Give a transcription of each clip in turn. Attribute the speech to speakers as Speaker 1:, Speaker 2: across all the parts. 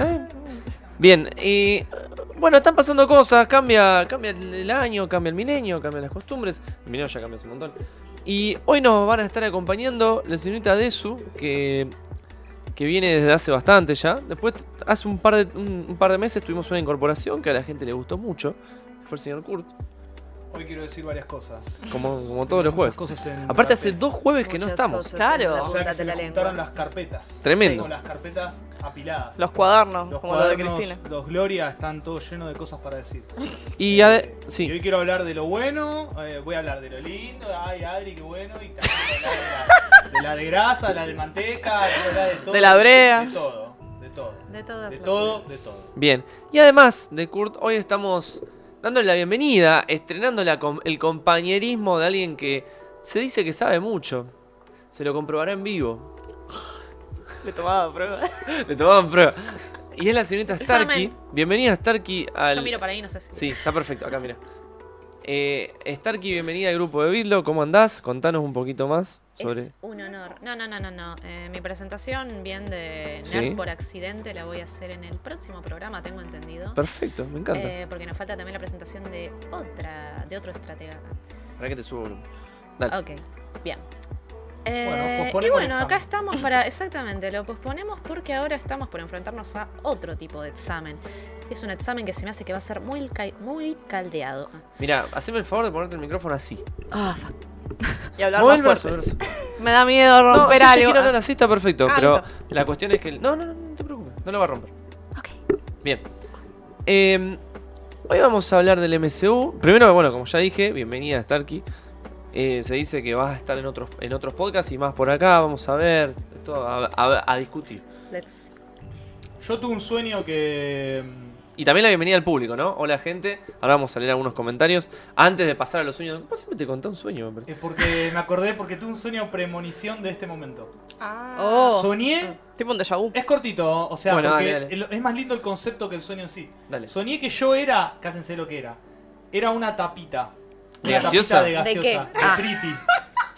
Speaker 1: Eh, Bien, y bueno, están pasando cosas, cambia, cambia el año, cambia el milenio, cambian las costumbres. El milenio ya cambia hace un montón. Y hoy nos van a estar acompañando la señorita Desu, que, que viene desde hace bastante ya. Después, hace un par, de, un, un par de meses tuvimos una incorporación que a la gente le gustó mucho, que fue el señor Kurt,
Speaker 2: Hoy quiero decir varias cosas.
Speaker 1: como, como todos los jueves.
Speaker 2: Muchas cosas en
Speaker 1: Aparte, hace
Speaker 2: papel.
Speaker 1: dos jueves que no
Speaker 3: Muchas
Speaker 1: estamos.
Speaker 3: cosas en
Speaker 4: Claro.
Speaker 3: la
Speaker 2: O sea
Speaker 3: punta
Speaker 2: que
Speaker 3: de
Speaker 2: se
Speaker 3: la
Speaker 2: me
Speaker 3: lengua.
Speaker 2: juntaron las carpetas.
Speaker 1: Tremendo.
Speaker 2: Tengo las carpetas apiladas.
Speaker 4: Los cuadernos,
Speaker 2: Los
Speaker 4: como
Speaker 2: cuadernos,
Speaker 4: lo de Cristina.
Speaker 2: los Gloria están todos llenos de cosas para decir.
Speaker 1: Y ade-
Speaker 2: Y
Speaker 1: sí,
Speaker 2: hoy quiero hablar de lo bueno, eh, voy a hablar de lo lindo, ay Adri, qué bueno, y también voy a hablar de la, de la de grasa, la de manteca, voy a hablar de todo.
Speaker 4: De la brea.
Speaker 2: De todo, de todo.
Speaker 3: De todas
Speaker 2: De
Speaker 3: las
Speaker 2: todo,
Speaker 3: horas.
Speaker 2: de todo.
Speaker 1: bien. Y además de Kurt, hoy estamos dándole la bienvenida, estrenando la com- el compañerismo de alguien que se dice que sabe mucho. Se lo comprobará en vivo.
Speaker 4: Le tomaba prueba.
Speaker 1: Le tomaban prueba. Y es la señorita Starkey.
Speaker 3: Examen.
Speaker 1: Bienvenida Starkey al...
Speaker 3: Yo miro para ahí, no sé si.
Speaker 1: Sí, está perfecto, acá mira. Eh, Starkey, bienvenida al grupo de Bildo. ¿Cómo andás? Contanos un poquito más sobre...
Speaker 3: Es un honor. No, no, no, no, no. Eh, mi presentación bien de
Speaker 1: Sí.
Speaker 3: Nerd por accidente la voy a hacer en el próximo programa, tengo entendido.
Speaker 1: Perfecto, me encanta.
Speaker 3: Eh, porque nos falta también la presentación de otra, de otro estratega.
Speaker 1: Para que te subo el volumen. Dale.
Speaker 3: Ok, bien. Eh,
Speaker 2: posponemos
Speaker 3: y
Speaker 2: el
Speaker 3: bueno,
Speaker 2: examen.
Speaker 3: acá estamos para, exactamente, lo posponemos porque ahora estamos por enfrentarnos a otro tipo de examen. Es un examen que se me hace que va a ser muy, ca- muy caldeado.
Speaker 1: Mira, haceme el favor de ponerte el micrófono así.
Speaker 3: Ah, fuck.
Speaker 4: Y hablar
Speaker 1: Mueve el
Speaker 4: más
Speaker 1: brazo,
Speaker 4: fuerte.
Speaker 1: el brazo.
Speaker 4: Me da miedo
Speaker 1: No,
Speaker 4: romper
Speaker 1: si ella
Speaker 4: algo.
Speaker 1: quiere hablar así está perfecto,
Speaker 4: Ah,
Speaker 1: pero la cuestión es que... No, no, no, no te preocupes, no lo va a romper.
Speaker 3: Ok.
Speaker 1: Bien. Eh, hoy vamos a hablar del MCU. Primero, bueno, como ya dije, bienvenida Starkey. Eh, se dice que vas a estar en otros, en otros podcasts y más por acá. Vamos a ver, esto a, a- a discutir.
Speaker 3: Let's.
Speaker 2: Yo tuve un sueño que...
Speaker 1: Y también la bienvenida al público, ¿no? Hola, gente. Ahora vamos a leer algunos comentarios. Antes de pasar a los sueños, ¿cómo siempre te contó un sueño? hombre?
Speaker 2: Es eh, porque me acordé porque tuve un sueño premonición de este momento.
Speaker 4: Ah.
Speaker 3: Oh.
Speaker 2: Soñé...
Speaker 4: Tipo un déjà vu.
Speaker 2: Es cortito, o sea,
Speaker 1: Bueno,
Speaker 2: porque
Speaker 1: dale, dale.
Speaker 2: el- es más lindo el concepto que el sueño en sí.
Speaker 1: Dale.
Speaker 2: Soñé que yo era, cásense lo que era, era una tapita.
Speaker 1: ¿De
Speaker 2: Una
Speaker 1: gaseosa?
Speaker 2: tapita de
Speaker 3: ¿De
Speaker 2: gaseosa.
Speaker 3: qué? Ah.
Speaker 2: Priti.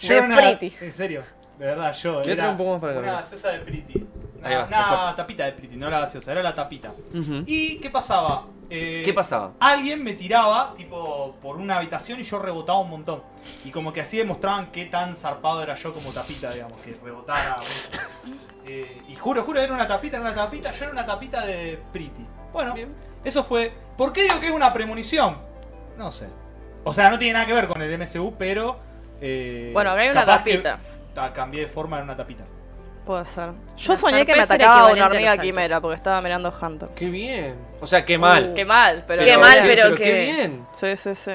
Speaker 4: De
Speaker 2: era una-
Speaker 4: Priti.
Speaker 2: En serio, de verdad, yo.
Speaker 1: Voy a
Speaker 2: Era
Speaker 1: traer un poco más para acá.
Speaker 2: Una gaseosa de Priti. Una,
Speaker 1: Ahí va,
Speaker 2: una
Speaker 1: mejor.
Speaker 2: tapita de Priti, no la gaseosa, era la tapita.
Speaker 1: Ujú.
Speaker 2: ¿Y qué pasaba? Eh,
Speaker 1: ¿Qué pasaba?
Speaker 2: Alguien me tiraba, tipo, por una habitación y yo rebotaba un montón. Y como que así demostraban qué tan zarpado era yo como tapita, digamos, que rebotara. Eh, y juro, juro, era una tapita, era una tapita, yo era una tapita de Pretty. Bueno, eso fue. ¿Por qué digo que es una premonición? No sé. O sea, no tiene nada que ver con el MCU, pero. eh,
Speaker 4: Bueno, habrá una
Speaker 2: capaz que
Speaker 4: tapita.
Speaker 2: ta- cambié de forma en una tapita.
Speaker 4: Puede ser. Yo
Speaker 3: La
Speaker 4: soñé que me
Speaker 3: zarpeza era
Speaker 4: atacaba una
Speaker 3: equivalente a
Speaker 4: hormiga
Speaker 3: los saltos.
Speaker 4: quimera porque estaba mirando Hunter.
Speaker 1: Qué bien. O sea, qué mal.
Speaker 3: Uh,
Speaker 4: Qué mal, pero.
Speaker 3: Qué mal,
Speaker 4: bueno.
Speaker 3: pero
Speaker 1: qué
Speaker 3: que-
Speaker 1: bien.
Speaker 4: Sí, sí, sí.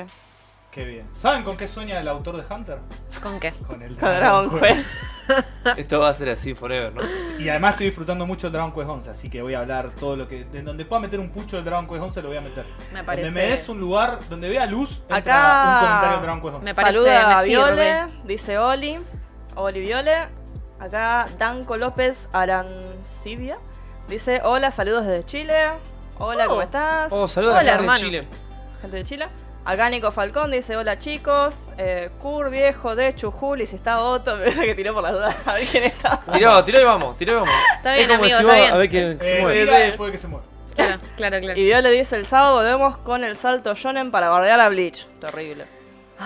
Speaker 2: Qué bien. ¿Saben con qué sueña el autor de Hunter?
Speaker 3: ¿Con qué?
Speaker 2: Con el
Speaker 4: Con Dragon Quest.
Speaker 1: Esto va a ser así forever, ¿no?
Speaker 2: Y además estoy disfrutando mucho el Dragon Quest 11, así que voy a hablar todo lo que. En donde pueda meter un pucho del Dragon Quest 11 lo voy a meter.
Speaker 3: Me
Speaker 2: Donde
Speaker 3: parece.
Speaker 2: me des un lugar, donde vea luz, entra
Speaker 4: Acá.
Speaker 2: un comentario del Dragon Quest 11.
Speaker 3: Me parece,
Speaker 4: Saluda a
Speaker 3: me sirve.
Speaker 4: Viole, dice Oli. Oli Viole. Acá Danco López Arancibia. Dice: Hola, saludos desde Chile. Hola,
Speaker 3: Oh.
Speaker 4: ¿cómo estás?
Speaker 1: Oh, saludos a
Speaker 3: Hola,
Speaker 1: la gente de
Speaker 3: hermano.
Speaker 1: Chile.
Speaker 4: gente de Chile. Acá Nico Falcón dice, hola chicos, eh, Cur viejo de Chujul y si está Otto, me parece que tiró por las dudas a ver quién está.
Speaker 1: Tiró, tiró y vamos, tiró y vamos.
Speaker 3: Está bien,
Speaker 1: es como
Speaker 3: amigo,
Speaker 1: si
Speaker 3: está
Speaker 1: vos-
Speaker 3: bien.
Speaker 1: a ver quién se
Speaker 2: Eh,
Speaker 1: mueve.
Speaker 2: tira después de que se mueva.
Speaker 3: Claro, claro, claro.
Speaker 4: Y Dios le dice, el sábado volvemos con el salto Shonen para bardear a Bleach. Terrible.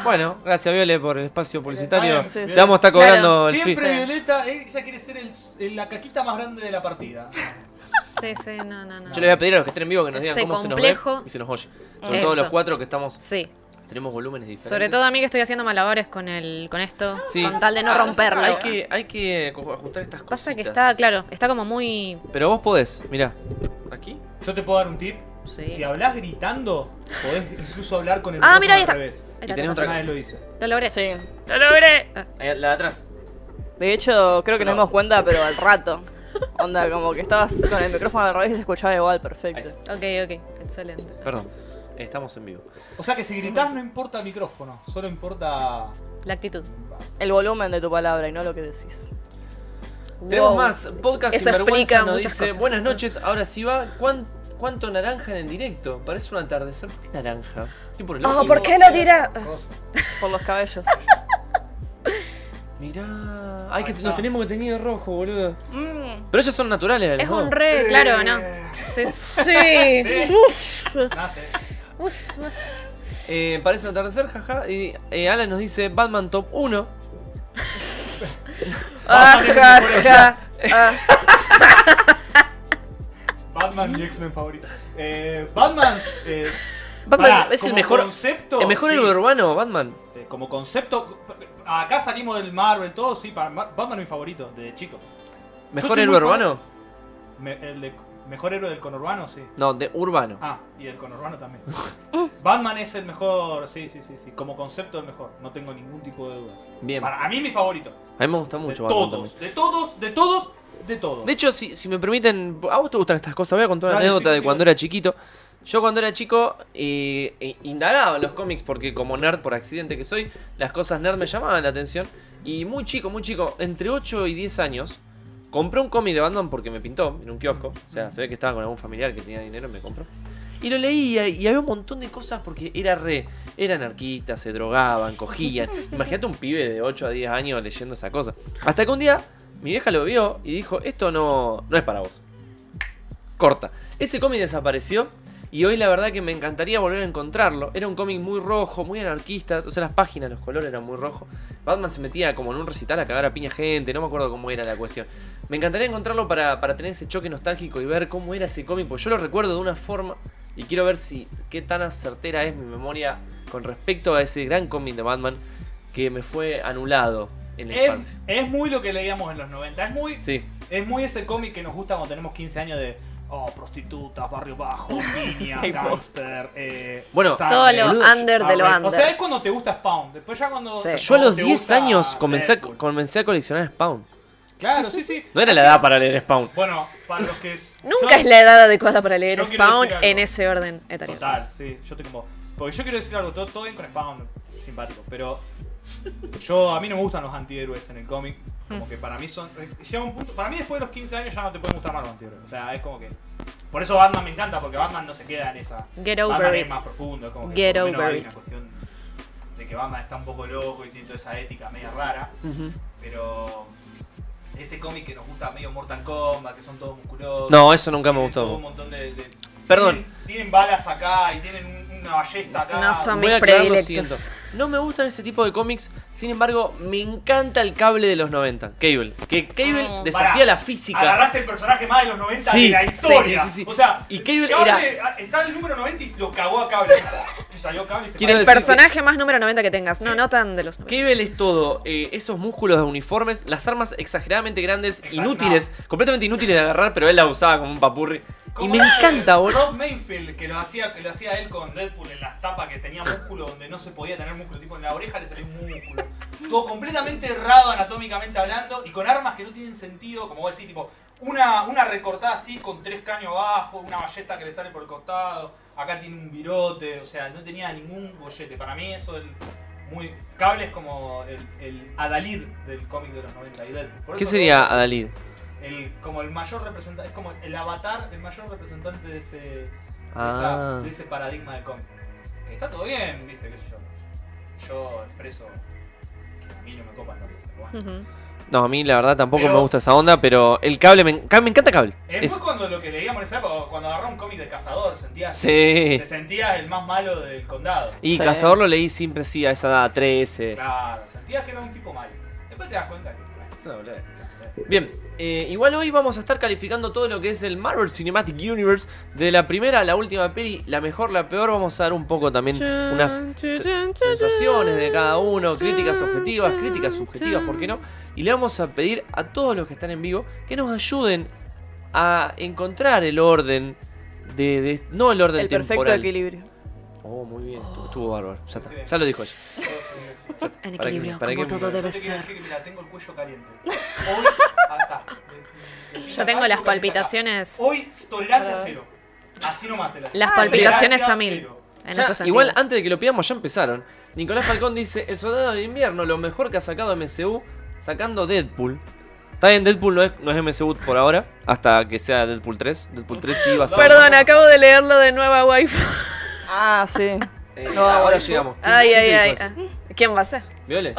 Speaker 1: Bueno, gracias Viole por el espacio publicitario.
Speaker 2: Ah,
Speaker 4: sí,
Speaker 1: Le
Speaker 4: sí.
Speaker 1: vamos a estar
Speaker 3: Claro.
Speaker 1: cobrando Oh, el
Speaker 2: Siempre
Speaker 1: fin.
Speaker 2: Violeta, eh, ella quiere ser el- el- la caquita más grande de la partida.
Speaker 3: Sí, sí, no, no, no.
Speaker 1: Yo le voy a pedir a los que estén en vivo que nos digan
Speaker 3: Ese
Speaker 1: cómo se nos
Speaker 3: complejo.
Speaker 1: ve y se nos oye. Sobre todo
Speaker 3: Eso.
Speaker 1: los cuatro que estamos
Speaker 3: Sí,
Speaker 1: tenemos volúmenes diferentes.
Speaker 3: sobre todo a mí que estoy haciendo malabares con el con esto,
Speaker 1: Sí.
Speaker 3: con tal de no
Speaker 1: Ah,
Speaker 3: romperlo.
Speaker 1: Hay que, hay que co- ajustar estas cosas.
Speaker 3: Pasa que está, claro, está como muy...
Speaker 1: Pero vos podés, mirá. Aquí.
Speaker 2: Yo te puedo dar un tip.
Speaker 3: Sí.
Speaker 2: Si hablas gritando, podés incluso hablar con el
Speaker 3: Ah,
Speaker 2: micrófono
Speaker 3: mira, ahí
Speaker 2: al
Speaker 3: está.
Speaker 2: revés.
Speaker 1: Y tenés otra
Speaker 2: Otra vez lo hice.
Speaker 3: Lo logré.
Speaker 4: Sí.
Speaker 3: Lo logré. Ah,
Speaker 1: Ahí, la de atrás.
Speaker 4: De hecho, creo que
Speaker 1: No.
Speaker 4: nos dimos cuenta, pero al rato. Onda, como que estabas con el micrófono al revés y se escuchaba igual, perfecto.
Speaker 3: Ok, ok, excelente.
Speaker 1: Perdón. Estamos en vivo.
Speaker 2: O sea que si gritás no importa el micrófono, solo importa.
Speaker 3: La actitud.
Speaker 4: El volumen de tu palabra y no lo que decís.
Speaker 1: Tenemos
Speaker 3: Wow.
Speaker 1: más. Podcast
Speaker 3: Eso
Speaker 1: Sinvergüenza
Speaker 3: explica
Speaker 1: nos
Speaker 3: muchas
Speaker 1: dice:
Speaker 3: cosas.
Speaker 1: Buenas noches, ahora sí va. ¿Cuán- ¿Cuánto naranja en el directo? Parece un atardecer. ¿Por qué naranja? Estoy por el
Speaker 3: Oh,
Speaker 1: ojo.
Speaker 3: ¿por qué lo tira?
Speaker 2: Cosa.
Speaker 4: Por los cabellos.
Speaker 1: Mirá. Ay, que
Speaker 2: Ahí
Speaker 1: los
Speaker 2: está.
Speaker 1: tenemos que tener de rojo, boludo.
Speaker 4: Mm,
Speaker 1: Pero ellos son naturales,
Speaker 3: Es
Speaker 1: ¿no?
Speaker 3: un re, eh, claro, no. Sí, sí.
Speaker 2: Sí.
Speaker 3: Uf.
Speaker 2: Nace.
Speaker 3: Uf, uf.
Speaker 1: Eh, parece un atardecer, jaja. Y eh, Alan nos dice Batman Top 1.
Speaker 3: Ah, ja, ja.
Speaker 2: Batman, mi X-Men favorita. Eh, Batman. eh,
Speaker 1: Batman
Speaker 2: pará,
Speaker 1: es el
Speaker 2: como
Speaker 1: mejor.
Speaker 2: Concepto,
Speaker 1: el mejor
Speaker 2: sí,
Speaker 1: héroe urbano, Batman.
Speaker 2: eh, como concepto. Acá salimos del Marvel, todo. Sí, para, Batman es mi favorito, desde chico.
Speaker 1: ¿Mejor
Speaker 2: soy
Speaker 1: héroe
Speaker 2: muy fan-
Speaker 1: urbano?
Speaker 2: Me- el de- mejor héroe del conurbano, sí.
Speaker 1: No, de urbano.
Speaker 2: Ah, y del conurbano también.
Speaker 1: Mm.
Speaker 2: Batman es el mejor, sí, sí, sí, sí. Como concepto el mejor, no tengo ningún tipo de dudas.
Speaker 1: Bien.
Speaker 2: Para a mí mi favorito.
Speaker 1: A mí me gusta
Speaker 2: De
Speaker 1: mucho Batman también.
Speaker 2: todos, de todos, de todos, de todos.
Speaker 1: De hecho, si, si me permiten, a vos te gustan estas cosas, voy a contar una
Speaker 2: Dale,
Speaker 1: anécdota
Speaker 2: sí,
Speaker 1: de
Speaker 2: sí.
Speaker 1: cuando era chiquito. Yo cuando era chico eh, eh, indagaba en los cómics porque como nerd por accidente que soy, las cosas nerd me llamaban la atención. Y muy chico, muy chico, entre 8 y 10 años, compré un cómic de Batman porque me pintó en un kiosco. O sea, se ve que estaba con algún familiar que tenía dinero y me compró. Y lo leía y había un montón de cosas porque era re. Era anarquista, se drogaban, cogían. Imagínate un pibe de 8 a 10 años leyendo esa cosa. Hasta que un día mi vieja lo vio y dijo: Esto no, no es para vos. Corta. Ese cómic desapareció y hoy la verdad que me encantaría volver a encontrarlo. Era un cómic muy rojo, muy anarquista. O sea, las páginas, los colores eran muy rojos. Batman se metía como en un recital a cagar a piña gente. No me acuerdo cómo era la cuestión. Me encantaría encontrarlo para, para tener ese choque nostálgico y ver cómo era ese cómic. Porque yo lo recuerdo de una forma y quiero ver si qué tan certera es mi memoria con respecto a ese gran cómic de Batman que me fue anulado en la
Speaker 2: es,
Speaker 1: infancia.
Speaker 2: es muy lo que leíamos en los 90, es muy,
Speaker 1: Sí.
Speaker 2: es muy ese cómic que nos gusta cuando tenemos 15 años de oh, prostitutas, barrio bajo, niña,
Speaker 4: Ay,
Speaker 2: gangster, eh,
Speaker 1: Bueno,
Speaker 2: sangre.
Speaker 3: Todo lo
Speaker 1: Boludo,
Speaker 3: under de lo
Speaker 2: Ah, bueno. O sea,
Speaker 3: under.
Speaker 2: es cuando te gusta Spawn, después ya cuando
Speaker 3: Sí.
Speaker 1: Eh, Yo a
Speaker 2: cuando
Speaker 1: los
Speaker 2: te
Speaker 1: 10
Speaker 2: gusta
Speaker 1: años comencé, a-
Speaker 2: Deadpool.
Speaker 1: comencé a coleccionar Spawn.
Speaker 2: Claro, sí, sí.
Speaker 1: No era la edad para leer Spawn.
Speaker 2: Bueno, para los que
Speaker 3: Nunca
Speaker 2: son-
Speaker 3: es la edad adecuada para leer
Speaker 2: yo quiero
Speaker 3: Spawn
Speaker 2: decir algo.
Speaker 3: en ese orden etario.
Speaker 2: Total, sí, yo estoy como. Porque yo quiero decir algo, todo, todo bien con Spawn, simpático, pero yo a mí no me gustan los antihéroes en el cómic. Como
Speaker 3: Mm.
Speaker 2: que para mí son. eh, Llega un punto. Para mí después de los 15 años ya no te pueden gustar más los antihéroes. O sea, es como que. Por eso Batman me encanta, porque Batman no se queda en esa.
Speaker 3: Get
Speaker 2: Batman
Speaker 3: over
Speaker 2: es
Speaker 3: it.
Speaker 2: más profundo, es como que
Speaker 3: Get
Speaker 2: por lo menos
Speaker 3: over
Speaker 2: hay
Speaker 3: it.
Speaker 2: una cuestión de que Batman está un poco loco y tiene toda esa ética media rara. Pero ese cómic que nos gusta medio Mortal Kombat, que son todos musculosos.
Speaker 1: No, eso nunca me
Speaker 2: tienen todo un
Speaker 1: gustó.
Speaker 2: montón de- de-
Speaker 1: Perdón.
Speaker 2: Tienen, tienen balas acá y tienen un- una ballesta acá.
Speaker 3: No son
Speaker 1: Voy
Speaker 3: mis
Speaker 1: a aclarar lo
Speaker 3: predilectos.
Speaker 1: siguiente. No me gustan ese tipo de cómics, sin embargo, me encanta el cable de los 90. Cable. Que Cable
Speaker 3: Mm.
Speaker 1: desafía
Speaker 2: Pará.
Speaker 1: la física.
Speaker 2: Agarraste el personaje más de los 90
Speaker 1: Sí,
Speaker 2: de la
Speaker 1: sí,
Speaker 2: historia.
Speaker 1: sí, sí, sí.
Speaker 2: O sea,
Speaker 1: Y Cable
Speaker 2: a- está el número 90 y lo cagó a Cable. y salió Cable y se
Speaker 1: Quiero
Speaker 2: fue.
Speaker 3: El
Speaker 1: decir
Speaker 3: personaje más número 90 que tengas. No, no tan de los 90.
Speaker 1: Cable es todo, eh, esos músculos de uniformes, las armas exageradamente grandes,
Speaker 2: Exacto.
Speaker 1: inútiles, completamente inútiles de agarrar, pero él la usaba como un papurri. Y
Speaker 2: Como
Speaker 1: me encanta, boludo.
Speaker 2: Rob Mainfield, que lo hacía, que lo hacía él con Deadpool en las tapas que tenía músculo donde no se podía tener músculo, tipo en la oreja le salió un músculo. Todo completamente errado anatómicamente hablando y con armas que no tienen sentido, como vos decís, tipo una, una recortada así con tres caños abajo, una ballesta que le sale por el costado, acá tiene un virote, o sea, no tenía ningún bollete. Para mí eso el muy cable es como el, el adalid del cómic de los 90 y Deadpool. Por
Speaker 1: ¿Qué
Speaker 2: eso
Speaker 1: sería Adalid?
Speaker 2: el, como el mayor representante, es como el avatar, el mayor representante de ese, de esa-
Speaker 1: Ah.
Speaker 2: de ese paradigma del cómic. Que está todo bien, viste, qué sé yo. Yo expreso que a mí no me copan tanto, pero bueno.
Speaker 3: Ujú.
Speaker 1: No, a mí la verdad tampoco
Speaker 2: Pero-
Speaker 1: me gusta esa onda, pero el cable me, en- ca- me encanta cable.
Speaker 2: Es
Speaker 1: Es-
Speaker 2: muy cuando lo que leíamos en esa época, cuando agarraba un cómic de cazador, sentías,
Speaker 1: Sí.
Speaker 2: te sentías el más malo del condado.
Speaker 1: Y
Speaker 4: Sí.
Speaker 1: Cazador lo leí siempre sí a esa edad, 13.
Speaker 2: Claro, sentías que era un tipo malo. Después te das cuenta que.
Speaker 1: Esa boludez. Bien, eh, igual hoy vamos a estar calificando todo lo que es el Marvel Cinematic Universe, de la primera a la última peli, la mejor, la peor, vamos a dar un poco también
Speaker 3: Chun,
Speaker 1: unas
Speaker 3: chun,
Speaker 1: se-
Speaker 3: chun,
Speaker 1: sensaciones de cada uno,
Speaker 3: chun,
Speaker 1: críticas objetivas,
Speaker 3: chun,
Speaker 1: críticas subjetivas,
Speaker 3: chun.
Speaker 1: ¿por qué no? Y le vamos a pedir a todos los que están en vivo que nos ayuden a encontrar el orden de, de- no el orden
Speaker 4: el perfecto
Speaker 1: temporal.
Speaker 4: equilibrio.
Speaker 1: Oh, muy bien, estuvo, estuvo bárbaro, ya está,
Speaker 2: Sí, bien.
Speaker 1: ya lo dijo ella.
Speaker 3: En
Speaker 1: ¿Para qué-
Speaker 3: equilibrio,
Speaker 1: para qué
Speaker 3: como
Speaker 1: me-
Speaker 3: todo debe
Speaker 2: Yo te eh, quiero
Speaker 3: ser.
Speaker 2: decir que, mira, tengo el cuello caliente. Hoy, hasta.
Speaker 3: Yo tengo las
Speaker 1: Oh,
Speaker 3: palpitaciones.
Speaker 2: Hoy, tolerancia cero. Así nomás te las
Speaker 3: Ah. Las
Speaker 4: Ah,
Speaker 3: palpitaciones
Speaker 2: tolerancia
Speaker 3: a mil.
Speaker 2: cero.
Speaker 3: En
Speaker 1: Ya,
Speaker 3: ese sentido.
Speaker 1: igual antes de que lo pidamos ya empezaron. Nicolás Falcón dice, El Soldado del Invierno, lo mejor que ha sacado MCU, sacando Deadpool. Está bien, Deadpool no es, no es MCU por ahora, hasta que sea Deadpool 3. Deadpool 3 sí va a ser...
Speaker 3: Perdón, acabo de leerlo de nueva Wi-Fi.
Speaker 4: Ah, sí.
Speaker 1: Eh,
Speaker 4: no,
Speaker 1: ahora
Speaker 4: bueno.
Speaker 1: llegamos.
Speaker 3: Ay,
Speaker 1: ¿Quién
Speaker 3: ay,
Speaker 1: te
Speaker 3: ay.
Speaker 1: dijo
Speaker 3: ah.
Speaker 1: eso?
Speaker 3: ¿Quién va a ser?
Speaker 1: ¿Viole?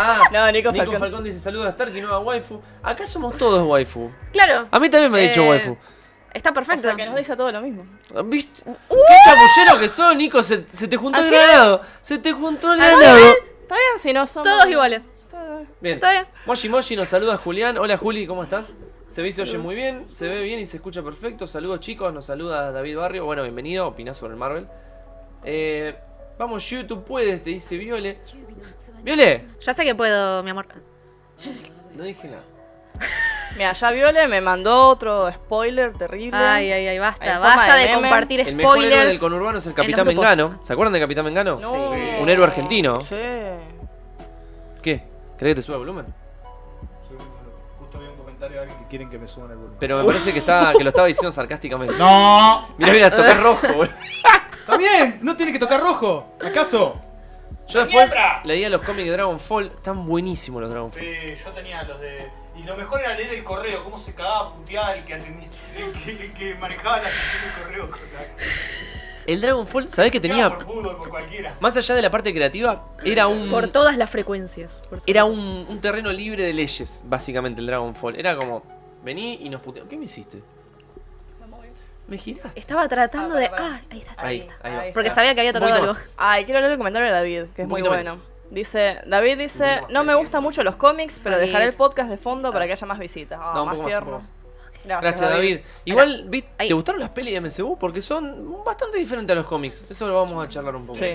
Speaker 1: Ah,
Speaker 4: No, Nico
Speaker 1: Nico
Speaker 4: Falcón.
Speaker 1: Falcón. dice saludos a Stark y no a Waifu. Acá somos todos Waifu.
Speaker 3: Claro.
Speaker 1: A mí también me ha dicho
Speaker 3: Eh,
Speaker 1: Waifu.
Speaker 3: Está
Speaker 4: O
Speaker 3: perfecto.
Speaker 4: sea, que nos dice todo lo mismo.
Speaker 1: ¿Viste? ¡Qué chamullero que sos, Nico! Se, se te juntó el
Speaker 4: Así es.
Speaker 1: granado. Se te juntó el
Speaker 3: Ah,
Speaker 1: granado.
Speaker 4: Está bien si no somos...
Speaker 3: Todos iguales.
Speaker 4: Todos.
Speaker 1: Bien.
Speaker 3: Está bien.
Speaker 1: Moshi Moshi nos saluda Julián. Hola Juli, ¿cómo estás? Se ve y se oye muy bien, se ve bien y se escucha perfecto. Saludos chicos, nos saluda David Barrio. Bueno, bienvenido, opinás sobre el Marvel. Eh, vamos, Yu, tú puedes, te dice Viole. Viole,
Speaker 3: Ya sé que puedo, mi amor.
Speaker 1: no dije nada.
Speaker 4: Mira, ya Viole me mandó otro spoiler terrible.
Speaker 3: Ay, ay, ay, basta.
Speaker 4: En forma
Speaker 3: basta
Speaker 4: de
Speaker 3: de,
Speaker 4: meme.
Speaker 3: compartir
Speaker 1: El mejor héroe del
Speaker 3: spoilers.
Speaker 1: conurbano es el
Speaker 3: en los
Speaker 1: Capitán
Speaker 3: grupos.
Speaker 1: Mengano. ¿Se acuerdan de Capitán Mengano?
Speaker 4: No.
Speaker 1: Un héroe argentino.
Speaker 4: Sí.
Speaker 1: ¿Qué? ¿Crees que te suba el volumen?
Speaker 2: Justo vi un comentario de alguien que quieren que me suban el volumen.
Speaker 1: Pero me parece que, está, que lo estaba diciendo sarcásticamente.
Speaker 2: ¡No!
Speaker 1: Mira, mira, toqué rojo, boludo.
Speaker 2: ¡Está bien! ¡No tiene que tocar rojo! ¿Acaso?
Speaker 1: Yo después
Speaker 2: ¡Ginebra!
Speaker 1: leía los cómics de Dragon Fall. Están buenísimos los Dragon Fall.
Speaker 2: Sí, yo tenía los de. Y lo mejor era leer el correo, cómo se cagaba puteada el que, atendía, el que, el que manejaba la gestión del correo.
Speaker 1: El Dragon Fall, ¿sabés que tenía?
Speaker 2: Por fútbol, por cualquiera.
Speaker 1: Más allá de la parte creativa, era un.
Speaker 3: Por todas las frecuencias. por
Speaker 1: Era un, un terreno libre de leyes, básicamente, el Dragon Fall. Era como, vení y nos puteamos. ¿Qué me hiciste? Me giraste.
Speaker 3: Estaba tratando
Speaker 4: Ah,
Speaker 3: de.
Speaker 4: para, para.
Speaker 3: Ah, ahí está.
Speaker 1: Ahí, ahí va.
Speaker 4: ahí
Speaker 3: Porque
Speaker 4: está.
Speaker 3: sabía que había tocado
Speaker 1: poquito
Speaker 3: algo.
Speaker 1: más.
Speaker 4: Ay, quiero leer el comentario de David, que es
Speaker 1: Un
Speaker 4: muy
Speaker 1: poquito
Speaker 4: bueno. Dice, David
Speaker 1: Un
Speaker 4: dice,
Speaker 1: poquito más.
Speaker 4: no me gustan mucho los cómics, pero
Speaker 3: David.
Speaker 4: dejaré el podcast de fondo para que haya más visitas. Ah,
Speaker 1: No, un
Speaker 4: más
Speaker 1: poco más, un
Speaker 4: tierno.
Speaker 1: poco más.
Speaker 4: Gracias,
Speaker 1: Gracias, David. Igual, vi-
Speaker 3: Ahí.
Speaker 1: ¿te gustaron las pelis de MCU? Porque son bastante diferentes a los cómics. Eso lo vamos a charlar un poco.
Speaker 4: Sí.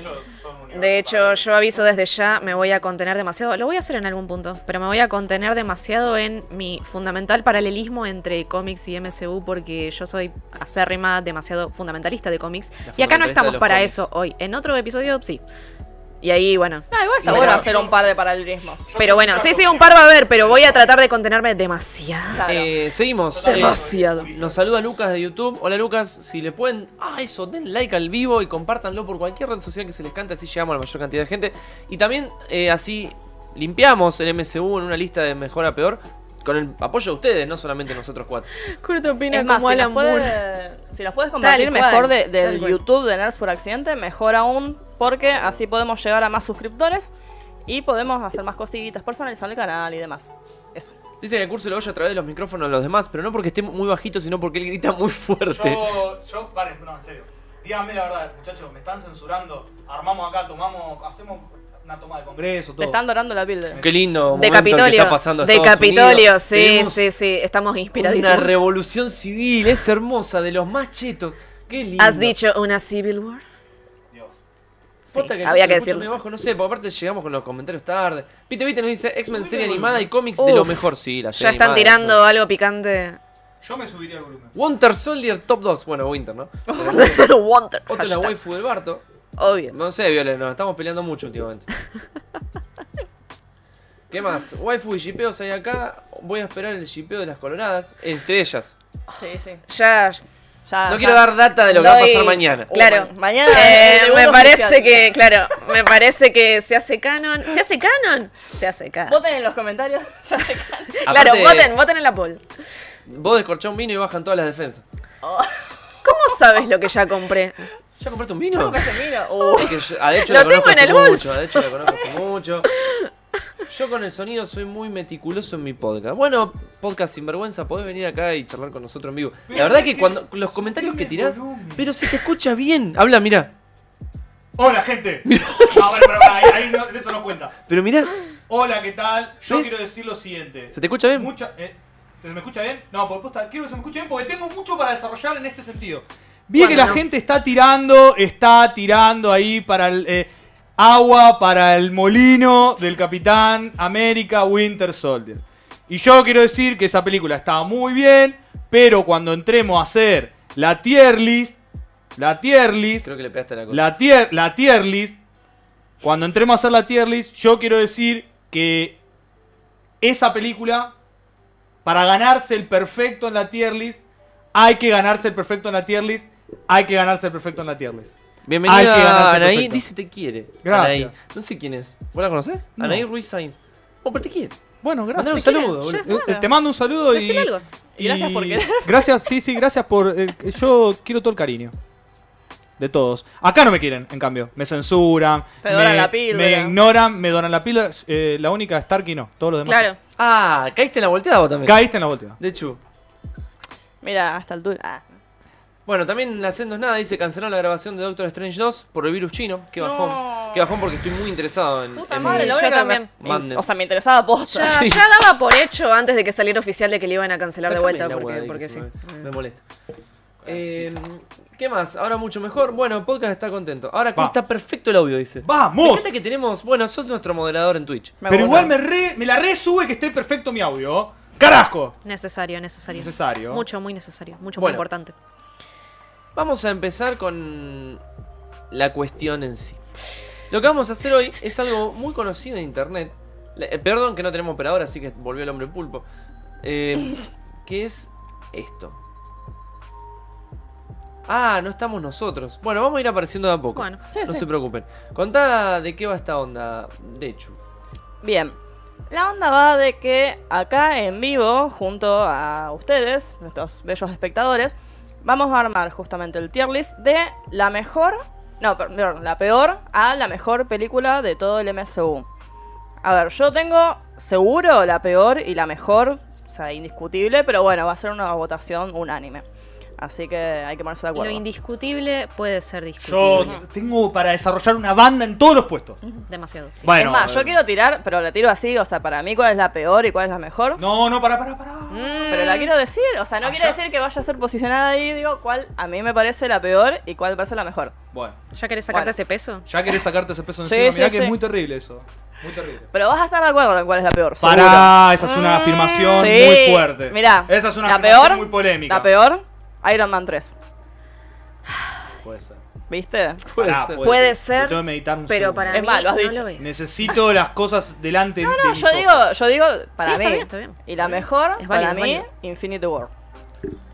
Speaker 3: De hecho, yo aviso desde ya, me voy a contener demasiado, lo voy a hacer en algún punto, pero me voy a contener demasiado en mi fundamental paralelismo entre cómics y MCU porque yo soy acérrima, demasiado fundamentalista de cómics.
Speaker 1: La
Speaker 3: Y acá
Speaker 1: fundamentalista
Speaker 3: no
Speaker 1: de
Speaker 3: estamos
Speaker 1: los
Speaker 3: para
Speaker 1: cómics.
Speaker 3: eso hoy. En otro episodio, sí. Y ahí, bueno.
Speaker 4: Ah, igual está
Speaker 1: Pero-
Speaker 4: bueno hacer un par de paralelismos.
Speaker 3: Pero bueno, sí, sí, un par va a haber, pero voy a tratar de contenerme demasiado.
Speaker 4: Claro.
Speaker 1: Eh, seguimos. Eh,
Speaker 3: Demasiado.
Speaker 1: nos saluda Lucas de YouTube. Hola Lucas, si le pueden. Ah, eso, den like al vivo y compártanlo por cualquier red social que se les cante, así llegamos a la mayor cantidad de gente. Y también eh, así limpiamos el MCU en una lista de mejor a peor. Con el apoyo de ustedes, no solamente nosotros cuatro.
Speaker 3: Kurt opina
Speaker 4: es más,
Speaker 3: como
Speaker 4: si las,
Speaker 3: Alan Moore.
Speaker 4: puedes, si las puedes compartir
Speaker 3: Tal cual,
Speaker 4: mejor de-
Speaker 3: tal
Speaker 4: del
Speaker 3: cual.
Speaker 4: YouTube de Nerds por Accidente, mejor aún, porque así podemos llegar a más suscriptores y podemos hacer más cositas, personalizar el canal y demás. Eso.
Speaker 1: Dice que el curso lo oye a través de los micrófonos de los demás, pero no porque esté muy bajito, sino porque él grita muy fuerte.
Speaker 2: Yo, yo, paren, no, en serio. Díganme la verdad, muchachos, me están censurando. Armamos acá, tomamos, hacemos una toma de congreso, todo.
Speaker 4: Te están dorando la build.
Speaker 1: Qué lindo
Speaker 3: De
Speaker 1: momento el que
Speaker 3: Capitolio.
Speaker 1: está pasando
Speaker 3: De
Speaker 1: Estados
Speaker 3: Capitolio,
Speaker 1: Unidos.
Speaker 3: sí,
Speaker 1: Tenemos
Speaker 3: sí, sí. Estamos
Speaker 1: Una
Speaker 3: inspiradísimos.
Speaker 1: revolución civil, es hermosa, de los más chetos. Qué lindo.
Speaker 3: ¿Has dicho una Civil War?
Speaker 2: Dios.
Speaker 3: Sí,
Speaker 1: Posta que
Speaker 3: había que
Speaker 1: escucho muy
Speaker 3: decirlo.
Speaker 1: Bajo, no sé, porque aparte llegamos con los comentarios tarde. Viste, viste, nos dice X-Men serie animada y cómics de
Speaker 3: Uf.
Speaker 1: lo mejor. Sí, la
Speaker 3: Ya
Speaker 1: serie
Speaker 3: están
Speaker 1: animada,
Speaker 3: tirando
Speaker 1: eso.
Speaker 3: algo picante.
Speaker 2: Yo me subiría el volumen.
Speaker 1: Winter Soldier Top 2. Bueno, Winter, ¿no? Pero
Speaker 3: Wonder.
Speaker 1: Otra la
Speaker 3: hashtag.
Speaker 1: waifu del Barto.
Speaker 3: Obvio.
Speaker 1: No sé, Violet, nos estamos peleando mucho últimamente. ¿Qué más? Waifu y shipeos hay acá. Voy a esperar el shipeo de las coloradas. Entre ellas.
Speaker 3: Ah.
Speaker 4: Sí, sí.
Speaker 3: Ya.
Speaker 4: Ya,
Speaker 1: No
Speaker 4: ya.
Speaker 1: quiero dar data de lo que va a
Speaker 3: doy-
Speaker 1: pasar Oh, mañana.
Speaker 3: Claro.
Speaker 4: ma- mañana
Speaker 3: Eh,
Speaker 4: el
Speaker 3: me
Speaker 4: uno
Speaker 3: parece
Speaker 4: oficial.
Speaker 3: que, claro, me parece que se hace canon. ¿Se hace canon? Se hace canon.
Speaker 4: Voten en los comentarios.
Speaker 3: Claro,
Speaker 1: Aparte,
Speaker 3: voten, voten en la poll.
Speaker 1: Vos descorchá un vino y bajan todas las defensas.
Speaker 3: ¿Cómo sabes lo que ya compré?
Speaker 1: ¿Ya compraste un vino?
Speaker 4: Mira, uh,
Speaker 1: Es que yo- ah, de hecho,
Speaker 3: Lo
Speaker 1: la
Speaker 3: tengo
Speaker 1: conozco
Speaker 3: en
Speaker 1: hace
Speaker 3: el bolso.
Speaker 1: mucho, de hecho la conozco hace mucho. Yo con el sonido soy muy meticuloso en mi podcast. Bueno, podcast sinvergüenza, podés venir acá y charlar con nosotros en vivo. La verdad que cuando los comentarios que tirás, pero se te escucha bien. Habla, mirá.
Speaker 2: Hola, gente. No, bueno, pero pará, ahí, ahí no- eso no cuenta.
Speaker 1: Pero mirá,
Speaker 2: Hola, ¿qué tal? Yo
Speaker 1: ¿Ves?
Speaker 2: quiero decir lo siguiente.
Speaker 1: se te escucha bien.
Speaker 2: Mucha, eh, ¿Se me escucha bien? No, porque posta, quiero que se me escuche bien porque tengo mucho para desarrollar en este sentido. Vi
Speaker 3: Bueno,
Speaker 2: que la
Speaker 3: no.
Speaker 2: gente está tirando, está tirando ahí para el eh, agua, para el molino del Capitán América Winter Soldier. Y yo quiero decir que esa película estaba muy bien, pero cuando entremos a hacer la tier list, la tier list,
Speaker 1: Creo que le pegaste a la cosa.
Speaker 2: la tier, la tier list. Cuando entremos a hacer la tier list, yo quiero decir que esa película, para ganarse el perfecto en la tier list, hay que ganarse el perfecto en la tier list, hay que ganarse el perfecto en la tier list. Hay que
Speaker 1: Bienvenida
Speaker 2: ganarse
Speaker 1: Anaí,
Speaker 2: perfecto.
Speaker 1: dice te quiere.
Speaker 2: Gracias.
Speaker 1: Anaí, no sé quién es. ¿Vos la conocés?
Speaker 2: No.
Speaker 1: Anaí Ruiz Sainz. Oh, pero te quiere.
Speaker 2: Bueno,
Speaker 1: Mandale
Speaker 2: gracias.
Speaker 1: un saludo.
Speaker 3: quiere, ya
Speaker 1: boludo.
Speaker 2: Eh, Te mando un saludo y,
Speaker 3: Decir algo.
Speaker 4: Y gracias por querer.
Speaker 2: Gracias, sí, sí, gracias por... eh, yo quiero todo el cariño. de todos. Acá no me quieren, en cambio. Me censuran.
Speaker 4: Te
Speaker 2: me,
Speaker 4: donan la píldora.
Speaker 2: Me ignoran, me donan la píldora. Eh, la única es Starkey, no. Todos los demás.
Speaker 3: Claro.
Speaker 1: Ah, caíste en la volteada vos
Speaker 2: sí.
Speaker 1: también.
Speaker 2: Caíste en la volteada.
Speaker 1: de hecho.
Speaker 4: Mira, hasta el altura. Ah.
Speaker 1: Bueno, también Hacendos Nada dice canceló la grabación de Doctor Strange 2 por el virus chino. Qué bajón.
Speaker 4: No.
Speaker 1: Qué bajón porque estoy muy interesado en.
Speaker 4: Puta
Speaker 1: en-
Speaker 4: madre, la
Speaker 3: yo
Speaker 4: única que
Speaker 3: también.
Speaker 4: me-
Speaker 1: Madness.
Speaker 4: O sea, me interesaba vos.
Speaker 3: Ya, ya daba por hecho antes de que saliera oficial de que le iban a cancelar de
Speaker 1: Sácame
Speaker 3: vuelta
Speaker 1: la hueá
Speaker 3: porque,
Speaker 1: de
Speaker 3: porque
Speaker 1: que
Speaker 3: sí.
Speaker 1: se me- Me molesta. Eh, ¿Qué más? Ahora mucho mejor. Bueno, podcast está contento. Ahora
Speaker 2: Va.
Speaker 1: está perfecto el audio, dice. Me
Speaker 2: ¡Vamos!
Speaker 1: encanta que tenemos. Bueno, sos nuestro moderador en Twitch.
Speaker 2: Pero igual me, re- me la resube que esté perfecto mi audio. ¡Carajo!
Speaker 3: Necesario, necesario.
Speaker 2: Necesario.
Speaker 3: Mucho, muy necesario. Mucho,
Speaker 1: Bueno.
Speaker 3: muy importante.
Speaker 1: Vamos a empezar con la cuestión en sí. Lo que vamos a hacer hoy es algo muy conocido en internet. Le- eh, perdón que no tenemos operador, así que volvió el hombre pulpo. Eh, que es esto. Ah, no estamos nosotros. Bueno, vamos a ir apareciendo de a poco.
Speaker 3: Bueno.
Speaker 4: Sí,
Speaker 1: no
Speaker 4: sí.
Speaker 1: se preocupen. Contá de qué va esta onda, de hecho.
Speaker 4: Bien. La onda va de que acá en vivo, junto a ustedes, nuestros bellos espectadores, vamos a armar justamente el tier list de la mejor, no, per- perdón, la peor a la mejor película de todo el MSU. A ver, yo tengo seguro la peor y la mejor, o sea, indiscutible, pero bueno, va a ser una votación unánime. Así que hay que ponerse de
Speaker 3: Lo
Speaker 4: acuerdo.
Speaker 3: indiscutible puede ser discutible.
Speaker 2: Yo tengo para desarrollar una banda en todos los puestos.
Speaker 3: Demasiado. sí.
Speaker 2: Bueno.
Speaker 4: es más, yo
Speaker 2: eh,
Speaker 4: quiero tirar, pero la tiro así, o sea, para mí cuál es la peor y cuál es la mejor.
Speaker 2: No, no, pará, pará, pará.
Speaker 4: Pero
Speaker 2: Eh,
Speaker 4: la quiero decir, o sea, no
Speaker 2: Allá.
Speaker 4: quiere decir que vaya a ser posicionada ahí, digo, cuál a mí me parece la peor y cuál me parece la mejor.
Speaker 2: Bueno,
Speaker 3: ¿Ya querés sacarte
Speaker 4: Bueno.
Speaker 3: ese peso?
Speaker 2: ya querés sacarte ese peso
Speaker 4: Sí,
Speaker 2: encima. Mirá
Speaker 4: sí,
Speaker 2: que
Speaker 4: sí.
Speaker 2: es muy terrible eso. Muy terrible.
Speaker 4: Pero vas a estar de acuerdo en cuál es la peor. Mm,
Speaker 2: Pará, esa es una afirmación
Speaker 4: Sí.
Speaker 2: muy fuerte.
Speaker 4: Mirá,
Speaker 2: esa es una
Speaker 4: la
Speaker 2: afirmación
Speaker 4: peor,
Speaker 2: muy polémica.
Speaker 4: La peor, Iron Man 3.
Speaker 1: Puede ser.
Speaker 4: ¿Viste?
Speaker 2: Pará,
Speaker 1: ser.
Speaker 3: Puede
Speaker 2: Lo
Speaker 3: ser,
Speaker 2: Tengo que meditar un
Speaker 3: Pero
Speaker 2: segundo.
Speaker 3: para
Speaker 4: Es
Speaker 3: mí
Speaker 4: malo, has
Speaker 3: no
Speaker 4: dicho.
Speaker 3: lo es.
Speaker 2: Eh, Necesito las cosas delante de
Speaker 4: No,
Speaker 2: mis
Speaker 4: yo digo,
Speaker 2: ojos.
Speaker 4: yo digo para
Speaker 3: está
Speaker 4: mí.
Speaker 3: bien, está bien.
Speaker 4: Y la mejor,
Speaker 3: Es válido,
Speaker 4: para
Speaker 3: es
Speaker 4: mí,
Speaker 3: válido.
Speaker 4: Infinity War.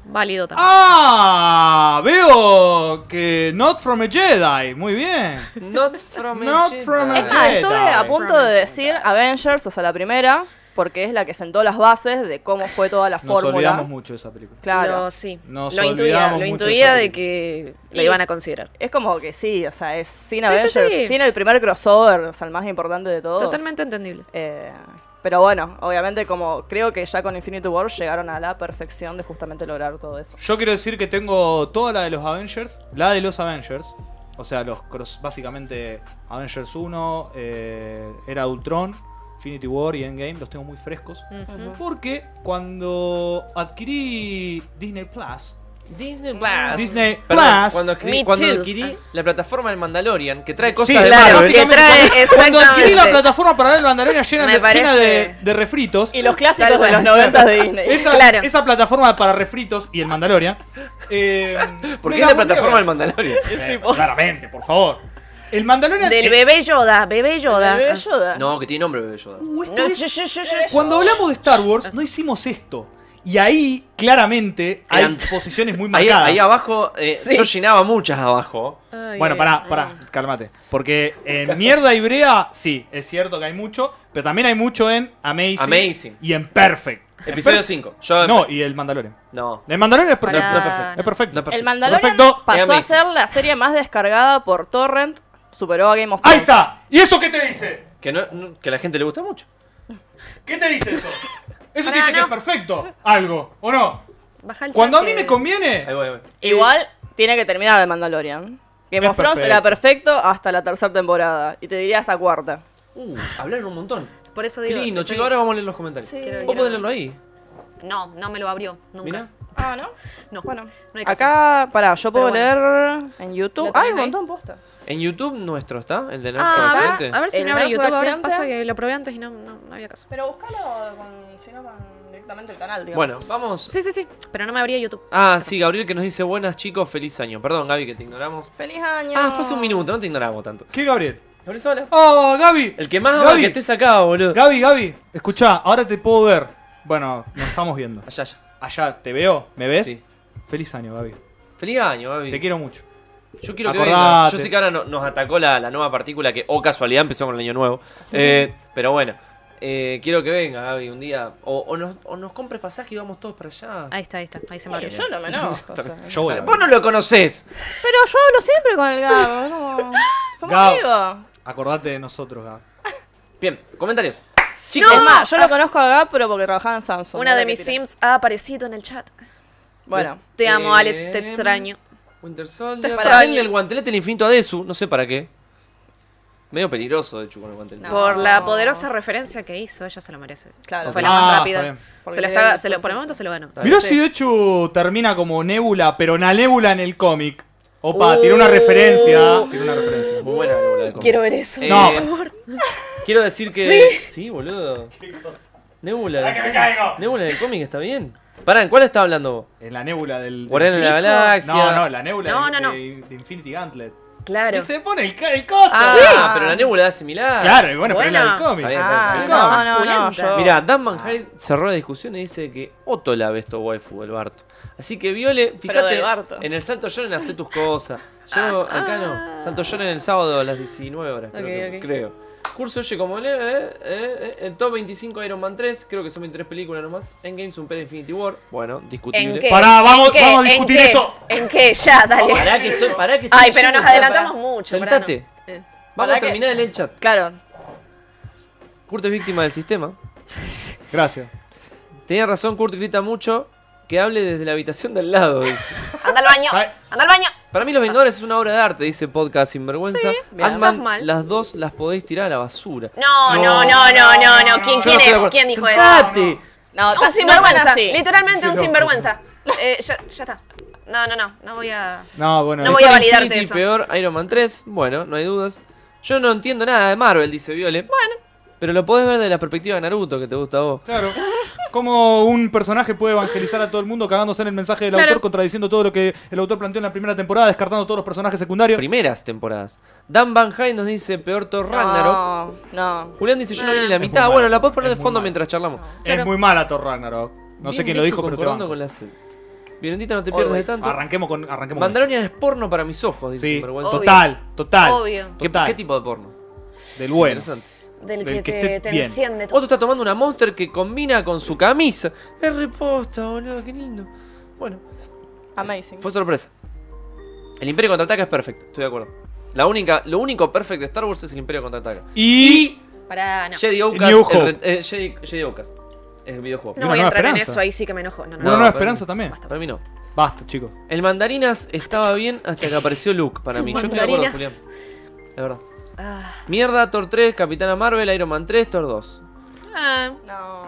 Speaker 3: Válido también.
Speaker 2: Ah, veo que Not from a Jedi. Muy bien.
Speaker 1: Not from a
Speaker 2: Not
Speaker 1: Jedi.
Speaker 2: from a
Speaker 4: Es más, estuve
Speaker 2: Jedi.
Speaker 4: a punto de decir Avengers, o sea, la primera, porque es la que sentó las bases de cómo fue toda la
Speaker 2: Nos
Speaker 4: fórmula.
Speaker 2: olvidamos mucho de esa película.
Speaker 4: Claro.
Speaker 3: Lo, sí.
Speaker 2: Nos
Speaker 3: lo intuía,
Speaker 2: olvidamos
Speaker 3: lo
Speaker 2: mucho
Speaker 3: intuía
Speaker 2: de
Speaker 3: de,
Speaker 2: esa
Speaker 3: que lo
Speaker 4: Y-
Speaker 3: iban a considerar.
Speaker 4: Es como que sí, o sea, es
Speaker 3: Sí,
Speaker 4: sin
Speaker 3: sí,
Speaker 4: Avengers,
Speaker 3: sí.
Speaker 4: sin el primer crossover, o sea, el más importante de todos.
Speaker 3: Totalmente entendible.
Speaker 4: Eh, pero bueno, obviamente como creo que ya con Infinity War llegaron a la perfección de justamente lograr todo eso.
Speaker 2: Yo quiero decir que tengo toda la de los Avengers, la de los Avengers, o sea, los cross- básicamente Avengers 1, eh, Era de Ultron, Infinity War y Endgame, los tengo muy frescos.
Speaker 3: Ujú.
Speaker 2: Porque cuando adquirí Disney Plus,
Speaker 1: Disney Plus.
Speaker 2: Disney
Speaker 1: Perdón,
Speaker 2: Plus.
Speaker 1: Cuando,
Speaker 3: Me
Speaker 1: adquirí, cuando
Speaker 3: too.
Speaker 1: adquirí la plataforma del Mandalorian, que trae cosas
Speaker 2: Sí,
Speaker 1: de
Speaker 2: claro,
Speaker 1: Marvel.
Speaker 2: que trae- cuando adquirí la
Speaker 3: exactamente.
Speaker 2: plataforma para ver el Mandalorian llena,
Speaker 3: Me
Speaker 2: de,
Speaker 3: parece-
Speaker 2: llena de- de refritos,
Speaker 4: Y los
Speaker 3: Tal
Speaker 4: clásicos de
Speaker 3: cual.
Speaker 4: los 90 de Disney.
Speaker 2: esa,
Speaker 3: Claro.
Speaker 2: esa plataforma para refritos y el Mandalorian, eh,
Speaker 1: ¿Por
Speaker 2: me
Speaker 1: qué la
Speaker 2: volví a
Speaker 1: plataforma
Speaker 2: ver.
Speaker 1: del Mandalorian?
Speaker 2: Eh, claramente, por favor. El Mandalorian.
Speaker 3: Del
Speaker 2: eh,
Speaker 3: bebé Yoda, bebé Yoda.
Speaker 4: ¿El bebé Yoda?
Speaker 1: No, que tiene nombre Bebé Yoda.
Speaker 2: uh,
Speaker 3: Ah.
Speaker 2: esto
Speaker 3: No,
Speaker 2: es-
Speaker 3: yo, yo, yo, yo-
Speaker 2: Cuando hablamos de Star
Speaker 3: Ah.
Speaker 2: Wars, no hicimos esto. Y ahí, claramente, hay
Speaker 1: Eran-
Speaker 2: posiciones muy
Speaker 1: Ahí,
Speaker 2: marcadas.
Speaker 1: ahí abajo, eh,
Speaker 3: Sí.
Speaker 1: yo llenaba muchas abajo.
Speaker 3: Ay,
Speaker 2: Bueno,
Speaker 3: ay,
Speaker 2: pará, pará, cálmate. Porque en Mierda y Brea, sí, es cierto que hay mucho, pero también hay mucho en Amazing,
Speaker 1: Amazing.
Speaker 2: y en Perfect. En
Speaker 1: Episodio
Speaker 2: Perfect-
Speaker 1: 5. Yo,
Speaker 2: No, y el Mandalorian.
Speaker 1: no.
Speaker 2: El Mandalorian es perfecto.
Speaker 3: Pará,
Speaker 2: No, perfecto.
Speaker 3: no.
Speaker 2: Es perfecto.
Speaker 1: No, perfecto.
Speaker 4: El Mandalorian
Speaker 2: Perfecto.
Speaker 4: pasó
Speaker 1: Amazing.
Speaker 4: a ser la serie más descargada por Torrent, superó a Game of
Speaker 2: Ahí
Speaker 4: Thrones.
Speaker 2: está. ¿Y eso qué te dice?
Speaker 1: Que, no- no- que a la gente le gusta mucho.
Speaker 2: ¿Qué te dice eso? Eso te
Speaker 3: Pará,
Speaker 2: dice que
Speaker 3: no.
Speaker 2: es perfecto. Algo, ¿o no?
Speaker 3: Baja el
Speaker 2: Cuando a mí
Speaker 3: chat
Speaker 2: me
Speaker 3: que-
Speaker 1: Ahí
Speaker 2: conviene,
Speaker 1: voy, ahí voy.
Speaker 4: Igual tiene que terminar el Mandalorian. Game
Speaker 2: Es
Speaker 4: of Thrones era perfecto hasta la tercera temporada. Y te diría hasta cuarta.
Speaker 1: Uh, hablaron un montón.
Speaker 3: Por eso
Speaker 1: Qué
Speaker 3: digo.
Speaker 1: lindo,
Speaker 3: estoy-
Speaker 1: chicos. Ahora vamos a leer los comentarios.
Speaker 4: Sí.
Speaker 1: Vos podés leerlo ahí.
Speaker 3: No, no me lo abrió nunca.
Speaker 1: Mirá.
Speaker 4: Ah, ¿no?
Speaker 3: No.
Speaker 4: Bueno,
Speaker 3: no hay caso.
Speaker 4: acá, pará, yo puedo
Speaker 3: Pero
Speaker 4: leer en YouTube.
Speaker 3: ¿Lo tenés
Speaker 4: Ay, un
Speaker 3: ahí?
Speaker 4: montón posta.
Speaker 1: En YouTube nuestro está, el de la
Speaker 3: Ah, a ver,
Speaker 1: Occidente.
Speaker 3: a ver si
Speaker 4: El
Speaker 3: me abre
Speaker 4: brazo
Speaker 3: YouTube. Ahora
Speaker 4: accidente.
Speaker 3: pasa que lo probé antes y no, no, no había caso.
Speaker 4: Pero buscalo con, si no con directamente el canal, digamos.
Speaker 1: Bueno, vamos.
Speaker 3: Sí, sí, sí. Pero no me abría YouTube.
Speaker 1: Ah, sí, Gabriel que nos dice buenas chicos, feliz año. Perdón, Gaby, que te ignoramos.
Speaker 4: Feliz año.
Speaker 1: Ah, fue hace un minuto, no te ignoramos tanto.
Speaker 2: ¿qué Gabriel?
Speaker 1: Gabriel Sola.
Speaker 2: Oh, Gaby.
Speaker 1: El que más ama
Speaker 2: Gaby,
Speaker 1: que estés acá, boludo.
Speaker 2: Gaby, Gaby, escuchá, ahora te puedo ver. Bueno, nos estamos viendo.
Speaker 1: Allá, allá.
Speaker 2: Allá, ¿te veo? ¿Me ves?
Speaker 1: Sí.
Speaker 2: Feliz año, Gaby.
Speaker 1: Feliz año, Gaby.
Speaker 2: Te quiero mucho.
Speaker 1: Yo quiero que
Speaker 2: Acordate.
Speaker 1: vengas. Yo sé que ahora no- nos atacó la, la nueva partícula que, o casualidad, empezó con el año nuevo. Eh, pero bueno, Eh, quiero que venga, Gaby, un día. O, o nos, o nos compres pasaje y vamos todos para allá.
Speaker 3: Ahí está, ahí está. Ahí se me
Speaker 4: Sí,
Speaker 3: abrió.
Speaker 4: yo no me enojo. o sea.
Speaker 5: Yo voy a.
Speaker 1: Vos no lo conocés.
Speaker 4: Pero yo hablo siempre con el Gabo. no. Somos
Speaker 2: Gabo.
Speaker 4: amigos.
Speaker 2: Acordate de nosotros, Gab.
Speaker 1: Bien, comentarios.
Speaker 4: Chicos, es más, yo lo conozco a Gab, pero porque trabajaba en Samsung.
Speaker 3: Ah, Una
Speaker 4: no
Speaker 3: de
Speaker 4: lo que
Speaker 3: mis
Speaker 4: tira. Em,
Speaker 3: sims ha aparecido en el chat.
Speaker 4: Bueno,
Speaker 3: Te amo,
Speaker 1: Eh,
Speaker 3: Alex, te extraño.
Speaker 1: Winter Soldier.
Speaker 3: extraño.
Speaker 1: Denle el guantelete al infinito a Desu, no sé para qué. Medio peligroso, de hecho, con el guantelete.
Speaker 4: No.
Speaker 3: Por la poderosa referencia que hizo, ella se lo merece.
Speaker 4: Claro.
Speaker 3: Fue la
Speaker 2: Ah,
Speaker 3: más
Speaker 2: está
Speaker 3: rápida.
Speaker 2: bien.
Speaker 3: Se lo
Speaker 4: Porque
Speaker 3: está,
Speaker 4: tiene
Speaker 3: se lo- por el
Speaker 4: punto.
Speaker 3: momento se lo ganó.
Speaker 2: Mirá
Speaker 4: Sí.
Speaker 2: si de hecho termina como Nebula, pero una Nebula en el cómic. Opa, tiene una
Speaker 3: Uh.
Speaker 2: referencia. Tiene una referencia.
Speaker 1: Muy buena la bola de combo.
Speaker 3: Quiero ver eso.
Speaker 1: Eh,
Speaker 2: No.
Speaker 1: Quiero decir que. Sí, boludo. Nebula.
Speaker 2: Ah, que me caigo.
Speaker 1: Nebula del cómic está bien. Pará, ¿en cuál estás hablando vos?
Speaker 2: En la Nebula del.
Speaker 1: Guardián de la
Speaker 3: Fijo.
Speaker 1: Galaxia.
Speaker 2: No, no, la Nebula
Speaker 3: No,
Speaker 2: de-
Speaker 3: no, no.
Speaker 2: De, de Infinity Gauntlet.
Speaker 3: Claro.
Speaker 2: Que se pone el, ca- el coso.
Speaker 1: Ah, pero la nebula es similar.
Speaker 2: Claro, y bueno, pero era
Speaker 3: Buena.
Speaker 2: el cómic.
Speaker 1: Está bien.
Speaker 4: Ah,
Speaker 2: Gab.
Speaker 4: no, no, no,
Speaker 3: Pulenta.
Speaker 4: yo...
Speaker 1: Eh, Mirá, Dan Manhattan cerró la discusión y dice que Otto la ve esto waifu del Barto. Así que Viole, fíjate,
Speaker 4: del Barto.
Speaker 1: en el Santo John hace tus cosas. Yo
Speaker 3: Ah,
Speaker 1: acá no. Santo John en el sábado a las 19 horas, creo.
Speaker 3: Ok,
Speaker 1: que-
Speaker 3: ok.
Speaker 1: creo. Curso oye como leve, eh, eh, eh, en top 25 Iron Man 3, creo que son 23 películas nomás. Endgame, Super Infinity War, bueno, discutible.
Speaker 3: ¿En qué?
Speaker 2: Pará, vamos-
Speaker 3: ¿En qué?
Speaker 2: vamos a
Speaker 3: ¿En
Speaker 2: discutir
Speaker 3: qué?
Speaker 2: eso.
Speaker 3: ¿En qué? Ya, dale.
Speaker 1: Pará que estoy, pará que estoy
Speaker 3: Ay, pero
Speaker 1: leyendo,
Speaker 3: nos
Speaker 1: pará,
Speaker 3: adelantamos
Speaker 1: pará.
Speaker 3: mucho. Ah, pará,
Speaker 1: Sentate.
Speaker 3: no. Eh.
Speaker 1: Vamos
Speaker 4: Pará
Speaker 1: a
Speaker 4: que-
Speaker 1: terminar en el chat.
Speaker 4: Claro.
Speaker 1: Kurt es víctima del sistema.
Speaker 2: Gracias.
Speaker 1: Tenía razón, Kurt grita mucho. Que hable desde la habitación del lado. dice.
Speaker 3: Anda al baño.
Speaker 2: Ay.
Speaker 3: Anda al baño.
Speaker 1: Para mí, Los Vengadores es una obra de arte, dice Podcast Sinvergüenza.
Speaker 3: mira,
Speaker 1: Ant-Man,
Speaker 3: estás mal.
Speaker 1: las dos las podéis tirar a la basura.
Speaker 3: No, no, no, no, no, no. ¿Quién,
Speaker 1: Yo no
Speaker 3: quién
Speaker 1: estoy de
Speaker 3: es?
Speaker 1: acuerdo.
Speaker 3: ¿Quién dijo eso?
Speaker 1: Sentate.
Speaker 4: Ah, No,
Speaker 3: Un
Speaker 4: estás
Speaker 3: sinvergüenza.
Speaker 4: así.
Speaker 3: Literalmente un
Speaker 2: Sí, no.
Speaker 3: sinvergüenza. Eh, ya, ya está. No, no, no. No voy a.
Speaker 2: No, bueno.
Speaker 3: No
Speaker 2: es-
Speaker 3: voy a
Speaker 1: Mejor
Speaker 3: validarte
Speaker 1: Infinity,
Speaker 3: eso.
Speaker 1: peor Iron Man 3. Bueno, no hay dudas. Yo no entiendo nada de Marvel, dice Viole. Bueno. Pero lo podés ver desde la perspectiva de Naruto, que te gusta a vos.
Speaker 2: Claro. Cómo un personaje puede evangelizar a todo el mundo cagándose en el mensaje del
Speaker 3: Claro.
Speaker 2: autor, contradiciendo todo lo que el autor planteó en la primera temporada, descartando todos los personajes secundarios.
Speaker 1: Primeras temporadas. Dan Van Hyde nos dice peor Thor Ragnarok.
Speaker 4: No, no.
Speaker 1: Julián dice yo no vi ni la
Speaker 2: Es muy
Speaker 1: mitad.
Speaker 2: malo.
Speaker 1: Bueno, la podés poner
Speaker 2: Es
Speaker 1: de
Speaker 2: muy
Speaker 1: fondo
Speaker 2: malo.
Speaker 1: mientras charlamos.
Speaker 3: Claro.
Speaker 2: Es muy mala Thor Ragnarok. No sé
Speaker 1: Bien
Speaker 2: quién lo
Speaker 1: dicho,
Speaker 2: dijo, pero te
Speaker 1: concordando
Speaker 2: banco.
Speaker 1: con la C. Violentita, no te pierdas de
Speaker 4: Always.
Speaker 1: tanto.
Speaker 2: Arranquemos con. Arranquemos con
Speaker 1: Mandalorian es porno para mis ojos,
Speaker 2: esto.
Speaker 1: dice
Speaker 2: Sí,
Speaker 1: Sinvergüenza.
Speaker 3: Obvio.
Speaker 2: total, total.
Speaker 3: Obvio.
Speaker 1: ¿Qué,
Speaker 2: Total.
Speaker 1: qué tipo de porno?
Speaker 2: Del bueno.
Speaker 1: Interesante.
Speaker 3: Del
Speaker 2: Del
Speaker 3: que
Speaker 2: que
Speaker 3: te,
Speaker 2: esté
Speaker 3: te
Speaker 2: bien.
Speaker 3: enciende todo.
Speaker 1: Otro está tomando una monster que combina con su camisa. Es reposta, boludo, qué lindo. Bueno,
Speaker 4: Amazing.
Speaker 1: fue sorpresa. El Imperio contraataca es perfecto, estoy de acuerdo. La única, lo único perfecto de Star Wars es el Imperio contraataca.
Speaker 2: Y.
Speaker 3: Pará, no.
Speaker 1: Jedi Outcast,
Speaker 2: New
Speaker 1: el
Speaker 2: Hope.
Speaker 1: re- eh, Jedi, Jedi Outcast, el videojuego.
Speaker 3: No
Speaker 2: Una
Speaker 3: voy a
Speaker 2: nueva
Speaker 3: entrar en
Speaker 2: esperanza.
Speaker 3: eso, ahí sí que me enojo. No, no,
Speaker 2: Una
Speaker 1: No,
Speaker 2: nueva
Speaker 1: pero-
Speaker 2: esperanza también.
Speaker 1: Para mí no.
Speaker 2: Basta, chicos.
Speaker 1: El Mandarinas estaba bien hasta que apareció Luke para mí. Yo estoy de acuerdo,
Speaker 3: Mandarinas.
Speaker 1: Julián. La verdad.
Speaker 3: Ah.
Speaker 1: Mierda, Thor 3, Capitana Marvel, Iron Man 3, Thor 2.
Speaker 3: Ah,
Speaker 4: No.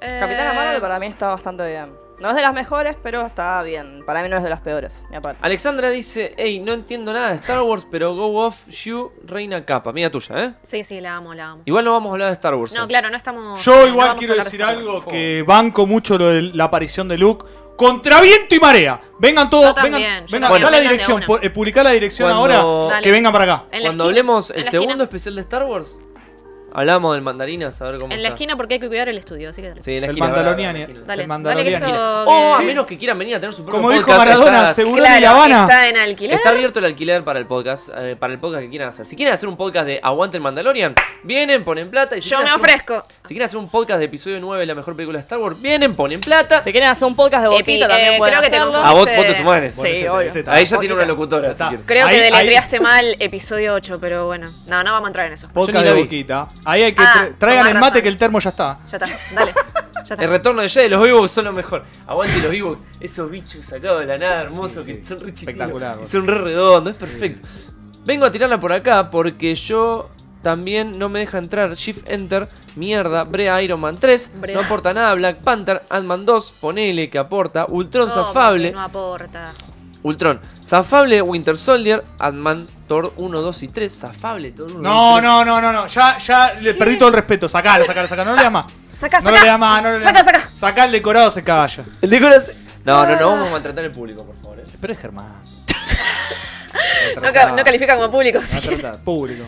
Speaker 3: eh,
Speaker 4: Capitana Marvel para mí está bastante bien. No es de las mejores, pero está bien. Para mí no es de las peores. ni aparte.
Speaker 1: Alexandra dice, hey, no entiendo nada de Star Wars, pero Go Off, You, Reina Capa. Mira tuya, ¿eh?
Speaker 3: Sí, sí, la amo, la amo.
Speaker 1: Igual no vamos a hablar de Star Wars.
Speaker 3: No, claro, no estamos.
Speaker 2: Yo
Speaker 3: no
Speaker 2: igual
Speaker 3: vamos a
Speaker 2: quiero
Speaker 3: hablar de
Speaker 2: decir
Speaker 3: Star Wars.
Speaker 2: algo
Speaker 1: favor.
Speaker 2: que banco mucho lo de la aparición de Luke. Contra viento y marea. Vengan todos,
Speaker 3: Yo también,
Speaker 2: vengan,
Speaker 3: yo
Speaker 2: vengan,
Speaker 3: también,
Speaker 2: da la
Speaker 3: vengan de
Speaker 2: dirección,
Speaker 3: una.
Speaker 2: pu- eh, publicá la dirección
Speaker 1: Cuando-
Speaker 2: ahora,
Speaker 3: Dale.
Speaker 2: que vengan para acá.
Speaker 3: En la
Speaker 1: Cuando
Speaker 3: esquina,
Speaker 1: hablemos
Speaker 3: en
Speaker 1: el
Speaker 3: la
Speaker 1: segundo
Speaker 3: esquina.
Speaker 1: especial de Star Wars, hablamos del mandarinas, a ver cómo
Speaker 3: En la
Speaker 1: está.
Speaker 3: esquina porque hay que cuidar el estudio, así que dale.
Speaker 1: Sí, en la
Speaker 2: El
Speaker 1: esquina. verdad,
Speaker 2: Mandalorian.
Speaker 1: en la esquina.
Speaker 3: Dale,
Speaker 2: El
Speaker 3: dale que
Speaker 2: Mandalorian.
Speaker 3: esto.
Speaker 1: O a
Speaker 3: que-
Speaker 1: menos que quieran venir a tener su propio
Speaker 2: Como dijo
Speaker 1: podcast,
Speaker 2: Maradona,
Speaker 1: está,
Speaker 2: seguro
Speaker 3: Claro,
Speaker 2: La Habana.
Speaker 3: está en alquiler.
Speaker 1: está abierto el alquiler para el podcast, eh, para el podcast que quieran hacer. Si quieren hacer un podcast de Aguante el Mandalorian, vienen, ponen plata. Y si
Speaker 3: Yo
Speaker 1: quieren
Speaker 3: me
Speaker 1: hacer un-
Speaker 3: ofrezco.
Speaker 1: si quieren hacer un podcast de episodio 9 de la mejor película de Star Wars, vienen, ponen plata.
Speaker 4: Si quieren hacer un podcast de
Speaker 3: Epi,
Speaker 4: boquita
Speaker 3: eh,
Speaker 4: también pueden
Speaker 3: creo que te
Speaker 4: hacerlo.
Speaker 1: A vos,
Speaker 3: Este-
Speaker 1: vos te sumás en eso.
Speaker 4: Sí,
Speaker 2: etcétera,
Speaker 4: obvio.
Speaker 2: etcétera.
Speaker 1: Ahí ya tiene una locutora,
Speaker 2: Ya
Speaker 1: si
Speaker 2: está.
Speaker 1: quieren.
Speaker 3: Creo
Speaker 2: Ahí-
Speaker 3: que
Speaker 2: ahí-
Speaker 3: deletreaste mal episodio 8, pero bueno. No, no vamos a entrar en eso.
Speaker 1: Yo
Speaker 2: Podcast
Speaker 1: ni la
Speaker 2: de
Speaker 1: vi.
Speaker 2: boquita. Ahí hay que
Speaker 3: Ah,
Speaker 2: tra- traigan
Speaker 3: tomás
Speaker 2: el mate
Speaker 3: razón.
Speaker 2: que el termo ya está.
Speaker 3: Ya está, dale. Ya
Speaker 1: El
Speaker 3: está.
Speaker 1: retorno de Jedi, los vivos son lo mejor. Aguante los vivos, esos bichos sacados de la nada hermosos
Speaker 2: Sí, sí.
Speaker 1: que son re chiquitos,
Speaker 2: Espectacular,
Speaker 1: y Son re redondos, es perfecto. Vengo a tirarla por acá porque yo también no me deja entrar. Shift Enter, mierda, Brea Iron Man 3,
Speaker 3: Brea.
Speaker 1: no aporta nada. Black Panther, Ant-Man 2, ponele que aporta. Ultron
Speaker 3: No,
Speaker 1: zafable,
Speaker 3: porque No aporta.
Speaker 1: Ultron zafable, Winter Soldier, Ant-Man, Thor 1, 2 y 3, zafable, Thor 1. 2 y
Speaker 2: No,
Speaker 1: 3.
Speaker 2: no, no, no, no. Ya, ya le perdí todo el respeto. Sacalo, sacalo, sacalo. No le llamas.
Speaker 3: Saca,
Speaker 2: No
Speaker 3: saca.
Speaker 2: le leas más, no le
Speaker 3: saca, saca.
Speaker 2: Sacá el decorado se caballo.
Speaker 1: El Nicolás- No, no, no, vamos a maltratar al público, por favor. eh.
Speaker 2: Pero es Germán.
Speaker 3: No, ca- no califica como público. así que-
Speaker 2: Público.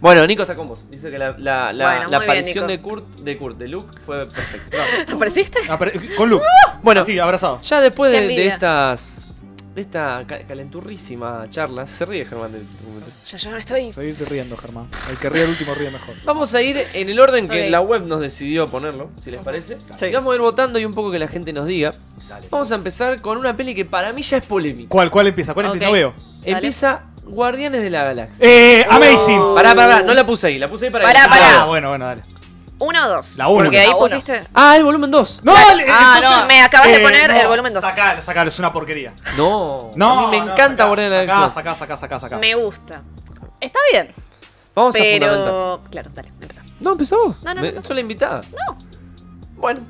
Speaker 1: Bueno, Nico está con vos. Dice que la, la- la-
Speaker 3: Bueno,
Speaker 1: la
Speaker 3: muy bien,
Speaker 1: aparición
Speaker 3: Nico.
Speaker 1: de Kurt, de Kurt, de Luke fue perfecta.
Speaker 3: ¿Apareciste?
Speaker 2: Apare- Ah, eh, Con Luke.
Speaker 1: Bueno.
Speaker 2: Sí, abrazado.
Speaker 1: Ya después
Speaker 3: Qué
Speaker 1: de, de
Speaker 3: envidia.
Speaker 1: estas de esta ca- calenturrísima charla. Se ríe Germán de tu comentario.
Speaker 3: Ya, ya no estoy.
Speaker 2: Seguirte riendo, Germán. El que ríe el último ríe mejor.
Speaker 1: Vamos a ir en el orden que
Speaker 3: Ok.
Speaker 1: la web nos decidió ponerlo, si les parece. Vamos a ir votando y un poco que la gente nos diga. Vamos a empezar con una peli que para mí ya es polémica.
Speaker 2: ¿Cuál, cuál empieza? ¿Cuál empieza?
Speaker 3: Ok.
Speaker 2: No veo.
Speaker 3: Dale.
Speaker 1: Empieza Guardianes de la Galaxia.
Speaker 2: Eh, amazing.
Speaker 3: Oh.
Speaker 1: Pará, pará, no la puse ahí, la puse ahí para
Speaker 3: Pará,
Speaker 1: que-
Speaker 2: Ah,
Speaker 3: pará.
Speaker 2: bueno, bueno, dale.
Speaker 3: Uno o dos.
Speaker 2: La uno.
Speaker 3: Porque ahí
Speaker 4: La uno.
Speaker 3: pusiste.
Speaker 1: Ah, el volumen 2.
Speaker 2: No, le-
Speaker 4: Ah, no,
Speaker 3: me acabas de poner el volumen dos.
Speaker 2: Sacalo, sacalo, es una porquería.
Speaker 1: No,
Speaker 2: No,
Speaker 1: a mí me
Speaker 2: no,
Speaker 1: encanta
Speaker 2: sacá,
Speaker 1: Guardianes de la
Speaker 2: Sacá,
Speaker 1: Galaxia.
Speaker 2: sacá, sacá, sacá, sacá.
Speaker 3: Me gusta.
Speaker 4: Está bien.
Speaker 1: Vamos a fundamentar.
Speaker 3: Pero. Claro, dale, empezá.
Speaker 1: No, empezó vos.
Speaker 3: No, no,
Speaker 1: Me-
Speaker 3: no, no.
Speaker 1: Soy la invitada. No. Bueno,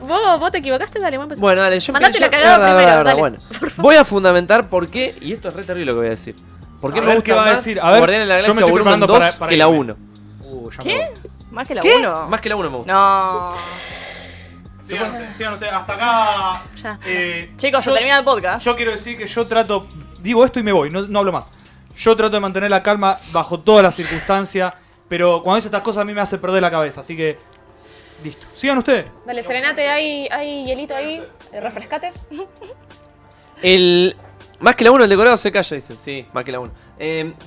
Speaker 3: ¿Vos, vos te equivocaste, dale, vos empezá.
Speaker 1: bueno, dale, yo
Speaker 3: Mandate
Speaker 1: empiezo-
Speaker 3: la cagada
Speaker 1: verdad,
Speaker 3: primero,
Speaker 1: verdad,
Speaker 3: dale.
Speaker 1: bueno. Voy a fundamentar por qué, y esto es re terrible lo que voy a decir. ¿Por qué
Speaker 2: A
Speaker 1: me
Speaker 2: ver,
Speaker 1: gusta
Speaker 2: ¿qué va a
Speaker 1: más
Speaker 2: decir? A ver,
Speaker 1: Guardianes de la
Speaker 2: yo me
Speaker 1: Galaxia
Speaker 2: estoy
Speaker 1: volumen
Speaker 2: preparando
Speaker 1: 2
Speaker 2: para- para
Speaker 1: que la
Speaker 2: irme.
Speaker 1: 1?
Speaker 2: Uh, ya me
Speaker 4: ¿Qué?
Speaker 2: voy.
Speaker 4: Más que la
Speaker 1: ¿Qué?
Speaker 4: uno.
Speaker 1: Más que la 1 me gusta.
Speaker 4: No.
Speaker 2: Sigan ustedes, sigan ustedes. Hasta acá.
Speaker 3: Ya.
Speaker 2: eh,
Speaker 4: Chicos, se
Speaker 2: yo-
Speaker 4: termina el podcast.
Speaker 2: Yo quiero decir que yo trato, digo esto y me voy, no, no hablo más. Yo trato de mantener la calma bajo todas las circunstancias, pero cuando dice estas cosas a mí me hace perder la cabeza, así que listo. Sigan ustedes.
Speaker 3: Dale, serenate, hay, hay hielito ahí. eh, Refrescate.
Speaker 1: El. Más que la 1, el decorado se calla, dice. Sí, más que la 1.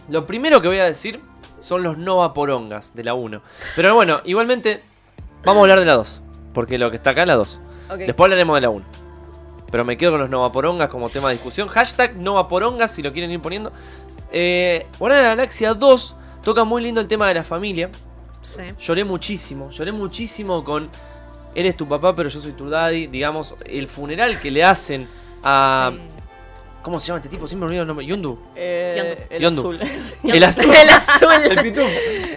Speaker 1: lo primero que voy a decir son los no vaporongas de la 1. Pero bueno, igualmente, vamos a hablar de la 2. Porque lo que está acá es la 2.
Speaker 3: Ok.
Speaker 1: Después hablaremos de la 1. Pero me quedo con los no vaporongas como tema de discusión. Hashtag no vaporongas si lo quieren ir poniendo. Eh, Guardianes de la Galaxia 2 toca muy lindo el tema de la familia.
Speaker 3: Sí.
Speaker 1: Lloré muchísimo, lloré muchísimo con Eres tu papá, pero yo soy tu daddy. Digamos, el funeral que le hacen a. ¿Cómo se llama este tipo? Siempre me olvido el nombre. Yondu.
Speaker 4: Eh, el
Speaker 1: Yondu.
Speaker 4: azul.
Speaker 1: El azul.
Speaker 3: El azul.
Speaker 1: pitufo.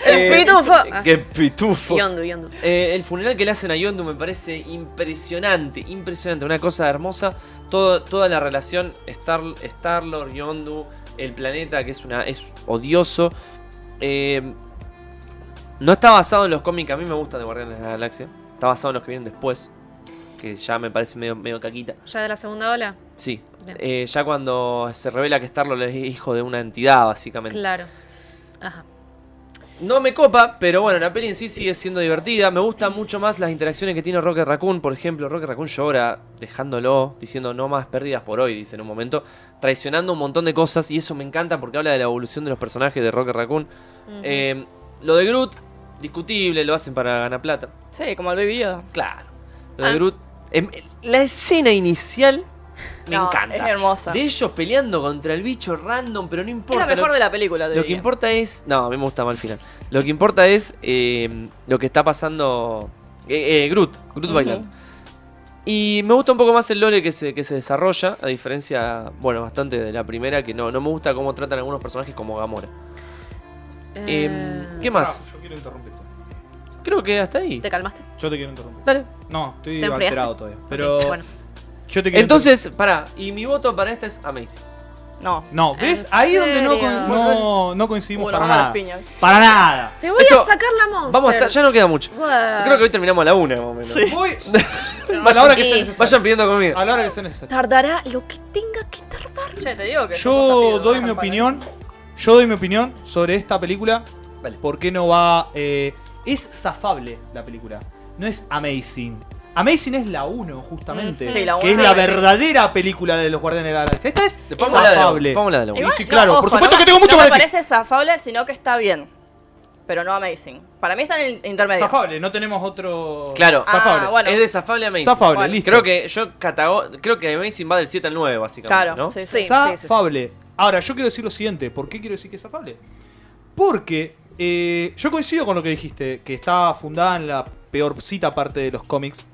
Speaker 3: El pitufo. Ah.
Speaker 1: Que pitufo.
Speaker 3: Yondu, Yondu.
Speaker 1: Eh, el funeral que le hacen a Yondu me parece impresionante, impresionante, una cosa hermosa. Todo- toda la relación Star, Star-Lord, Yondu, el planeta que es, una, es odioso. Eh, no está basado en los cómics que a mí me gustan de Guardianes de la Galaxia. Está basado en los que vienen después, que ya me parece medio, medio caquita.
Speaker 3: ¿Ya de la segunda ola?
Speaker 1: Sí,
Speaker 3: Bien.
Speaker 1: eh, ya cuando se revela que Star-Lord es hijo de una entidad, básicamente.
Speaker 3: Claro. Ajá.
Speaker 1: No me copa, pero bueno, la peli en sí sigue siendo divertida. Me gustan mucho más las interacciones que tiene Rocket Raccoon. Por ejemplo, Rocket Raccoon llora dejándolo, diciendo no más pérdidas por hoy, dice en un momento, traicionando un montón de cosas. Y eso me encanta porque habla de la evolución de los personajes de Rocket Raccoon.
Speaker 3: Ujú.
Speaker 1: Eh, lo de Groot, discutible, lo hacen para ganar plata.
Speaker 4: Sí, como el Baby Yoda.
Speaker 1: Claro. Lo de
Speaker 3: Ah.
Speaker 1: Groot. em, la escena inicial me
Speaker 4: No,
Speaker 1: encanta.
Speaker 4: Es hermosa.
Speaker 1: De ellos peleando contra el bicho random, pero no
Speaker 4: Es
Speaker 1: importa.
Speaker 4: la
Speaker 1: lo-
Speaker 4: mejor de la película, te
Speaker 1: lo que
Speaker 4: diría.
Speaker 1: importa es. No, a mí me gusta más el final. Lo que importa es eh, lo que está pasando. eh, eh, Groot. Groot
Speaker 4: Ujú.
Speaker 1: bailando. Y me gusta un poco más el lore que se, que se desarrolla. A diferencia, bueno, bastante de la primera, que no, no me gusta cómo tratan algunos personajes como Gamora.
Speaker 3: Mm. Eh,
Speaker 1: Em, ¿Qué más?
Speaker 2: yo quiero interrumpirte.
Speaker 1: Creo que hasta ahí.
Speaker 3: ¿Te calmaste?
Speaker 2: Yo te quiero interrumpir.
Speaker 1: Dale.
Speaker 2: No, estoy
Speaker 3: ¿Te enfriaste?
Speaker 2: alterado todavía. Pero
Speaker 3: Ok, bueno.
Speaker 2: yo te quiero
Speaker 1: Entonces, pará. Y mi voto para esta es Amazing.
Speaker 4: No.
Speaker 2: interrumpir. no, ¿ves? Ahí
Speaker 3: ¿En
Speaker 2: donde no, con-
Speaker 3: serio?
Speaker 2: no, no coincidimos
Speaker 4: Hubo las
Speaker 2: para
Speaker 4: malas
Speaker 2: nada.
Speaker 4: piñas.
Speaker 2: Para nada.
Speaker 3: Te voy
Speaker 1: Esto-
Speaker 3: a Ah. sacar la monster.
Speaker 1: Vamos, hasta, ya no queda mucho.
Speaker 3: Buah.
Speaker 1: Creo que hoy terminamos a la una, más o menos.
Speaker 4: Sí.
Speaker 2: Voy a la
Speaker 1: Vayan,
Speaker 2: hora que sea
Speaker 3: Sí.
Speaker 2: necesario.
Speaker 1: vayan pidiendo comida.
Speaker 2: A la hora que sea necesario.
Speaker 3: Tardará lo que tenga que tardar.
Speaker 4: Che, te digo que.
Speaker 2: Yo doy mi opinión. Yo doy mi opinión sobre esta película.
Speaker 1: Dale.
Speaker 2: ¿Por qué no va? eh, es zafable la película. No es amazing. Amazing es la 1, justamente.
Speaker 3: Ujú.
Speaker 4: Sí, la
Speaker 2: que
Speaker 4: uno.
Speaker 2: es
Speaker 3: Sí,
Speaker 2: la
Speaker 3: sí.
Speaker 2: verdadera película de los Guardianes de la Galaxia. Esta es
Speaker 1: Después vamos a hablar de
Speaker 2: zafable.
Speaker 1: la- vamos a hablar de la
Speaker 2: Sí,
Speaker 1: una.
Speaker 2: sí, claro.
Speaker 4: ojo,
Speaker 2: Por supuesto
Speaker 4: no me-
Speaker 2: que tengo mucho
Speaker 4: no
Speaker 2: para
Speaker 4: me
Speaker 2: decir.
Speaker 4: parece zafable, sino que está bien. Pero no amazing. Para mí está en el intermedio.
Speaker 2: Zafable, no tenemos otro.
Speaker 1: Claro.
Speaker 4: Ah,
Speaker 2: Zafable.
Speaker 4: bueno.
Speaker 1: Es desafable Amazing.
Speaker 2: Zafable,
Speaker 4: Bueno.
Speaker 2: listo.
Speaker 1: Creo que yo catago, creo que Amazing va del 7 al 9, básicamente,
Speaker 4: Claro,
Speaker 1: ¿no?
Speaker 4: sí, sí.
Speaker 3: Sí.
Speaker 2: zafable. Ahora, yo quiero decir lo siguiente. ¿Por qué quiero decir que es zafable? Porque eh, yo coincido con lo que dijiste, que está fundada en la peorcita parte de los cómics.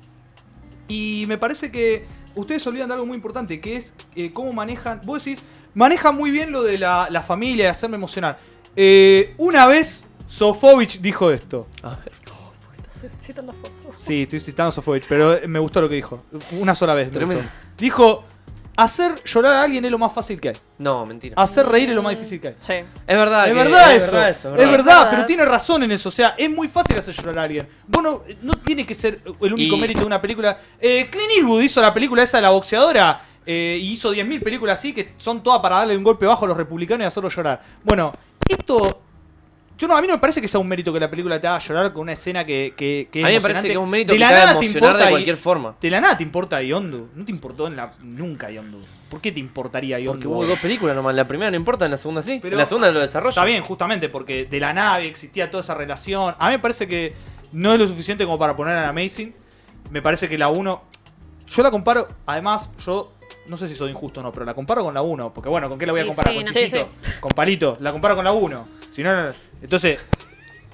Speaker 2: Y me parece que ustedes olvidan de algo muy importante, que es eh, cómo manejan... Vos decís, manejan muy bien lo de la, la familia, de hacerme emocionar. Eh, una vez Sofovich dijo esto.
Speaker 1: A ver.
Speaker 2: Sí, estoy citando a Sofovich, pero me gustó lo que dijo. Una sola vez. me
Speaker 1: Tremendo.
Speaker 2: gustó. Dijo, hacer llorar a alguien es lo más fácil que hay.
Speaker 1: No, mentira.
Speaker 2: Hacer reír es lo más difícil que hay.
Speaker 4: Sí.
Speaker 1: Ah, es verdad,
Speaker 2: Es
Speaker 1: que-
Speaker 2: verdad,
Speaker 1: es
Speaker 2: eso.
Speaker 1: verdad eso.
Speaker 2: Es
Speaker 1: verdad.
Speaker 2: verdad,
Speaker 3: Es
Speaker 2: pero
Speaker 3: verdad.
Speaker 2: tiene razón en eso. O sea, es muy fácil hacer llorar a alguien. Vos no, no tiene que ser el único
Speaker 1: Y-
Speaker 2: mérito de una película. Eh, Clint Eastwood hizo la película esa de la boxeadora eh, y hizo 10.000 películas así que son todas para darle un golpe bajo a los republicanos y hacerlos llorar. Bueno, esto Yo no, a mí no me parece que sea un mérito que la película te haga llorar con una escena que, que, que
Speaker 1: A mí me parece
Speaker 2: emocionante.
Speaker 1: que es un mérito
Speaker 2: De
Speaker 1: que te
Speaker 2: la
Speaker 1: haga
Speaker 2: nada te
Speaker 1: emocionar de
Speaker 2: importa
Speaker 1: cualquier
Speaker 2: y-
Speaker 1: forma.
Speaker 2: De la nada te importa Yondu. No te importó en la, nunca Yondu. ¿Por qué te importaría Yondu?
Speaker 1: Porque hubo dos películas nomás. La primera no importa, en la segunda sí.
Speaker 2: Pero-
Speaker 1: en la segunda lo desarrolla.
Speaker 2: Está bien, justamente, porque de la nave existía toda esa relación. A mí me parece que no es lo suficiente como para poner en Amazing. Me parece que la 1. Yo la comparo, además, yo no sé si soy injusto o no, pero la comparo con la 1. Porque bueno, ¿con qué la voy a
Speaker 3: Y
Speaker 2: comparar?
Speaker 3: sí,
Speaker 2: con
Speaker 3: no.
Speaker 2: Chisito, con Palito. La comparo con la 1. Si no, no, no. Entonces,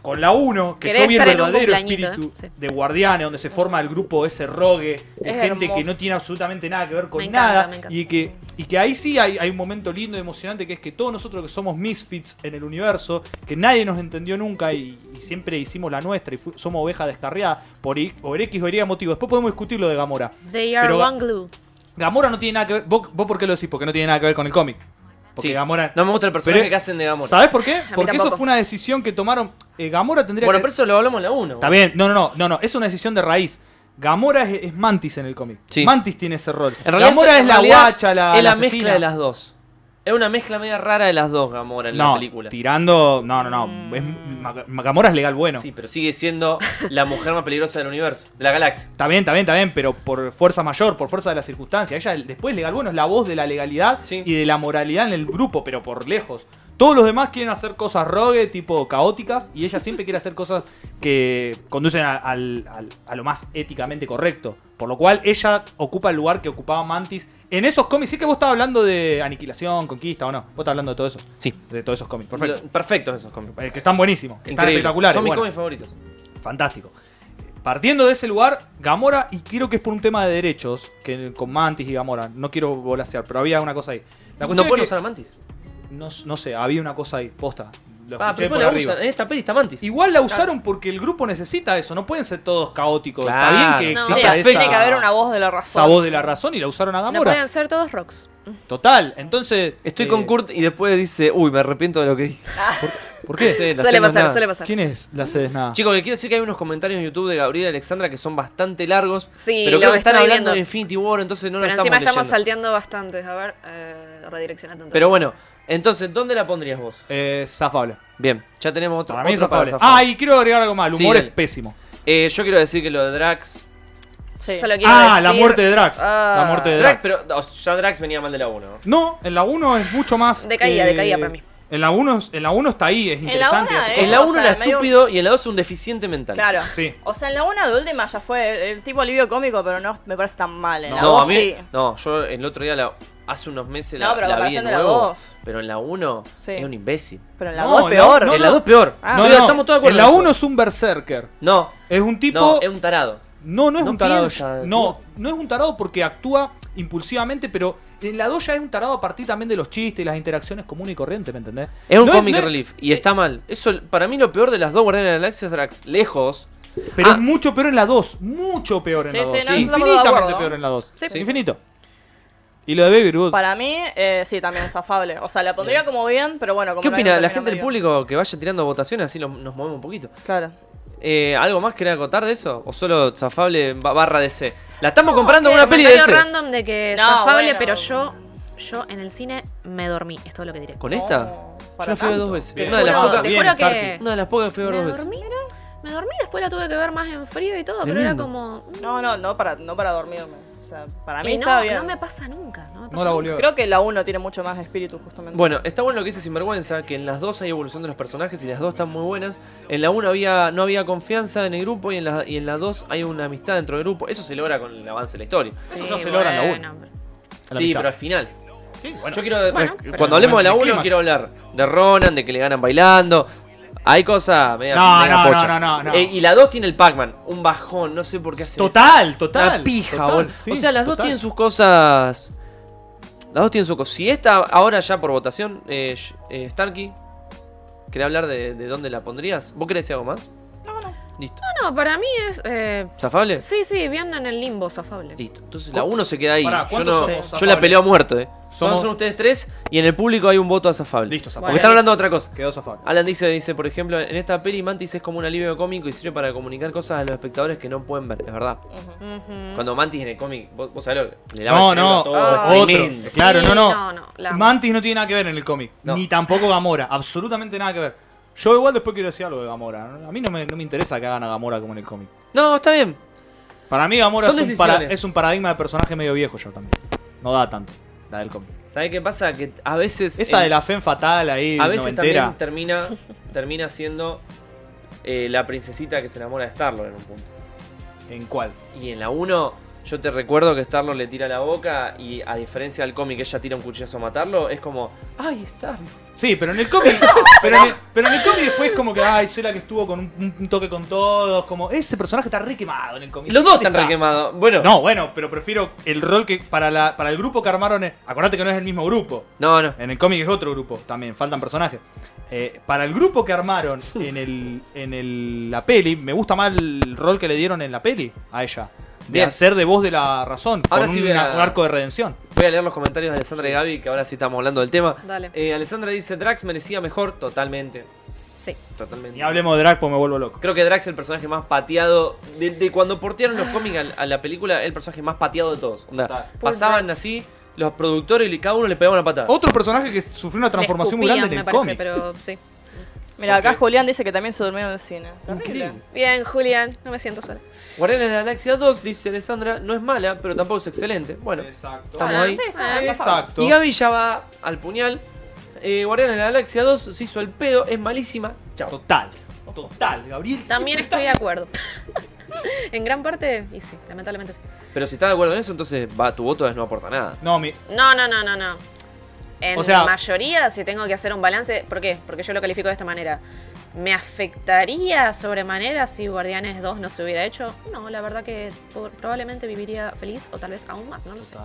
Speaker 2: con la 1, que
Speaker 3: Querés
Speaker 2: yo vi el
Speaker 3: estar en un
Speaker 2: verdadero
Speaker 3: cumpleañito,
Speaker 2: espíritu
Speaker 3: ¿eh? Sí.
Speaker 2: de Guardianes, donde se forma el grupo ese rogue, de
Speaker 4: Es
Speaker 2: gente que
Speaker 4: hermoso.
Speaker 2: no tiene absolutamente nada que ver con
Speaker 3: Me encanta,
Speaker 2: nada.
Speaker 3: me encanta.
Speaker 2: Y que, y que ahí sí hay, hay un momento lindo y emocionante que es que todos nosotros que somos misfits en el universo, que nadie nos entendió nunca y, y siempre hicimos la nuestra y fu- somos ovejas descarriadas por, i- por X o Y motivo. Después podemos discutir lo de Gamora.
Speaker 3: They are
Speaker 2: Pero-
Speaker 3: one glue.
Speaker 2: Gamora no tiene nada que ver. ¿Vos, vos por qué lo decís? Porque no tiene nada que ver con el cómic. Porque
Speaker 1: Sí.
Speaker 2: Gamora.
Speaker 1: No me gusta el personaje
Speaker 2: Pero-
Speaker 1: que hacen de Gamora.
Speaker 2: ¿Sabés por qué? Porque eso
Speaker 3: tampoco.
Speaker 2: fue una decisión que tomaron. eh, Gamora tendría
Speaker 1: Bueno,
Speaker 2: que.
Speaker 1: pero eso lo hablamos en la 1.
Speaker 2: Está bien, no, no, no, no, no, es una decisión de raíz. Gamora es, es Mantis en el cómic.
Speaker 1: Sí.
Speaker 2: Mantis tiene ese rol.
Speaker 1: En realidad,
Speaker 2: Gamora
Speaker 1: en
Speaker 2: es la
Speaker 1: realidad
Speaker 2: guacha, la.
Speaker 1: Es la
Speaker 2: asesina.
Speaker 1: mezcla de las dos. Es una mezcla media rara de las dos, Gamora, en la
Speaker 2: no,
Speaker 1: película.
Speaker 2: Tirando. No, no, no. es- Ma- Ma- Gamora es legal bueno.
Speaker 1: Sí, pero sigue siendo la mujer más peligrosa del universo, de la galaxia.
Speaker 2: Está bien, está bien, está bien, pero por fuerza mayor, por fuerza de las circunstancias. Ella el- después legal bueno es la voz de la legalidad
Speaker 1: Sí.
Speaker 2: y de la moralidad en el grupo, pero por lejos. Todos los demás quieren hacer cosas rogue, tipo caóticas, y ella siempre quiere hacer cosas que conducen a, al- al- a lo más éticamente correcto. Por lo cual ella ocupa el lugar que ocupaba Mantis en esos cómics. Sí que vos estabas hablando de aniquilación, conquista o no. Vos estás hablando de todo eso,
Speaker 1: Sí.
Speaker 2: de todos esos cómics. Perfecto.
Speaker 1: Lo- Perfectos esos cómics.
Speaker 2: Eh, Que están buenísimos, que están
Speaker 1: Increíbles.
Speaker 2: espectaculares.
Speaker 1: Son mis
Speaker 2: bueno.
Speaker 1: cómics favoritos.
Speaker 2: Fantástico. Partiendo de ese lugar, Gamora, y creo que es por un tema de derechos, que con Mantis y Gamora, no quiero volasear, pero había una cosa ahí. La
Speaker 1: ¿No
Speaker 2: cuestión
Speaker 1: pueden
Speaker 2: es que-
Speaker 1: usar a Mantis?
Speaker 2: no, no sé, había una cosa ahí, posta. Lo
Speaker 1: Ah,
Speaker 2: escuché
Speaker 1: pero
Speaker 2: por
Speaker 1: la
Speaker 2: arriba.
Speaker 1: usan. En esta peli está Mantis.
Speaker 2: Igual la usaron porque el grupo necesita eso, no pueden ser todos caóticos. Está
Speaker 1: Claro.
Speaker 2: bien que
Speaker 3: No.
Speaker 2: exista
Speaker 4: Sí,
Speaker 2: esa,
Speaker 4: tiene que haber una voz de la razón.
Speaker 2: esa voz de la razón y la usaron
Speaker 1: Ah,
Speaker 2: a
Speaker 3: No
Speaker 2: Gamora.
Speaker 3: pueden ser todos rocks.
Speaker 2: Total, entonces...
Speaker 1: Estoy
Speaker 2: eh,
Speaker 1: con Kurt y después dice, uy, me arrepiento de lo que dije.
Speaker 2: ¿Por qué?
Speaker 1: No sé, la
Speaker 3: Suele
Speaker 1: hacemos
Speaker 3: pasar,
Speaker 1: nada.
Speaker 3: suele pasar.
Speaker 2: ¿Quién es la sede nada?
Speaker 1: Chicos, les quiero decir que hay unos comentarios en YouTube de Gabriel y Alexandra que son bastante largos.
Speaker 3: Sí,
Speaker 1: pero
Speaker 3: lo
Speaker 1: creo que están
Speaker 3: estoy
Speaker 1: hablando
Speaker 3: viendo.
Speaker 1: de Infinity War, entonces no
Speaker 3: Pero
Speaker 1: lo
Speaker 3: encima
Speaker 1: estamos
Speaker 3: estamos
Speaker 1: leyendo.
Speaker 3: salteando bastante. A ver, eh, redirecciona tanto.
Speaker 1: Pero bueno, entonces, ¿dónde la pondrías vos?
Speaker 2: Eh, zafable.
Speaker 1: Bien, ya tenemos otro.
Speaker 2: Para mí es
Speaker 1: otro para
Speaker 2: zafable.
Speaker 1: zafar.
Speaker 2: Ah, y quiero agregar algo más, el
Speaker 1: Sí,
Speaker 2: humor es
Speaker 1: dale.
Speaker 2: pésimo.
Speaker 1: Eh, yo quiero decir que lo de Drax.
Speaker 4: Sí.
Speaker 3: Solo quiero
Speaker 2: Ah,
Speaker 3: decir-
Speaker 2: la muerte de Drax.
Speaker 3: Ah.
Speaker 2: La muerte de
Speaker 1: Drax,
Speaker 2: Drax.
Speaker 1: pero o sea, ya Drax venía mal de la 1.
Speaker 2: No, en la 1 es mucho más. eh,
Speaker 3: Decaída, decaída para mí.
Speaker 2: En la 1, es- en la 1 está ahí, es
Speaker 4: la
Speaker 2: interesante.
Speaker 4: una
Speaker 2: hace
Speaker 4: es-
Speaker 1: En
Speaker 2: cosas.
Speaker 1: la
Speaker 4: o
Speaker 1: 1
Speaker 4: sea,
Speaker 1: era
Speaker 4: medio-
Speaker 1: estúpido y en la 2 un deficiente mental.
Speaker 4: Claro.
Speaker 2: Sí.
Speaker 4: O sea, en la una de última ya fue el tipo alivio cómico, pero no me parece tan mal. En la
Speaker 1: No,
Speaker 4: dos
Speaker 1: a mí.
Speaker 4: sí.
Speaker 1: No, yo el otro día, la- hace unos meses,
Speaker 4: No,
Speaker 1: la,
Speaker 4: pero
Speaker 1: la vi de
Speaker 4: comparación de la
Speaker 1: nuevo.
Speaker 4: dos.
Speaker 1: Pero en la 1
Speaker 4: Sí.
Speaker 1: es un imbécil.
Speaker 4: Pero en la
Speaker 2: No,
Speaker 4: dos
Speaker 2: en la-
Speaker 4: peor.
Speaker 2: no,
Speaker 1: en la
Speaker 2: no.
Speaker 1: 2 peor.
Speaker 4: Ah.
Speaker 1: no,
Speaker 4: No,
Speaker 1: estamos todos de acuerdo.
Speaker 2: En la
Speaker 1: en eso.
Speaker 2: 1 es un berserker.
Speaker 1: No,
Speaker 2: Es un tipo.
Speaker 1: no, es un tarado.
Speaker 2: No, no es
Speaker 1: No
Speaker 2: un tarado.
Speaker 1: piensa,
Speaker 2: no,
Speaker 1: tío.
Speaker 2: no es un tarado porque actúa impulsivamente, pero en la 2 ya es un tarado a partir también de los chistes y las interacciones comunes y corrientes, ¿me entendés?
Speaker 1: Es un
Speaker 2: No
Speaker 1: comic
Speaker 2: no
Speaker 1: relief y está mal. Eso, para mí, lo peor de las dos Guardianes de la Galaxia es Drax. Lejos.
Speaker 2: Pero
Speaker 1: Ah.
Speaker 2: es mucho peor en la 2. Mucho peor en
Speaker 4: Sí,
Speaker 2: la
Speaker 4: sí,
Speaker 2: 2.
Speaker 4: no, estamos de
Speaker 2: Infinitamente
Speaker 4: acuerdo.
Speaker 2: peor en la 2.
Speaker 3: Sí.
Speaker 2: Infinito. Y lo de Baby Groot.
Speaker 4: Para mí, eh, sí, también zafable. O sea, la pondría como bien, pero bueno. Como
Speaker 1: ¿Qué
Speaker 4: no
Speaker 1: opina
Speaker 4: hay
Speaker 1: la
Speaker 4: terminado
Speaker 1: gente del
Speaker 4: medio.
Speaker 1: público que vaya tirando votaciones? Así lo- nos movemos un poquito.
Speaker 4: Claro.
Speaker 1: Eh, ¿Algo más querés acotar de eso? ¿O solo zafable ba- barra DC? La estamos comparando
Speaker 3: Un
Speaker 1: con una peli de
Speaker 3: comentario
Speaker 1: DC.
Speaker 3: random de que
Speaker 4: No,
Speaker 3: es zafable,
Speaker 4: bueno.
Speaker 3: pero yo, yo en el cine me dormí. Es todo lo que diré.
Speaker 1: ¿Con esta?
Speaker 4: No,
Speaker 1: Yo
Speaker 4: para
Speaker 1: la fui a ver
Speaker 4: tanto.
Speaker 1: dos veces.
Speaker 3: Te
Speaker 1: Una de, las
Speaker 3: juro-
Speaker 1: pocas,
Speaker 3: te
Speaker 2: Bien,
Speaker 3: juro que
Speaker 2: Starkey.
Speaker 1: una de las pocas que fui a ver
Speaker 3: me
Speaker 1: dos veces.
Speaker 3: dormí, me dormí, después la tuve que ver más en frío y todo, pero era
Speaker 1: Tremendo.
Speaker 3: como... mm,
Speaker 4: No, no, no para, no para dormirme. O sea, para mí
Speaker 3: y
Speaker 4: está
Speaker 3: Eh, no,
Speaker 4: bien.
Speaker 3: no me pasa nunca. No, me pasa
Speaker 2: No la volvió a ver.
Speaker 4: Creo que la 1 tiene mucho más espíritu, justamente.
Speaker 1: Bueno, está bueno lo que dice Sinvergüenza, que en las dos hay evolución de los personajes y las dos están muy buenas. En la una había, no había confianza en el grupo y en la, y en la dos hay una amistad dentro del grupo. Eso se logra con el avance de la historia.
Speaker 3: Sí,
Speaker 2: Eso ya se logra en la
Speaker 3: bueno,
Speaker 2: La
Speaker 1: sí,
Speaker 2: amistad.
Speaker 1: pero al final.
Speaker 2: Sí, bueno.
Speaker 1: Yo quiero.
Speaker 3: Bueno,
Speaker 1: res-
Speaker 3: pero-
Speaker 1: cuando hablemos de la
Speaker 2: Romance
Speaker 1: 1,
Speaker 2: clímax.
Speaker 1: quiero hablar de Ronan, de que le ganan bailando. Hay cosas media,
Speaker 2: No,
Speaker 1: media
Speaker 2: no, no,
Speaker 1: pocha.
Speaker 2: no, no, no.
Speaker 1: Eh, y la 2 tiene el Pac-Man, un bajón, no sé por qué hace
Speaker 2: Total,
Speaker 1: eso.
Speaker 2: total.
Speaker 1: Una pija,
Speaker 2: total,
Speaker 1: boludo.
Speaker 2: sí,
Speaker 1: O sea, las dos
Speaker 2: total.
Speaker 1: tienen sus cosas. Las dos tienen sus cosas. Si esta, ahora ya por votación, eh, sh- eh, Starkey, ¿querés hablar de, de dónde la pondrías? ¿Vos querés decir algo más? No, no. Listo.
Speaker 3: No, para mí es... eh,
Speaker 1: ¿Zafable?
Speaker 3: sí, sí, bien en el limbo, zafable.
Speaker 1: Listo. Entonces la 1 se queda ahí.
Speaker 2: Pará,
Speaker 1: yo,
Speaker 2: ¿cuántos
Speaker 1: no-
Speaker 2: somos
Speaker 1: yo la
Speaker 2: zafables?
Speaker 1: peleo a muerte. eh. Son-
Speaker 2: Somos-
Speaker 1: Son ustedes tres y en el público hay un voto a Zafable.
Speaker 2: Listo,
Speaker 1: Porque
Speaker 2: zafable.
Speaker 3: Bueno.
Speaker 1: están hablando de otra cosa.
Speaker 2: Quedó zafable.
Speaker 1: Alan dice, dice, por ejemplo, en esta peli Mantis es como un alivio cómico y sirve para comunicar cosas a los espectadores que no pueden ver, es verdad.
Speaker 4: Ujú.
Speaker 3: Ujú.
Speaker 1: Cuando Mantis en el cómic, vos, vos sabés lo que le lava el
Speaker 2: No,
Speaker 1: cerebro
Speaker 2: no,
Speaker 1: a todo,
Speaker 3: Ah,
Speaker 1: es
Speaker 2: otro.
Speaker 1: tremendo.
Speaker 3: Sí,
Speaker 2: Claro, no, no.
Speaker 3: no, no, la-
Speaker 2: Mantis no tiene nada que ver en el cómic.
Speaker 1: No.
Speaker 2: Ni tampoco Gamora. Absolutamente nada que ver. Yo igual después quiero decir algo de Gamora. ¿no? A mí no me, no me interesa que hagan a Gamora como en el cómic.
Speaker 1: No, está bien.
Speaker 2: Para mí Gamora
Speaker 1: Son
Speaker 2: es un, para-
Speaker 1: decisiones.
Speaker 2: es un paradigma de personaje medio viejo yo también. No da tanto, la del cómic.
Speaker 1: ¿Sabés qué pasa? Que a veces.
Speaker 2: Esa
Speaker 1: el-
Speaker 2: de la Fen Fatal ahí,
Speaker 1: A veces
Speaker 2: noventera.
Speaker 1: también termina, termina siendo eh, la princesita que se enamora de Starlord en un punto.
Speaker 2: ¿En cuál?
Speaker 1: Y en la 1, yo te recuerdo que Starlord le tira la boca y a diferencia del cómic, ella tira un cuchillazo a matarlo, es como, ¡ay, Starlord!
Speaker 2: Sí, pero en el cómic. pero, en el, pero en el cómic después, como que, ay, soy la que estuvo con un, un toque con todos. Como, ese personaje está re quemado en el cómic.
Speaker 1: Los dos
Speaker 2: ¿Dónde
Speaker 1: están
Speaker 2: está?
Speaker 1: requemados. Bueno, no.
Speaker 2: No, bueno, pero prefiero el rol que para, la, para el grupo que armaron. en- acordate que no es el mismo grupo.
Speaker 1: no,
Speaker 2: En el cómic es otro grupo también, faltan personajes. Eh, para el grupo que armaron en, el, en el, la peli, me gusta más el rol que le dieron en la peli a ella. De
Speaker 1: Bien.
Speaker 2: hacer de voz de la razón,
Speaker 1: Ahora
Speaker 2: con
Speaker 1: sí
Speaker 2: un,
Speaker 1: voy a-
Speaker 2: un arco de redención.
Speaker 1: Voy a leer los comentarios de Alessandra y Gaby, que ahora sí estamos hablando del tema.
Speaker 3: Dale.
Speaker 1: Eh, Alessandra dice, Drax merecía mejor, totalmente.
Speaker 3: Sí.
Speaker 1: Totalmente.
Speaker 2: Y hablemos de Draco, me vuelvo loco.
Speaker 1: Creo que Drax es el personaje más pateado. De, de cuando portearon los cómics al- a, la película, el personaje más pateado de todos. Onda,
Speaker 2: Total.
Speaker 1: pasaban
Speaker 3: Drax.
Speaker 1: así, los productores y cada uno le pegaba una patada.
Speaker 2: Otro personaje que sufrió una transformación muy grande en
Speaker 3: me
Speaker 2: el
Speaker 3: parece,
Speaker 2: cómic.
Speaker 3: pero sí.
Speaker 4: Mira, acá
Speaker 1: Ok.
Speaker 4: Julián dice que también se durmió en el cine. Terrible.
Speaker 1: Increíble.
Speaker 3: Bien, Julián, no me siento sola.
Speaker 1: Guardianes de la Galaxia 2, dice Alessandra, no es mala, pero tampoco es excelente. Bueno,
Speaker 2: Exacto.
Speaker 1: estamos
Speaker 3: Ah,
Speaker 1: ahí.
Speaker 4: Sí, está bien, papá.
Speaker 2: Exacto.
Speaker 1: Y Gaby ya va al puñal. Eh, Guardianes de la Galaxia 2 se hizo el pedo, es malísima. Chao.
Speaker 2: Total. Total, Gabriel.
Speaker 3: También estoy de acuerdo. en gran parte, y sí, lamentablemente sí.
Speaker 1: Pero si estás de acuerdo en eso, entonces va, tu voto es no aporta nada.
Speaker 2: No, mi,
Speaker 3: No, no, no, no, no. En
Speaker 2: O sea-
Speaker 3: mayoría, si tengo que hacer un balance, ¿por qué? Porque yo lo califico de esta manera. ¿Me afectaría sobremanera si Guardianes 2 no se hubiera hecho? No, la verdad que por- probablemente viviría feliz o tal vez aún más, no lo sé.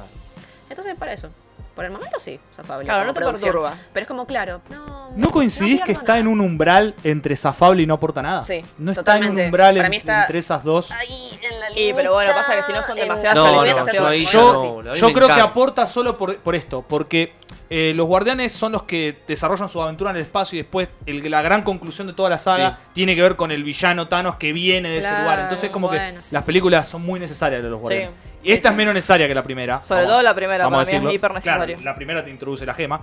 Speaker 3: Entonces, para eso. Por el momento sí, zafable.
Speaker 4: Claro,
Speaker 3: como
Speaker 4: no te
Speaker 3: producción.
Speaker 4: perturba.
Speaker 3: Pero es como, claro, no.
Speaker 2: ¿No coincidís que
Speaker 3: pierdo
Speaker 2: está
Speaker 3: nada.
Speaker 2: en un umbral entre zafable y no aporta nada?
Speaker 3: Sí,
Speaker 2: No está en
Speaker 3: totalmente.
Speaker 2: un umbral
Speaker 3: Para
Speaker 2: en-
Speaker 3: mí está-
Speaker 2: entre esas dos.
Speaker 3: Ahí, en la
Speaker 4: Y, pero bueno, pasa que si no son
Speaker 3: en-
Speaker 4: demasiadas
Speaker 1: No,
Speaker 4: salidas,
Speaker 1: no,
Speaker 4: o sea,
Speaker 1: yo ahí
Speaker 3: bueno,
Speaker 1: no,
Speaker 3: sí.
Speaker 1: boludo, a mí
Speaker 2: Yo
Speaker 1: me
Speaker 2: creo que
Speaker 1: encanta.
Speaker 2: aporta solo por, por esto, porque eh, los guardianes son los que desarrollan su aventura en el espacio y después el- la gran conclusión de toda la saga tiene que ver con el villano Thanos que viene de ese
Speaker 3: Claro,
Speaker 2: lugar. Entonces como
Speaker 3: bueno,
Speaker 2: que
Speaker 3: sí.
Speaker 2: las películas son muy necesarias de los guardianes. y
Speaker 4: sí,
Speaker 2: esta
Speaker 4: sí.
Speaker 2: es menos necesaria que la primera.
Speaker 4: Sobre todo la primera,
Speaker 2: vamos a
Speaker 4: para mí es
Speaker 2: decirlo.
Speaker 4: hiper necesaria.
Speaker 2: Claro, la primera te introduce la gema.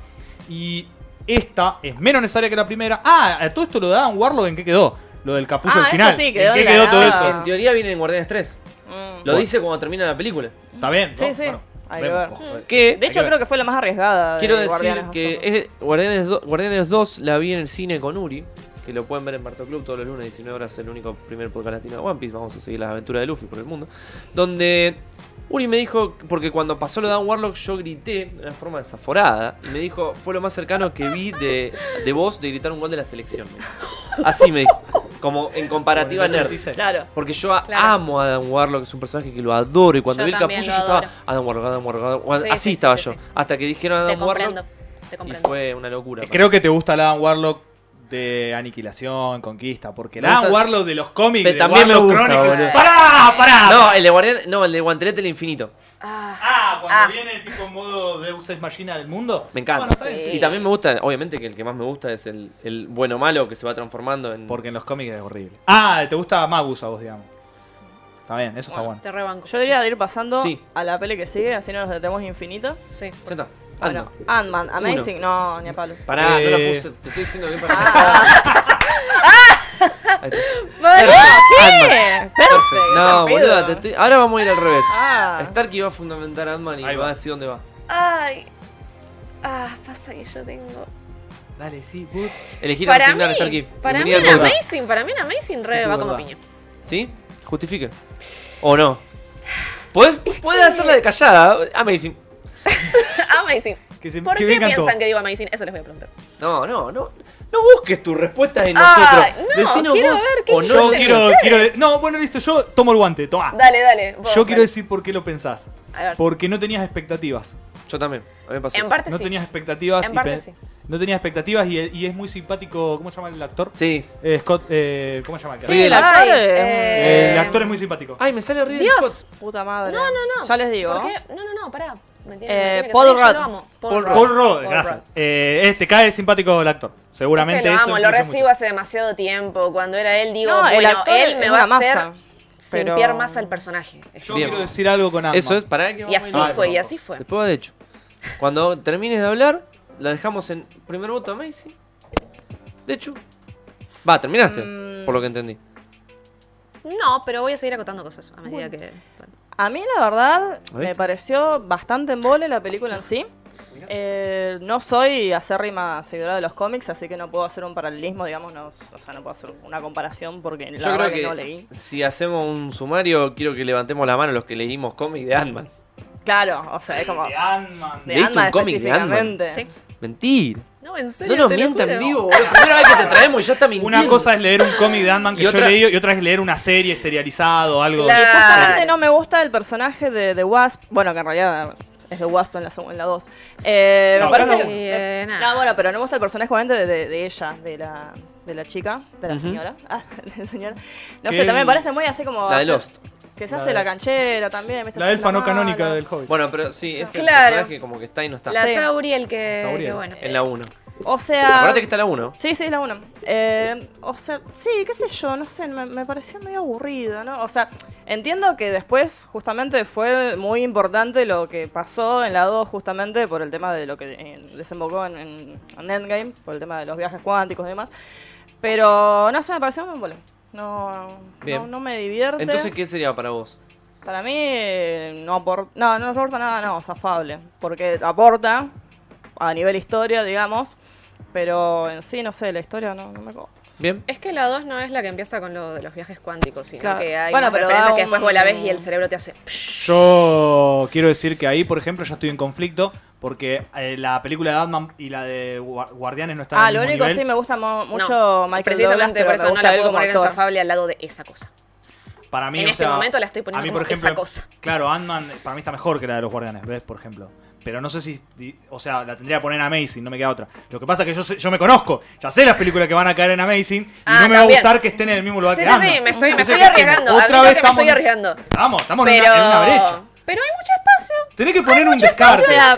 Speaker 2: Y esta es menos necesaria que la primera. Ah, a todo esto lo daban Warlock en qué quedó. Lo del capullo
Speaker 4: Ah,
Speaker 2: al
Speaker 4: eso
Speaker 2: final.
Speaker 4: sí,
Speaker 2: ¿En
Speaker 4: quedó
Speaker 2: qué
Speaker 4: en la
Speaker 2: quedó todo
Speaker 4: nada.
Speaker 2: eso?
Speaker 1: En teoría viene en Guardianes 3.
Speaker 4: Mm.
Speaker 1: Lo dice cuando termina la película.
Speaker 2: Está bien.
Speaker 4: Sí,
Speaker 2: ¿no?
Speaker 4: sí. Hay que
Speaker 2: vemos,
Speaker 4: ver.
Speaker 2: ojo.
Speaker 1: Que
Speaker 4: De hecho, creo que fue la más arriesgada. de
Speaker 1: Quiero decir
Speaker 4: Guardianes
Speaker 1: que
Speaker 4: Azul.
Speaker 1: es- Guardianes, 2, Guardianes 2 la vi en el cine con Uri, que lo pueden ver en Marto Club todos los lunes, 19 horas, el único primer podcast latino de One Piece. Vamos a seguir las aventuras de Luffy por el mundo. Donde Uri me dijo, porque cuando pasó lo de Dan Warlock, yo grité de una forma desaforada. Y me dijo, fue lo más cercano que vi de, de vos de gritar un gol de la selección. me dijo. Así me dijo, como en comparativa nerd.
Speaker 4: Claro.
Speaker 1: Porque yo a-
Speaker 3: Claro.
Speaker 1: amo a Adam Warlock, es un personaje que lo adoro. Y cuando
Speaker 3: Yo
Speaker 1: vi el
Speaker 3: también
Speaker 1: capullo, yo
Speaker 3: lo
Speaker 1: estaba.
Speaker 3: adoro.
Speaker 1: Adam Warlock, Adam Warlock, Adam Warlock.
Speaker 3: Sí,
Speaker 1: Así
Speaker 3: sí, sí,
Speaker 1: estaba
Speaker 3: sí,
Speaker 1: yo.
Speaker 3: sí.
Speaker 1: Hasta que dijeron
Speaker 3: Te
Speaker 1: Adam
Speaker 3: comprendo.
Speaker 1: Warlock.
Speaker 3: Te
Speaker 1: Y
Speaker 3: comprendo.
Speaker 1: fue una locura.
Speaker 2: Creo que te gusta el Adam Warlock de aniquilación, conquista, porque el
Speaker 1: Me
Speaker 2: Adam
Speaker 1: gusta-
Speaker 2: Warlock de los cómics
Speaker 1: Pero
Speaker 2: de
Speaker 1: también me
Speaker 2: Warlock
Speaker 1: gusta,
Speaker 2: Chronicles-
Speaker 1: boludo.
Speaker 2: ¡Pará! ¡Pará!
Speaker 1: No, el de Guardián, no, el de Guantelete del Infinito.
Speaker 3: Ah,
Speaker 2: Ah, cuando
Speaker 3: Ah.
Speaker 2: viene tipo modo Deus Ex Machina del mundo.
Speaker 1: Me encanta.
Speaker 2: Bueno, está bien.
Speaker 3: Sí.
Speaker 1: Y también me gusta, obviamente que el que más me gusta es el, el bueno malo que se va transformando en.
Speaker 2: Porque en los cómics es horrible. Ah, te gusta Magus a vos, digamos. Está bien, eso está bueno.
Speaker 3: te rebanco.
Speaker 4: Yo diría de ir pasando
Speaker 1: Sí.
Speaker 4: a la peli que sigue, así no nos detenemos infinito.
Speaker 3: Sí.
Speaker 1: Ya está. Ando.
Speaker 4: Bueno, Ant-Man, Amazing. No, ni a palo. Ah,
Speaker 1: Pará, no lo
Speaker 2: Eh.
Speaker 1: puse. Te estoy diciendo que
Speaker 3: Ah.
Speaker 1: para. Ahí está.
Speaker 3: Vale.
Speaker 1: Ant-Man. Perfecto. No,
Speaker 4: Perfecto.
Speaker 1: boludo, te estoy- ahora vamos a ir al revés.
Speaker 4: Ah.
Speaker 1: Stark iba a fundamentar a Ant-Man y
Speaker 2: Ahí
Speaker 1: va a
Speaker 2: va.
Speaker 1: decir dónde va.
Speaker 3: Ay. Ah, pasa que yo tengo.
Speaker 1: Dale, sí, good. Elegir
Speaker 3: para
Speaker 1: asignar
Speaker 3: mí,
Speaker 1: a Starkey.
Speaker 3: para mí
Speaker 1: Bienvenida
Speaker 3: en
Speaker 1: al podcast.
Speaker 3: Amazing, para mí en Amazing re
Speaker 2: Sí,
Speaker 3: va
Speaker 2: es
Speaker 3: como
Speaker 2: verdad.
Speaker 3: piña.
Speaker 1: ¿Sí? Justifique. ¿O no? Puedes
Speaker 3: Este-
Speaker 1: hacerla de callada. Amazing.
Speaker 3: Amazing.
Speaker 2: Que se-
Speaker 3: ¿Por
Speaker 2: que
Speaker 3: qué
Speaker 2: vengan
Speaker 3: piensan
Speaker 2: todos.
Speaker 3: que digo Amazing? Eso les voy a preguntar.
Speaker 1: No, no, no. No busques tus respuestas en nosotros.
Speaker 3: Ay, no, quiero ver qué
Speaker 1: o no.
Speaker 3: incluye.
Speaker 2: Yo
Speaker 3: Oye,
Speaker 2: quiero,
Speaker 3: ¿ustedes?
Speaker 2: quiero. No, bueno, listo, yo tomo el guante, toma.
Speaker 3: Dale, dale. vos,
Speaker 2: Ah. Yo quiero
Speaker 3: dale.
Speaker 2: decir por qué lo pensás.
Speaker 3: A ver.
Speaker 2: Porque no tenías expectativas.
Speaker 1: Yo también. A mí me pasó.
Speaker 3: En
Speaker 1: eso.
Speaker 3: parte
Speaker 2: No
Speaker 3: sí.
Speaker 2: tenías expectativas.
Speaker 3: En
Speaker 2: y
Speaker 3: parte
Speaker 2: pe-
Speaker 3: sí.
Speaker 2: No tenías expectativas y, y es muy simpático. ¿Cómo se llama el actor?
Speaker 1: Sí.
Speaker 2: Eh, Scott. Eh, ¿Cómo se llama el actor?
Speaker 1: Sí, el
Speaker 4: la-
Speaker 3: Ay,
Speaker 4: actor es-
Speaker 2: Eh,
Speaker 3: eh,
Speaker 2: el actor es muy simpático.
Speaker 1: Ay, me sale Ridley
Speaker 3: Dios.
Speaker 4: Puta madre.
Speaker 3: No, no, no.
Speaker 4: Ya les digo.
Speaker 3: ¿Por qué? No, no, no, pará. Me tiene,
Speaker 4: Eh,
Speaker 3: me tiene que
Speaker 4: Paul
Speaker 3: salir, yo
Speaker 4: Rudd.
Speaker 3: lo amo.
Speaker 1: Paul
Speaker 2: Paul Rudd,
Speaker 3: Paul
Speaker 2: gracias.
Speaker 3: Rudd.
Speaker 2: Eh, este cae simpático el actor. Seguramente
Speaker 3: Es que lo
Speaker 2: eso
Speaker 3: amo, lo
Speaker 2: influye
Speaker 3: recibo
Speaker 2: mucho.
Speaker 3: hace demasiado tiempo. Cuando era él, digo,
Speaker 4: No, el
Speaker 3: bueno,
Speaker 4: actor
Speaker 3: él me
Speaker 4: es
Speaker 3: va
Speaker 4: una
Speaker 3: a hacer
Speaker 4: masa, pero-
Speaker 3: simpiar más al personaje.
Speaker 2: Yo
Speaker 1: Bien.
Speaker 2: quiero decir algo con
Speaker 1: Scott.
Speaker 2: Ant-Man.
Speaker 1: Eso es. Pará que
Speaker 3: Y
Speaker 1: vamos
Speaker 3: así
Speaker 1: a ir.
Speaker 3: fue, y así fue.
Speaker 1: Después va de hecho. Cuando termines de hablar, la dejamos en primer voto a Macy. De hecho. Va, terminaste,
Speaker 4: Mm.
Speaker 1: por lo que entendí.
Speaker 3: No, pero voy a seguir acotando cosas a medida que.
Speaker 4: A mí la verdad
Speaker 1: ¿Lo viste?
Speaker 4: me pareció bastante embole la película en sí. Eh, no soy acérrima seguidora de los cómics, así que no puedo hacer un paralelismo, digamos, no, o sea, no puedo hacer una comparación porque la
Speaker 1: Yo
Speaker 4: verdad
Speaker 1: creo
Speaker 4: que,
Speaker 1: que
Speaker 4: no leí.
Speaker 1: si hacemos un sumario, quiero que levantemos la mano los que leímos cómics de Ant-Man.
Speaker 4: Claro, o sea, es como
Speaker 2: De Ant-Man.
Speaker 4: de
Speaker 1: ¿Leíste
Speaker 4: Ant-Man
Speaker 1: un cómic de Ant-Man?
Speaker 4: específicamente.
Speaker 3: Sí.
Speaker 1: Mentir.
Speaker 3: No, en serio.
Speaker 1: No nos
Speaker 3: te lo
Speaker 1: mientan
Speaker 3: juro.
Speaker 1: vivo, boludo. Primera vez que te traemos y ya está mintiendo.
Speaker 2: Una cosa es leer un cómic de Ant-Man que
Speaker 1: Y
Speaker 2: yo
Speaker 1: otra-
Speaker 2: leí y otra es leer una serie serializado algo.
Speaker 3: Claro.
Speaker 4: Justamente no me gusta el personaje de The Wasp, bueno, que en realidad es The Wasp en la 2. En la dos. Eh,
Speaker 2: No,
Speaker 4: me parece
Speaker 2: pero
Speaker 3: no.
Speaker 4: eh,
Speaker 1: Ah.
Speaker 3: Sí,
Speaker 4: no,
Speaker 3: nah.
Speaker 4: bueno, pero no me gusta el personaje obviamente de, de- de ella, de la, de la chica, de la
Speaker 1: Ujú.
Speaker 4: señora. Ah, de la señora. No
Speaker 2: Que
Speaker 4: sé, también me
Speaker 2: el-
Speaker 4: parece muy así como...
Speaker 1: La de
Speaker 4: hacer-
Speaker 1: Lost.
Speaker 4: Que se
Speaker 2: La
Speaker 4: hace
Speaker 2: de-
Speaker 4: la canchera también. ¿viste?
Speaker 2: La
Speaker 4: Hacer
Speaker 2: elfa no
Speaker 4: mala.
Speaker 2: canónica del Hobbit.
Speaker 1: Bueno, pero sí, ese
Speaker 3: Claro.
Speaker 1: personaje como que está y no está.
Speaker 3: La
Speaker 4: Sí.
Speaker 3: Tauri, el que.
Speaker 2: Tauriel.
Speaker 3: que bueno.
Speaker 1: En la 1.
Speaker 4: O sea...
Speaker 1: Acuérdate que está la 1.
Speaker 4: Sí, sí, es la una. Eh, o sea, sí, qué sé yo, no sé, me, me pareció medio aburrido, ¿no? O sea, entiendo que después justamente fue muy importante lo que pasó en la 2 justamente por el tema de lo que eh, desembocó en, en- en Endgame, por el tema de los viajes cuánticos y demás. Pero no sé, me pareció muy bueno. No, no,
Speaker 1: Bien.
Speaker 4: no me divierte.
Speaker 1: Entonces, ¿qué sería para vos?
Speaker 4: Para mí eh, no aporta, no, no aporta nada, no, es afable, porque aporta a nivel historia, digamos, pero en sí, no sé, la historia no, no me copa.
Speaker 1: ¿Bien?
Speaker 3: Es que la 2 no es la que empieza con lo de los viajes cuánticos, sino
Speaker 4: Claro.
Speaker 3: que hay
Speaker 4: Bueno,
Speaker 3: unas
Speaker 4: pero
Speaker 3: referencias
Speaker 4: da
Speaker 3: que después
Speaker 4: un-
Speaker 3: vos la ves y el cerebro te hace. psh.
Speaker 2: Yo quiero decir que ahí, por ejemplo, ya estoy en conflicto porque eh, la película de Ant-Man y la de Gua- Guardianes no están
Speaker 4: Ah,
Speaker 2: en
Speaker 4: lo
Speaker 2: el mismo
Speaker 4: único sí
Speaker 2: nivel.
Speaker 4: me gusta mo- mucho
Speaker 3: No,
Speaker 4: Michael
Speaker 3: Precisamente
Speaker 4: Douglas,
Speaker 3: por
Speaker 4: pero
Speaker 3: eso
Speaker 4: me
Speaker 3: no
Speaker 4: gusta
Speaker 3: la
Speaker 4: él
Speaker 3: puedo
Speaker 4: como
Speaker 3: poner en
Speaker 4: actor.
Speaker 3: zafable al lado de esa cosa.
Speaker 2: Para mí,
Speaker 3: en
Speaker 2: o
Speaker 3: este
Speaker 2: sea,
Speaker 3: momento la estoy poniendo
Speaker 2: a mí,
Speaker 3: como
Speaker 2: por ejemplo,
Speaker 3: esa cosa.
Speaker 2: Claro, Ant-Man eh, para mí está mejor que la de los Guardianes, ¿ves? Por ejemplo. Pero no sé si. di- O sea, la tendría que poner en Amazing, no me queda otra. Lo que pasa es que yo, sé- yo me conozco. Ya sé las películas que van a caer en Amazing y
Speaker 3: Ah,
Speaker 2: no me va a
Speaker 3: también.
Speaker 2: gustar que estén en el mismo lugar
Speaker 3: Sí,
Speaker 2: que
Speaker 3: sí,
Speaker 2: Ant-Man.
Speaker 3: sí, me estoy, me
Speaker 2: Entonces,
Speaker 3: estoy
Speaker 2: ¿qué hacemos?
Speaker 3: arriesgando.
Speaker 2: Otra
Speaker 3: Admito
Speaker 2: vez
Speaker 3: que me estoy
Speaker 2: estamos-
Speaker 3: arriesgando.
Speaker 2: Vamos, estamos en, una,
Speaker 3: Pero...
Speaker 2: en una brecha.
Speaker 3: Pero hay mucho espacio.
Speaker 2: Tenés que poner un
Speaker 4: O
Speaker 2: descarte.
Speaker 4: sea,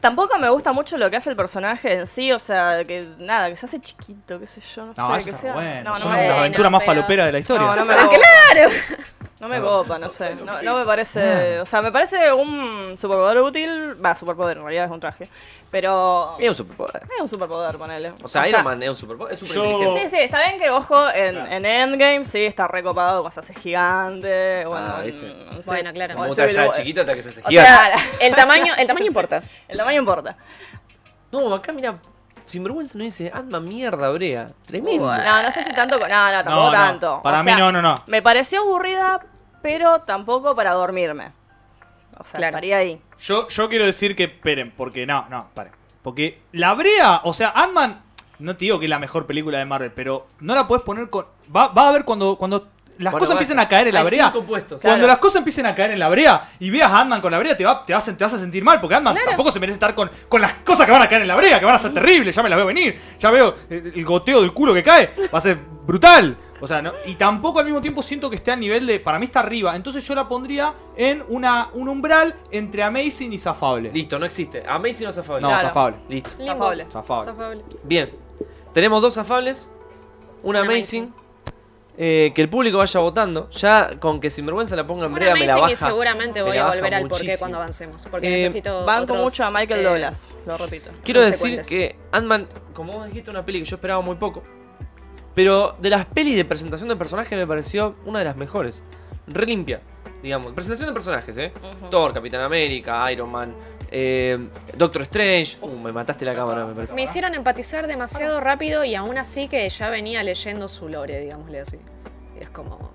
Speaker 4: tampoco me gusta mucho lo que hace el personaje en sí, o sea, que nada, que se hace chiquito, qué sé yo, no,
Speaker 2: No,
Speaker 4: sé,
Speaker 2: eso
Speaker 4: que
Speaker 2: está
Speaker 4: sea.
Speaker 2: bueno.
Speaker 4: No, no,
Speaker 2: Son
Speaker 4: me,
Speaker 2: las
Speaker 3: Bueno,
Speaker 2: aventuras más
Speaker 3: pero-
Speaker 2: faloperas de la historia.
Speaker 4: no, no me
Speaker 3: Ah,
Speaker 4: copa.
Speaker 3: claro.
Speaker 4: No me copa, no sé. No, no me parece. O sea, me parece un superpoder útil. Va, superpoder, en realidad es un traje. Pero.
Speaker 1: Es un superpoder.
Speaker 4: Es un superpoder, ponele.
Speaker 1: O sea, Iron Man es un superpoder. Es
Speaker 2: yo-
Speaker 1: superinteligencia.
Speaker 4: Sí, sí, está bien que, ojo, en,
Speaker 2: Claro.
Speaker 4: en Endgame sí está recopado, cosas así gigante. Bueno, mm,
Speaker 1: Ah, ¿viste?
Speaker 4: no sé.
Speaker 3: Bueno, claro.
Speaker 4: O en
Speaker 1: Como te
Speaker 4: Civil
Speaker 1: esa
Speaker 4: War.
Speaker 1: chiquita hasta que se hace
Speaker 4: O
Speaker 3: O
Speaker 1: gigante.
Speaker 3: sea,
Speaker 4: Claro.
Speaker 3: el tamaño, el tamaño importa.
Speaker 4: El tamaño importa.
Speaker 1: No, acá mira, sinvergüenza no dice Ant-Man mierda, brea. Tremendo.
Speaker 4: No, no sé si tanto. con- No, no, tampoco
Speaker 2: No, no.
Speaker 4: tanto.
Speaker 2: Para
Speaker 4: O
Speaker 2: mí
Speaker 4: sea,
Speaker 2: no, no, no.
Speaker 4: Me pareció aburrida, pero tampoco para dormirme. O sea,
Speaker 3: Claro.
Speaker 4: estaría ahí.
Speaker 2: Yo, yo quiero decir que esperen, porque no, no, paren. Porque la brea, o sea, Ant-Man, no te digo que es la mejor película de Marvel, pero no la puedes poner con. Va, va a ver cuando, cuando
Speaker 1: Bueno,
Speaker 2: las cosas
Speaker 1: basta.
Speaker 2: empiecen a caer en la
Speaker 1: Hay
Speaker 2: brea.
Speaker 1: cinco puestos.
Speaker 2: Cuando
Speaker 4: Claro.
Speaker 2: las cosas empiecen a caer en la brea y veas a Ant-Man con la brea, te, va, te, vas, a- te vas a sentir mal, porque Ant-Man tampoco se merece estar con, con las cosas que van a caer en la brea, que van a ser terribles. Ya me las veo venir, ya veo eh, el goteo del culo que cae, va a ser brutal. O sea, no, y tampoco al mismo tiempo siento que esté a nivel de. Para mí está arriba, entonces yo la pondría en una, un umbral entre Amazing y Zafable.
Speaker 1: Listo, no existe. Amazing no es afable.
Speaker 2: No,
Speaker 4: Claro.
Speaker 2: Zafable.
Speaker 1: Listo.
Speaker 4: Zafable.
Speaker 2: Zafable.
Speaker 1: Bien. Tenemos dos afables. Una
Speaker 3: Una
Speaker 1: amazing. eh, que el público vaya votando. Ya con que sinvergüenza la ponga en
Speaker 3: Bueno,
Speaker 1: brea me la
Speaker 3: amazing
Speaker 1: baja.
Speaker 3: y seguramente
Speaker 1: Me
Speaker 3: voy
Speaker 1: la
Speaker 3: a
Speaker 1: baja
Speaker 3: volver al porqué
Speaker 1: muchísimo.
Speaker 3: cuando avancemos. Porque
Speaker 1: Eh,
Speaker 3: necesito.
Speaker 4: Banco
Speaker 3: otros,
Speaker 4: mucho a Michael
Speaker 3: eh,
Speaker 4: Douglas, lo repito.
Speaker 1: Quiero decir
Speaker 3: consecuentes.
Speaker 1: que Ant-Man, como vos dijiste, una peli que yo esperaba muy poco. Pero de las pelis de presentación de personajes me pareció una de las mejores. Re limpia, digamos. Presentación de personajes, ¿eh?
Speaker 4: Ujú.
Speaker 1: Thor, Capitán América, Iron Man, eh, Doctor Strange. Uh, me mataste la cámara, me parece.
Speaker 3: Me hicieron empatizar demasiado rápido y aún así que ya venía leyendo su lore, digámosle así. Es como.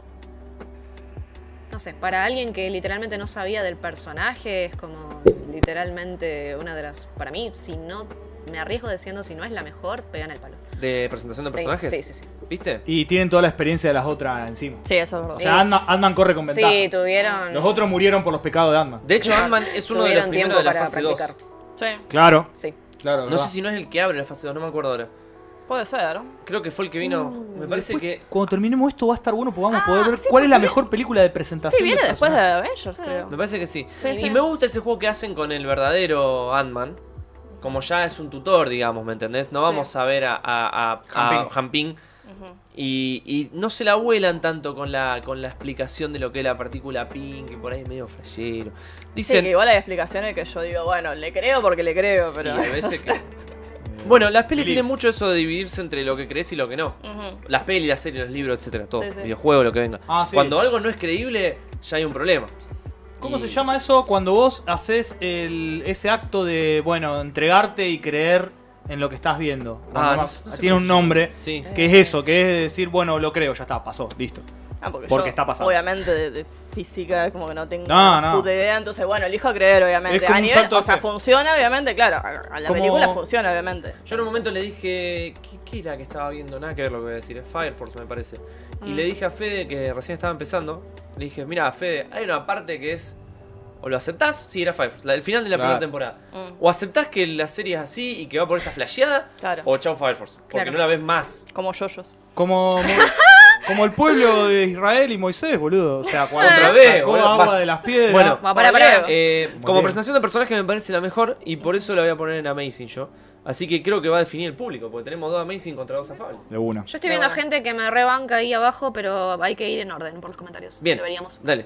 Speaker 3: No sé, para alguien que literalmente no sabía del personaje, es como literalmente una de las. Para mí, si no. Me arriesgo diciendo si no es la mejor, pegan el palo.
Speaker 1: ¿De presentación de personajes?
Speaker 3: Sí, sí, sí.
Speaker 1: ¿Viste?
Speaker 2: Y tienen toda la experiencia de las otras encima.
Speaker 4: Sí, eso es verdad.
Speaker 2: O sea,
Speaker 3: Es-
Speaker 2: Ant-Man Ant-Man corre con ventaja.
Speaker 3: Sí, tuvieron.
Speaker 2: Los otros murieron por los pecados de Ant-Man.
Speaker 1: De hecho, Ant-Man es uno de los
Speaker 3: Tuvieron
Speaker 1: primeros de la
Speaker 3: tiempo
Speaker 1: fase
Speaker 3: para
Speaker 1: 2.
Speaker 3: practicar.
Speaker 4: Sí,
Speaker 2: Claro,
Speaker 3: Sí.
Speaker 2: claro.
Speaker 1: No sé si no es el que abre la fase 2, no me acuerdo ahora.
Speaker 4: puede ser.
Speaker 1: Creo que fue el que vino.
Speaker 3: Uh,
Speaker 1: me parece que.
Speaker 2: Cuando terminemos esto va a estar bueno porque vamos a
Speaker 3: Ah,
Speaker 2: poder ver cuál es la mejor película de presentación.
Speaker 4: Sí, viene
Speaker 2: de
Speaker 4: después de
Speaker 2: personaje.
Speaker 4: Avengers, creo.
Speaker 1: Me parece que sí.
Speaker 4: Sí,
Speaker 1: y
Speaker 4: sí.
Speaker 1: me gusta ese juego que hacen con el verdadero Ant-Man. Como ya es un tutor, digamos, ¿me entendés? No vamos a ver a, a, a- a
Speaker 2: Hanping.
Speaker 1: Hanping.
Speaker 4: Ujú.
Speaker 1: Y, y no se la vuelan tanto con la, con la explicación de lo que es la partícula pin, que por ahí es medio flashero.
Speaker 4: Sí,
Speaker 1: Dicen.
Speaker 4: que igual hay explicaciones que yo digo, bueno, le creo porque le creo,
Speaker 1: y
Speaker 4: pero.
Speaker 1: a veces que. Bueno, las pelis
Speaker 2: Felipe.
Speaker 1: tienen mucho eso de dividirse entre lo que crees y lo que no.
Speaker 4: Ujú.
Speaker 1: Las pelis, las series, los libros, etcétera, todo.
Speaker 4: Sí, sí.
Speaker 1: Videojuego, lo que venga.
Speaker 2: Ah, sí.
Speaker 1: Cuando algo no es creíble, ya hay un problema.
Speaker 2: ¿Cómo
Speaker 1: Y-
Speaker 2: se llama eso cuando vos haces el, ese acto de, bueno, entregarte y creer en lo que estás viendo?
Speaker 1: Ah,
Speaker 2: Bueno,
Speaker 1: no sé- no sé
Speaker 2: tiene
Speaker 1: cómo
Speaker 2: un
Speaker 1: se-
Speaker 2: nombre
Speaker 1: Sí.
Speaker 2: que es eso, que es decir, bueno, lo creo, ya está, pasó, listo.
Speaker 4: Ah, porque
Speaker 2: Porque
Speaker 4: yo,
Speaker 2: está pasando.
Speaker 4: Obviamente, de, de física, como que no tengo
Speaker 2: No, no.
Speaker 4: puta idea, entonces, bueno, elijo creer,
Speaker 2: Es
Speaker 4: obviamente.
Speaker 2: como
Speaker 4: A
Speaker 2: un
Speaker 4: nivel,
Speaker 2: salto
Speaker 4: o
Speaker 2: de
Speaker 4: sea,
Speaker 2: fe.
Speaker 4: funciona, obviamente, claro. A, a la
Speaker 2: Como-
Speaker 4: película funciona, obviamente.
Speaker 1: Yo en un momento le dije, ¿qué, qué era que estaba viendo? Nada que ver lo que voy a decir, es Fire Force me parece. Y
Speaker 3: Mm.
Speaker 1: le dije a Fede, que recién estaba empezando, le dije, mira, Fede, hay una parte que es, o lo aceptás, sí, era Fire Force, la- el final de la primera
Speaker 2: Claro.
Speaker 1: temporada.
Speaker 4: Mm,
Speaker 1: O aceptás que la serie es así y que va por esta flasheada,
Speaker 4: Claro.
Speaker 1: o chau Fire Force, porque
Speaker 3: Claro.
Speaker 1: no la ves más.
Speaker 4: Como yoyos.
Speaker 2: Como, como el pueblo de Israel y Moisés, boludo. O sea, cuando
Speaker 1: Otra vez,
Speaker 2: sacó
Speaker 1: boludo,
Speaker 2: agua
Speaker 1: va.
Speaker 2: de las piedras.
Speaker 1: Bueno,
Speaker 3: Va, para, para.
Speaker 1: Eh, como
Speaker 2: bien.
Speaker 1: presentación de personaje me parece la mejor y por eso la voy a poner en Amazing yo. Así que creo que va a definir el público, porque tenemos dos Amazing contra dos afables.
Speaker 2: de una.
Speaker 3: Yo estoy viendo
Speaker 4: Pero bueno.
Speaker 3: gente que me rebanca ahí abajo, pero hay que ir en orden por los comentarios.
Speaker 1: Bien,
Speaker 3: Deberíamos. Ah.
Speaker 1: dale.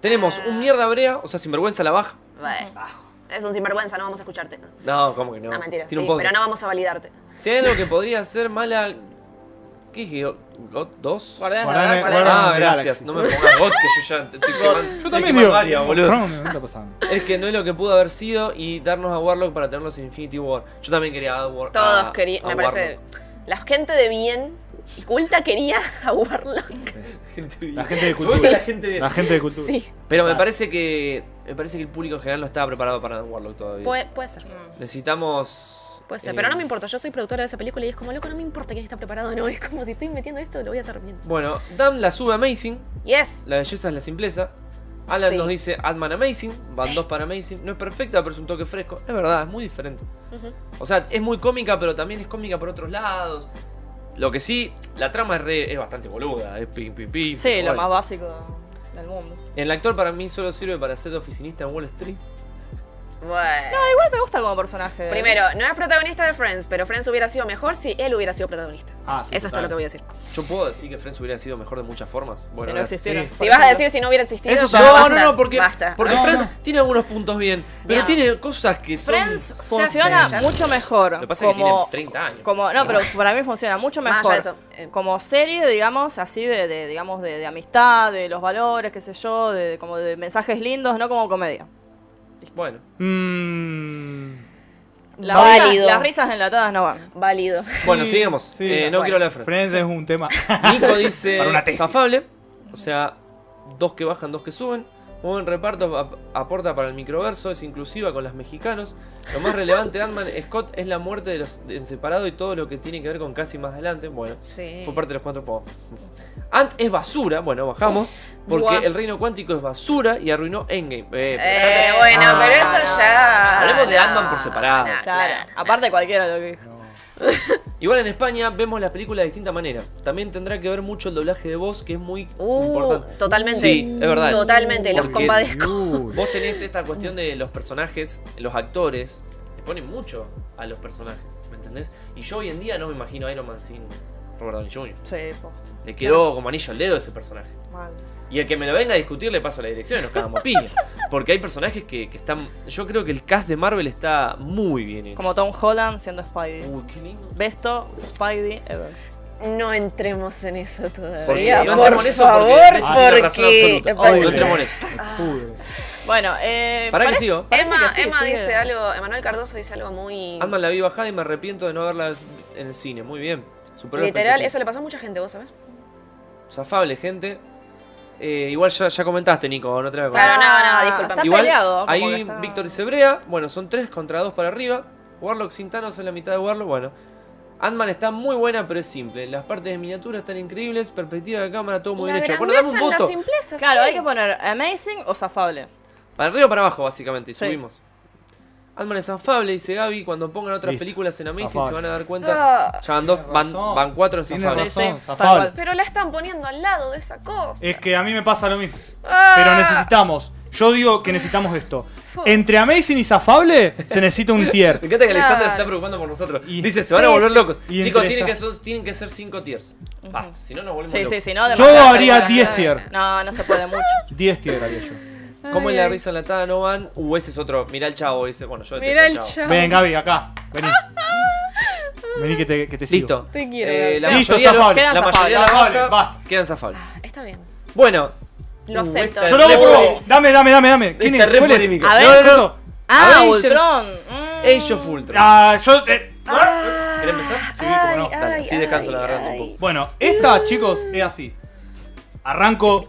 Speaker 1: Tenemos un mierda brea, o sea, sinvergüenza la baja.
Speaker 3: Bueno, es un sinvergüenza, no vamos a escucharte. No,
Speaker 1: No, ¿cómo que no?
Speaker 3: Ah, mentira, sí,
Speaker 1: Tiene un
Speaker 3: pero
Speaker 1: podcast.
Speaker 3: no vamos a validarte.
Speaker 1: Si hay algo que podría ser mala. ¿Qué dije? ¿Go- ¿Got 2?
Speaker 4: Guardianes de la
Speaker 2: Guardianes-
Speaker 4: Galaxia.
Speaker 3: Guardianes
Speaker 1: Ah,
Speaker 2: de la
Speaker 1: gracias.
Speaker 2: Galaxy.
Speaker 1: No me pongas God, que yo ya te estoy quemando.
Speaker 2: Yo
Speaker 1: Te
Speaker 2: también
Speaker 1: quemé
Speaker 2: digo.
Speaker 1: varias, boludo.
Speaker 2: Trump, ¿qué está pasando?
Speaker 1: Es que no es lo que pudo haber sido y darnos a Warlock para tenerlos en Infinity War. Yo también quería a War.
Speaker 3: Todos
Speaker 1: a-
Speaker 3: querían,
Speaker 1: Ah, a
Speaker 3: me parece.
Speaker 1: Warlock.
Speaker 3: La gente de bien y culta quería a Warlock.
Speaker 1: Gente bien.
Speaker 2: La gente de
Speaker 1: Me
Speaker 2: cultura.
Speaker 1: gusta la gente bien.
Speaker 2: La gente de cultura.
Speaker 3: Sí,
Speaker 1: Pero me parece que. Me parece que el público en general no estaba preparado para Warlock todavía.
Speaker 3: puede, puede ser.
Speaker 1: Necesitamos.
Speaker 3: Puede ser,
Speaker 1: eh,
Speaker 3: pero no me importa. Yo soy productora de esa película y es como loco, no me importa quién está preparado o no. Es como si estoy metiendo esto, lo voy a hacer bien.
Speaker 1: Bueno, Dan la sube a Amazing.
Speaker 3: Yes.
Speaker 1: La belleza es la simpleza. Alan
Speaker 3: Sí.
Speaker 1: nos dice Adman Amazing, van dos para Amazing. No es perfecta, pero es un toque fresco. Es verdad, es muy diferente.
Speaker 3: Ujú.
Speaker 1: O sea, es muy cómica, pero también es cómica por otros lados. Lo que sí, la trama es, re- es bastante boluda. Es pi, pi, pi,
Speaker 4: Sí, lo
Speaker 1: igual.
Speaker 4: más básico del mundo.
Speaker 1: El actor para mí solo sirve para ser oficinista en Wall Street.
Speaker 3: Bueno.
Speaker 4: Igual me gusta como personaje.
Speaker 3: Primero, no es protagonista de Friends, pero Friends hubiera sido mejor si él hubiera sido protagonista.
Speaker 2: Ah, sí,
Speaker 3: Eso es todo
Speaker 2: total.
Speaker 3: lo que voy a decir.
Speaker 1: Yo puedo decir que Friends hubiera sido mejor de muchas formas.
Speaker 4: si
Speaker 1: Bueno,
Speaker 4: no
Speaker 1: ahora sí.
Speaker 4: existiera. por
Speaker 3: Si vas a
Speaker 4: ejemplo.
Speaker 3: decir si no hubiera existido,
Speaker 2: Eso
Speaker 3: ya
Speaker 2: sí.
Speaker 1: No,
Speaker 3: basta,
Speaker 1: no, no, porque,
Speaker 3: basta.
Speaker 1: porque
Speaker 2: No,
Speaker 1: Friends
Speaker 2: no.
Speaker 1: tiene algunos puntos bien, pero
Speaker 3: Bien.
Speaker 1: tiene cosas que son.
Speaker 4: Friends
Speaker 1: Lo
Speaker 4: funciona
Speaker 3: sé, ya
Speaker 4: mucho mejor.
Speaker 1: que pasa es que tiene
Speaker 4: como,
Speaker 1: 30 años.
Speaker 4: como, no, pero para mí funciona mucho
Speaker 3: Más allá
Speaker 4: mejor.
Speaker 3: de eso, eh.
Speaker 4: Como serie, digamos, así de, de- digamos, de, de amistad, de los valores, qué sé yo, de, como de mensajes lindos, no como comedia.
Speaker 1: Bueno,
Speaker 2: Mm,
Speaker 4: La
Speaker 3: Válido.
Speaker 4: risa- las risas enlatadas no van.
Speaker 3: Válido.
Speaker 1: bueno, sigamos.
Speaker 2: sí.
Speaker 1: Eh, no
Speaker 3: Bueno.
Speaker 1: quiero hablar de Friends.
Speaker 2: Friends es un tema.
Speaker 1: Nico dice
Speaker 2: Para una tesis.
Speaker 1: zafable, o sea, dos que bajan, dos que suben. Un buen reparto ap- aporta para el microverso, es inclusiva con los mexicanos. Lo más relevante de Ant-Man Scott es la muerte de los en separado y todo lo que tiene que ver con casi más adelante. Bueno,
Speaker 3: Sí.
Speaker 1: fue parte de los cuatro fuegos. Ant es basura, bueno, bajamos, porque
Speaker 3: Buah.
Speaker 1: el reino cuántico es basura y arruinó Endgame. Eh, pero ya
Speaker 3: Eh,
Speaker 1: te-
Speaker 3: bueno,
Speaker 1: Ah,
Speaker 3: pero eso
Speaker 4: no.
Speaker 3: ya.
Speaker 1: Hablemos de
Speaker 3: no,
Speaker 1: Ant-Man por separado.
Speaker 3: no,
Speaker 4: Claro. Aparte cualquiera de lo que dijo.
Speaker 1: Igual en España vemos las películas de distinta manera. También tendrá que ver mucho el doblaje de voz, que es muy
Speaker 3: Uh,
Speaker 1: importante.
Speaker 3: totalmente.
Speaker 1: Sí, es verdad.
Speaker 3: Totalmente, los
Speaker 1: Porque
Speaker 3: compadezco.
Speaker 2: Uh,
Speaker 1: Vos tenés esta cuestión de los personajes, los actores, le ponen mucho a los personajes, ¿me entendés? Y yo hoy en día no me imagino a Iron Man sin Robert Downey Jr.
Speaker 4: Sí, posta,
Speaker 1: Le quedó como anillo al dedo ese personaje.
Speaker 4: mal.
Speaker 1: Y el que me lo venga a discutir le paso la dirección y nos cagamos a piña. Porque hay personajes que, que están. Yo creo que el cast de Marvel está muy bien hecho.
Speaker 4: Como Tom Holland siendo Spidey.
Speaker 1: Uy, qué lindo.
Speaker 4: Besto, Spidey ever.
Speaker 3: No entremos en eso todavía.
Speaker 1: Porque no
Speaker 3: ah, por
Speaker 1: entremos en eso porque
Speaker 3: favor,
Speaker 1: Nacho tiene
Speaker 3: porque.
Speaker 1: razón absoluta.
Speaker 3: porque-
Speaker 1: No entremos en eso.
Speaker 4: Ah.
Speaker 2: pudre.
Speaker 4: Bueno, eh.
Speaker 1: Pará que
Speaker 4: parece-
Speaker 1: sigo.
Speaker 4: parece
Speaker 3: Emma,
Speaker 4: que sí,
Speaker 3: Emma
Speaker 4: sigue.
Speaker 3: dice algo. Emanuel Cardoso dice algo muy.
Speaker 1: Ant-Man la vi bajada y me arrepiento de no verla en el cine. Muy bien. Superó
Speaker 3: Literal,
Speaker 1: las
Speaker 3: eso le pasó a mucha gente, vos sabés.
Speaker 1: Zafable, gente. Eh, igual ya, ya comentaste, Nico, no te la voy a
Speaker 3: Claro,
Speaker 1: contar.
Speaker 3: no, no,
Speaker 4: Está-
Speaker 3: disculpame.
Speaker 4: Está
Speaker 1: Igual,
Speaker 4: peleado. como que
Speaker 1: ahí
Speaker 4: está-
Speaker 1: Víctor dice Brea. Bueno, son 3 contra 2 para arriba. Warlock sin Thanos en la mitad de Warlock. Bueno, Ant-Man está muy buena, pero es simple. Las partes de miniatura están increíbles. Perspectiva de cámara, todo muy
Speaker 3: La
Speaker 1: bien hecho. Bueno,
Speaker 3: grandeza
Speaker 1: dame un
Speaker 3: en la
Speaker 1: voto.
Speaker 3: simpleza,
Speaker 4: Claro,
Speaker 3: sí.
Speaker 4: hay que poner amazing o zafable.
Speaker 1: Para arriba o para abajo, básicamente. Y
Speaker 4: Sí.
Speaker 1: subimos. Ant-Man es zafable, dice Gaby. Cuando pongan otras
Speaker 2: Listo.
Speaker 1: películas en Amazing
Speaker 2: Zafable.
Speaker 1: se van a dar cuenta.
Speaker 3: Ah.
Speaker 1: Ya van, dos,
Speaker 2: Tiene
Speaker 1: van,
Speaker 2: razón.
Speaker 1: van 4 en
Speaker 2: Tiene
Speaker 1: zafable.
Speaker 2: razón,
Speaker 4: Sí, sí, tal
Speaker 2: zafable.
Speaker 4: cual.
Speaker 3: Pero la están poniendo al lado de esa cosa.
Speaker 2: Es que a mí me pasa lo mismo.
Speaker 3: Ah.
Speaker 2: Pero necesitamos, yo digo que necesitamos esto.
Speaker 3: Fu.
Speaker 2: Entre Amazing y Zafable se necesita un
Speaker 1: Me
Speaker 2: tier.
Speaker 1: encanta que Alexander
Speaker 3: Claro.
Speaker 1: se está preocupando por nosotros.
Speaker 2: Y-
Speaker 1: Dice, se van a
Speaker 3: Sí,
Speaker 1: volver
Speaker 3: sí.
Speaker 1: locos.
Speaker 2: Y
Speaker 1: Chicos,
Speaker 2: interesa.
Speaker 1: tienen que, son- tienen que ser cinco tiers. Basta, si no nos volvemos
Speaker 4: Sí, sí,
Speaker 1: locos.
Speaker 4: sí, no.
Speaker 2: Yo
Speaker 4: demasiado
Speaker 2: habría
Speaker 3: películas,
Speaker 2: 10
Speaker 4: película.
Speaker 3: ¿sabes?
Speaker 2: tier.
Speaker 4: No, no se puede mucho.
Speaker 2: 10 tier haría yo.
Speaker 1: Como en la
Speaker 3: Ay, ay.
Speaker 1: risa enlatada no
Speaker 4: Ah.
Speaker 1: van. Uh, ese es otro. Mirá el chavo, dice. Bueno, yo detesto
Speaker 3: Mirá
Speaker 1: al
Speaker 3: el
Speaker 1: chavo.
Speaker 3: chavo.
Speaker 2: Ven, Gaby, acá. Vení. Vení que te, que te sigo.
Speaker 1: Listo.
Speaker 3: Te quiero,
Speaker 1: Eh,
Speaker 3: Gabriel.
Speaker 1: la
Speaker 2: Listo,
Speaker 1: mayoría, lo-
Speaker 2: zafable.
Speaker 1: la
Speaker 4: Quedan
Speaker 1: mayoría de
Speaker 2: zafables,
Speaker 1: la baja
Speaker 2: basta.
Speaker 1: quedan zafables.
Speaker 3: Ah, Está bien.
Speaker 1: Bueno,
Speaker 3: Lo
Speaker 1: Uh,
Speaker 3: acepto.
Speaker 1: esta-
Speaker 2: Yo lo
Speaker 1: Re
Speaker 2: hago
Speaker 1: polémica.
Speaker 2: pro. Dame, dame, dame, dame. ¿Quién
Speaker 1: Esta
Speaker 2: es?
Speaker 1: re
Speaker 2: ¿Cuál es?
Speaker 1: polémica.
Speaker 4: A ver.
Speaker 2: No, no, no.
Speaker 4: Ah,
Speaker 1: Avengers.
Speaker 4: Ultron. Mm.
Speaker 1: Age of Ultron.
Speaker 2: Ah, yo. eh,
Speaker 3: Ah,
Speaker 1: ¿Querés empezar?
Speaker 2: Sí, cómo no.
Speaker 1: Dale, así descanso la garganta un poco.
Speaker 2: Bueno, esta, chicos, es así. Arranco.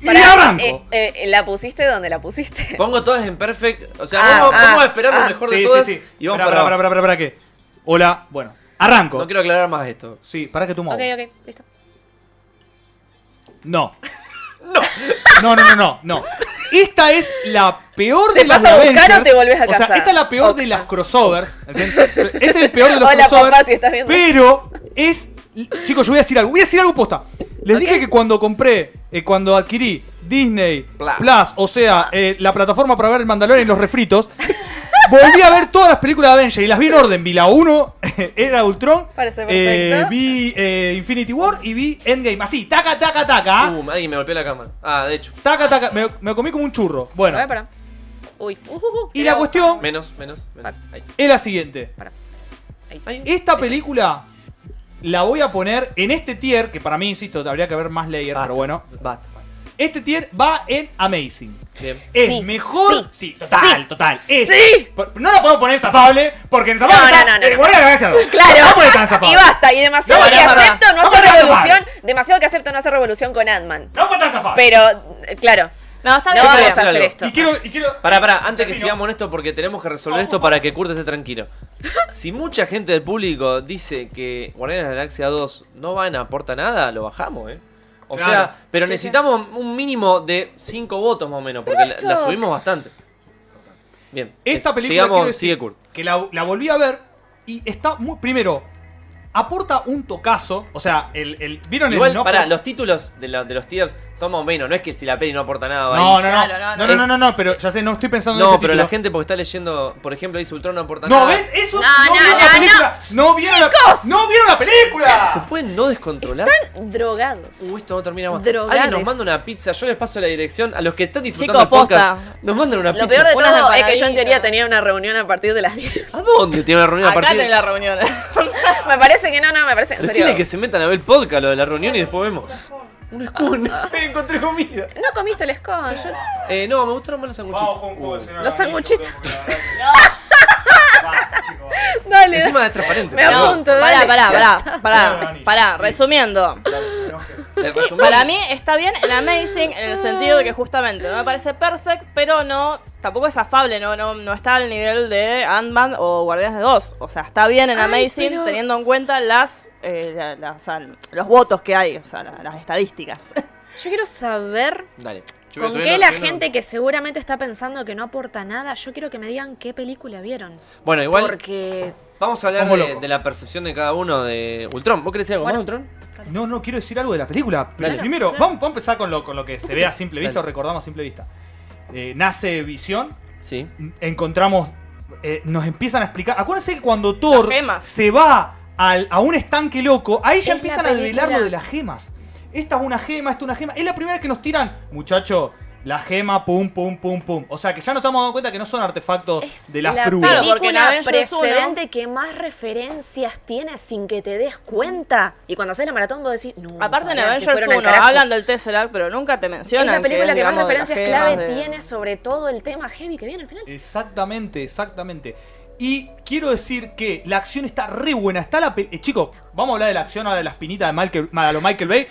Speaker 2: Y
Speaker 3: Pará,
Speaker 2: arranco.
Speaker 3: eh, eh, ¿La pusiste donde la pusiste?
Speaker 1: Pongo todas en perfect. O sea,
Speaker 3: Ah,
Speaker 1: vamos,
Speaker 3: ah,
Speaker 1: vamos a esperar lo
Speaker 3: ah.
Speaker 1: mejor de todas y vamos
Speaker 2: Pará,
Speaker 1: para,
Speaker 2: pará, pará, pará, pará, ¿qué? Hola, bueno. Arranco.
Speaker 1: No quiero aclarar más esto.
Speaker 2: Sí, para que tú
Speaker 3: Ok,
Speaker 2: muevas.
Speaker 3: ok, listo.
Speaker 2: No. No. No, no, no, no. Esta es la peor
Speaker 3: ¿Te
Speaker 2: de las
Speaker 3: vas a buscar
Speaker 2: Avengers.
Speaker 3: o te volvés a
Speaker 2: O sea,
Speaker 3: casa?
Speaker 2: esta es la peor
Speaker 3: Ok.
Speaker 2: de las crossovers. Este es el peor de los
Speaker 3: Hola,
Speaker 2: crossovers.
Speaker 3: papá, si estás viendo
Speaker 2: pero es. Chicos, yo voy a decir algo. Voy a decir algo posta. Les
Speaker 3: Ok.
Speaker 2: dije que cuando compré, eh, cuando adquirí Disney
Speaker 1: Plus.
Speaker 2: Plus, o sea, eh, la plataforma para ver el Mandalorian y los refritos, volví a ver todas las películas de Avengers y las vi en orden. Vi la 1, era Ultron.
Speaker 3: Parece
Speaker 2: eh,
Speaker 3: perfecto.
Speaker 2: vi eh, Infinity War y vi Endgame. Así, taca, taca, taca.
Speaker 1: Uh, alguien me golpeó la cama. Ah, de hecho.
Speaker 2: Taca, taca. Me, me comí como un churro. Bueno.
Speaker 3: A ver, pará. Uy. Uh, uh, uh.
Speaker 2: Y la cuestión
Speaker 1: Menos, menos, menos. Ahí.
Speaker 2: es la siguiente.
Speaker 1: Ahí.
Speaker 2: Esta película la voy a poner en este tier, que para mí, insisto, habría que haber más layer,
Speaker 1: Basta,
Speaker 2: pero bueno.
Speaker 1: Basta.
Speaker 2: Este tier va en Amazing.
Speaker 1: Bien.
Speaker 2: Es
Speaker 3: Sí,
Speaker 2: mejor.
Speaker 3: sí,
Speaker 2: Sí, total,
Speaker 3: sí,
Speaker 2: total. Es-
Speaker 3: sí.
Speaker 2: Por- No la podemos poner en zafable, porque en zafable.
Speaker 3: No,
Speaker 2: está
Speaker 3: no, no, no.
Speaker 2: el Guardián de la Galaxia dos. No la podemos poner tan
Speaker 3: Claro,
Speaker 2: zafable.
Speaker 3: y basta, y demasiado
Speaker 2: No,
Speaker 3: que
Speaker 2: pará, pará.
Speaker 3: acepto no
Speaker 2: No,
Speaker 3: hacer
Speaker 2: pará,
Speaker 3: revolución, demasiado que acepto no hacer revolución con Ant-Man.
Speaker 2: No la podemos poner tan zafable.
Speaker 3: Pero, eh, claro,
Speaker 4: No, está
Speaker 3: no
Speaker 4: bien.
Speaker 1: quiero
Speaker 3: vamos
Speaker 1: hacer
Speaker 3: a hacer
Speaker 1: algo.
Speaker 3: esto.
Speaker 2: Y quiero. Y quiero
Speaker 1: Pará, pará, antes que
Speaker 2: Termino.
Speaker 1: sigamos en esto porque tenemos que resolver esto para que Kurt esté tranquilo. Si mucha gente del público dice que Guardianes de la Galaxia 2 no van a aportar nada, lo bajamos, ¿eh? O
Speaker 2: Claro.
Speaker 1: sea, pero necesitamos un mínimo de 5 votos más o menos, porque la,
Speaker 3: esto-
Speaker 1: la subimos bastante. Bien.
Speaker 2: Esta
Speaker 1: es-
Speaker 2: película quiero
Speaker 1: Sigamos,
Speaker 2: decir
Speaker 1: sigue Kurt.
Speaker 2: que la, la volví a ver y está muy. Primero, aporta un tocazo. O sea, el. el ¿Vieron
Speaker 1: Igual,
Speaker 2: el no?
Speaker 1: pará, los títulos de, la- de los tiers son más o menos. No es que si la peli no aporta nada, va
Speaker 2: No,
Speaker 1: ahí.
Speaker 2: no, no. no,
Speaker 4: Claro, no,
Speaker 2: no,
Speaker 1: no.
Speaker 2: no, no, no, pero ya sé, no estoy pensando en
Speaker 1: No,
Speaker 2: ese
Speaker 1: pero
Speaker 2: título.
Speaker 1: la gente porque está leyendo, por ejemplo, dice Ultron no aporta
Speaker 2: No,
Speaker 1: nada.
Speaker 2: ¿ves? Eso
Speaker 3: No,
Speaker 2: no,
Speaker 3: no,
Speaker 2: vieron
Speaker 3: no,
Speaker 2: la película. No, vieron la
Speaker 3: Chicos.
Speaker 2: No vieron la
Speaker 1: ¿Se
Speaker 2: película.
Speaker 1: pueden no descontrolar?
Speaker 3: Drogados.
Speaker 1: Uh, esto no termina más.
Speaker 3: Drogades.
Speaker 1: Alguien nos manda una pizza, yo les paso la dirección a los que están disfrutando
Speaker 4: Chicos,
Speaker 1: el podcast.
Speaker 4: posta.
Speaker 1: Nos mandan una
Speaker 3: Lo
Speaker 1: pizza.
Speaker 3: peor de
Speaker 4: Unas
Speaker 3: todo es que yo en
Speaker 4: empanaditas.
Speaker 3: teoría tenía una reunión a partir de las 10.
Speaker 1: ¿A dónde tiene una reunión a
Speaker 4: Acá
Speaker 1: partir?
Speaker 4: tenés la reunión.
Speaker 3: me parece que no, no, me parece en
Speaker 1: Decirle
Speaker 3: serio.
Speaker 1: que se metan a ver el podcast, lo de la reunión y después vemos. Un escuna. Encontré comida.
Speaker 3: No comiste el scone. yo-
Speaker 1: Eh, no, me gustaron más los sanguchitos.
Speaker 2: señor.
Speaker 3: Los sanguchitos. Dale.
Speaker 1: Encima de transparente.
Speaker 3: Me
Speaker 1: perdón.
Speaker 3: apunto.
Speaker 4: Pará,
Speaker 3: dale.
Speaker 4: pará, pará,
Speaker 2: Dale,
Speaker 4: pará,
Speaker 2: Dani.
Speaker 4: pará, resumiendo.
Speaker 1: El resumen.
Speaker 4: Para mí está bien el Amazing en el sentido de que justamente no me parece perfect, pero no, tampoco es afable, no, no, no está al nivel de Ant-Man o Guardianes de 2. O sea, está bien en
Speaker 3: Ay,
Speaker 4: Amazing
Speaker 3: pero-
Speaker 4: teniendo en cuenta las, eh, la- la- o sea, los votos que hay, o sea, la- las estadísticas.
Speaker 3: Yo quiero saber
Speaker 1: Dale. Yo voy
Speaker 3: con
Speaker 1: a-
Speaker 3: qué
Speaker 1: todavía no-
Speaker 3: la
Speaker 1: todavía no-
Speaker 3: gente que seguramente está pensando que no aporta nada, yo quiero que me digan qué película vieron.
Speaker 1: Bueno, igual
Speaker 3: Porque.
Speaker 1: vamos a hablar
Speaker 2: Pongo
Speaker 1: de,
Speaker 2: loco.
Speaker 1: de la percepción de cada uno de Ultron. ¿Vos querés decir algo más,
Speaker 3: Bueno.
Speaker 1: Ultron?
Speaker 2: No, no, quiero decir algo de la película. Pero
Speaker 1: Dale.
Speaker 2: primero,
Speaker 3: Claro.
Speaker 2: Vamos, vamos a empezar con lo, con lo que se ve a simple vista,
Speaker 1: Dale.
Speaker 2: o recordamos a simple vista. Eh, nace Visión,
Speaker 1: Sí.
Speaker 2: encontramos, eh, nos empiezan a explicar. Acuérdense que cuando Thor
Speaker 4: Las gemas.
Speaker 2: se va al- a un estanque loco, ahí ya
Speaker 3: Es
Speaker 2: empiezan
Speaker 3: la
Speaker 2: a develar
Speaker 3: película.
Speaker 2: lo de las gemas. Esta es una gema, esta es una gema. Es la primera vez que nos tiran, muchacho, la gema, pum, pum, pum, pum. O sea que ya nos estamos dando cuenta que no son artefactos
Speaker 3: Es
Speaker 2: de la,
Speaker 3: la
Speaker 2: fruta.
Speaker 4: Claro, porque en
Speaker 3: película
Speaker 4: Avengers uno-
Speaker 3: precedente que más referencias tiene sin que te des cuenta. Y cuando haces la maratón vos decís, no.
Speaker 4: Aparte en
Speaker 3: pará, se
Speaker 4: Avengers
Speaker 3: fueron al
Speaker 4: 1
Speaker 3: carajo.
Speaker 4: hablan del Tesseract, pero nunca te
Speaker 3: Es
Speaker 4: mencionan.
Speaker 3: la película
Speaker 4: es,
Speaker 3: que, más
Speaker 4: digamos, de las
Speaker 3: referencias
Speaker 4: gemas,
Speaker 3: clave
Speaker 4: de-
Speaker 3: tiene sobre todo el tema heavy que viene al final.
Speaker 2: Exactamente, exactamente. Y quiero decir que la acción está re buena. Está la pe- eh, chicos, vamos a hablar de la acción ahora de la espinita de Michael, a lo Michael Bay.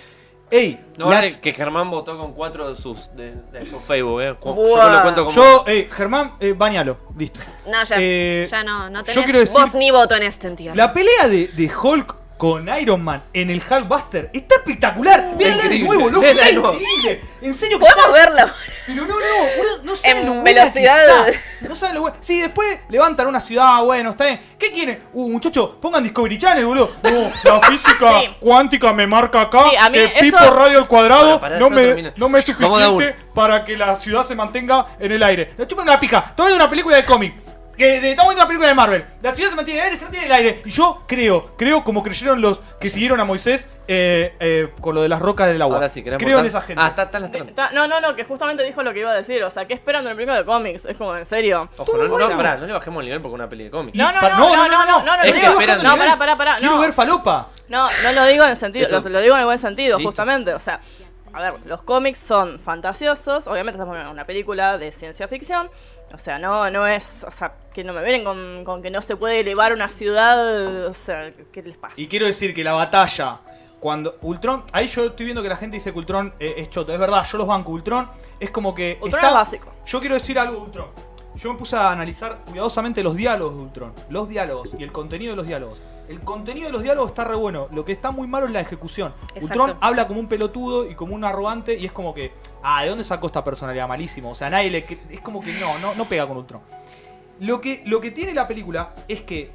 Speaker 2: Ey,
Speaker 1: No
Speaker 2: la
Speaker 1: vale
Speaker 2: ac-
Speaker 1: que Germán votó con cuatro de sus, de, de su Facebook, eh. Cu-
Speaker 3: Buah.
Speaker 1: Yo no lo cuento como.
Speaker 2: yo, eh, Germán, eh, bañalo. Listo.
Speaker 3: No, ya,
Speaker 2: Eh,
Speaker 3: ya no, no
Speaker 2: yo quiero
Speaker 3: tenés
Speaker 2: decir-
Speaker 3: voz ni voto en este sentido.
Speaker 2: La pelea de, de Hulk con Iron Man en el Hulkbuster está espectacular. Véanla de
Speaker 1: Uh, Increíble.
Speaker 2: nuevo, loco,
Speaker 1: Véanla
Speaker 2: está
Speaker 1: de nuevo.
Speaker 2: increíble. En serio, que
Speaker 3: Podemos
Speaker 2: está-
Speaker 3: verlo.
Speaker 2: Pero no, no, no, no saben
Speaker 3: En
Speaker 2: lo buena
Speaker 3: velocidad.
Speaker 2: que está. No saben lo bueno. Sí, después levantan una ciudad, bueno, está bien. ¿Qué quieren? Uh, muchachos, pongan Discovery Channel, boludo. No, la física
Speaker 4: Sí.
Speaker 2: cuántica me marca acá.
Speaker 4: Sí, a mí
Speaker 2: que
Speaker 4: eso-
Speaker 2: pipo radio al cuadrado
Speaker 1: Pará, pará, no
Speaker 2: no, me,
Speaker 1: termina.
Speaker 2: no me es
Speaker 1: Vamos de a
Speaker 2: suficiente para que la ciudad se mantenga en el aire. La chupan una pija. Todavía una película de cómic. Que de- estamos viendo una película de Marvel. La ciudad se mantiene en el aire, se mantiene en el aire. Y yo creo, creo como creyeron los que siguieron a Moisés eh, eh, con lo de las rocas del agua.
Speaker 1: Ahora sí, queremos.
Speaker 2: creo en
Speaker 1: tan-
Speaker 2: esa gente.
Speaker 1: Ah, está, está en las trampas.
Speaker 4: Está- No, no, no, que justamente dijo lo que iba a decir. O sea, ¿qué esperan de una película de cómics? Es como, en serio.
Speaker 1: Ojo, no, no, pará, no le bajemos el nivel porque una peli de cómics.
Speaker 2: Y
Speaker 4: No, no,
Speaker 2: pa-
Speaker 4: no, no, no, no, no,
Speaker 1: Es que
Speaker 4: no, no,
Speaker 1: esperan-
Speaker 4: no, pará, pará, pará,
Speaker 2: Quiero
Speaker 4: no.
Speaker 2: ver falopa.
Speaker 4: No, no lo digo en el sentido,
Speaker 1: Eso.
Speaker 4: lo, lo digo en el buen sentido,
Speaker 1: Listo.
Speaker 4: justamente. O sea, a ver, los cómics son fantasiosos, obviamente estamos en una película de ciencia ficción. O sea, no, no es, o sea, que no me vienen con, con que no se puede elevar una ciudad, o sea, ¿qué les pasa?
Speaker 2: Y quiero decir que la batalla, cuando Ultron, ahí yo estoy viendo que la gente dice que Ultron eh, es choto, es verdad, yo los banco, Ultron es como que...
Speaker 4: Ultron es básico.
Speaker 2: Yo quiero decir algo, de Ultron. Yo me puse a analizar cuidadosamente los diálogos de Ultron, los diálogos y el contenido de los diálogos. El contenido de los diálogos está re bueno, lo que está muy malo es la ejecución.
Speaker 3: Exacto.
Speaker 2: Ultron habla como un pelotudo y como un arrogante y es como que, ah, ¿de dónde sacó esta personalidad? Malísimo, o sea, nadie le... cre- Es como que no, no, no pega con Ultron. Lo que, lo que tiene la película es que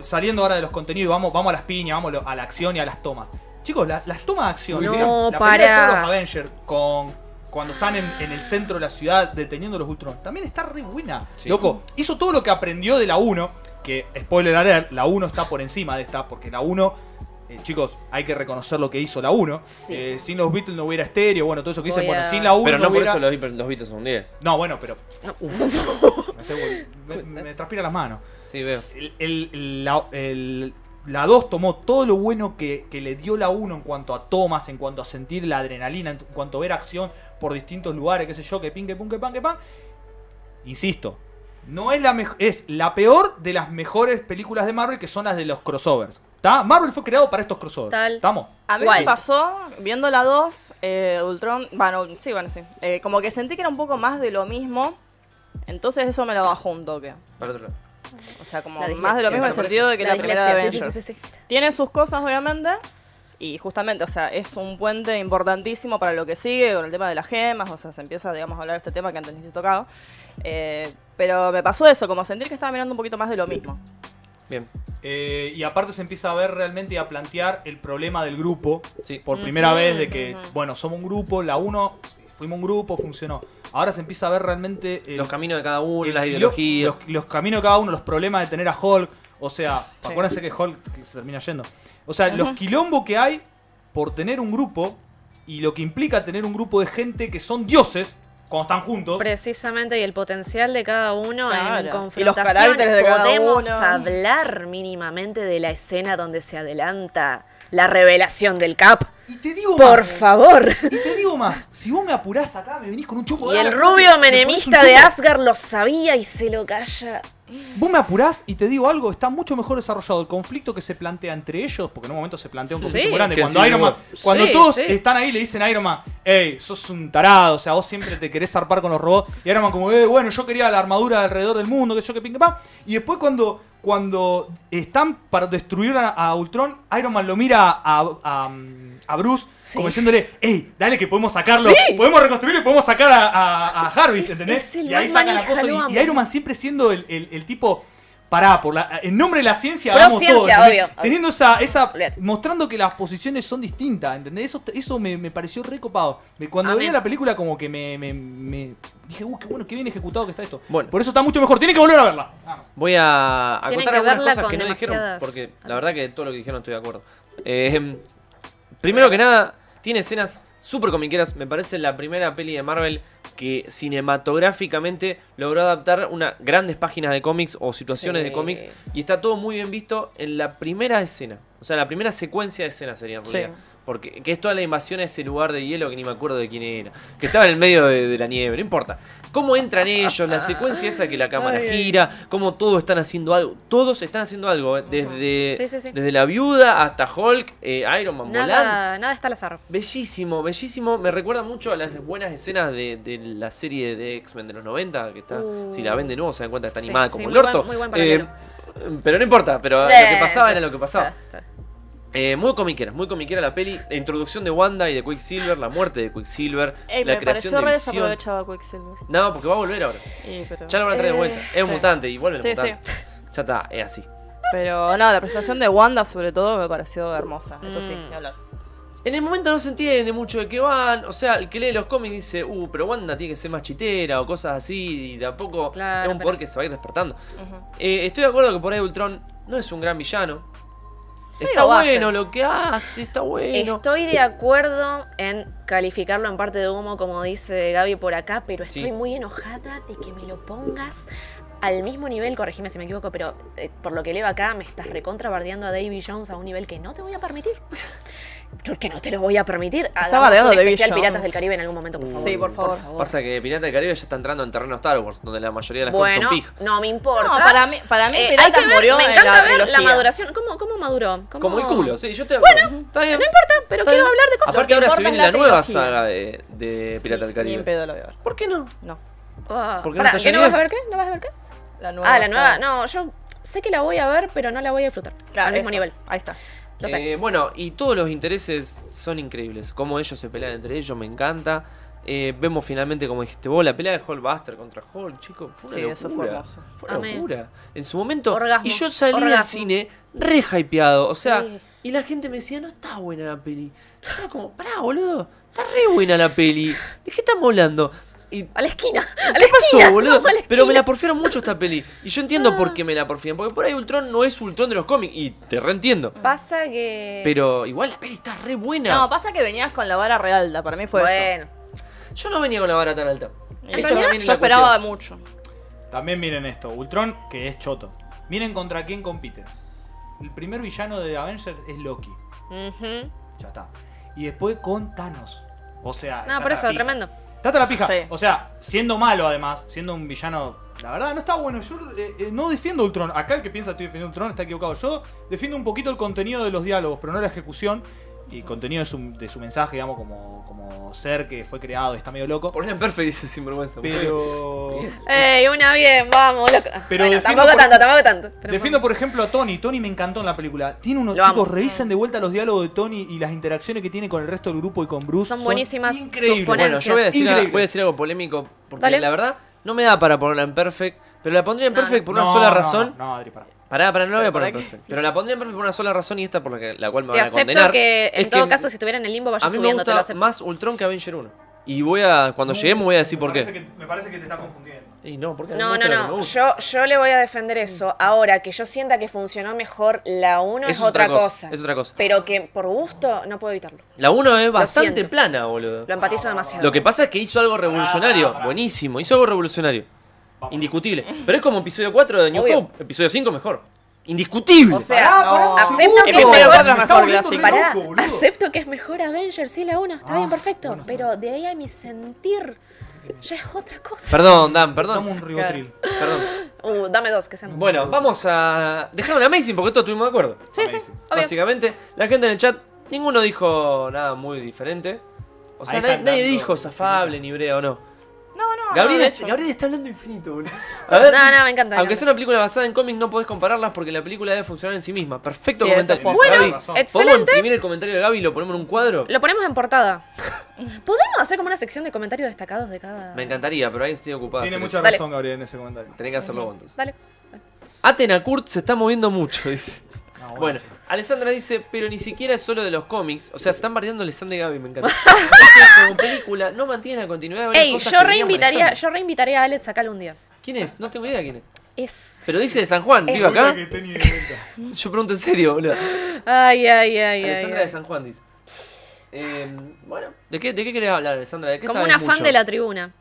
Speaker 2: saliendo ahora de los contenidos, vamos, vamos a las piñas, vamos a lo- a la acción y a las tomas. Chicos, la- las tomas de acción.
Speaker 3: No,
Speaker 2: miren, la pelea
Speaker 3: pará.
Speaker 2: de todos los Avengers con cuando están en, en el centro de la ciudad deteniendo a los Ultron, también está re buena.
Speaker 1: Sí.
Speaker 2: Loco, hizo todo lo que aprendió de la 1, que spoiler alert, la 1 está por encima de esta porque la 1 eh, chicos, hay que reconocer lo que hizo la 1.
Speaker 3: Sí.
Speaker 2: Eh, sin los Beatles no hubiera estéreo, bueno, todo eso que dicen,
Speaker 3: Voy
Speaker 2: bueno,
Speaker 3: a-
Speaker 2: sin la 1
Speaker 1: Pero no por
Speaker 2: hubiera...
Speaker 1: eso los, hiper- los Beatles son 10.
Speaker 2: No, uh, bueno, pero... Me, hace- me- me transpira las manos
Speaker 1: Sí, veo.
Speaker 2: el- el- la, el- la 2 tomó todo lo bueno que, que le dio la 1 en cuanto a tomas, en cuanto a sentir la adrenalina, en cuanto a ver acción por distintos lugares, qué sé yo, que pin, que pum, que pan, que pan. Insisto, no es la mejor, es la peor de las mejores películas de Marvel que son las de los crossovers. ¿Está? Marvel fue creado para estos crossovers.
Speaker 3: Tal.
Speaker 2: ¿Estamos?
Speaker 4: A mí
Speaker 3: ¿Cuál?
Speaker 4: me pasó, viendo la 2, eh, Ultron, bueno, sí, bueno, sí. Eh, como que sentí que era un poco más de lo mismo, entonces eso me lo bajó un toque.
Speaker 1: Para otro lado.
Speaker 4: O sea, como
Speaker 3: La
Speaker 4: más de
Speaker 3: dislexia,
Speaker 4: lo mismo en el
Speaker 3: por
Speaker 4: sentido de que la, primera de
Speaker 3: dislexia, sí,
Speaker 4: Avengers.
Speaker 3: sí, sí, sí.
Speaker 4: Tiene sus cosas, obviamente. Y justamente, o sea, es un puente importantísimo para lo que sigue con el tema de las gemas. O sea, se empieza, digamos, a hablar de este tema que antes ni se tocado. Eh, pero me pasó eso, como sentir que estaba mirando un poquito más de lo mismo.
Speaker 1: Bien.
Speaker 2: Eh, y aparte se empieza a ver realmente y a plantear el problema del grupo.
Speaker 1: Sí.
Speaker 2: Por primera
Speaker 3: Ujú,
Speaker 2: vez de que,
Speaker 4: ujú.
Speaker 2: bueno, somos un grupo, la 1, fuimos un grupo, funcionó. Ahora se empieza a ver realmente el-
Speaker 1: Los caminos de cada uno,
Speaker 2: el
Speaker 1: las
Speaker 2: quilom-
Speaker 1: ideologías.
Speaker 2: Los, los caminos de cada uno, los problemas de tener a Hulk. O sea,
Speaker 4: Sí.
Speaker 2: acuérdense que Hulk que se termina yendo. O sea, los quilombos que hay por tener un grupo y lo que implica tener un grupo de gente que son dioses cuando están juntos.
Speaker 3: Precisamente, y el potencial de cada uno
Speaker 4: Claro.
Speaker 3: en
Speaker 4: Y los
Speaker 3: confrontación.
Speaker 4: caracteres de cada
Speaker 3: Podemos
Speaker 4: uno.
Speaker 3: hablar mínimamente de la escena donde se adelanta la revelación del Cap.
Speaker 2: y te digo
Speaker 3: Por
Speaker 2: más.
Speaker 3: favor.
Speaker 2: Y te digo más, si vos me apurás acá, me venís con un chupo
Speaker 3: Y
Speaker 2: de
Speaker 3: el
Speaker 2: agua,
Speaker 3: rubio
Speaker 2: me ponés un
Speaker 3: menemista de
Speaker 2: chupo.
Speaker 3: Asgard lo sabía y se lo calla.
Speaker 2: Vos me apurás y te digo algo, está mucho mejor desarrollado el conflicto que se plantea entre ellos, porque en un momento se plantea un conflicto
Speaker 3: Sí.
Speaker 2: muy grande.
Speaker 1: Que
Speaker 2: Cuando
Speaker 1: sí,
Speaker 2: Iron Man,
Speaker 3: hubo.
Speaker 2: cuando
Speaker 3: Sí,
Speaker 2: todos
Speaker 3: sí.
Speaker 2: están ahí le dicen a Iron Man, hey, sos un tarado, o sea, vos siempre te querés zarpar con los robots. Y Iron Man como, eh, bueno, yo quería la armadura alrededor del mundo, que yo que ping que pam. Y después cuando, cuando están para destruir a, a Ultron, Iron Man lo mira a, a- a Bruce
Speaker 3: Sí.
Speaker 2: como diciéndole, hey, dale que podemos sacarlo, podemos reconstruirlo y podemos sacar a, a, a Jarvis,
Speaker 3: Es-
Speaker 2: ¿entendés?
Speaker 3: es el
Speaker 2: y ahí
Speaker 3: más
Speaker 2: sacan la
Speaker 3: manija,
Speaker 2: cosa
Speaker 3: lo
Speaker 2: y- y
Speaker 3: amo.
Speaker 2: Iron Man Man siempre siendo el, el- el tipo. Pará, por la, en nombre de la ciencia,
Speaker 3: Pro
Speaker 2: hagamos todo,
Speaker 3: ciencia,
Speaker 2: ¿entendés?
Speaker 3: obvio, obvio.
Speaker 2: Teniendo esa, esa.
Speaker 3: Olvídate.
Speaker 2: Mostrando que las posiciones son distintas, ¿entendés? Eso, eso me, me pareció recopado. Cuando
Speaker 3: Amén.
Speaker 2: veía la película, como que me, me- me- Dije, uh, qué bueno, qué bien ejecutado que está esto.
Speaker 1: Bueno.
Speaker 2: Por eso está mucho mejor. Tienen que volver a verla. Ah,
Speaker 1: Voy a, a
Speaker 3: Tienen
Speaker 1: contar
Speaker 3: que
Speaker 1: algunas
Speaker 3: verla
Speaker 1: cosas
Speaker 3: con
Speaker 1: que no dijeron,
Speaker 3: demasiadas
Speaker 1: porque la
Speaker 3: alucin-
Speaker 1: verdad que todo lo que dijeron estoy de acuerdo. Eh, primero que nada, tiene escenas súper comiqueras. Me parece la primera peli de Marvel que cinematográficamente logró adaptar unas grandes páginas de cómics o situaciones
Speaker 3: Sí.
Speaker 1: de cómics. Y está todo muy bien visto en la primera escena. O sea, la primera secuencia de escena sería en
Speaker 4: Sí.
Speaker 1: realidad. Porque que es toda la invasión a ese lugar de hielo que ni me acuerdo de quién era. Que estaba en el medio de, de la nieve, no importa. Cómo entran ellos, la secuencia esa que la cámara
Speaker 3: Ay, ay.
Speaker 1: gira, cómo todos están haciendo algo. Todos están haciendo algo, eh, desde,
Speaker 3: Sí, sí, sí.
Speaker 1: desde la viuda hasta Hulk, eh, Iron Man volando.
Speaker 3: Nada, nada está al azar.
Speaker 1: Bellísimo, bellísimo. Me recuerda mucho a las buenas escenas de, de la serie de X-Men de los 90, que está,
Speaker 3: Uh.
Speaker 1: si la ven de nuevo se dan cuenta que está
Speaker 3: Sí,
Speaker 1: animada
Speaker 3: sí,
Speaker 1: como
Speaker 3: muy
Speaker 1: el orto.
Speaker 3: buen- muy buen paralelo.
Speaker 1: Eh, pero no importa, pero lo que pasaba era lo que pasaba.
Speaker 3: Está, está.
Speaker 1: Eh, muy comiquera, muy comiquera la peli. La introducción de Wanda y de Quicksilver, la muerte de Quicksilver,
Speaker 4: Ey,
Speaker 1: la
Speaker 4: me
Speaker 1: creación
Speaker 4: pareció re
Speaker 1: de Visión.
Speaker 4: desaprovechado Quicksilver.
Speaker 1: No, porque va a volver ahora.
Speaker 4: Y, pero...
Speaker 1: Ya lo van a traer de vuelta. Es un
Speaker 4: sí.
Speaker 1: mutante y vuelve el
Speaker 4: Sí,
Speaker 1: mutante. Ya está, es así.
Speaker 4: pero no, la presentación de Wanda sobre todo me pareció hermosa, eso sí,
Speaker 3: Mm.
Speaker 4: ni hablar.
Speaker 1: En el momento no se entiende mucho de qué van. O sea, el que lee los cómics dice, uh, pero Wanda tiene que ser más chitera o cosas así. Y tampoco
Speaker 3: Claro,
Speaker 1: es un
Speaker 3: pero-
Speaker 1: poder que se va a ir despertando.
Speaker 4: Ujú.
Speaker 1: Eh, estoy de acuerdo que por ahí Ultron no es un gran villano. Está
Speaker 4: Medio base.
Speaker 1: bueno lo que hace, está bueno.
Speaker 3: Estoy de acuerdo en calificarlo en parte de humo, como dice Gaby por acá, pero estoy
Speaker 1: Sí.
Speaker 3: muy enojada de que me lo pongas al mismo nivel, corregime si me equivoco, pero eh, por lo que leo acá, me estás recontrabardeando a Davy Jones a un nivel que no te voy a permitir. Yo que no te lo voy a permitir. Hagamos
Speaker 4: bardeando a
Speaker 3: un
Speaker 4: Davy
Speaker 3: especial
Speaker 4: Jones.
Speaker 3: Piratas del Caribe en algún momento, por
Speaker 1: Uh,
Speaker 3: favor.
Speaker 4: Sí, por favor.
Speaker 1: Pasa que Pirata del Caribe ya está entrando en terreno Star Wars, donde la mayoría de las
Speaker 3: Bueno,
Speaker 1: cosas son pijas.
Speaker 3: no me importa.
Speaker 4: No, para mí, para mí
Speaker 3: Eh, hay que
Speaker 4: Piratas
Speaker 3: ver,
Speaker 4: murió
Speaker 3: me
Speaker 4: en
Speaker 3: encanta
Speaker 4: la
Speaker 3: ver la
Speaker 4: trilogía.
Speaker 3: maduración. ¿Cómo, cómo maduró? ¿Cómo-
Speaker 1: Como el culo, sí, yo te Bueno, está bien.
Speaker 3: No importa, pero
Speaker 1: está
Speaker 3: quiero
Speaker 1: bien.
Speaker 3: hablar de cosas.
Speaker 1: Aparte
Speaker 4: Lo que
Speaker 1: ahora se
Speaker 4: importa
Speaker 1: viene
Speaker 4: es
Speaker 1: la
Speaker 4: la
Speaker 1: nueva
Speaker 4: trilogía.
Speaker 1: saga de, de Pirata del
Speaker 4: Ni en
Speaker 1: Caribe.
Speaker 4: pedo lo voy a ver.
Speaker 1: ¿Por qué no?
Speaker 4: No.
Speaker 3: Ah,
Speaker 1: ¿Por qué no
Speaker 3: pará,
Speaker 1: está
Speaker 3: ¿qué no
Speaker 1: Johnny
Speaker 3: vas a ver qué? ¿No vas a ver qué?
Speaker 4: La nueva.
Speaker 3: Ah, la nueva.
Speaker 4: saga.
Speaker 3: No, yo sé que la voy a ver, pero no la voy a disfrutar.
Speaker 4: Claro,
Speaker 3: al mismo
Speaker 4: eso.
Speaker 3: nivel.
Speaker 4: Ahí está.
Speaker 3: Lo sé.
Speaker 1: Eh, bueno, y todos los intereses son increíbles. Cómo ellos se pelean entre ellos, me encanta. Eh, vemos finalmente, como dijiste vos, la pelea de Hulkbuster contra Hulk, chicos. Fue una
Speaker 4: Sí,
Speaker 1: locura.
Speaker 4: eso fue hermoso.
Speaker 1: Fue una
Speaker 3: Amé.
Speaker 1: locura. En su momento.
Speaker 3: Orgasmo,
Speaker 1: y yo salí
Speaker 3: orgasmo.
Speaker 1: al cine re hypeado. O sea,
Speaker 3: Sí.
Speaker 1: y la gente me decía, no está buena la peli. Yo era como, pará, boludo. Está re buena la peli. ¿De qué estamos hablando? Y
Speaker 3: A la esquina. A la
Speaker 1: ¿Qué pasó,
Speaker 3: esquina,
Speaker 1: boludo?
Speaker 3: vamos a la
Speaker 1: Pero me
Speaker 3: esquina.
Speaker 1: la porfiaron mucho esta peli. Y yo entiendo
Speaker 3: Ah.
Speaker 1: por qué me la porfiaron. Porque por ahí Ultron no es Ultron de los cómics. Y te reentiendo.
Speaker 3: Pasa que.
Speaker 1: Pero igual la peli está re buena.
Speaker 4: No, pasa que venías con la vara realda. Para mí fue eso.
Speaker 3: bueno.
Speaker 1: yo no venía con la vara tan alta.
Speaker 4: En
Speaker 1: Eso
Speaker 4: realidad,
Speaker 1: también es
Speaker 4: yo
Speaker 1: la
Speaker 4: esperaba
Speaker 1: cuestión.
Speaker 4: mucho.
Speaker 2: También miren esto, Ultron, que es choto. Miren contra quién compite. El primer villano de Avengers es Loki.
Speaker 3: Ujú.
Speaker 2: Ya está. Y después con Thanos. O sea.
Speaker 3: No,
Speaker 2: tata
Speaker 3: por
Speaker 2: la
Speaker 3: eso,
Speaker 2: pija.
Speaker 3: tremendo.
Speaker 2: Tata la pija.
Speaker 4: Sí.
Speaker 2: O sea, siendo malo además, siendo un villano. La verdad, no está bueno. Yo eh, eh, no defiendo a Ultron. Acá el que piensa que estoy defendiendo a Ultron está equivocado. Yo defiendo un poquito el contenido de los diálogos, pero no la ejecución. Y contenido de su, de su mensaje, digamos, como, como ser que fue creado, está medio loco.
Speaker 1: Por ejemplo, Perfect dice sinvergüenza.
Speaker 2: Pero.
Speaker 3: Ey, una bien, vamos, loco.
Speaker 2: Pero
Speaker 3: bueno,
Speaker 2: defiendo
Speaker 3: tampoco
Speaker 2: por-
Speaker 3: tanto, tampoco tanto. Pero
Speaker 2: Defiendo, por ejemplo, a Tony. Tony me encantó en la película. Tiene unos
Speaker 3: Lo amo.
Speaker 2: chicos, revisen de vuelta los diálogos de Tony y las interacciones que tiene con el resto del grupo y con Bruce.
Speaker 3: Son buenísimas
Speaker 2: increíbles.
Speaker 3: sus
Speaker 1: Bueno, yo voy a, decir
Speaker 2: Increíble.
Speaker 1: voy a decir algo polémico. Porque
Speaker 3: Dale.
Speaker 1: la verdad, no me da para ponerla en Perfect. Pero la pondría en
Speaker 3: No,
Speaker 1: Perfect por una
Speaker 2: No,
Speaker 1: sola
Speaker 2: no,
Speaker 1: razón.
Speaker 2: No, Adri, pará.
Speaker 1: Pará, pará, no la voy a
Speaker 4: Pero para
Speaker 1: poner en
Speaker 4: qué.
Speaker 1: Perfect. Pero la pondría en Perfect por una sola razón y esta por la, que, la cual me
Speaker 3: Te
Speaker 1: van a
Speaker 3: acepto
Speaker 1: condenar.
Speaker 3: que en
Speaker 1: Es
Speaker 3: todo caso, si estuviera en el limbo, vaya
Speaker 1: A mí me
Speaker 3: subiendo, te lo
Speaker 1: gusta
Speaker 3: acepto.
Speaker 1: más Ultron que Avenger 1. Y voy a. Cuando lleguemos voy a decir por qué.
Speaker 2: me parece que te está confundiendo.
Speaker 1: Y no, porque a mí me
Speaker 3: No, no,
Speaker 1: gusta lo que
Speaker 3: no.
Speaker 1: me gusta.
Speaker 3: Yo, yo le voy a defender eso. Ahora, que yo sienta que funcionó mejor la 1 es,
Speaker 1: Eso es
Speaker 3: otra
Speaker 1: otra
Speaker 3: cosa,
Speaker 1: cosa, es otra cosa.
Speaker 3: Pero que por gusto no puedo evitarlo.
Speaker 1: La 1 es bastante
Speaker 3: siento.
Speaker 1: plana, boludo.
Speaker 3: Lo empatizo demasiado.
Speaker 1: Lo que pasa es que hizo algo revolucionario.
Speaker 2: pará, pará.
Speaker 1: Buenísimo, hizo algo revolucionario. Indiscutible. Pero es como episodio 4 de New
Speaker 3: Obvio.
Speaker 1: Hope. Episodio 5 mejor. Indiscutible.
Speaker 3: O sea,
Speaker 4: no.
Speaker 3: acepto que es
Speaker 4: Episodio
Speaker 3: mejor.
Speaker 4: cuatro es mejor que la cinco.
Speaker 3: Pará,
Speaker 2: loco, boludo.
Speaker 3: acepto que es mejor Avengers, sí, la 1, está
Speaker 2: Ah,
Speaker 3: bien, perfecto.
Speaker 2: bueno, está
Speaker 3: pero de ahí a mi sentir, ya es otra cosa.
Speaker 1: Perdón, Dan,
Speaker 2: Dame
Speaker 1: Ah, perdón.
Speaker 2: un ribotril.
Speaker 1: perdón.
Speaker 3: Uh, dame dos, que sean dos.
Speaker 1: Bueno, vamos a dejar un Amazing porque todos estuvimos de acuerdo.
Speaker 4: Sí, sí.
Speaker 2: Amazing.
Speaker 3: Obvio.
Speaker 1: Básicamente, la gente en el chat, ninguno dijo nada muy diferente. O sea,
Speaker 2: Ahí
Speaker 1: nadie,
Speaker 2: están
Speaker 1: nadie
Speaker 2: dando
Speaker 1: dijo zafable, ni brea o no.
Speaker 4: No, no.
Speaker 1: Gabriel,
Speaker 4: no, de
Speaker 1: est-
Speaker 4: hecho.
Speaker 1: Gabriel está hablando infinito, boludo. A ver,
Speaker 3: No, no, me encanta, me
Speaker 1: Aunque
Speaker 3: encanta.
Speaker 1: sea una película basada en cómics, no podés compararlas porque la película debe funcionar en sí misma. Perfecto
Speaker 4: Sí,
Speaker 1: comentario.
Speaker 4: eso es
Speaker 2: posta.
Speaker 1: Gaby,
Speaker 2: Bueno,
Speaker 1: ¿podemos
Speaker 3: Excelente.
Speaker 1: imprimir el comentario de Gaby y lo ponemos en un cuadro?
Speaker 3: Lo ponemos en portada. ¿Podemos hacer como una sección de comentarios destacados de cada.
Speaker 1: Me encantaría, pero alguien se tiene ocupado. de
Speaker 2: Tiene
Speaker 1: hacer
Speaker 2: mucha
Speaker 1: eso.
Speaker 3: Dale.
Speaker 2: razón, Gabriel, en ese comentario.
Speaker 1: Tenés que hacerlo vos entonces.
Speaker 3: Dale.
Speaker 1: Atena Kurt se está moviendo mucho, dice.
Speaker 2: No,
Speaker 1: Bueno,
Speaker 2: sí.
Speaker 1: Alessandra dice, pero ni siquiera es solo de los cómics. O sea, se están bardeando Alessandra y Gaby, me encanta. Dice, como película, no mantiene la continuidad de varias
Speaker 3: Ey,
Speaker 1: cosas
Speaker 3: yo
Speaker 1: que venían
Speaker 3: reinvitaría,
Speaker 1: manejando.
Speaker 3: yo reinvitaría a Alex acá algún día.
Speaker 1: ¿Quién es? No tengo idea quién es.
Speaker 3: Es.
Speaker 1: Pero dice de San Juan,
Speaker 3: Es-
Speaker 1: ¿vivo acá?
Speaker 2: Que tenía de vuelta.
Speaker 1: Yo pregunto en serio, boludo.
Speaker 3: Ay, ay, ay, ay.
Speaker 1: Alessandra
Speaker 3: ay.
Speaker 1: de San Juan dice. Eh, bueno, ¿de qué, ¿de qué querés hablar, Alessandra? ¿De qué
Speaker 3: Como
Speaker 1: sabes
Speaker 3: una fan
Speaker 1: mucho?
Speaker 3: de la tribuna.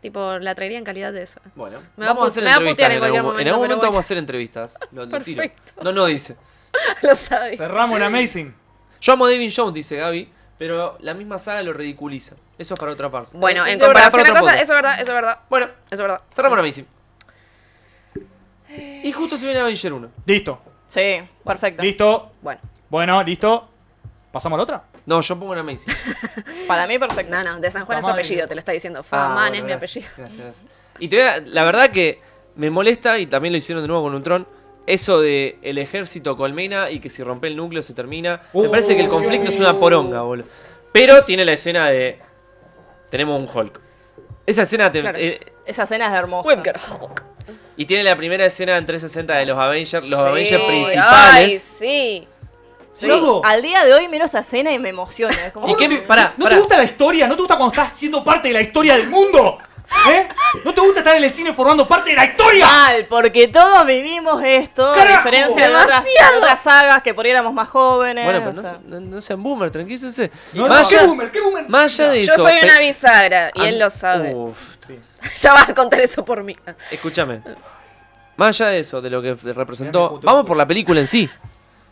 Speaker 3: Tipo, la traería en calidad de eso.
Speaker 1: Bueno,
Speaker 3: Me va a
Speaker 1: vamos a hacer
Speaker 3: pu- me va a
Speaker 1: entrevistas.
Speaker 3: putear
Speaker 1: En,
Speaker 3: en cualquier
Speaker 1: algún, en
Speaker 3: momento,
Speaker 1: algún
Speaker 3: pero
Speaker 1: momento vamos
Speaker 3: voy.
Speaker 1: a hacer entrevistas. Lo, lo tiro.
Speaker 3: Perfecto.
Speaker 1: No, no dice.
Speaker 3: Lo sabes.
Speaker 2: Cerramos en Amazing.
Speaker 1: Yo amo a David Jones, dice Gaby, pero la misma saga lo ridiculiza. Eso es para otra parte.
Speaker 3: Bueno,
Speaker 1: Eh,
Speaker 3: en
Speaker 1: de verdad,
Speaker 3: comparación a
Speaker 1: para otro
Speaker 3: cosas,
Speaker 1: podcast.
Speaker 3: eso es verdad, eso es verdad,
Speaker 1: Bueno,
Speaker 3: eso es verdad.
Speaker 1: cerramos la Amazing. Y justo se viene Avenger 1.
Speaker 2: Listo.
Speaker 4: Sí, perfecto.
Speaker 2: Listo.
Speaker 3: Bueno,
Speaker 2: Bueno, listo. ¿Pasamos a la otra?
Speaker 1: No, yo pongo una Amazing.
Speaker 4: Para mí, perfecto.
Speaker 3: no, no, de San Juan es su
Speaker 2: Famán.
Speaker 3: apellido, te lo está diciendo.
Speaker 1: Ah,
Speaker 3: Faman
Speaker 1: bueno,
Speaker 3: es mi
Speaker 1: gracias,
Speaker 3: apellido.
Speaker 1: Gracias, gracias. Y te voy a- la verdad que me molesta, y también lo hicieron de nuevo con Ultron, eso de el ejército colmena y que si rompe el núcleo se termina. me
Speaker 2: Uh.
Speaker 1: parece que el conflicto es una poronga, boludo. Pero tiene la escena de. Tenemos un Hulk. Esa escena te-
Speaker 3: Claro.
Speaker 1: eh,
Speaker 4: Esa escena es hermosa.
Speaker 3: Webger Hulk.
Speaker 1: Y tiene la primera escena en 360 de los Avengers, los
Speaker 3: Sí,
Speaker 1: Avengers
Speaker 3: Ay,
Speaker 1: principales.
Speaker 3: sí.
Speaker 4: Sí,
Speaker 2: Loco.
Speaker 4: Al día de hoy miro esa escena y me emociona. es como-
Speaker 1: ¿Y qué-
Speaker 2: no,
Speaker 1: pará,
Speaker 2: ¿No
Speaker 1: pará.
Speaker 2: te gusta la historia? ¿No te gusta cuando estás siendo parte de la historia del mundo? ¿Eh? ¿No te gusta estar en el cine formando parte de la historia?
Speaker 1: Ah,
Speaker 4: Mal, porque todos vivimos esto,
Speaker 2: ¡Carajo!
Speaker 4: a diferencia de otras,
Speaker 3: Demasiado.
Speaker 4: de otras sagas que por ahí éramos más jóvenes.
Speaker 1: Bueno, pero
Speaker 4: o
Speaker 1: no,
Speaker 4: sea.
Speaker 1: se- no- no sean boomer, tranquilícense.
Speaker 2: No, no,
Speaker 1: más,
Speaker 2: ¿Qué
Speaker 1: allá-
Speaker 2: boomer? ¿Qué boomer?
Speaker 1: más allá de
Speaker 3: Yo
Speaker 1: eso,
Speaker 3: soy
Speaker 1: pe-
Speaker 3: una bisagra y él
Speaker 1: An-
Speaker 3: lo sabe.
Speaker 1: Uf,
Speaker 2: Sí.
Speaker 3: Ya vas a contar eso por mí.
Speaker 1: escúchame. Más allá de eso, de lo que f-
Speaker 2: Mirá, me
Speaker 1: representó,
Speaker 2: justo
Speaker 1: vamos
Speaker 2: lo
Speaker 1: por la película en sí.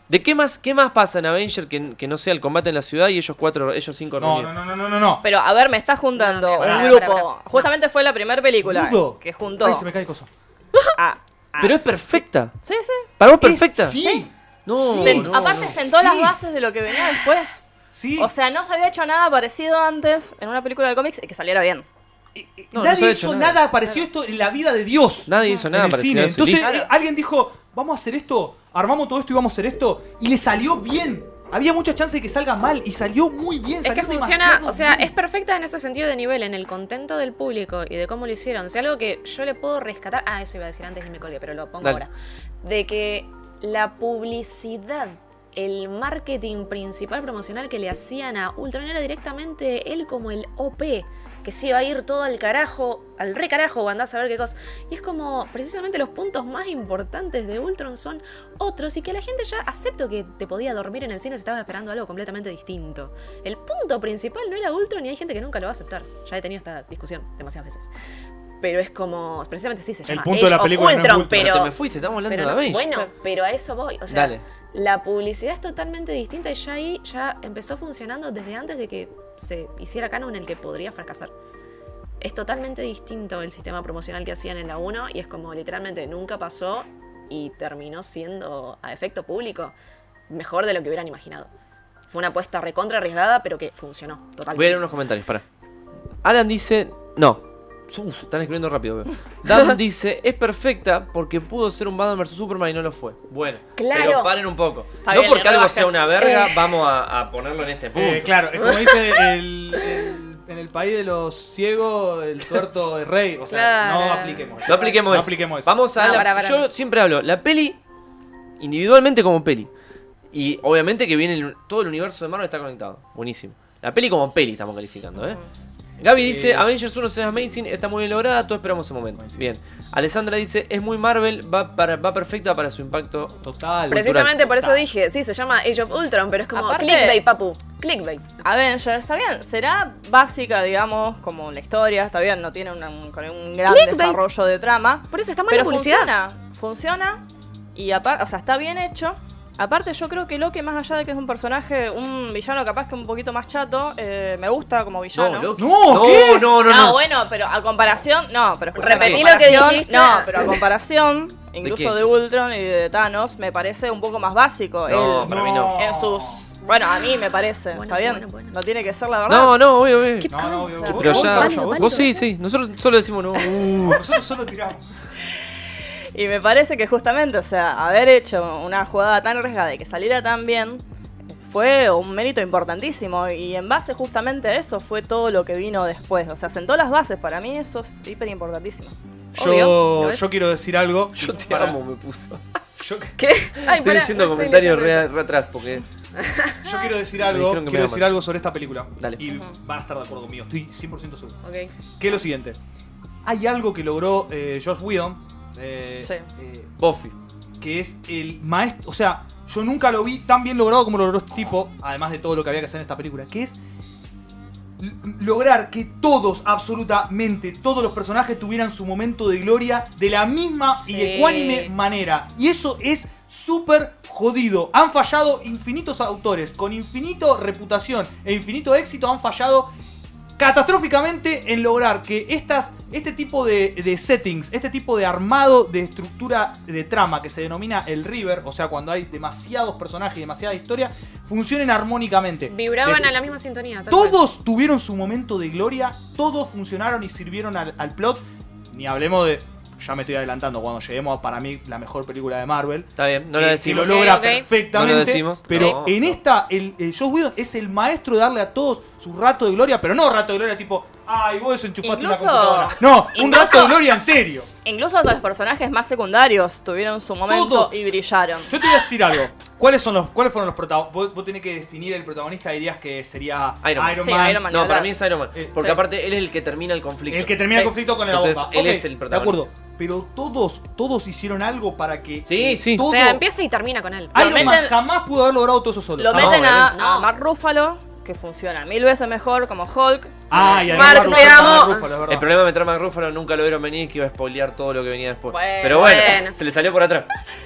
Speaker 1: ¿De qué más, qué más pasa en Avenger que, que no sea el combate en la ciudad y ellos cuatro, ellos cinco
Speaker 2: No,
Speaker 1: reunidos?
Speaker 2: no, no, no, no, no, no.
Speaker 4: Pero a ver, me está juntando
Speaker 3: No, mira,
Speaker 4: un
Speaker 3: pará,
Speaker 4: grupo.
Speaker 3: pará, pará.
Speaker 4: Justamente fue la primera película
Speaker 2: Boludo.
Speaker 4: que juntó
Speaker 2: Ay, se me cae el coso.
Speaker 4: a. a-
Speaker 1: Pero es perfecta.
Speaker 4: Sí, sí.
Speaker 1: ¿Para vos perfecta?
Speaker 2: Sí.
Speaker 1: No,
Speaker 4: Se-
Speaker 1: no,
Speaker 4: aparte
Speaker 1: no.
Speaker 4: sentó
Speaker 2: Sí.
Speaker 4: las bases de lo que venía después.
Speaker 2: Sí.
Speaker 4: O sea, no se había hecho nada parecido antes en una película de cómics y que saliera bien.
Speaker 2: Eh, eh,
Speaker 1: No, no
Speaker 2: nadie
Speaker 1: se ha hecho
Speaker 2: hizo
Speaker 1: nada.
Speaker 2: nada, apareció esto en la vida de Dios.
Speaker 1: Nadie hizo nada
Speaker 2: en el
Speaker 1: parecido
Speaker 2: cine.
Speaker 1: a eso.
Speaker 2: Entonces
Speaker 1: Listo.
Speaker 2: eh, alguien dijo, vamos a hacer esto, armamos todo esto y vamos a hacer esto. Y le salió bien. Había mucha chance de que salga mal y salió muy bien.
Speaker 3: Es que
Speaker 2: salió
Speaker 3: funciona,
Speaker 2: demasiado
Speaker 3: o sea,
Speaker 2: bien.
Speaker 3: es perfecta en ese sentido de nivel, en el contento del público y de cómo lo hicieron. Si algo que yo le puedo rescatar, ah, eso iba a decir antes y me colgué, pero lo pongo
Speaker 1: Dale.
Speaker 3: ahora. De que la publicidad, el marketing principal promocional que le hacían a Ultron era directamente él como el OP. Que se iba a ir todo al carajo, al re carajo, o andás a saber qué cosa. Y es como, precisamente los puntos más importantes de Ultron son otros y que la gente ya acepto que te podía dormir en el cine si estabas esperando algo completamente distinto. El punto principal no era Ultron y hay gente que nunca lo va a aceptar. Ya he tenido esta discusión demasiadas veces. Pero es como, precisamente sí se llama
Speaker 2: punto de la
Speaker 3: Age of
Speaker 2: película no es
Speaker 3: Ultron,
Speaker 2: Ultron.
Speaker 1: Pero te
Speaker 3: pero,
Speaker 1: me fuiste, estamos hablando
Speaker 3: pero
Speaker 1: de
Speaker 3: no-
Speaker 1: Avenger.
Speaker 3: bueno, pero a eso voy. O sea,
Speaker 1: Dale.
Speaker 3: la publicidad es totalmente distinta y ya ahí ya empezó funcionando desde antes de que se hiciera canon en el que podría fracasar. Es totalmente distinto el sistema promocional que hacían en la 1 y es como literalmente nunca pasó y terminó siendo a efecto público mejor de lo que hubieran imaginado. Fue una apuesta recontra arriesgada, pero que funcionó
Speaker 1: Voy a leer
Speaker 3: totalmente.
Speaker 1: unos comentarios, para. Alan dice. No. Uf, están escribiendo rápido, veo. Dan dice, es perfecta porque pudo ser un Batman vs Superman y no lo fue. Bueno,
Speaker 3: Claro.
Speaker 1: pero paren un poco.
Speaker 4: Está
Speaker 1: no
Speaker 4: bien,
Speaker 1: porque
Speaker 4: le
Speaker 1: algo
Speaker 4: rebaja.
Speaker 1: sea una verga, vamos a, a ponerlo en este punto.
Speaker 2: Eh, claro, es como dice el, el- en el país de los ciegos, el tuerto es rey. O sea, no
Speaker 3: Claro.
Speaker 2: apliquemos eso.
Speaker 1: No apliquemos
Speaker 2: No
Speaker 1: eso.
Speaker 2: apliquemos eso.
Speaker 1: Vamos a
Speaker 3: No,
Speaker 1: la-
Speaker 3: pará, pará.
Speaker 1: Yo siempre hablo, la peli individualmente como peli. Y obviamente que viene el- todo el universo de Marvel está conectado. Buenísimo. La peli como peli estamos calificando, ¿eh? Gaby dice,
Speaker 2: Eh.
Speaker 1: Avengers 1 es amazing, está muy bien lograda, todos esperamos ese momento. Bien. Alessandra dice, es muy Marvel, va, para, va perfecta para su impacto.
Speaker 2: Total.
Speaker 3: Precisamente por eso
Speaker 2: Total.
Speaker 3: dije, sí, se llama Age of Ultron, pero es como
Speaker 4: Aparte-
Speaker 3: clickbait, papu. Clickbait.
Speaker 4: Avenger, está bien, será básica, digamos, como la historia, está bien, no tiene una- un, con un gran
Speaker 3: Clickbait.
Speaker 4: desarrollo de trama.
Speaker 3: Por eso está mal la
Speaker 4: Pero
Speaker 3: publicidad.
Speaker 4: funciona, funciona y aparte, o sea, está bien hecho. Aparte, yo creo que Loki, más allá de que es un personaje, un villano capaz que un poquito más chato, eh, me gusta como villano.
Speaker 1: No, Loki.
Speaker 2: No,
Speaker 1: no,
Speaker 2: ¿qué?
Speaker 1: no, no,
Speaker 4: No,
Speaker 3: Ah,
Speaker 1: no.
Speaker 4: bueno, pero a comparación, no, pero escuchá,
Speaker 3: Repetí
Speaker 4: a
Speaker 3: lo que
Speaker 4: comparación-
Speaker 3: dijiste.
Speaker 4: No, pero a comparación, incluso
Speaker 1: qué?
Speaker 4: ¿De, Ultron y de Thanos, me parece un poco más básico.
Speaker 1: No,
Speaker 4: él,
Speaker 1: para mí no.
Speaker 4: en sus. Bueno, a mí me parece,
Speaker 3: Bueno,
Speaker 4: está bien.
Speaker 3: bueno, bueno.
Speaker 4: No tiene que ser la verdad.
Speaker 1: No, no, obvio, obvio.
Speaker 3: Qué
Speaker 2: No, no, obvio,
Speaker 3: tonto.
Speaker 2: obvio.
Speaker 1: Pero
Speaker 2: Vos,
Speaker 1: ya,
Speaker 2: válido, válido.
Speaker 1: vos sí, sí. Nosotros solo decimos no. uh.
Speaker 2: Nosotros solo tiramos.
Speaker 4: Y me parece que justamente, o sea, haber hecho una jugada tan arriesgada y que saliera tan bien fue un mérito importantísimo. Y en base justamente a eso fue todo lo que vino después. O sea, sentó las bases. Para mí eso es hiper importantísimo.
Speaker 3: Obvio, ¿lo
Speaker 2: Yo,
Speaker 3: ves?
Speaker 2: yo quiero decir algo.
Speaker 1: Yo te
Speaker 2: Para-
Speaker 1: amo, me puso.
Speaker 2: Yo,
Speaker 3: ¿Qué? Ay,
Speaker 1: Estoy
Speaker 3: pará,
Speaker 1: diciendo
Speaker 3: no estoy
Speaker 1: comentarios
Speaker 3: leyendo
Speaker 1: re,
Speaker 3: eso.
Speaker 1: re atrás porque...
Speaker 2: yo quiero decir
Speaker 1: Me
Speaker 2: algo.
Speaker 1: dijeron que me
Speaker 2: Quiero
Speaker 1: aman.
Speaker 2: decir algo sobre esta película.
Speaker 1: Dale.
Speaker 2: Y van a estar de acuerdo conmigo. Estoy 100% seguro.
Speaker 3: Ok.
Speaker 2: Que es lo siguiente. Hay algo que logró eh, Josh Whedon. eh,
Speaker 4: Sí.
Speaker 2: eh,
Speaker 1: Buffy.
Speaker 2: que es el maestro. O sea, yo nunca lo vi tan bien logrado como lo logró este tipo, además de todo lo que había que hacer en esta película, que es l- lograr que todos, absolutamente todos los personajes tuvieran su momento de gloria de la misma y
Speaker 3: Sí.
Speaker 2: ecuánime manera. Y eso es súper jodido. Han fallado infinitos autores, con infinito reputación e infinito éxito han fallado catastróficamente en lograr que estas, este tipo de, de settings, este tipo de armado de estructura de trama que se denomina el river, o sea, cuando hay demasiados personajes y demasiada historia, funcionen armónicamente.
Speaker 3: Vibraban
Speaker 2: De-
Speaker 3: a la misma sintonía. tal cual.
Speaker 2: Todos tuvieron su momento de gloria, todos funcionaron y sirvieron al, al plot. Ni hablemos de... Ya me estoy adelantando cuando lleguemos a, para mí, la mejor película de Marvel
Speaker 1: Está bien, no lo
Speaker 2: que- Eh, que
Speaker 1: decimos.
Speaker 2: lo logra
Speaker 3: Ok, ok.
Speaker 2: perfectamente.
Speaker 1: No lo decimos.
Speaker 2: Pero
Speaker 1: No,
Speaker 2: en
Speaker 1: no.
Speaker 2: esta, el, el Joss Whedon es el maestro de darle a todos su rato de gloria, pero no rato de gloria tipo, ay, vos desenchufaste
Speaker 4: Incluso-
Speaker 2: una computadora. No, un
Speaker 4: incluso-
Speaker 2: rato de gloria en serio.
Speaker 4: Incluso hasta los personajes más secundarios tuvieron su momento
Speaker 2: Todos.
Speaker 4: y brillaron.
Speaker 2: Yo te voy a decir algo. ¿Cuáles, son los, ¿Cuáles fueron los protagonistas? Vos, vos tenés que definir el protagonista, dirías que sería
Speaker 1: Iron Man.
Speaker 4: Sí, Iron Man, ni
Speaker 1: No, para
Speaker 4: hablar.
Speaker 1: mí es Iron Man.
Speaker 2: Eh,
Speaker 1: Porque
Speaker 4: sí.
Speaker 1: aparte él es el que termina el conflicto.
Speaker 2: El que termina el
Speaker 4: Sí.
Speaker 2: conflicto con la
Speaker 1: Entonces,
Speaker 2: bomba.
Speaker 1: él
Speaker 2: Ok,
Speaker 1: es el protagonista.
Speaker 2: De acuerdo. Pero todos, todos hicieron algo para que.
Speaker 1: Sí,
Speaker 2: eh,
Speaker 1: sí.
Speaker 2: todo-
Speaker 3: O sea, empieza y termina con él.
Speaker 4: Ay,
Speaker 2: Iron
Speaker 4: Lo
Speaker 2: Man
Speaker 4: meten-
Speaker 2: jamás pudo haber logrado todo eso solo.
Speaker 1: Ah,
Speaker 4: Lo
Speaker 2: Jamás.
Speaker 4: meten a,
Speaker 3: no.
Speaker 4: a Mark Ruffalo, que funciona mil veces mejor como Hulk.
Speaker 2: Ah, y además
Speaker 3: Mark,
Speaker 2: Ruffalo,
Speaker 3: te amo.
Speaker 2: Mark Ruffalo, es verdad.
Speaker 1: El problema de meter a Mark Ruffalo nunca lo vieron venir que iba a spoilear todo lo que venía después.
Speaker 4: Bueno,
Speaker 1: Pero bueno,
Speaker 3: bueno.
Speaker 1: se le salió por atrás.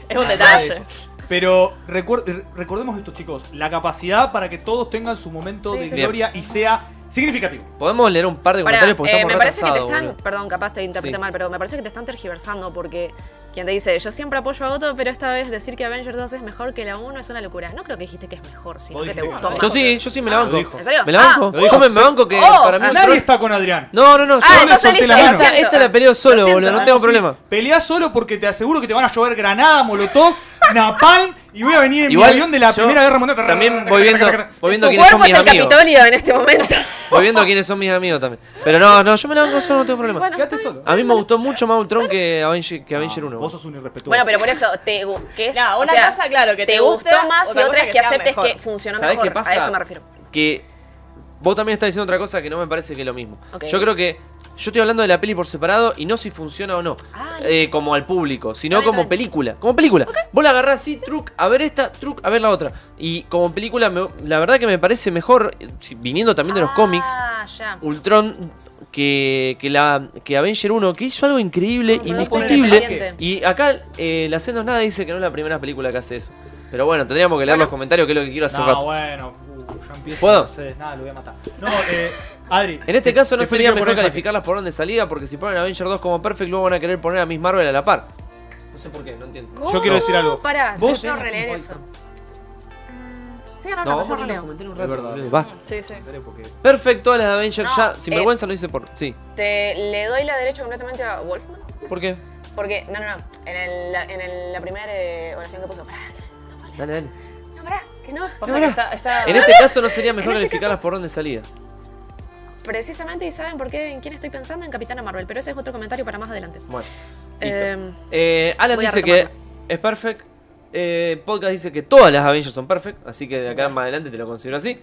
Speaker 4: Es
Speaker 1: Ah,
Speaker 4: un
Speaker 2: Nada de
Speaker 4: detalle.
Speaker 2: eso. Pero recuer- eh, recordemos esto, chicos. La capacidad para que todos tengan su momento
Speaker 3: Sí,
Speaker 2: de
Speaker 3: sí,
Speaker 1: sí.
Speaker 2: gloria y sea significativo.
Speaker 1: Podemos leer un par de
Speaker 3: Pará,
Speaker 1: comentarios porque
Speaker 3: eh,
Speaker 1: estamos
Speaker 3: me
Speaker 1: re
Speaker 3: parece que te
Speaker 1: atrasados,
Speaker 3: están,
Speaker 1: boludo.
Speaker 3: perdón, capaz te interprete
Speaker 1: Sí.
Speaker 3: mal, pero me parece que te están tergiversando porque quien te dice, yo siempre apoyo a Otto, pero esta vez decir que Avengers 2 es mejor que la 1 es una locura. No creo que dijiste que es mejor, sino
Speaker 2: Vos
Speaker 3: que te
Speaker 2: dijiste
Speaker 3: gustó
Speaker 2: que
Speaker 3: más.
Speaker 1: Yo sí, yo sí me la
Speaker 2: Ah,
Speaker 1: banco.
Speaker 2: lo dijo.
Speaker 3: ¿En serio?
Speaker 1: Me la
Speaker 3: Ah,
Speaker 1: banco.
Speaker 2: lo dijo.
Speaker 1: yo me, me banco que
Speaker 3: Oh,
Speaker 1: para mí.
Speaker 3: ah,
Speaker 1: el
Speaker 2: Nadie
Speaker 1: troll-
Speaker 2: está con Adrián.
Speaker 1: No, no, no.
Speaker 3: Ah,
Speaker 1: yo-
Speaker 2: entonces
Speaker 1: solté
Speaker 2: listo,
Speaker 1: la
Speaker 2: lo
Speaker 1: mano.
Speaker 2: siento.
Speaker 1: Esta la peleo solo,
Speaker 3: Lo siento,
Speaker 1: boludo. No
Speaker 3: ¿eh?
Speaker 1: tengo problema.
Speaker 2: Peleá solo porque te aseguro que te van a llover granada, molotov, napalm y voy a venir en
Speaker 1: Igual,
Speaker 2: mi avión de la
Speaker 1: yo
Speaker 2: Primera Guerra Mundial.
Speaker 1: También voy viendo, voy viendo
Speaker 3: tu
Speaker 1: quiénes son
Speaker 3: cuerpo
Speaker 1: mis
Speaker 3: es el
Speaker 1: amigos.
Speaker 3: Capitolio en este momento.
Speaker 1: Voy viendo quiénes son mis amigos también. Pero no, no, yo me la banco solo, no tengo problema.
Speaker 3: Bueno,
Speaker 2: Quédate solo.
Speaker 1: A mí me gustó mucho más Ultron que Avenger, que Avenger
Speaker 2: No,
Speaker 1: 1.
Speaker 2: Ah, Vos sos un irrespetuoso.
Speaker 3: Bueno, pero por eso, te, gu- que es,
Speaker 4: No,
Speaker 3: o
Speaker 4: una
Speaker 3: sea,
Speaker 4: cosa, claro, que te
Speaker 3: gustó
Speaker 4: guste,
Speaker 3: más
Speaker 4: otra
Speaker 3: y otra
Speaker 4: cosa
Speaker 3: es
Speaker 4: que
Speaker 3: que
Speaker 4: sea
Speaker 3: aceptes
Speaker 4: mejor.
Speaker 3: que funcionó
Speaker 1: ¿Sabés
Speaker 3: mejor.
Speaker 1: qué pasa?
Speaker 3: A eso me refiero.
Speaker 1: que vos también estás diciendo otra cosa que no me parece que es lo mismo.
Speaker 3: Ok.
Speaker 1: Yo creo que yo estoy hablando de la peli por separado y no si funciona o no,
Speaker 3: Ah,
Speaker 1: eh, como al público, sino
Speaker 3: Está bien,
Speaker 1: como
Speaker 3: está bien.
Speaker 1: película, como película. Vos la agarrás así, truc, a ver esta, truc, a ver la otra. Y como película, me- la verdad que me parece mejor, eh, si- viniendo también de los cómics,
Speaker 3: Ah, ya.
Speaker 1: Ultron que, que la que Avenger 1, que hizo algo increíble,
Speaker 3: Perdón,
Speaker 1: indiscutible.
Speaker 2: perdón,
Speaker 3: independiente.
Speaker 1: Y acá eh, la C no es nada dice que no es la primera película que hace eso. Pero bueno, tendríamos que leer los comentarios, que es lo que quiero hacer
Speaker 2: No,
Speaker 1: rato.
Speaker 2: bueno, uh, ya empiezo.
Speaker 1: ¿Puedo?
Speaker 2: No sé, nada, lo voy a matar. No, eh, Adri.
Speaker 1: En este
Speaker 2: te-
Speaker 1: caso no
Speaker 2: te
Speaker 1: sería
Speaker 2: pido
Speaker 1: mejor
Speaker 2: por el
Speaker 1: calificarlas por orden de salida porque si ponen Avenger 2 como perfect luego van a querer poner a Miss Marvel a la par. No sé por qué, no entiendo.
Speaker 2: Yo quiero decir algo.
Speaker 3: Pará,
Speaker 2: Vos-
Speaker 3: yo releer eso. Mm. Sí, no,
Speaker 1: No,
Speaker 3: no,
Speaker 1: vamos
Speaker 3: yo
Speaker 1: a leer los
Speaker 3: releo.
Speaker 1: comentarios un
Speaker 2: Es
Speaker 1: rato.
Speaker 2: verdad.
Speaker 1: boludo, basta.
Speaker 4: Sí, sí.
Speaker 2: comentario porque-
Speaker 1: Perfect, todas las de Avenger
Speaker 3: No,
Speaker 1: ya, sin
Speaker 3: eh.
Speaker 1: vergüenza no hice por... Sí.
Speaker 3: Te le doy la derecha completamente a Wolfman.
Speaker 1: ¿Por qué?
Speaker 3: Porque, no, no, no. En, el, la- en el- la primera eh, oración que puso, pará, no, pará,
Speaker 1: Dale, dale.
Speaker 3: no, pará, que no.
Speaker 4: Pasa
Speaker 1: No,
Speaker 4: que
Speaker 1: no.
Speaker 4: está, está-
Speaker 1: En este caso no sería mejor
Speaker 3: ese
Speaker 1: calificarlas por orden de salida.
Speaker 3: Precisamente, y saben por qué, en quién estoy pensando, en Capitana Marvel, pero ese es otro comentario para más adelante.
Speaker 1: Bueno. listo.
Speaker 3: Eh,
Speaker 1: Eh, Alan
Speaker 3: Voy a
Speaker 1: dice que
Speaker 3: retomarlo.
Speaker 1: es perfect. Eh, Podcast dice que todas las Avengers son perfect, así que de acá más adelante te lo considero así.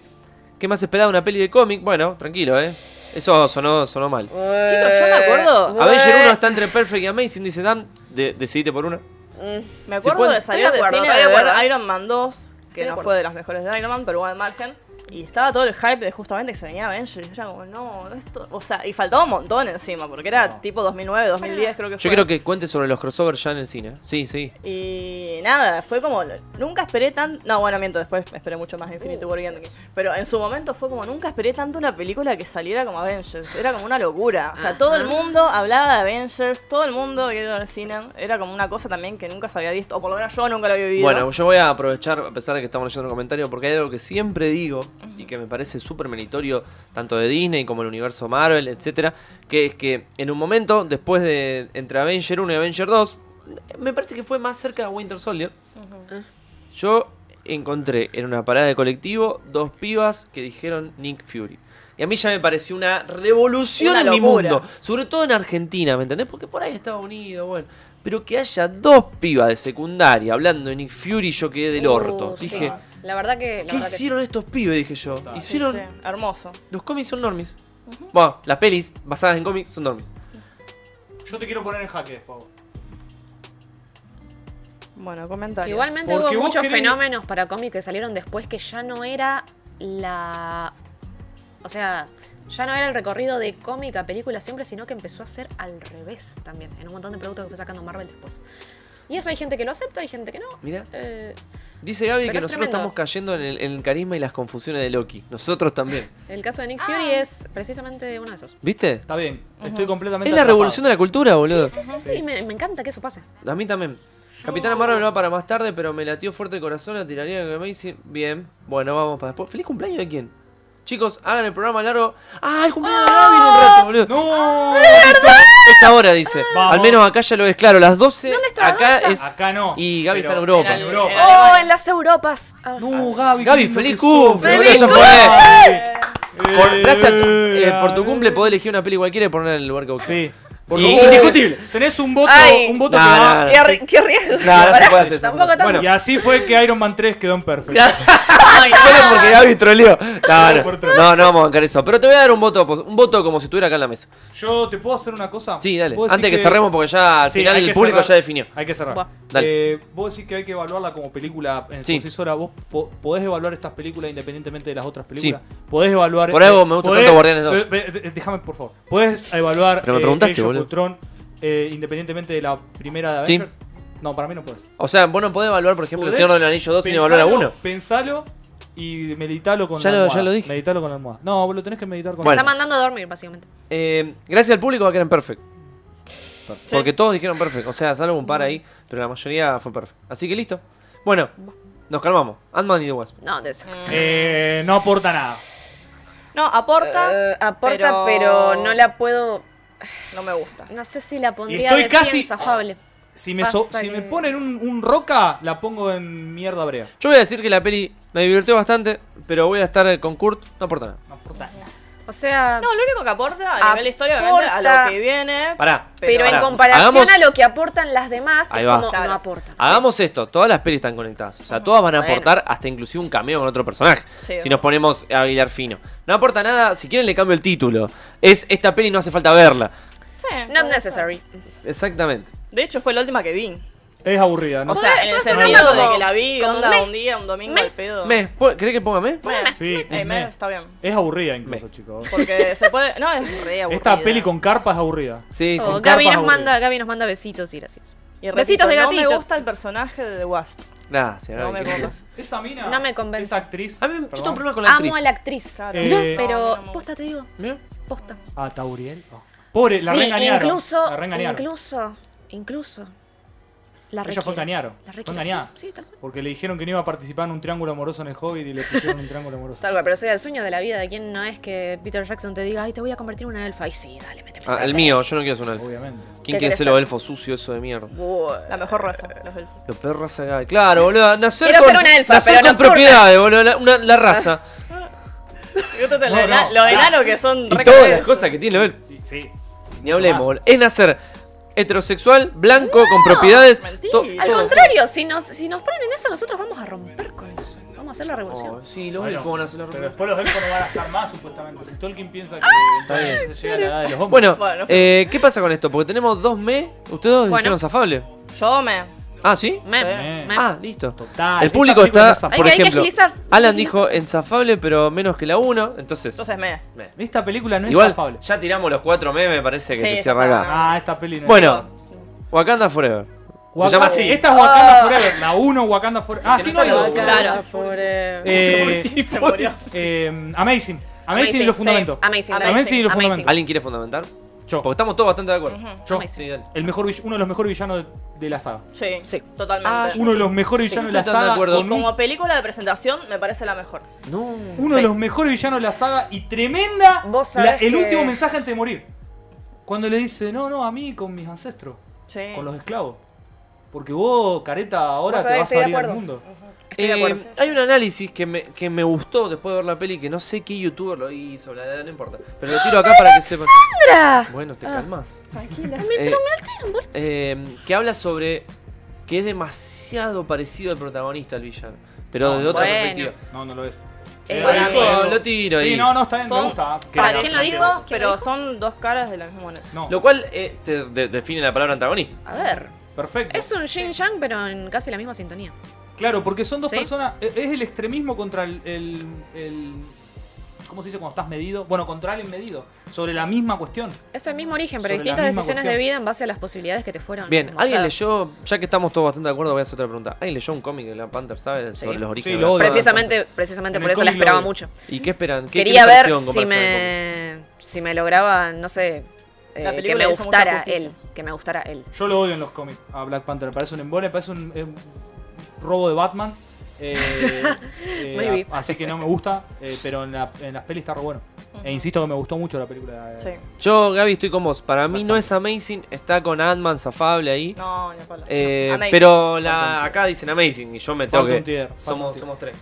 Speaker 1: ¿Qué más esperaba una peli de cómic? Bueno, tranquilo, eh. Eso sonó, sonó mal.
Speaker 4: Chicos, yo me acuerdo.
Speaker 3: Eh,
Speaker 1: Avenger 1 está entre Perfect y Amazing, dice Dan. De, decidite por una.
Speaker 4: Me
Speaker 1: Si
Speaker 4: acuerdo
Speaker 1: pueden-
Speaker 4: de salir
Speaker 3: Estoy de
Speaker 4: de
Speaker 3: acuerdo,
Speaker 4: cine
Speaker 3: estoy
Speaker 4: de
Speaker 3: de
Speaker 4: ver
Speaker 3: acuerdo.
Speaker 4: Iron Man 2,
Speaker 3: de
Speaker 4: que no
Speaker 3: acuerdo.
Speaker 4: fue de las mejores de Iron Man, pero bueno, al margen. Y estaba todo el hype de justamente que se venía Avengers. Y yo era como, no, no esto. O sea, y faltaba un montón encima, porque era
Speaker 2: No.
Speaker 4: tipo 2009, 2010, creo que
Speaker 1: Yo
Speaker 4: fue.
Speaker 1: quiero que cuentes sobre los crossovers ya en el cine. Sí, sí.
Speaker 4: Y nada, fue como. Nunca esperé tan. No, bueno, miento, después esperé mucho más
Speaker 3: Uh.
Speaker 4: Infinity War y Endgame. Pero en su momento fue como nunca esperé tanto una película que saliera como Avengers. Era como una locura. O sea, todo el mundo hablaba de Avengers, todo el mundo había ido al cine. Era como una cosa también que nunca se había visto, o por lo menos yo nunca lo había vivido.
Speaker 1: Bueno, yo voy a aprovechar, a pesar de que estamos leyendo un comentario, porque hay algo que siempre digo y que me parece súper meritorio, tanto de Disney como el universo Marvel, etcétera, que es que en un momento, después de entre Avenger 1 y Avenger 2, me parece que fue más cerca de Winter Soldier. Yo encontré en una parada de colectivo dos pibas que dijeron Nick Fury. Y a mí ya me pareció una revolución
Speaker 4: Una
Speaker 1: en mi
Speaker 4: locura.
Speaker 1: mundo. Sobre todo en Argentina, ¿me entendés? Porque por ahí Estados Unidos, bueno. Pero que haya dos pibas de secundaria hablando de Nick Fury, yo quedé del
Speaker 3: uh,
Speaker 1: orto.
Speaker 3: sí.
Speaker 1: Dije,
Speaker 3: La verdad
Speaker 1: ¿qué
Speaker 3: que. La verdad que
Speaker 1: hicieron estos pibes? Dije yo.
Speaker 2: Total.
Speaker 4: Sí,
Speaker 1: Hicieron.
Speaker 4: sí, hermoso.
Speaker 1: Los cómics son normis. Bueno, las pelis basadas en cómics son normis.
Speaker 2: Yo te quiero poner en jaque, Pau.
Speaker 4: Bueno,
Speaker 3: sí.
Speaker 4: comentarios.
Speaker 3: Igualmente
Speaker 2: Porque
Speaker 3: hubo
Speaker 2: vos
Speaker 3: muchos
Speaker 2: querés-
Speaker 3: fenómenos para cómics que salieron después que ya no era la. O sea. Ya no era el recorrido de cómic a película siempre, sino que empezó a ser al revés también, en un montón de productos que fue sacando Marvel después. Y eso hay gente que lo acepta, hay gente que no.
Speaker 1: Mira,
Speaker 3: Eh,
Speaker 1: dice Gaby
Speaker 3: Pero
Speaker 1: que
Speaker 3: es
Speaker 1: nosotros
Speaker 3: tremendo.
Speaker 1: estamos cayendo en el, en el carisma y las confusiones de Loki. Nosotros también.
Speaker 3: el caso de Nick Fury es precisamente uno de esos.
Speaker 1: ¿Viste?
Speaker 2: Está bien, estoy completamente.
Speaker 1: Es la revolución de la cultura, boludo.
Speaker 3: Sí, sí, sí, sí, me, me encanta que eso pase.
Speaker 1: A mí también. Capitana Marvel va para más tarde, pero me latió fuerte el corazón, la tiraría que me hice. Bien, bueno, vamos para después. ¿Feliz cumpleaños de quién? Chicos, hagan el programa largo. ¡Ah, el cumpleaños de Gaby en un rato, boludo!
Speaker 2: ¡No! Ah.
Speaker 1: Esta hora dice.
Speaker 2: Vamos.
Speaker 1: Al menos acá ya lo es claro, las 12.
Speaker 3: ¿Dónde está?
Speaker 1: Acá
Speaker 3: ¿Dónde está?
Speaker 1: es.
Speaker 2: Acá no.
Speaker 1: Y Gaby está en
Speaker 2: pero
Speaker 1: Europa. Uh,
Speaker 2: En
Speaker 4: En
Speaker 2: Europa.
Speaker 3: ¡Oh,
Speaker 4: Alemania.
Speaker 3: en las Europas! Ah.
Speaker 2: No, Gaby.
Speaker 1: Gaby,
Speaker 2: qué
Speaker 1: feliz
Speaker 2: lindo que sos,
Speaker 1: cumple,
Speaker 2: boludo.
Speaker 3: boludo, ya
Speaker 1: fue.
Speaker 2: Eh,
Speaker 1: Por, gracias eh, a tu- eh,
Speaker 2: eh,
Speaker 1: por tu cumple podés elegir una peli cualquiera y ponerla en el lugar que vos
Speaker 2: Ah. Sí.
Speaker 1: quieras.
Speaker 2: Porque
Speaker 1: Y-
Speaker 2: vos
Speaker 1: indiscutible.
Speaker 2: Tenés un voto,
Speaker 3: Ay.
Speaker 2: un voto
Speaker 1: No,
Speaker 2: que va-
Speaker 1: no,
Speaker 3: ¿Qué, ri- qué riesgo?
Speaker 1: No, no se
Speaker 3: Pará,
Speaker 1: puede hacer eso,
Speaker 3: Tampoco
Speaker 1: no se
Speaker 3: tanto.
Speaker 1: puede.
Speaker 2: Y así fue que Iron Man 3 quedó en perfecto.
Speaker 1: Solo porque Gaby troleó. No, no,
Speaker 2: Por
Speaker 1: no,
Speaker 2: troll.
Speaker 1: no vamos a bancar eso. Pero te voy a dar un voto, pos- un voto como si estuviera acá en la mesa.
Speaker 2: Yo te puedo hacer una cosa.
Speaker 1: Sí, dale.
Speaker 2: Vos decís
Speaker 1: Antes que cerremos porque ya al
Speaker 2: Sí,
Speaker 1: final
Speaker 2: hay
Speaker 1: el
Speaker 2: que
Speaker 1: público
Speaker 2: cerrar.
Speaker 1: ya definió.
Speaker 2: Hay que cerrar.
Speaker 3: Buah.
Speaker 1: Dale.
Speaker 2: Eh, vos decís que hay que evaluarla como película en
Speaker 1: Sí.
Speaker 2: sí. sola. Vos po- podés evaluar estas películas independientemente de las otras películas. Podés evaluar. eh,
Speaker 1: Por algo me gusta
Speaker 2: podés-
Speaker 1: tanto Guardianes dos.
Speaker 2: so- ve- ve- Déjame, por favor. Podés evaluar.
Speaker 1: Pero me
Speaker 2: eh,
Speaker 1: preguntaste,
Speaker 2: Age of
Speaker 1: boludo.
Speaker 2: Ultron, eh, independientemente de la primera de
Speaker 1: Sí.
Speaker 2: Avengers. No, para mí no puedes.
Speaker 1: O sea, vos no podés evaluar, por ejemplo, el
Speaker 2: ¿Podés?
Speaker 1: Señor del Anillo 2 sin evaluar a uno.
Speaker 2: Pensalo y meditalo con
Speaker 1: Ya
Speaker 2: la
Speaker 1: lo- ya
Speaker 2: almohada.
Speaker 1: lo dije.
Speaker 2: Meditalo con la almohada. No, vos lo tenés que meditar con
Speaker 1: Bueno.
Speaker 3: Está mandando a dormir, básicamente.
Speaker 1: Eh, gracias al público va a quedar en perfect. Porque todos dijeron perfect. O sea, salvo un par ahí, pero la mayoría fue perfect. Así que listo. Bueno, nos calmamos. Ant-Man y The Wasp.
Speaker 3: No, de
Speaker 2: Eh, no aporta nada.
Speaker 4: No, aporta,
Speaker 3: Eh, aporta,
Speaker 4: pero-
Speaker 3: pero... no la puedo.
Speaker 4: no me gusta.
Speaker 3: No sé si la pondría
Speaker 2: Estoy
Speaker 3: de
Speaker 2: casi-
Speaker 3: 100 zafable.
Speaker 2: Si me, so-
Speaker 3: Pasa
Speaker 2: si
Speaker 3: que-
Speaker 2: me ponen un, un roca, la pongo en mierda brea.
Speaker 1: Yo voy a decir que la peli me divirtió bastante, pero voy a estar con Kurt. No aporta nada.
Speaker 2: No aporta nada.
Speaker 3: O sea,
Speaker 4: No, lo único que aporta a nivel de historia, obviamente, a
Speaker 3: Aporta.
Speaker 4: lo que viene.
Speaker 1: Pará.
Speaker 3: pero en
Speaker 1: pará.
Speaker 3: comparación
Speaker 1: Hagamos-
Speaker 3: a lo que aportan las demás,
Speaker 1: Ahí
Speaker 3: es
Speaker 1: va.
Speaker 3: como
Speaker 4: Claro.
Speaker 3: no aporta.
Speaker 2: Ah.
Speaker 1: Hagamos esto, todas las pelis están conectadas. O sea, todas van a
Speaker 3: Bueno.
Speaker 1: aportar hasta inclusive un cameo con otro personaje.
Speaker 4: Sí,
Speaker 1: si
Speaker 4: bueno.
Speaker 1: nos ponemos a hilar fino. No aporta nada, si quieren le cambio el título. Es esta peli no hace falta verla.
Speaker 4: Sí,
Speaker 3: Not
Speaker 4: puede
Speaker 3: necessary.
Speaker 1: Exactamente.
Speaker 4: ser. De hecho, fue la última que vi.
Speaker 2: Es aburrida, ¿no?
Speaker 4: O sea, en el
Speaker 3: puedes
Speaker 4: sentido
Speaker 3: ponerla
Speaker 4: de
Speaker 3: como-
Speaker 4: que la vi,
Speaker 3: como
Speaker 4: onda,
Speaker 3: me-
Speaker 4: un día, un domingo
Speaker 3: me-
Speaker 4: al pedo.
Speaker 1: Me, ¿po- ¿Querés que ponga me?
Speaker 4: Me.
Speaker 2: Sí,
Speaker 4: Eh,
Speaker 2: es,
Speaker 4: me,
Speaker 2: me.
Speaker 4: está bien.
Speaker 2: Es aburrida incluso,
Speaker 1: Me.
Speaker 2: chicos.
Speaker 4: Porque se puede. No, es re aburrida.
Speaker 2: Esta peli con carpa es aburrida.
Speaker 1: Sí,
Speaker 3: Oh,
Speaker 1: sí.
Speaker 3: Gaby,
Speaker 2: carpas
Speaker 3: nos manda,
Speaker 2: aburridas.
Speaker 3: Gaby nos manda besitos y gracias.
Speaker 4: Y repito,
Speaker 3: Besitos de
Speaker 4: No
Speaker 3: gatito.
Speaker 4: me gusta el personaje de The Wasp.
Speaker 1: Gracias.
Speaker 4: No
Speaker 1: Gaby,
Speaker 4: me
Speaker 1: qué lindo.
Speaker 4: convence.
Speaker 2: Esa mina.
Speaker 3: No me convence.
Speaker 2: Esa actriz.
Speaker 1: A mí yo tengo
Speaker 2: perdón.
Speaker 1: un problema con la actriz.
Speaker 3: Amo a la actriz.
Speaker 4: Claro.
Speaker 2: Eh,
Speaker 4: No,
Speaker 3: Pero,
Speaker 4: no me gusta.
Speaker 3: posta te digo,
Speaker 1: Mirá.
Speaker 3: posta.
Speaker 2: Ah, Tauriel. Oh. Pobre, la
Speaker 3: sí,
Speaker 2: reengañaron.
Speaker 3: incluso,
Speaker 2: La reengañaron.
Speaker 3: incluso, incluso. La
Speaker 2: Ella fue
Speaker 3: requiere.
Speaker 2: engañaron.
Speaker 3: La
Speaker 2: Fue
Speaker 3: requiere,
Speaker 2: engañada.
Speaker 3: sí, sí, tal cual.
Speaker 2: Porque le dijeron que no iba a participar en un triángulo amoroso en el Hobbit y le pusieron un triángulo amoroso.
Speaker 3: Tal cual, pero sea el sueño de la vida de quien no es que Peter Jackson te diga, ay, te voy a convertir en una elfa. Ay, sí, dale, méteme.
Speaker 1: Ah, el mío, yo no quiero ser un elfo.
Speaker 2: Obviamente.
Speaker 1: ¿Quién
Speaker 3: ¿Qué
Speaker 1: quiere
Speaker 3: querés
Speaker 1: ser los
Speaker 3: ser?
Speaker 1: elfos sucios, eso de mierda?
Speaker 4: La mejor raza, los elfos.
Speaker 1: Los perros raza Gaby. Claro, boludo. Nacer
Speaker 3: Quiero
Speaker 1: con,
Speaker 3: ser una elfa,
Speaker 1: nacer
Speaker 3: pero
Speaker 1: con
Speaker 3: nocturna.
Speaker 1: propiedades, boludo. La, una- la raza.
Speaker 4: Yo te-
Speaker 2: No, no.
Speaker 4: Los enanos que son.
Speaker 1: Y
Speaker 4: re
Speaker 1: todas las
Speaker 4: cabezas.
Speaker 1: cosas que tiene el elfo.
Speaker 2: Sí, Sí.
Speaker 1: Ni hablemos,
Speaker 2: Tomás.
Speaker 1: boludo. Es nacer heterosexual, blanco, con propiedades.
Speaker 4: mentira.
Speaker 1: to-
Speaker 4: Al
Speaker 3: Al
Speaker 1: todo.
Speaker 3: contrario, si nos, si nos ponen en eso, nosotros vamos a romper con eso. Vamos a hacer la revolución.
Speaker 1: Oh, sí, los
Speaker 2: Bueno,
Speaker 1: elfos van a hacer la
Speaker 2: Pero
Speaker 1: revolución.
Speaker 2: después los elfos no van a estar más, supuestamente. Si Tolkien piensa que entonces se llega a la edad de los hombres.
Speaker 1: Bueno,
Speaker 4: Bueno.
Speaker 1: eh, ¿qué pasa con esto? Porque tenemos dos me. Ustedes dos
Speaker 3: Bueno.
Speaker 1: dijeron zafable.
Speaker 4: Yo me.
Speaker 1: Ah, ¿sí?
Speaker 3: Mem,
Speaker 2: Eh.
Speaker 3: mem.
Speaker 1: Ah, listo.
Speaker 2: total.
Speaker 1: El
Speaker 2: esta
Speaker 1: público
Speaker 2: película no
Speaker 1: está,
Speaker 2: es zafable.
Speaker 3: Hay
Speaker 1: por
Speaker 3: que- hay que
Speaker 1: ejemplo,
Speaker 3: agilizar,
Speaker 1: Alan
Speaker 3: agilizar.
Speaker 1: dijo ensafable, pero menos que la 1, entonces...
Speaker 4: Entonces me.
Speaker 1: me.
Speaker 2: Esta película no es
Speaker 1: Igual,
Speaker 2: zafable.
Speaker 1: ya tiramos los cuatro memes, parece que
Speaker 4: Sí,
Speaker 1: se
Speaker 4: ya
Speaker 1: cierra
Speaker 4: está.
Speaker 1: acá.
Speaker 2: Ah, esta peli no es
Speaker 1: Bueno, Wakanda Forever.
Speaker 2: Wakanda-
Speaker 1: se llama así. Ah.
Speaker 2: Esta es este. Wakanda Forever. La 1 Wakanda Forever. Ah,
Speaker 1: Que
Speaker 2: sí,
Speaker 1: no
Speaker 2: no hay
Speaker 1: está
Speaker 2: dos.
Speaker 1: la-
Speaker 4: Claro.
Speaker 3: Forever.
Speaker 2: Eh,
Speaker 4: Se murió.
Speaker 2: eh, amazing. Amazing y los
Speaker 3: sí.
Speaker 2: fundamentos.
Speaker 3: Amazing,
Speaker 2: Amazing,
Speaker 3: amazing,
Speaker 2: y los
Speaker 3: amazing.
Speaker 2: fundamentos.
Speaker 1: ¿Alguien quiere fundamentar?
Speaker 2: Yo.
Speaker 1: Porque estamos todos bastante de acuerdo.
Speaker 2: Yo.
Speaker 3: Amazing.
Speaker 1: Sí, dale.
Speaker 2: El mejor, vill- uno de los mejores villanos de, de la saga.
Speaker 4: Sí,
Speaker 3: Sí.
Speaker 4: totalmente.
Speaker 1: Ah,
Speaker 2: Uno de los mejores
Speaker 1: Sí,
Speaker 2: villanos de
Speaker 1: estoy
Speaker 2: la
Speaker 1: tan de
Speaker 2: saga.
Speaker 1: acuerdo.
Speaker 2: con un-
Speaker 4: Como película de presentación, me parece la mejor.
Speaker 1: No.
Speaker 2: uno de los mejores villanos de la saga y tremenda.
Speaker 3: Vos sabés
Speaker 2: la- el
Speaker 3: que-
Speaker 2: último mensaje antes de morir. Cuando le dice, no, no, a mí con mis ancestros,
Speaker 4: Sí.
Speaker 2: con los esclavos. Porque vos, careta, ahora te
Speaker 3: Vos sabés,
Speaker 2: vas
Speaker 3: estoy
Speaker 2: a
Speaker 3: de
Speaker 2: abrir al
Speaker 3: acuerdo.
Speaker 2: mundo.
Speaker 3: Estoy de
Speaker 1: Eh,
Speaker 3: acuerdo.
Speaker 1: hay un análisis que me, que me gustó después de ver la peli, que no sé qué youtuber lo hizo, bla, bla, bla, no importa. Pero lo tiro acá para que sepan.
Speaker 3: ¡Sandra!
Speaker 1: Bueno, te
Speaker 3: Ah.
Speaker 1: calmas.
Speaker 4: Tranquila.
Speaker 1: pero me Que habla sobre que es demasiado parecido al protagonista, al villano. Pero
Speaker 2: No,
Speaker 1: desde otra
Speaker 3: bueno.
Speaker 1: perspectiva.
Speaker 2: No, no lo es.
Speaker 3: Eh,
Speaker 2: Ah, Eh,
Speaker 3: para
Speaker 2: ahí
Speaker 3: mí-
Speaker 2: fue-
Speaker 1: Lo tiro
Speaker 2: Sí,
Speaker 1: ahí.
Speaker 2: no, no, está bien, me
Speaker 4: Son
Speaker 2: gusta.
Speaker 3: ¿Para
Speaker 2: Que-
Speaker 3: quién lo dijo? ¿Quién lo
Speaker 4: Pero
Speaker 3: dijo?
Speaker 4: son dos caras de la misma moneda.
Speaker 2: No,
Speaker 1: Lo cual eh, te de- define la palabra antagonista.
Speaker 3: A ver,
Speaker 2: perfecto.
Speaker 3: es un Jin Yang, pero en casi la misma sintonía.
Speaker 2: Claro, porque son dos
Speaker 3: ¿Sí?
Speaker 2: personas. e- Es el extremismo contra el, el- el- ¿Cómo se dice cuando estás medido? Bueno, contra alguien medido. Sobre la misma cuestión.
Speaker 3: Es el mismo origen, pero
Speaker 2: Sobre la
Speaker 3: distintas
Speaker 2: misma
Speaker 3: decisiones de
Speaker 2: cuestión.
Speaker 3: vida en base a las posibilidades que te fueron.
Speaker 1: Bien,
Speaker 3: mostradas.
Speaker 1: ¿alguien leyó, ya que estamos todos bastante de acuerdo, voy a hacer otra pregunta. ¿Alguien leyó un cómic de Black Panther, sabe?
Speaker 3: Sí.
Speaker 1: Sobre los orígenes.
Speaker 2: Sí,
Speaker 1: de
Speaker 2: lo
Speaker 1: Black Panther?
Speaker 2: odio.
Speaker 3: Precisamente, precisamente
Speaker 2: En
Speaker 3: por
Speaker 2: el
Speaker 3: eso la
Speaker 2: cómic
Speaker 3: esperaba
Speaker 2: lo-
Speaker 3: mucho.
Speaker 1: ¿Y qué esperan? ¿Qué-
Speaker 3: Quería
Speaker 1: qué les
Speaker 3: ver
Speaker 1: pareció en
Speaker 3: si
Speaker 1: comparación al cómic?
Speaker 3: me, si me lograba, no sé, eh,
Speaker 4: La
Speaker 3: que
Speaker 4: película
Speaker 3: me
Speaker 4: le hizo mucha
Speaker 3: gustara
Speaker 4: justicia.
Speaker 3: él. Que me gustara él.
Speaker 2: Yo lo odio en los cómics a Black Panther. Me parece un embole, me parece un, eh, un robo de Batman. Eh, eh,
Speaker 3: Maybe.
Speaker 2: a- así que no me gusta, eh, pero en, la- en las pelis está re bueno.
Speaker 4: Ujú.
Speaker 2: E insisto que me gustó mucho la película. eh,
Speaker 4: Sí.
Speaker 1: Yo, Gaby, estoy con vos. Para mí no es Amazing, está con Ant-Man, zafable ahí.
Speaker 4: No, ni a palo.
Speaker 1: Eh,
Speaker 4: Amazing.
Speaker 1: pero
Speaker 2: Falta un
Speaker 1: la,
Speaker 2: tier.
Speaker 1: acá dicen Amazing y yo me
Speaker 2: Falta
Speaker 1: tengo que...
Speaker 2: un tier, falta un
Speaker 1: somos,
Speaker 2: tier.
Speaker 1: somos tres.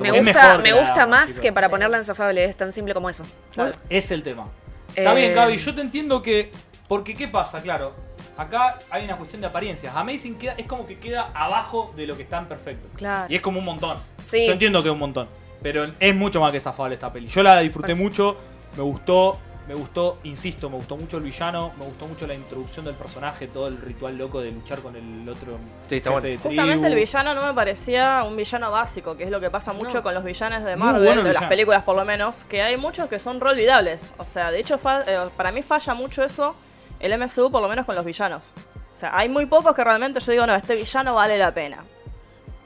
Speaker 3: Me
Speaker 2: Es
Speaker 3: gusta,
Speaker 2: mejor
Speaker 3: me
Speaker 2: que la
Speaker 3: gusta más
Speaker 2: Pantera.
Speaker 3: que para ponerla en zafable, es tan simple como eso.
Speaker 4: Claro.
Speaker 2: Es el tema. Está
Speaker 3: Eh,
Speaker 2: bien, Gaby, yo te entiendo que Porque, ¿qué pasa? Claro, acá hay una cuestión de apariencias. Amazing queda, es como que queda abajo de lo que está en perfecto.
Speaker 3: Claro.
Speaker 2: Y es como un montón.
Speaker 3: Sí.
Speaker 2: Yo entiendo que es un montón. Pero es mucho más que zafable esta peli. Yo la disfruté
Speaker 3: Parece.
Speaker 2: mucho, me gustó, me gustó, insisto, me gustó mucho el villano, me gustó mucho la introducción del personaje, todo el ritual loco de luchar con el otro.
Speaker 1: Sí, está
Speaker 2: jefe
Speaker 1: bueno.
Speaker 2: de
Speaker 4: Justamente el
Speaker 2: tribu.
Speaker 4: villano no me parecía un villano básico, que es lo que pasa mucho con los villanos de
Speaker 2: Muy
Speaker 4: Marvel,
Speaker 2: bueno el
Speaker 4: de las
Speaker 2: villano.
Speaker 4: películas por lo menos, que hay muchos que son re olvidables. O sea, de hecho, fa- eh, para mí falla mucho eso el MCU, por lo menos con los villanos. O sea, hay muy pocos que realmente yo digo, no, este villano vale la pena.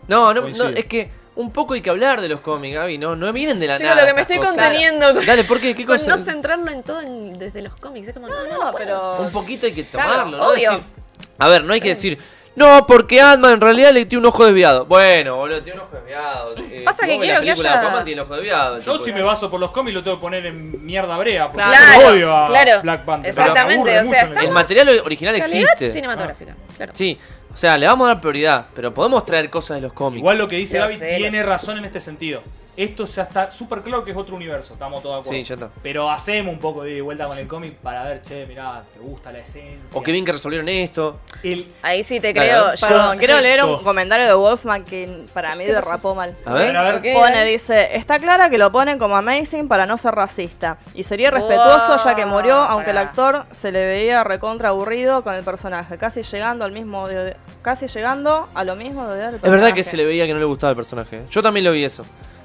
Speaker 1: No, no,
Speaker 2: Coincido.
Speaker 1: no, es que un poco hay que hablar de los cómics, Gaby, no, no vienen de la
Speaker 3: Chicos,
Speaker 1: nada.
Speaker 3: lo que me
Speaker 1: estas
Speaker 3: estoy
Speaker 1: cosas.
Speaker 3: conteniendo con,
Speaker 1: Dale, ¿por qué? ¿Qué
Speaker 3: con
Speaker 1: cosa?
Speaker 3: no centrarlo en todo en- desde los cómics. Es como, no, no,
Speaker 4: No,
Speaker 3: no puedo.
Speaker 4: pero...
Speaker 1: Un poquito hay que
Speaker 3: Claro,
Speaker 1: tomarlo, ¿no?
Speaker 3: obvio.
Speaker 1: Decir- a ver, no hay que decir, no, porque Ant-Man en realidad le tiene un ojo desviado. Bueno, boludo, tiene un ojo desviado. Eh,
Speaker 3: Pasa
Speaker 1: si
Speaker 3: que
Speaker 1: vos ves la
Speaker 3: quiero que
Speaker 1: película de
Speaker 3: haya-
Speaker 1: Aquaman tiene el ojo desviado.
Speaker 2: Yo
Speaker 1: tipo, eh.
Speaker 2: si me baso por los cómics lo tengo que poner en mierda brea porque
Speaker 4: Claro,
Speaker 2: yo odio a
Speaker 3: claro.
Speaker 2: Black Panther.
Speaker 3: Exactamente,
Speaker 2: Me aburre
Speaker 3: o sea,
Speaker 2: mucho en
Speaker 1: El
Speaker 3: estamos-
Speaker 1: material original
Speaker 3: Calidad
Speaker 1: existe. Ah.
Speaker 3: cinematográfica, claro.
Speaker 1: Sí, o sea, le vamos a dar prioridad, pero podemos traer cosas de los cómics.
Speaker 2: Igual lo que dice
Speaker 3: Lo
Speaker 2: Gaby
Speaker 3: sé, lo
Speaker 2: tiene
Speaker 3: sé.
Speaker 2: razón en este sentido. Esto ya está súper claro que es otro universo, estamos todos de acuerdo.
Speaker 1: Sí, ya está.
Speaker 2: Pero hacemos un poco de vuelta con el cómic para ver, che, mirá, te gusta la esencia.
Speaker 1: O qué bien que resolvieron esto.
Speaker 2: El-
Speaker 3: Ahí sí te
Speaker 1: Claro.
Speaker 3: creo. yo-
Speaker 4: Perdón, quiero leer un
Speaker 2: Concepto.
Speaker 4: comentario de Wolfman que para mí derrapó mal.
Speaker 1: A ver.
Speaker 2: A ver,
Speaker 3: Ok,
Speaker 4: Pone,
Speaker 3: dale.
Speaker 4: dice, está claro que lo ponen como amazing para no ser racista. Y sería respetuoso ya que murió,
Speaker 3: Wow,
Speaker 4: aunque el
Speaker 3: pará.
Speaker 4: actor se le veía recontra aburrido con el personaje, casi llegando al mismo de- casi llegando a lo mismo de odiar al
Speaker 1: Es verdad que
Speaker 4: personaje.
Speaker 1: se le veía que no le gustaba el personaje. ¿eh? Yo también lo vi eso.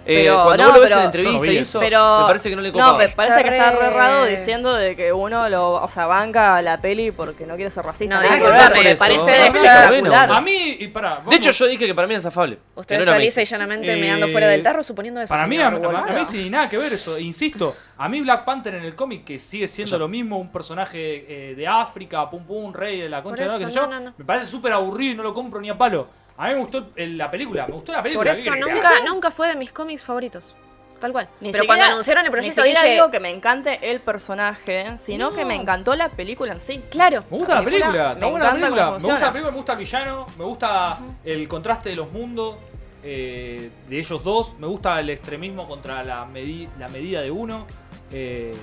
Speaker 1: Eh,
Speaker 4: Pero,
Speaker 1: cuando
Speaker 4: no,
Speaker 1: vos lo ves
Speaker 4: pero-
Speaker 1: en
Speaker 2: Yo no
Speaker 1: entrevista
Speaker 2: vi
Speaker 1: y
Speaker 2: eso.
Speaker 1: eso,
Speaker 4: pero
Speaker 1: me parece que no le copaba.
Speaker 4: No, me parece que está re
Speaker 3: re-
Speaker 4: raro diciendo de que uno lo, o sea, banca la peli porque no quiere ser racista.
Speaker 3: No,
Speaker 4: Nada
Speaker 3: digo,
Speaker 4: que ver,
Speaker 3: por
Speaker 4: porque
Speaker 1: eso.
Speaker 4: parece
Speaker 3: Está
Speaker 1: bueno.
Speaker 4: espectacular.
Speaker 2: A mí, y pará. vamos-
Speaker 1: De hecho, yo dije que para mí era zafable.
Speaker 3: Usted
Speaker 1: que no
Speaker 3: está
Speaker 1: era
Speaker 3: lisa y
Speaker 1: Messi.
Speaker 3: llanamente
Speaker 2: Eh,
Speaker 3: mirando fuera del tarro, suponiendo eso.
Speaker 2: Para mí, a,
Speaker 3: señor
Speaker 2: a-
Speaker 3: Wolf.
Speaker 2: a mí sí, nada que ver eso. Insisto, a mí Black Panther en el cómic, que sigue siendo lo mismo, un personaje eh, de África, pum pum, rey de la concha
Speaker 3: Por
Speaker 2: de la lora,
Speaker 3: eso,
Speaker 2: qué sé
Speaker 3: no,
Speaker 2: yo,
Speaker 3: no, no.
Speaker 2: me parece súper aburrido y no lo compro ni a palo. A mí me gustó el- la película, me gustó la película.
Speaker 3: Por
Speaker 2: ¿qué
Speaker 3: eso
Speaker 2: querés que
Speaker 3: nunca,
Speaker 2: haga?
Speaker 3: nunca fue de mis cómics favoritos. Tal cual.
Speaker 4: Ni
Speaker 3: Pero
Speaker 4: siquiera-
Speaker 3: cuando anunciaron el proyecto,
Speaker 4: ni siquiera
Speaker 3: dije,
Speaker 4: digo que me encante el personaje, sino
Speaker 3: No.
Speaker 4: que me encantó la película en sí.
Speaker 3: claro.
Speaker 2: Me gusta la película,
Speaker 4: película,
Speaker 2: está
Speaker 4: me
Speaker 2: buena la
Speaker 4: encanta
Speaker 2: película. Me gusta
Speaker 4: cómo funciona.
Speaker 2: la película, me gusta el villano, me gusta el contraste de los mundos eh, de ellos dos, me gusta el extremismo contra la, medi- la medida de uno. eh,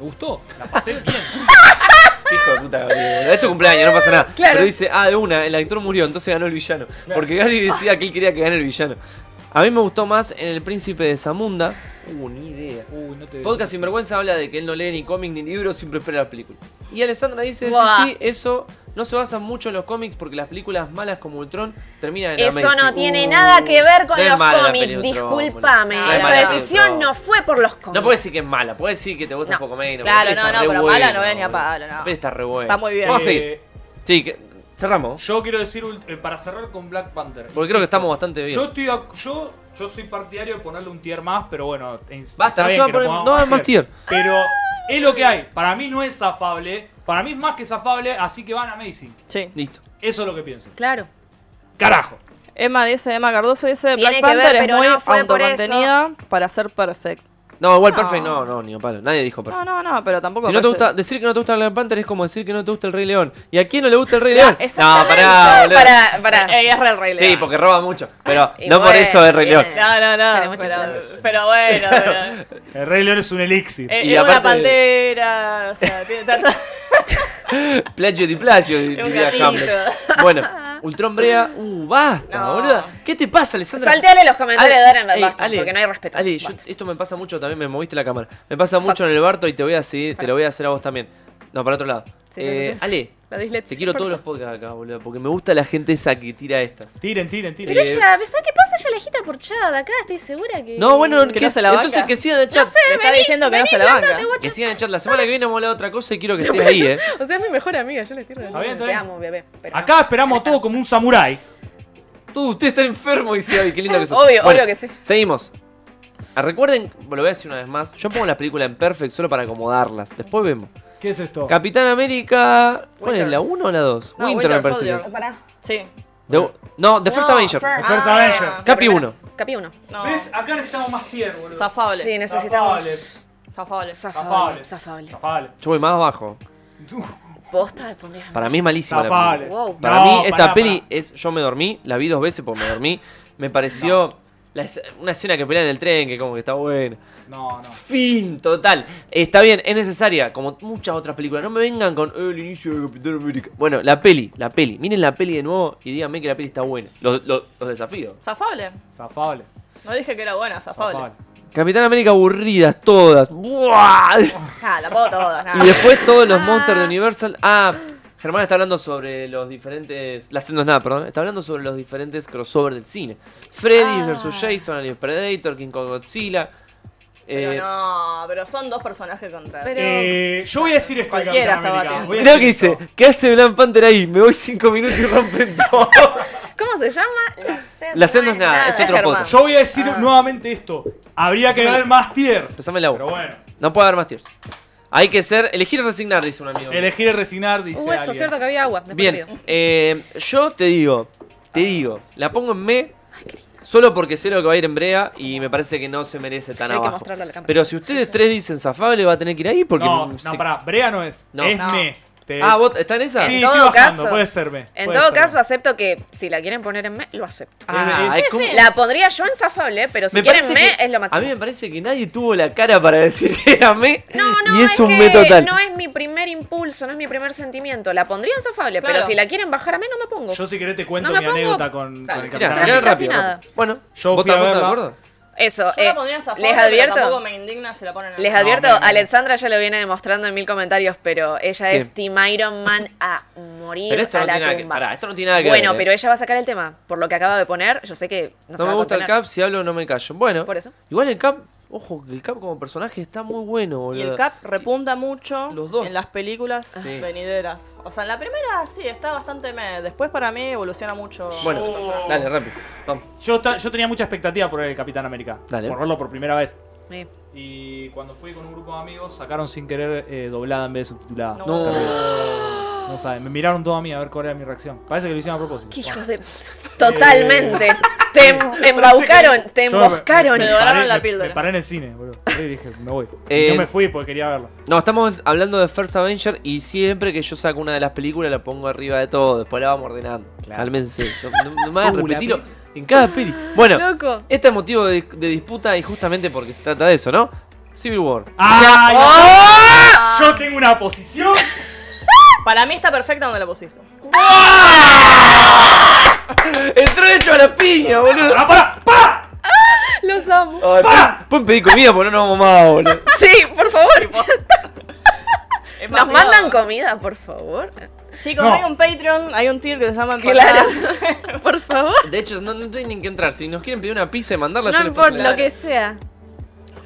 Speaker 2: me gustó, la pasé bien.
Speaker 1: Hijo de puta, Gabriel. Es tu cumpleaños, no pasa nada.
Speaker 3: Claro.
Speaker 1: Pero dice, ah, de una, el actor murió, entonces ganó el villano. Porque Gary decía que él quería que gane el villano. A mí me gustó más en El Príncipe de Zamunda. Uh, ni idea.
Speaker 2: Uy, no te
Speaker 1: Podcast Sinvergüenza habla de que él no lee ni cómic ni libros, siempre espera la película. Y Alessandra dice,
Speaker 3: Buah.
Speaker 1: sí, sí, eso no se basa mucho en los cómics porque las películas malas como Ultron terminan en
Speaker 3: Eso
Speaker 1: Amazing.
Speaker 3: no tiene
Speaker 1: Uh.
Speaker 3: nada que ver con
Speaker 1: no es
Speaker 3: los
Speaker 1: mala la peli
Speaker 3: cómics,
Speaker 1: de Ultron,
Speaker 3: discúlpame.
Speaker 1: boludo. No es
Speaker 3: Esa
Speaker 1: mala la
Speaker 3: decisión
Speaker 1: Ultron.
Speaker 3: no fue por los cómics.
Speaker 1: No puedes decir que es mala, puedes decir que te gusta
Speaker 3: No.
Speaker 1: un poco menos.
Speaker 4: Claro,
Speaker 1: porque
Speaker 4: no,
Speaker 1: está
Speaker 4: no,
Speaker 1: re
Speaker 4: pero
Speaker 1: bueno,
Speaker 4: mala no es ni a
Speaker 1: boludo.
Speaker 4: palo, no.
Speaker 1: La peli está re buena.
Speaker 4: Está muy bien.
Speaker 1: Vamos a seguir.
Speaker 2: Eh,
Speaker 1: Sí, que- cerramos.
Speaker 2: yo quiero decir, ult- eh, para cerrar con Black Panther.
Speaker 1: Porque creo que estamos bastante bien.
Speaker 2: Yo, estoy a- yo, yo soy partidario de ponerle un tier más, pero bueno. en-
Speaker 1: Basta,
Speaker 2: está
Speaker 1: no se
Speaker 2: bien
Speaker 1: va a
Speaker 2: que
Speaker 1: poner-
Speaker 2: pongamos
Speaker 1: no, más tier.
Speaker 2: Pero es lo que hay. Para mí no es zafable. Para mí es más que zafable, así que van amazing.
Speaker 4: Sí.
Speaker 1: Listo.
Speaker 2: Eso es lo que pienso.
Speaker 3: Claro.
Speaker 2: Carajo.
Speaker 4: Emma dice, Emma Cardoso dice,
Speaker 3: Tiene
Speaker 4: Black
Speaker 3: que ver,
Speaker 4: Panther es
Speaker 3: pero
Speaker 4: muy
Speaker 3: no fue por
Speaker 4: autocontenida para ser perfecta.
Speaker 1: No, igual
Speaker 4: No.
Speaker 1: Perfect no, no, ni a palo. Nadie dijo Perfect.
Speaker 4: No, no, no, pero tampoco
Speaker 1: Si no te
Speaker 4: parece-
Speaker 1: gusta, decir que no te gusta Black Panther es como decir que no te gusta el Rey León. ¿Y a quién no le gusta el Rey
Speaker 4: Claro,
Speaker 1: León? No,
Speaker 4: exactamente.
Speaker 1: pará, boludo.
Speaker 3: Para, para.
Speaker 4: Eh, es re el Rey
Speaker 1: Sí,
Speaker 4: León.
Speaker 1: porque roba mucho. Pero
Speaker 3: Y
Speaker 1: no por
Speaker 3: bueno,
Speaker 1: eso es Rey
Speaker 3: bien.
Speaker 1: León.
Speaker 4: No, no, no.
Speaker 3: Tenemos
Speaker 4: Pero,
Speaker 3: chicos.
Speaker 4: pero bueno, pero-
Speaker 2: El Rey León es un elixir.
Speaker 4: eh,
Speaker 1: Y
Speaker 4: es una
Speaker 1: aparte-
Speaker 4: pantera, o sea, tiene tanta-
Speaker 1: Plagio di plagio,
Speaker 4: Es un
Speaker 1: diría
Speaker 4: gatito.
Speaker 1: Hamlet. Bueno, Ultron Brea. Uh, basta,
Speaker 4: No.
Speaker 1: boluda. ¿Qué te pasa, Alessandra?
Speaker 3: Salteale los comentarios de Darren
Speaker 1: Ey,
Speaker 3: Basta,
Speaker 1: Ale,
Speaker 3: porque no hay respeto.
Speaker 1: Ale, yo-
Speaker 3: Basta.
Speaker 1: esto me pasa mucho también, me moviste la cámara. Me pasa mucho en el barto y te voy a seguir, te lo voy a hacer a vos también. No, para otro lado.
Speaker 3: Sí, sí,
Speaker 1: Eh,
Speaker 3: sí, sí, sí.
Speaker 1: Ale,
Speaker 3: La dislexia,
Speaker 1: te quiero
Speaker 3: por
Speaker 1: todos los podcasts acá, boludo, porque me gusta la gente esa que tira estas.
Speaker 2: Tiren, tiren, tiren.
Speaker 3: Pero ya, ¿sabes qué pasa? Ya la hijita porchada acá, estoy segura que.
Speaker 1: Eh, No, bueno, que,
Speaker 4: no se la banca.
Speaker 1: entonces que sigan el chat.
Speaker 3: No sé,
Speaker 4: Me está
Speaker 3: vení,
Speaker 4: diciendo que no
Speaker 3: vení,
Speaker 4: se la
Speaker 3: planta,
Speaker 4: banca.
Speaker 3: te voy a
Speaker 1: Que
Speaker 3: echar-
Speaker 1: sigan el chat. La semana que viene vamos a hablar de otra cosa y quiero que estés ahí, eh.
Speaker 3: O sea, es mi mejor amiga, yo le estoy regalando.
Speaker 2: bien, está
Speaker 3: Te
Speaker 2: bien.
Speaker 3: amo, bebé. pero no.
Speaker 2: Acá esperamos todo como un samurái.
Speaker 1: Todos ustedes están enfermos, dice Gaby, qué lindo que sos.
Speaker 3: Obvio, obvio que sí.
Speaker 1: Seguimos. Ah, Recuerden, lo voy a decir una vez más, yo pongo la película en perfect solo para acomodarlas. Después vemos.
Speaker 2: ¿Qué es esto?
Speaker 1: Capitán América. ¿Cuál
Speaker 4: Winter.
Speaker 1: es? ¿La 1 o la 2?
Speaker 4: No,
Speaker 1: Winter, me
Speaker 4: Winter
Speaker 1: parece que
Speaker 4: Soldier.
Speaker 1: es.
Speaker 3: Pará.
Speaker 4: Sí.
Speaker 1: The- no, The First
Speaker 3: No,
Speaker 1: Avenger.
Speaker 3: First-
Speaker 2: First
Speaker 3: Ah,
Speaker 2: Avenger.
Speaker 3: la
Speaker 1: Capi
Speaker 3: primera.
Speaker 1: 1.
Speaker 3: Capi 1.
Speaker 4: No.
Speaker 2: ¿Ves? Acá necesitamos más tier, boludo.
Speaker 4: Zafable.
Speaker 3: Sí, necesitamos.
Speaker 4: Zafable.
Speaker 3: Zafable. Zafable.
Speaker 2: Zafable.
Speaker 1: Yo voy más abajo.
Speaker 3: Posta de poner.
Speaker 1: Para mí es malísima la
Speaker 2: Zafable.
Speaker 1: película.
Speaker 3: Wow.
Speaker 1: Para
Speaker 2: No,
Speaker 1: mí esta
Speaker 2: pará,
Speaker 1: peli
Speaker 2: pará.
Speaker 1: es... Yo me dormí, la vi dos veces porque me dormí. Me pareció... La es- una escena que pelea en el tren, que como que está buena.
Speaker 2: No, no.
Speaker 1: Fin, total. Está bien, es necesaria, como muchas otras películas. No me vengan con "Eh, el inicio de Capitán América. Bueno, la peli, la peli. Miren la peli de nuevo y díganme que la peli está buena. Los, los- los desafíos.
Speaker 4: Zafable.
Speaker 2: Zafable.
Speaker 4: No dije que era buena, zafable.
Speaker 2: Zafable.
Speaker 1: Capitán América aburridas todas. Buah.
Speaker 4: Ah, la puedo todas,
Speaker 1: Y
Speaker 4: nada.
Speaker 1: después todos los
Speaker 3: Ah.
Speaker 1: monsters de Universal. Ah, Germán está hablando sobre los diferentes. La no es nada, perdón. Está hablando sobre los diferentes crossovers del cine. Freddy
Speaker 4: Ah.
Speaker 1: versus Jason, Alien Predator, King Kong Godzilla.
Speaker 4: Pero
Speaker 1: Eh,
Speaker 4: no, pero son dos personajes contra
Speaker 3: Pero-
Speaker 2: Eh, yo voy a decir esto de
Speaker 4: Cualquiera
Speaker 2: Capitán
Speaker 4: estaba
Speaker 2: América.
Speaker 4: atento.
Speaker 2: Voy a
Speaker 1: Creo que
Speaker 2: decir
Speaker 1: dice,
Speaker 2: esto.
Speaker 1: ¿qué hace Black Panther ahí? Me voy cinco minutos y rompen todo.
Speaker 3: ¿Cómo se llama? La sed.
Speaker 1: La sed no es nada, es
Speaker 4: es
Speaker 1: otro
Speaker 4: Germán.
Speaker 1: podcast.
Speaker 2: Yo voy a decir
Speaker 3: Ah.
Speaker 2: nuevamente esto. Habría que
Speaker 1: Empezame-
Speaker 2: ver más tiers.
Speaker 1: Empezame la U.
Speaker 2: Pero bueno.
Speaker 1: No puede haber más tips. Hay que ser, elegir y resignar, dice un amigo.
Speaker 2: Elegir y resignar, dice
Speaker 3: Uh, eso,
Speaker 2: alguien.
Speaker 3: cierto que había agua. Después
Speaker 1: Bien,
Speaker 3: pido.
Speaker 1: eh, yo te digo, te digo, la pongo en me solo porque sé lo que va a ir en Brea y me parece que no se merece tan
Speaker 3: hay que
Speaker 1: abajo.
Speaker 3: mostrarlo a la cámara.
Speaker 1: Pero si ustedes tres dicen zafable, va a tener que ir ahí porque.
Speaker 2: No,
Speaker 1: mm,
Speaker 2: no,
Speaker 1: se-
Speaker 2: pará. Brea no es.
Speaker 1: No.
Speaker 2: Es
Speaker 4: No.
Speaker 2: me. Te-
Speaker 1: Ah, ¿vos está en esa?
Speaker 2: Sí,
Speaker 3: En
Speaker 2: estoy
Speaker 3: todo
Speaker 2: bajando.
Speaker 3: caso-
Speaker 2: puede ser me.
Speaker 3: En
Speaker 2: puede
Speaker 3: todo
Speaker 2: ser me.
Speaker 3: caso, acepto que si la quieren poner en me, lo acepto.
Speaker 1: Ah,
Speaker 2: Sí,
Speaker 1: es
Speaker 2: sí,
Speaker 1: como-
Speaker 3: La pondría yo en zafable, pero si quieren
Speaker 1: parece
Speaker 3: me,
Speaker 1: que-
Speaker 3: es lo máximo.
Speaker 1: A mí me parece que nadie tuvo la cara para decir que era me.
Speaker 3: No, no,
Speaker 1: y es,
Speaker 3: es,
Speaker 1: un
Speaker 3: que
Speaker 1: me total.
Speaker 3: no es mi primer impulso, no es mi primer sentimiento. La pondría en zafable,
Speaker 4: Claro.
Speaker 3: pero si la quieren bajar a mí, no me pongo.
Speaker 2: Yo si querés te cuento
Speaker 3: No me
Speaker 2: mi
Speaker 3: pongo-
Speaker 2: anécdota con, con
Speaker 3: Dale,
Speaker 1: Mirá,
Speaker 2: el Capitán
Speaker 3: Casi,
Speaker 1: mirá
Speaker 2: América.
Speaker 3: casi
Speaker 1: rápido.
Speaker 3: nada.
Speaker 1: Bueno,
Speaker 2: Yo
Speaker 1: ¿vos
Speaker 2: fui a
Speaker 1: tampoco de
Speaker 2: verla.
Speaker 1: acuerdo?
Speaker 3: Eso,
Speaker 4: Yo
Speaker 3: eh,
Speaker 4: la pondría en zafable,
Speaker 3: les
Speaker 4: pero
Speaker 3: advierto.
Speaker 4: tampoco me indigna si la ponen en
Speaker 3: Les
Speaker 2: No,
Speaker 3: advierto,
Speaker 2: me- me-
Speaker 3: Alexandra ya lo viene demostrando en mil comentarios, pero ella
Speaker 1: ¿Qué?
Speaker 3: es Team Iron Man a morir
Speaker 1: Pero esto
Speaker 3: a
Speaker 1: no,
Speaker 3: la
Speaker 1: tiene nada que,
Speaker 3: tumba.
Speaker 1: pará, esto no tiene nada que ver.
Speaker 3: bueno,
Speaker 1: eh.
Speaker 3: pero ella va a sacar el tema. Por lo que acaba de poner, yo sé que no, se
Speaker 1: No
Speaker 3: va
Speaker 1: me
Speaker 3: a
Speaker 1: gusta el
Speaker 3: contener.
Speaker 1: Cap, si hablo no me callo. Bueno,
Speaker 3: Por eso.
Speaker 1: igual el Cap, ojo, que el Cap como personaje está muy bueno,
Speaker 4: Y
Speaker 1: boludo.
Speaker 4: el Cap repunta mucho
Speaker 1: Los dos.
Speaker 4: en las películas venideras. O sea, en la primera sí, está bastante meh. Después para mí evoluciona mucho.
Speaker 1: Bueno,
Speaker 2: Oh.
Speaker 1: dale, rápido. Vamos.
Speaker 2: Yo, ta- yo tenía mucha expectativa por el Capitán América.
Speaker 1: Dale.
Speaker 2: Por verlo por primera vez.
Speaker 3: Sí.
Speaker 2: Y cuando fui con un grupo de amigos, sacaron sin querer eh, doblada en vez de subtitulada.
Speaker 4: No.
Speaker 1: No.
Speaker 2: No saben, me miraron todo a mí a ver cuál era mi reacción. Parece que lo hicieron a propósito.
Speaker 3: ¡Qué hijos de... Totalmente. te em- embaucaron, te
Speaker 2: Yo me-
Speaker 3: emboscaron.
Speaker 2: me
Speaker 4: Te doraron
Speaker 2: paré-
Speaker 4: la
Speaker 2: me-
Speaker 4: píldora.
Speaker 2: Me paré en el cine, boludo. Y dije, me voy.
Speaker 1: Eh,
Speaker 2: Y no me fui porque quería verlo.
Speaker 1: No, estamos hablando de First Avenger y siempre que yo saco una de las películas la pongo arriba de todo. Después la vamos ordenando.
Speaker 2: Claro.
Speaker 1: Cálmense. No, no- no me hagan
Speaker 2: Uh, la
Speaker 1: repetirlo
Speaker 2: peli.
Speaker 1: en cada peli. Bueno,
Speaker 3: Loco.
Speaker 1: este es motivo de, de disputa y justamente porque se trata de eso, ¿no? Civil War.
Speaker 2: ¡Ay!
Speaker 4: ¡Ah!
Speaker 2: Yo tengo una posición.
Speaker 4: Para mí está perfecta donde la pusiste.
Speaker 1: Entró hecho a la piña, boludo.
Speaker 2: ¡Para, para! para.
Speaker 3: Los amo.
Speaker 1: Ay,
Speaker 2: Ah.
Speaker 1: pueden- pueden pedir comida porque no nos vamos más, boludo.
Speaker 3: Sí, por favor.
Speaker 4: Es más,
Speaker 3: Nos
Speaker 4: digo,
Speaker 3: mandan comida, por favor.
Speaker 4: Chicos,
Speaker 2: No.
Speaker 4: hay un Patreon, hay un tier que se llama
Speaker 3: Claro.
Speaker 4: Empanadas.
Speaker 3: Por favor.
Speaker 1: De hecho, no, no tienen que entrar. Si nos quieren pedir una pizza y mandarla,
Speaker 3: No
Speaker 1: yo les paso
Speaker 3: importa
Speaker 1: la-
Speaker 3: lo que sea.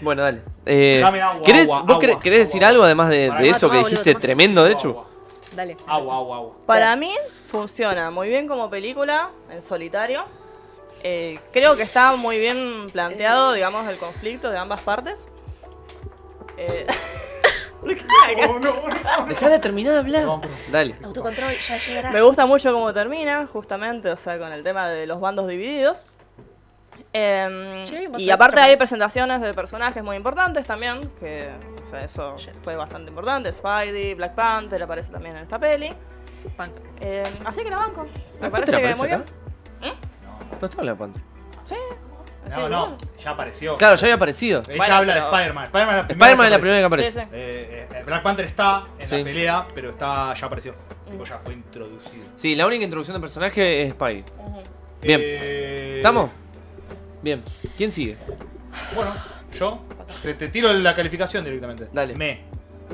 Speaker 1: Bueno, dale. Eh,
Speaker 2: Dame agua,
Speaker 1: ¿querés,
Speaker 2: agua,
Speaker 1: ¿Vos
Speaker 2: agua,
Speaker 1: querés, querés
Speaker 2: agua,
Speaker 1: decir
Speaker 2: agua.
Speaker 1: algo además de,
Speaker 2: Para
Speaker 1: de
Speaker 2: mí-
Speaker 1: eso que
Speaker 3: Tomá, boludo,
Speaker 1: dijiste?
Speaker 3: tomá.
Speaker 1: Tremendo, de hecho.
Speaker 3: Dale.
Speaker 2: Agua, agua, agua.
Speaker 4: Para mí funciona muy bien como película, en solitario. Eh, creo que está muy bien planteado, digamos, el conflicto de ambas partes. Eh,
Speaker 2: Oh, no, no.
Speaker 1: Dejala terminar de hablar. Dale.
Speaker 3: Autocontrol, ya llegará.
Speaker 4: Me gusta mucho cómo termina, justamente, o sea, con el tema de los bandos divididos. Eh,
Speaker 3: Che, vos
Speaker 4: y
Speaker 3: sabés
Speaker 4: aparte
Speaker 3: también.
Speaker 4: hay presentaciones de personajes muy importantes también, que o sea, eso
Speaker 3: Shit.
Speaker 4: fue bastante importante. Spidey, Black Panther aparece también en esta peli.
Speaker 3: Punk.
Speaker 4: Eh, así que la banco. Me
Speaker 1: ¿La
Speaker 4: parece
Speaker 1: Panther
Speaker 4: que
Speaker 1: aparece
Speaker 4: muy bien.
Speaker 1: acá?
Speaker 2: ¿Eh?
Speaker 1: No está la Panther.
Speaker 4: Sí. sí,
Speaker 2: No,
Speaker 4: bueno.
Speaker 2: no, ya apareció.
Speaker 1: Claro, ya había aparecido.
Speaker 2: Ella
Speaker 4: Bueno,
Speaker 2: habla
Speaker 4: pero-
Speaker 2: de Spider-Man. Spider-Man es la primera.
Speaker 1: Spider-Man es la
Speaker 2: que
Speaker 1: primera que
Speaker 4: Sí,
Speaker 1: aparece.
Speaker 4: sí.
Speaker 2: aparece. Eh, eh, Black Panther está en
Speaker 1: Sí.
Speaker 2: la pelea, pero está, ya apareció. Tipo,
Speaker 4: Mm.
Speaker 2: ya fue introducido.
Speaker 1: Sí, la única introducción de personaje es Spidey.
Speaker 4: Ujú.
Speaker 1: Bien.
Speaker 2: Eh,
Speaker 1: ¿Estamos? Bien. ¿Quién sigue?
Speaker 2: Bueno, yo te, te tiro la calificación directamente.
Speaker 1: Dale.
Speaker 2: Me.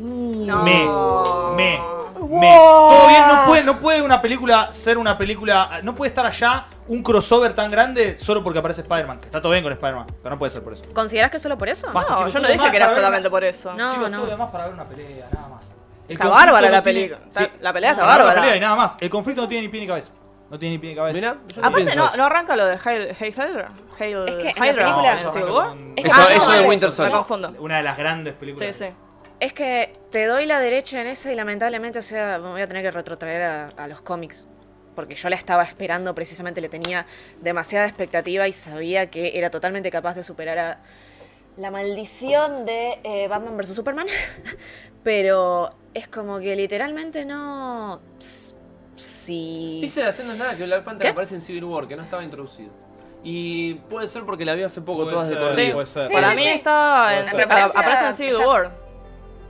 Speaker 4: No.
Speaker 2: Me. Me. Me. Todo bien, no puede, no puede una película ser una película. No puede estar allá un crossover tan grande solo porque aparece Spider-Man. que Está todo bien con Spider-man, pero no puede ser por eso.
Speaker 3: ¿Considerás que solo por eso?
Speaker 2: Basta,
Speaker 4: No,
Speaker 2: chicos,
Speaker 4: yo no
Speaker 2: todo
Speaker 4: dije
Speaker 2: demás
Speaker 4: que era
Speaker 2: para ver
Speaker 4: solamente
Speaker 2: una-
Speaker 4: por eso.
Speaker 3: No,
Speaker 2: Chicos,
Speaker 3: no.
Speaker 2: todo lo demás para ver una pelea, nada más. El
Speaker 4: Está
Speaker 2: conflicto
Speaker 4: bárbara
Speaker 2: no
Speaker 4: la
Speaker 2: tiene-
Speaker 4: película.
Speaker 2: Sí.
Speaker 4: Está- La pelea está
Speaker 2: Para ver la
Speaker 4: bárbara.
Speaker 2: pelea y nada más. El conflicto no tiene ni pie ni cabeza. No tiene ni pie ni cabeza.
Speaker 1: Mirá, yo no
Speaker 4: Aparte,
Speaker 1: pienso
Speaker 4: no,
Speaker 1: eso.
Speaker 4: no arranca lo de Hail, Hail Hydra. Hail
Speaker 3: Es que en la
Speaker 4: Hydra.
Speaker 2: No,
Speaker 3: película-
Speaker 4: en
Speaker 2: eso
Speaker 4: Civil
Speaker 2: arranca
Speaker 4: War.
Speaker 2: con-
Speaker 3: Es que- Eso- Ah, eso es
Speaker 1: Winter Soldier.
Speaker 4: Me confundo.
Speaker 2: Una de las grandes películas.
Speaker 4: Sí, sí.
Speaker 3: Es que te doy la derecha en esa y lamentablemente, o sea, me voy a tener que retrotraer a, a los cómics. Porque yo la estaba esperando precisamente, le tenía demasiada expectativa y sabía que era totalmente capaz de superar a la maldición de eh, Batman vs. Superman. Pero es como que literalmente no... s- Sí...
Speaker 1: Dice haciendo nada que Black Panther
Speaker 3: ¿Qué?
Speaker 1: aparece en Civil War, que no estaba introducido. Y puede ser porque la vi hace poco,
Speaker 2: Puede
Speaker 1: todas
Speaker 2: ser,
Speaker 1: de corrido.
Speaker 2: puede ser.
Speaker 3: Sí,
Speaker 4: Para
Speaker 3: sí,
Speaker 4: mí
Speaker 3: sí.
Speaker 4: está
Speaker 2: Puede
Speaker 4: en,
Speaker 2: ser.
Speaker 4: a-
Speaker 3: Referencia
Speaker 4: aparece en Civil
Speaker 3: está-
Speaker 4: War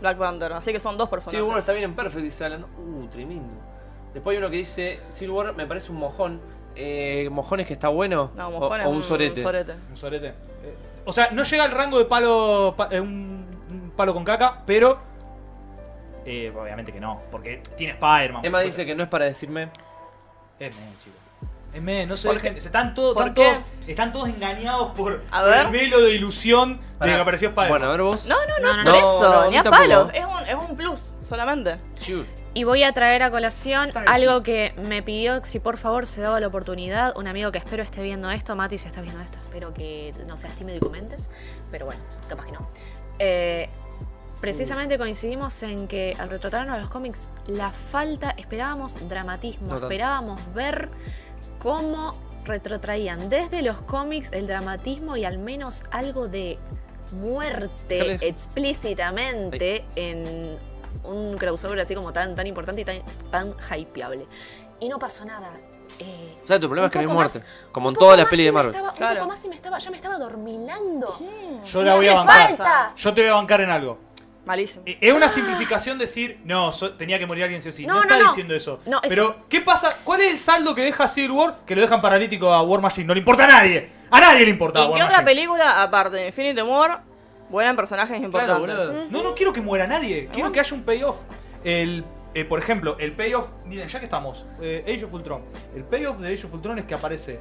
Speaker 4: Black Panther, así que son dos personas.
Speaker 1: Civil War está bien en Perfect, dice Alan. Uh, tremendo. Después hay uno que dice, Civil War me parece un mojón. Eh, ¿Mojones que está bueno?
Speaker 4: No,
Speaker 1: O-
Speaker 4: Mojón
Speaker 1: o,
Speaker 4: es
Speaker 1: un sorete.
Speaker 2: Un sorete. Eh, O sea, no llega al rango de palo. pa- eh, un, un palo con caca, pero. eh, obviamente que no, porque tiene Spider-Man.
Speaker 1: Emma dice que no es para decirme.
Speaker 2: Es men, chico. Es men, no sé.
Speaker 4: ¿Por qué?
Speaker 2: se Están, todos,
Speaker 4: ¿Por
Speaker 2: están,
Speaker 4: qué?
Speaker 2: todos, están todos engañados por,
Speaker 4: A
Speaker 2: por
Speaker 4: ver.
Speaker 2: el velo de ilusión de
Speaker 1: Pará.
Speaker 2: que apareció Spider-Man.
Speaker 1: Bueno, a ver vos.
Speaker 4: No,
Speaker 3: No, no,
Speaker 4: Por
Speaker 3: no.
Speaker 1: No.
Speaker 4: eso,
Speaker 1: a mí
Speaker 4: ni a
Speaker 1: tampoco.
Speaker 4: palo. Es un, es un plus solamente.
Speaker 1: Shoot.
Speaker 3: Y voy a traer a colación
Speaker 1: Star
Speaker 3: algo que me pidió si por favor se daba la oportunidad. Un amigo que espero esté viendo esto, Mati, si estás viendo esto, espero que no seas tímido y comentes, pero bueno, capaz que no. Eh, precisamente coincidimos en que al retrotraernos a los cómics, la falta, esperábamos dramatismo,
Speaker 1: No tanto.
Speaker 3: esperábamos ver cómo retrotraían desde los cómics el dramatismo y al menos algo de muerte
Speaker 1: Dale.
Speaker 3: explícitamente en un crossover así como tan, tan importante y tan, tan hypeable. Y no pasó nada. Eh,
Speaker 1: O sea, tu problema
Speaker 3: Un
Speaker 1: es que no hay
Speaker 3: poco
Speaker 1: muerte. como en
Speaker 3: un
Speaker 1: todas
Speaker 3: poco
Speaker 1: las
Speaker 3: más
Speaker 1: pelis
Speaker 3: y
Speaker 1: de
Speaker 3: me
Speaker 1: Marvel.
Speaker 3: estaba- un
Speaker 4: Claro.
Speaker 3: poco más y me estaba, ya me estaba dormilando.
Speaker 2: Yo la voy a
Speaker 3: ¡Me
Speaker 2: bancar.
Speaker 3: falta!
Speaker 2: Yo te voy a bancar en algo.
Speaker 4: Malísimo.
Speaker 2: Eh, Es una simplificación decir, no, so- tenía que morir alguien sí o sí. No,
Speaker 3: No, no,
Speaker 2: está
Speaker 3: no.
Speaker 2: diciendo eso.
Speaker 3: No, eso.
Speaker 2: Pero, ¿qué pasa? ¿Cuál es el saldo que deja Civil War? Que lo dejan paralítico a War Machine. No le importa a nadie. A nadie le importa a
Speaker 4: ¿Y
Speaker 2: War
Speaker 4: qué otra
Speaker 2: Machine.
Speaker 4: película, aparte de Infinity War, vuelan personajes
Speaker 1: Claro,
Speaker 4: importantes?
Speaker 3: Mm.
Speaker 1: boludo.
Speaker 2: No, no quiero que muera nadie. Quiero
Speaker 4: bueno.
Speaker 2: que haya un payoff. El, eh, por ejemplo, el payoff. Miren, ya que estamos. eh, Age of Ultron. El payoff de Age of Ultron es que aparece.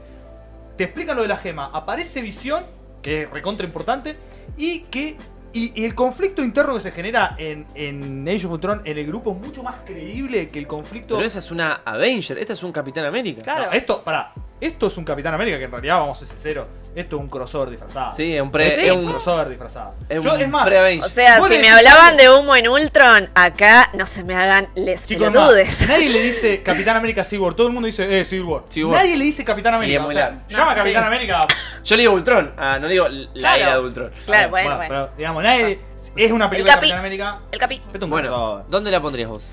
Speaker 2: Te explican lo de la gema. Aparece visión, que es recontra importante. Y que. Y, y el conflicto interno que se genera en, en Age of Ultron en el grupo es mucho más creíble que el conflicto.
Speaker 1: Pero esa es una Avenger, esta es un Capitán América.
Speaker 4: Claro.
Speaker 2: No, esto, pará. Esto es un Capitán América que en realidad, vamos a ser sinceros, esto es un crossover disfrazado.
Speaker 1: Sí, es un pre.
Speaker 3: Sí,
Speaker 1: es
Speaker 2: Un
Speaker 1: un,
Speaker 2: crossover disfrazado.
Speaker 1: es
Speaker 2: Yo,
Speaker 1: un
Speaker 2: es más,
Speaker 1: pre-Avenger.
Speaker 3: O sea,
Speaker 2: Vos
Speaker 3: si
Speaker 2: le
Speaker 3: me
Speaker 2: decís
Speaker 3: hablaban
Speaker 2: algo.
Speaker 3: de humo en Ultron, acá no se me hagan les
Speaker 2: Chicos, es
Speaker 3: pelotudes.
Speaker 2: más, nadie le dice Capitán América Civil War. Todo el mundo dice, eh, Civil War.
Speaker 1: Civil War.
Speaker 2: Nadie le dice Capitán
Speaker 1: Y
Speaker 2: América.
Speaker 1: es muy
Speaker 2: o sea,
Speaker 1: largo.
Speaker 2: llama a Capitán
Speaker 4: sí.
Speaker 2: América.
Speaker 1: Yo le digo Ultron. Ah, no le digo la
Speaker 4: Claro. Ah.
Speaker 1: era de Ultron.
Speaker 3: Claro, bueno, bueno.
Speaker 2: pero, digamos, nadie. Es una película de
Speaker 3: Capi.
Speaker 2: Capitán América.
Speaker 3: El capi.
Speaker 2: Esto es un
Speaker 1: Bueno,
Speaker 2: crossover.
Speaker 1: ¿dónde la pondrías vos?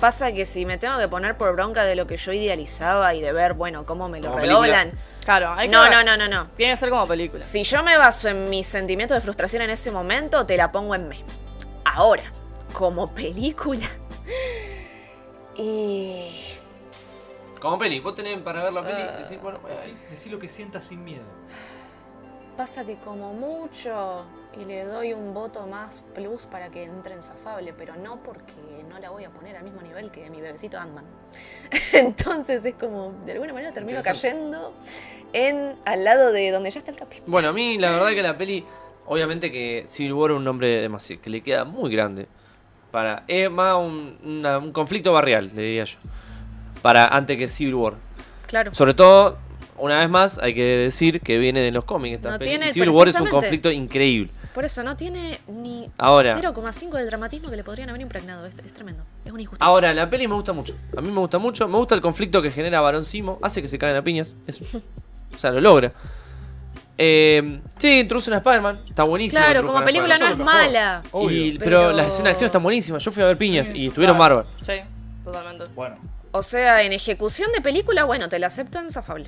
Speaker 3: Pasa que si me tengo que poner por bronca de lo que yo idealizaba y de ver, bueno, cómo me lo
Speaker 1: Como
Speaker 3: redoblan.
Speaker 4: Claro, hay que
Speaker 3: No,
Speaker 4: ver.
Speaker 3: no, no, no, no.
Speaker 4: Tiene que ser como película.
Speaker 3: Si yo me baso en mis sentimientos de frustración en ese momento, te la pongo en me. Ahora, como película. Y.
Speaker 1: Como peli, vos tenés para ver la peli.
Speaker 3: Ah.
Speaker 1: decís, bueno, voy a ver.
Speaker 2: Decí, decí lo que sientas sin miedo.
Speaker 3: Pasa que como mucho. Y le doy un voto más plus para que entre en zafable, pero no porque no la voy a poner al mismo nivel que mi bebecito Ant-Man. Entonces es como, de alguna manera termino cayendo en al lado de donde ya está el capi.
Speaker 1: Bueno, a mí la verdad que la peli, obviamente que Civil War es un nombre demasiado, que le queda muy grande. Para, es más un, una- un conflicto barrial, le diría yo. Para antes que Civil War.
Speaker 3: Claro.
Speaker 1: Sobre todo, una vez más, hay que decir que viene de los cómics. Esta
Speaker 3: No
Speaker 1: peli.
Speaker 3: tiene-
Speaker 1: Y Civil War es un
Speaker 3: precisamente.
Speaker 1: conflicto increíble.
Speaker 3: Por eso no tiene ni
Speaker 1: Ahora.
Speaker 3: 0,5 del dramatismo que le podrían haber impregnado. Es, es tremendo. Es una injusticia.
Speaker 1: Ahora, la peli me gusta mucho. A mí me gusta mucho. Me gusta el conflicto que genera Barón Simo. Hace que se caigan a piñas. Eso. O sea, lo logra. Eh, sí, introducen a Spider-Man. Está buenísimo.
Speaker 3: Claro,
Speaker 1: que
Speaker 3: como
Speaker 1: introduzcan a
Speaker 3: película no
Speaker 1: Spider-Man.
Speaker 3: es mala.
Speaker 1: Y-
Speaker 2: Obvio.
Speaker 1: pero...
Speaker 3: Pero-
Speaker 1: las escenas de acción están buenísimas. Yo fui a ver piñas
Speaker 2: Sí,
Speaker 1: y estuvieron
Speaker 2: claro.
Speaker 1: bárbaro.
Speaker 4: Sí, totalmente.
Speaker 2: Bueno.
Speaker 3: O sea, en ejecución de película, bueno, te la acepto en Zafable,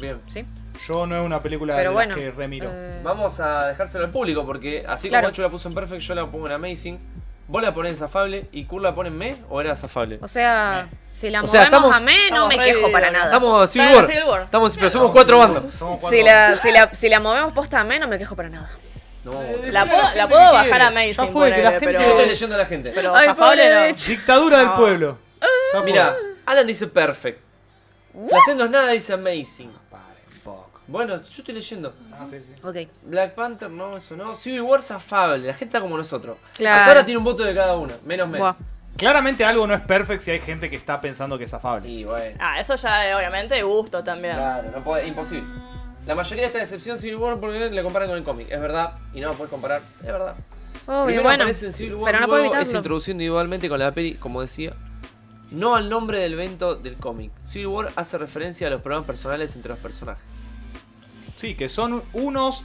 Speaker 1: Bien.
Speaker 3: ¿sí?
Speaker 2: Yo no es una película de
Speaker 3: Pero
Speaker 2: las
Speaker 3: bueno.
Speaker 2: que remiro.
Speaker 3: eh,
Speaker 1: Vamos a dejárselo al público porque así
Speaker 3: Claro.
Speaker 1: como Nacho la puso en Perfect, yo la pongo en Amazing. ¿Vos la ponés en Zafable y Kur la pone en Me o era Zafable?
Speaker 3: O sea, si la
Speaker 1: O
Speaker 3: movemos
Speaker 1: sea, estamos-
Speaker 3: a me, no
Speaker 4: estamos
Speaker 3: me
Speaker 4: re
Speaker 3: quejo para
Speaker 4: divididos,
Speaker 3: nada.
Speaker 1: Estamos en Civil
Speaker 4: Claro,
Speaker 1: War.
Speaker 4: Civil War.
Speaker 1: Estamos, pero somos cuatro bandos.
Speaker 2: Somos cuatro Eh,
Speaker 3: Si la, si, la, si la movemos posta a me, no me quejo para nada.
Speaker 1: No.
Speaker 2: bandos.
Speaker 4: La
Speaker 2: Decile a
Speaker 4: puedo- la
Speaker 2: gente
Speaker 4: puedo
Speaker 2: que
Speaker 4: bajar
Speaker 2: quiere.
Speaker 4: a Amazing,
Speaker 2: Ya fue, que la
Speaker 4: ponele,
Speaker 2: gente-
Speaker 4: pero-
Speaker 1: Yo estoy leyendo a la gente.
Speaker 4: Pero
Speaker 3: Ay,
Speaker 4: zafable
Speaker 3: pobre
Speaker 4: no.
Speaker 3: Dechi.
Speaker 2: Dictadura del
Speaker 4: No.
Speaker 2: pueblo. Ya fue.
Speaker 1: Mira, Alan dice Perfect. Flacendos nada dice Amazing. Bueno, yo estoy leyendo.
Speaker 2: Ah, sí, sí.
Speaker 3: Ok.
Speaker 1: Black Panther, no, eso no. Civil War zafable. La gente está como nosotros.
Speaker 3: Claro.
Speaker 1: Hasta ahora tiene un voto de cada uno. Menos menos.
Speaker 3: Buah.
Speaker 2: Claramente algo no es perfect si hay gente que está pensando que es afable.
Speaker 1: Sí, bueno.
Speaker 4: Ah, eso ya, eh, obviamente, gusto también.
Speaker 1: Claro, no puede- imposible. La mayoría de esta decepción Civil War porque la comparan con el cómic. Es verdad. Y no la puedes comparar. Es verdad.
Speaker 3: Obvio,
Speaker 1: Primero
Speaker 3: bueno,
Speaker 1: aparece en Civil War,
Speaker 3: pero no puedo
Speaker 1: luego es
Speaker 3: evitarlo.
Speaker 1: introduciendo individualmente con la peli, como decía. No al nombre del evento del cómic. Civil War hace referencia a los problemas personales entre los personajes.
Speaker 2: Sí, que son unos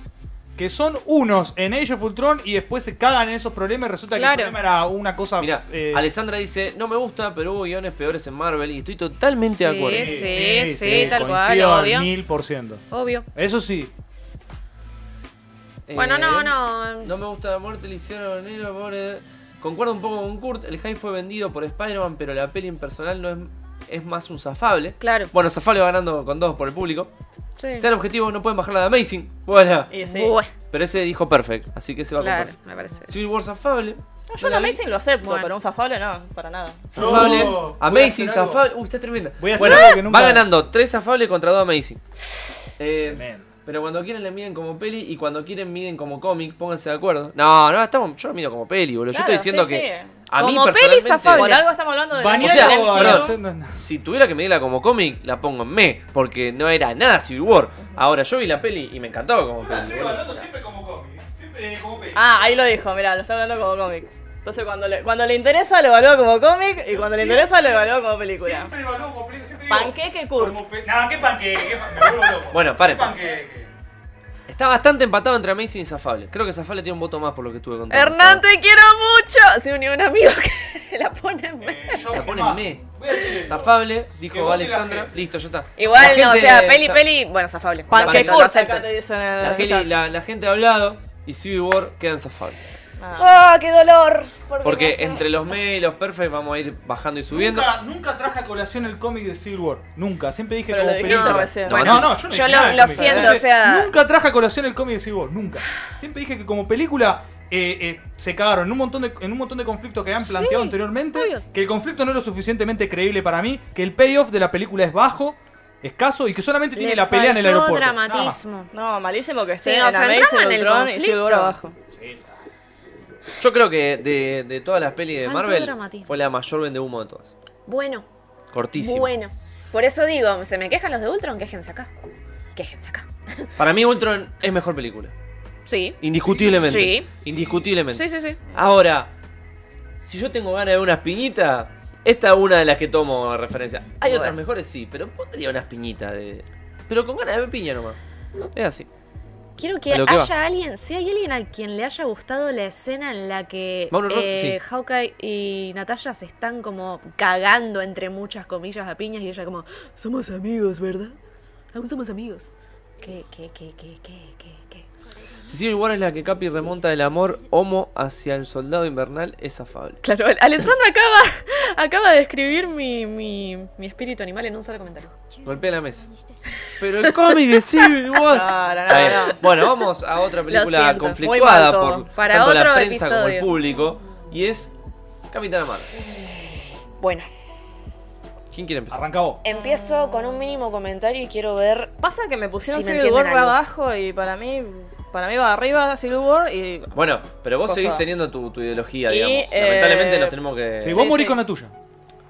Speaker 2: que son unos en Age of Ultron y después se cagan en esos problemas y resulta
Speaker 3: Claro.
Speaker 2: que el problema era una cosa.
Speaker 1: Mirá,
Speaker 2: eh,
Speaker 1: Alessandra dice, no me gusta, pero hubo guiones peores en Marvel y estoy totalmente de
Speaker 3: Sí,
Speaker 1: acuerdo.
Speaker 3: sí. tal cual,
Speaker 2: coincido al
Speaker 3: obvio.
Speaker 2: Mil por ciento.
Speaker 3: Obvio.
Speaker 2: Eso sí.
Speaker 3: Bueno,
Speaker 1: Eh,
Speaker 3: no, no.
Speaker 1: No me gusta la muerte, le hicieron negro, pobre. Concuerdo un poco con Kurt, el hype fue vendido por Spider-Man, pero la peli en personal no es, es más un zafable.
Speaker 3: Claro.
Speaker 1: Bueno, zafable va ganando con dos por el público.
Speaker 3: Sí.
Speaker 1: Sean objetivos, no pueden bajar la de Amazing. Bueno,
Speaker 4: Y sí.
Speaker 3: Bueno,
Speaker 1: pero ese dijo perfect, así que se va
Speaker 3: claro,
Speaker 1: con perfect.
Speaker 3: me parece.
Speaker 1: Civil War zafable.
Speaker 4: No, yo la
Speaker 1: vi.
Speaker 4: Amazing lo acepto,
Speaker 3: Bueno.
Speaker 4: pero un zafable no, para nada.
Speaker 2: Yo
Speaker 1: Zafable,
Speaker 2: voy a
Speaker 1: Amazing,
Speaker 2: hacer algo.
Speaker 1: zafable. Uy, está tremenda.
Speaker 2: Voy a hacer
Speaker 1: bueno,
Speaker 2: algo que nunca-
Speaker 1: va ganando 3 zafable contra 2 Amazing. Eh,
Speaker 2: Man.
Speaker 1: Pero cuando quieren le miden como peli y cuando quieren miden como cómic, pónganse de acuerdo. No, no, estamos, yo lo mido como peli, boludo.
Speaker 4: Claro,
Speaker 1: yo estoy diciendo
Speaker 4: sí,
Speaker 1: que
Speaker 4: sí.
Speaker 1: a mí
Speaker 3: Como peli,
Speaker 1: personalmente,
Speaker 3: zafable.
Speaker 4: Por algo estamos hablando de la
Speaker 2: Bañalo
Speaker 1: O sea,
Speaker 4: del
Speaker 1: vos,
Speaker 4: MCU.
Speaker 1: perdón. Si tuviera que medirla como cómic, la pongo en me, porque no era nada Civil War. Ahora yo vi la peli y me encantó como peli. boludo.
Speaker 2: siempre como cómic. Siempre eh, como peli.
Speaker 4: Ah, ahí lo dijo, mirá, lo está hablando como cómic. Entonces cuando le, cuando le interesa lo evalúa como cómic y cuando le interesa lo evalúa como película.
Speaker 2: evalúo como película. Siempre
Speaker 4: Panqueque Kurt.
Speaker 2: No, qué panqueque. Qué pan- me vuelvo loco.
Speaker 1: Bueno, paren.
Speaker 2: Qué panqueque.
Speaker 1: Está bastante empatado entre Amazing y Zafable. Creo que Zafable tiene un voto más por lo que estuve contando.
Speaker 3: Hernán, te quiero mucho. Se unió un amigo que la pone en me.
Speaker 2: Eh, yo
Speaker 1: La ponen
Speaker 2: más.
Speaker 1: me.
Speaker 2: Voy a decir esto.
Speaker 1: Zafable,
Speaker 2: Que
Speaker 1: dijo
Speaker 2: vote la
Speaker 1: Alexandra.
Speaker 2: gente.
Speaker 1: Listo, ya está.
Speaker 3: Igual
Speaker 1: La
Speaker 3: no, o
Speaker 1: gente
Speaker 3: sea, peli, Ah,
Speaker 1: ya-
Speaker 3: peli. Bueno, zafable. Lo
Speaker 4: Panqueque
Speaker 3: acepto, lo
Speaker 4: Kurt, acá
Speaker 3: acepto.
Speaker 4: te dicen en el
Speaker 1: La, peli-
Speaker 4: chat.
Speaker 1: la- la gente ha hablado y Civil War quedan Zafable.
Speaker 4: Ah.
Speaker 3: ¡Oh, qué dolor!
Speaker 1: Porque
Speaker 3: no sé.
Speaker 1: entre los me y los perfect vamos a ir bajando y subiendo.
Speaker 2: Nunca, nunca traje a colación el cómic de Civil War. Nunca. Siempre dije
Speaker 4: Pero
Speaker 2: como
Speaker 4: lo dijiste
Speaker 2: película.
Speaker 4: recién.
Speaker 2: No,
Speaker 1: Bueno,
Speaker 2: no, no, yo no
Speaker 3: yo
Speaker 2: dije
Speaker 3: lo-
Speaker 2: nada de
Speaker 3: lo
Speaker 2: cómic.
Speaker 3: siento,
Speaker 2: Dije,
Speaker 3: o sea-
Speaker 2: Nunca traje a colación el cómic de Civil War. Nunca. Siempre dije que como película. eh, eh, se cagaron en un montón de en un montón de conflictos que han planteado
Speaker 3: Sí,
Speaker 2: anteriormente
Speaker 3: obvio.
Speaker 2: que el conflicto no es lo suficientemente creíble para mí que el payoff de la película es bajo escaso y que solamente tiene
Speaker 3: Le
Speaker 2: la pelea en el
Speaker 3: faltó
Speaker 2: aeropuerto Nada más.
Speaker 3: dramatismo.
Speaker 4: No, malísimo que
Speaker 3: Si
Speaker 4: esté
Speaker 3: nos
Speaker 4: en Amazing,
Speaker 3: centramos en el
Speaker 4: Ultron y Civil War
Speaker 3: conflicto.
Speaker 4: abajo.
Speaker 1: Yo creo que de, de todas las pelis de
Speaker 3: Faltó
Speaker 1: Marvel
Speaker 3: dramatismo.
Speaker 1: fue la mayor vende humo de todas.
Speaker 3: Bueno,
Speaker 1: Cortísimo.
Speaker 3: bueno. Por eso digo, se me quejan los de Ultron, quéjense acá. Quéjense acá.
Speaker 1: Para mí Ultron es mejor película.
Speaker 3: Sí.
Speaker 1: Indiscutiblemente.
Speaker 3: Sí.
Speaker 1: Indiscutiblemente.
Speaker 3: Sí, sí, sí.
Speaker 1: Ahora, si yo tengo ganas de unas piñitas, esta es una de las que tomo de referencia. Hay
Speaker 3: Bueno.
Speaker 1: otras mejores, sí, pero pondría unas piñitas de. Pero con ganas de ver piña nomás. Es así.
Speaker 3: Quiero que
Speaker 1: A lo que
Speaker 3: haya alguien, si hay alguien al quien le haya gustado la escena en la que
Speaker 1: Mauro Roth, sí.
Speaker 3: eh, Hawkeye y Natalia se están como cagando entre muchas comillas a piñas y ella como, somos amigos, ¿verdad? Aún somos amigos. ¿Qué, qué, qué, qué, qué, qué, qué?
Speaker 1: Si Civil War es la que Capi remonta del amor homo hacia el soldado invernal, es afable.
Speaker 3: Claro, Alessandra acaba, acaba de describir mi, mi, mi espíritu animal en un solo comentario.
Speaker 1: Golpea la mesa. Pero el cómic de Civil War.
Speaker 4: Claro,
Speaker 1: Está
Speaker 4: no,
Speaker 1: bien.
Speaker 4: no.
Speaker 1: Bueno, vamos a otra película
Speaker 3: siento.
Speaker 1: conflictuada
Speaker 4: Muy mal
Speaker 1: por
Speaker 4: todo.
Speaker 3: Para
Speaker 1: tanto la
Speaker 3: otro
Speaker 1: prensa como el
Speaker 3: episodio.
Speaker 1: público. Y es Capitana Marvel.
Speaker 3: Bueno,
Speaker 1: ¿Quién quiere empezar?
Speaker 2: arranca vos
Speaker 3: empiezo con un mínimo comentario y quiero ver...
Speaker 4: Pasa que me pusieron
Speaker 3: Si me
Speaker 4: Civil War
Speaker 3: entienden algo.
Speaker 4: abajo y para mí, para mí va arriba Civil War y
Speaker 1: Bueno, pero vos
Speaker 4: Cosa.
Speaker 1: seguís teniendo tu, tu ideología,
Speaker 4: Y,
Speaker 1: digamos.
Speaker 4: eh,
Speaker 1: Lamentablemente nos tenemos que.
Speaker 2: Sí, vos
Speaker 4: sí,
Speaker 2: morís
Speaker 4: sí.
Speaker 2: con la tuya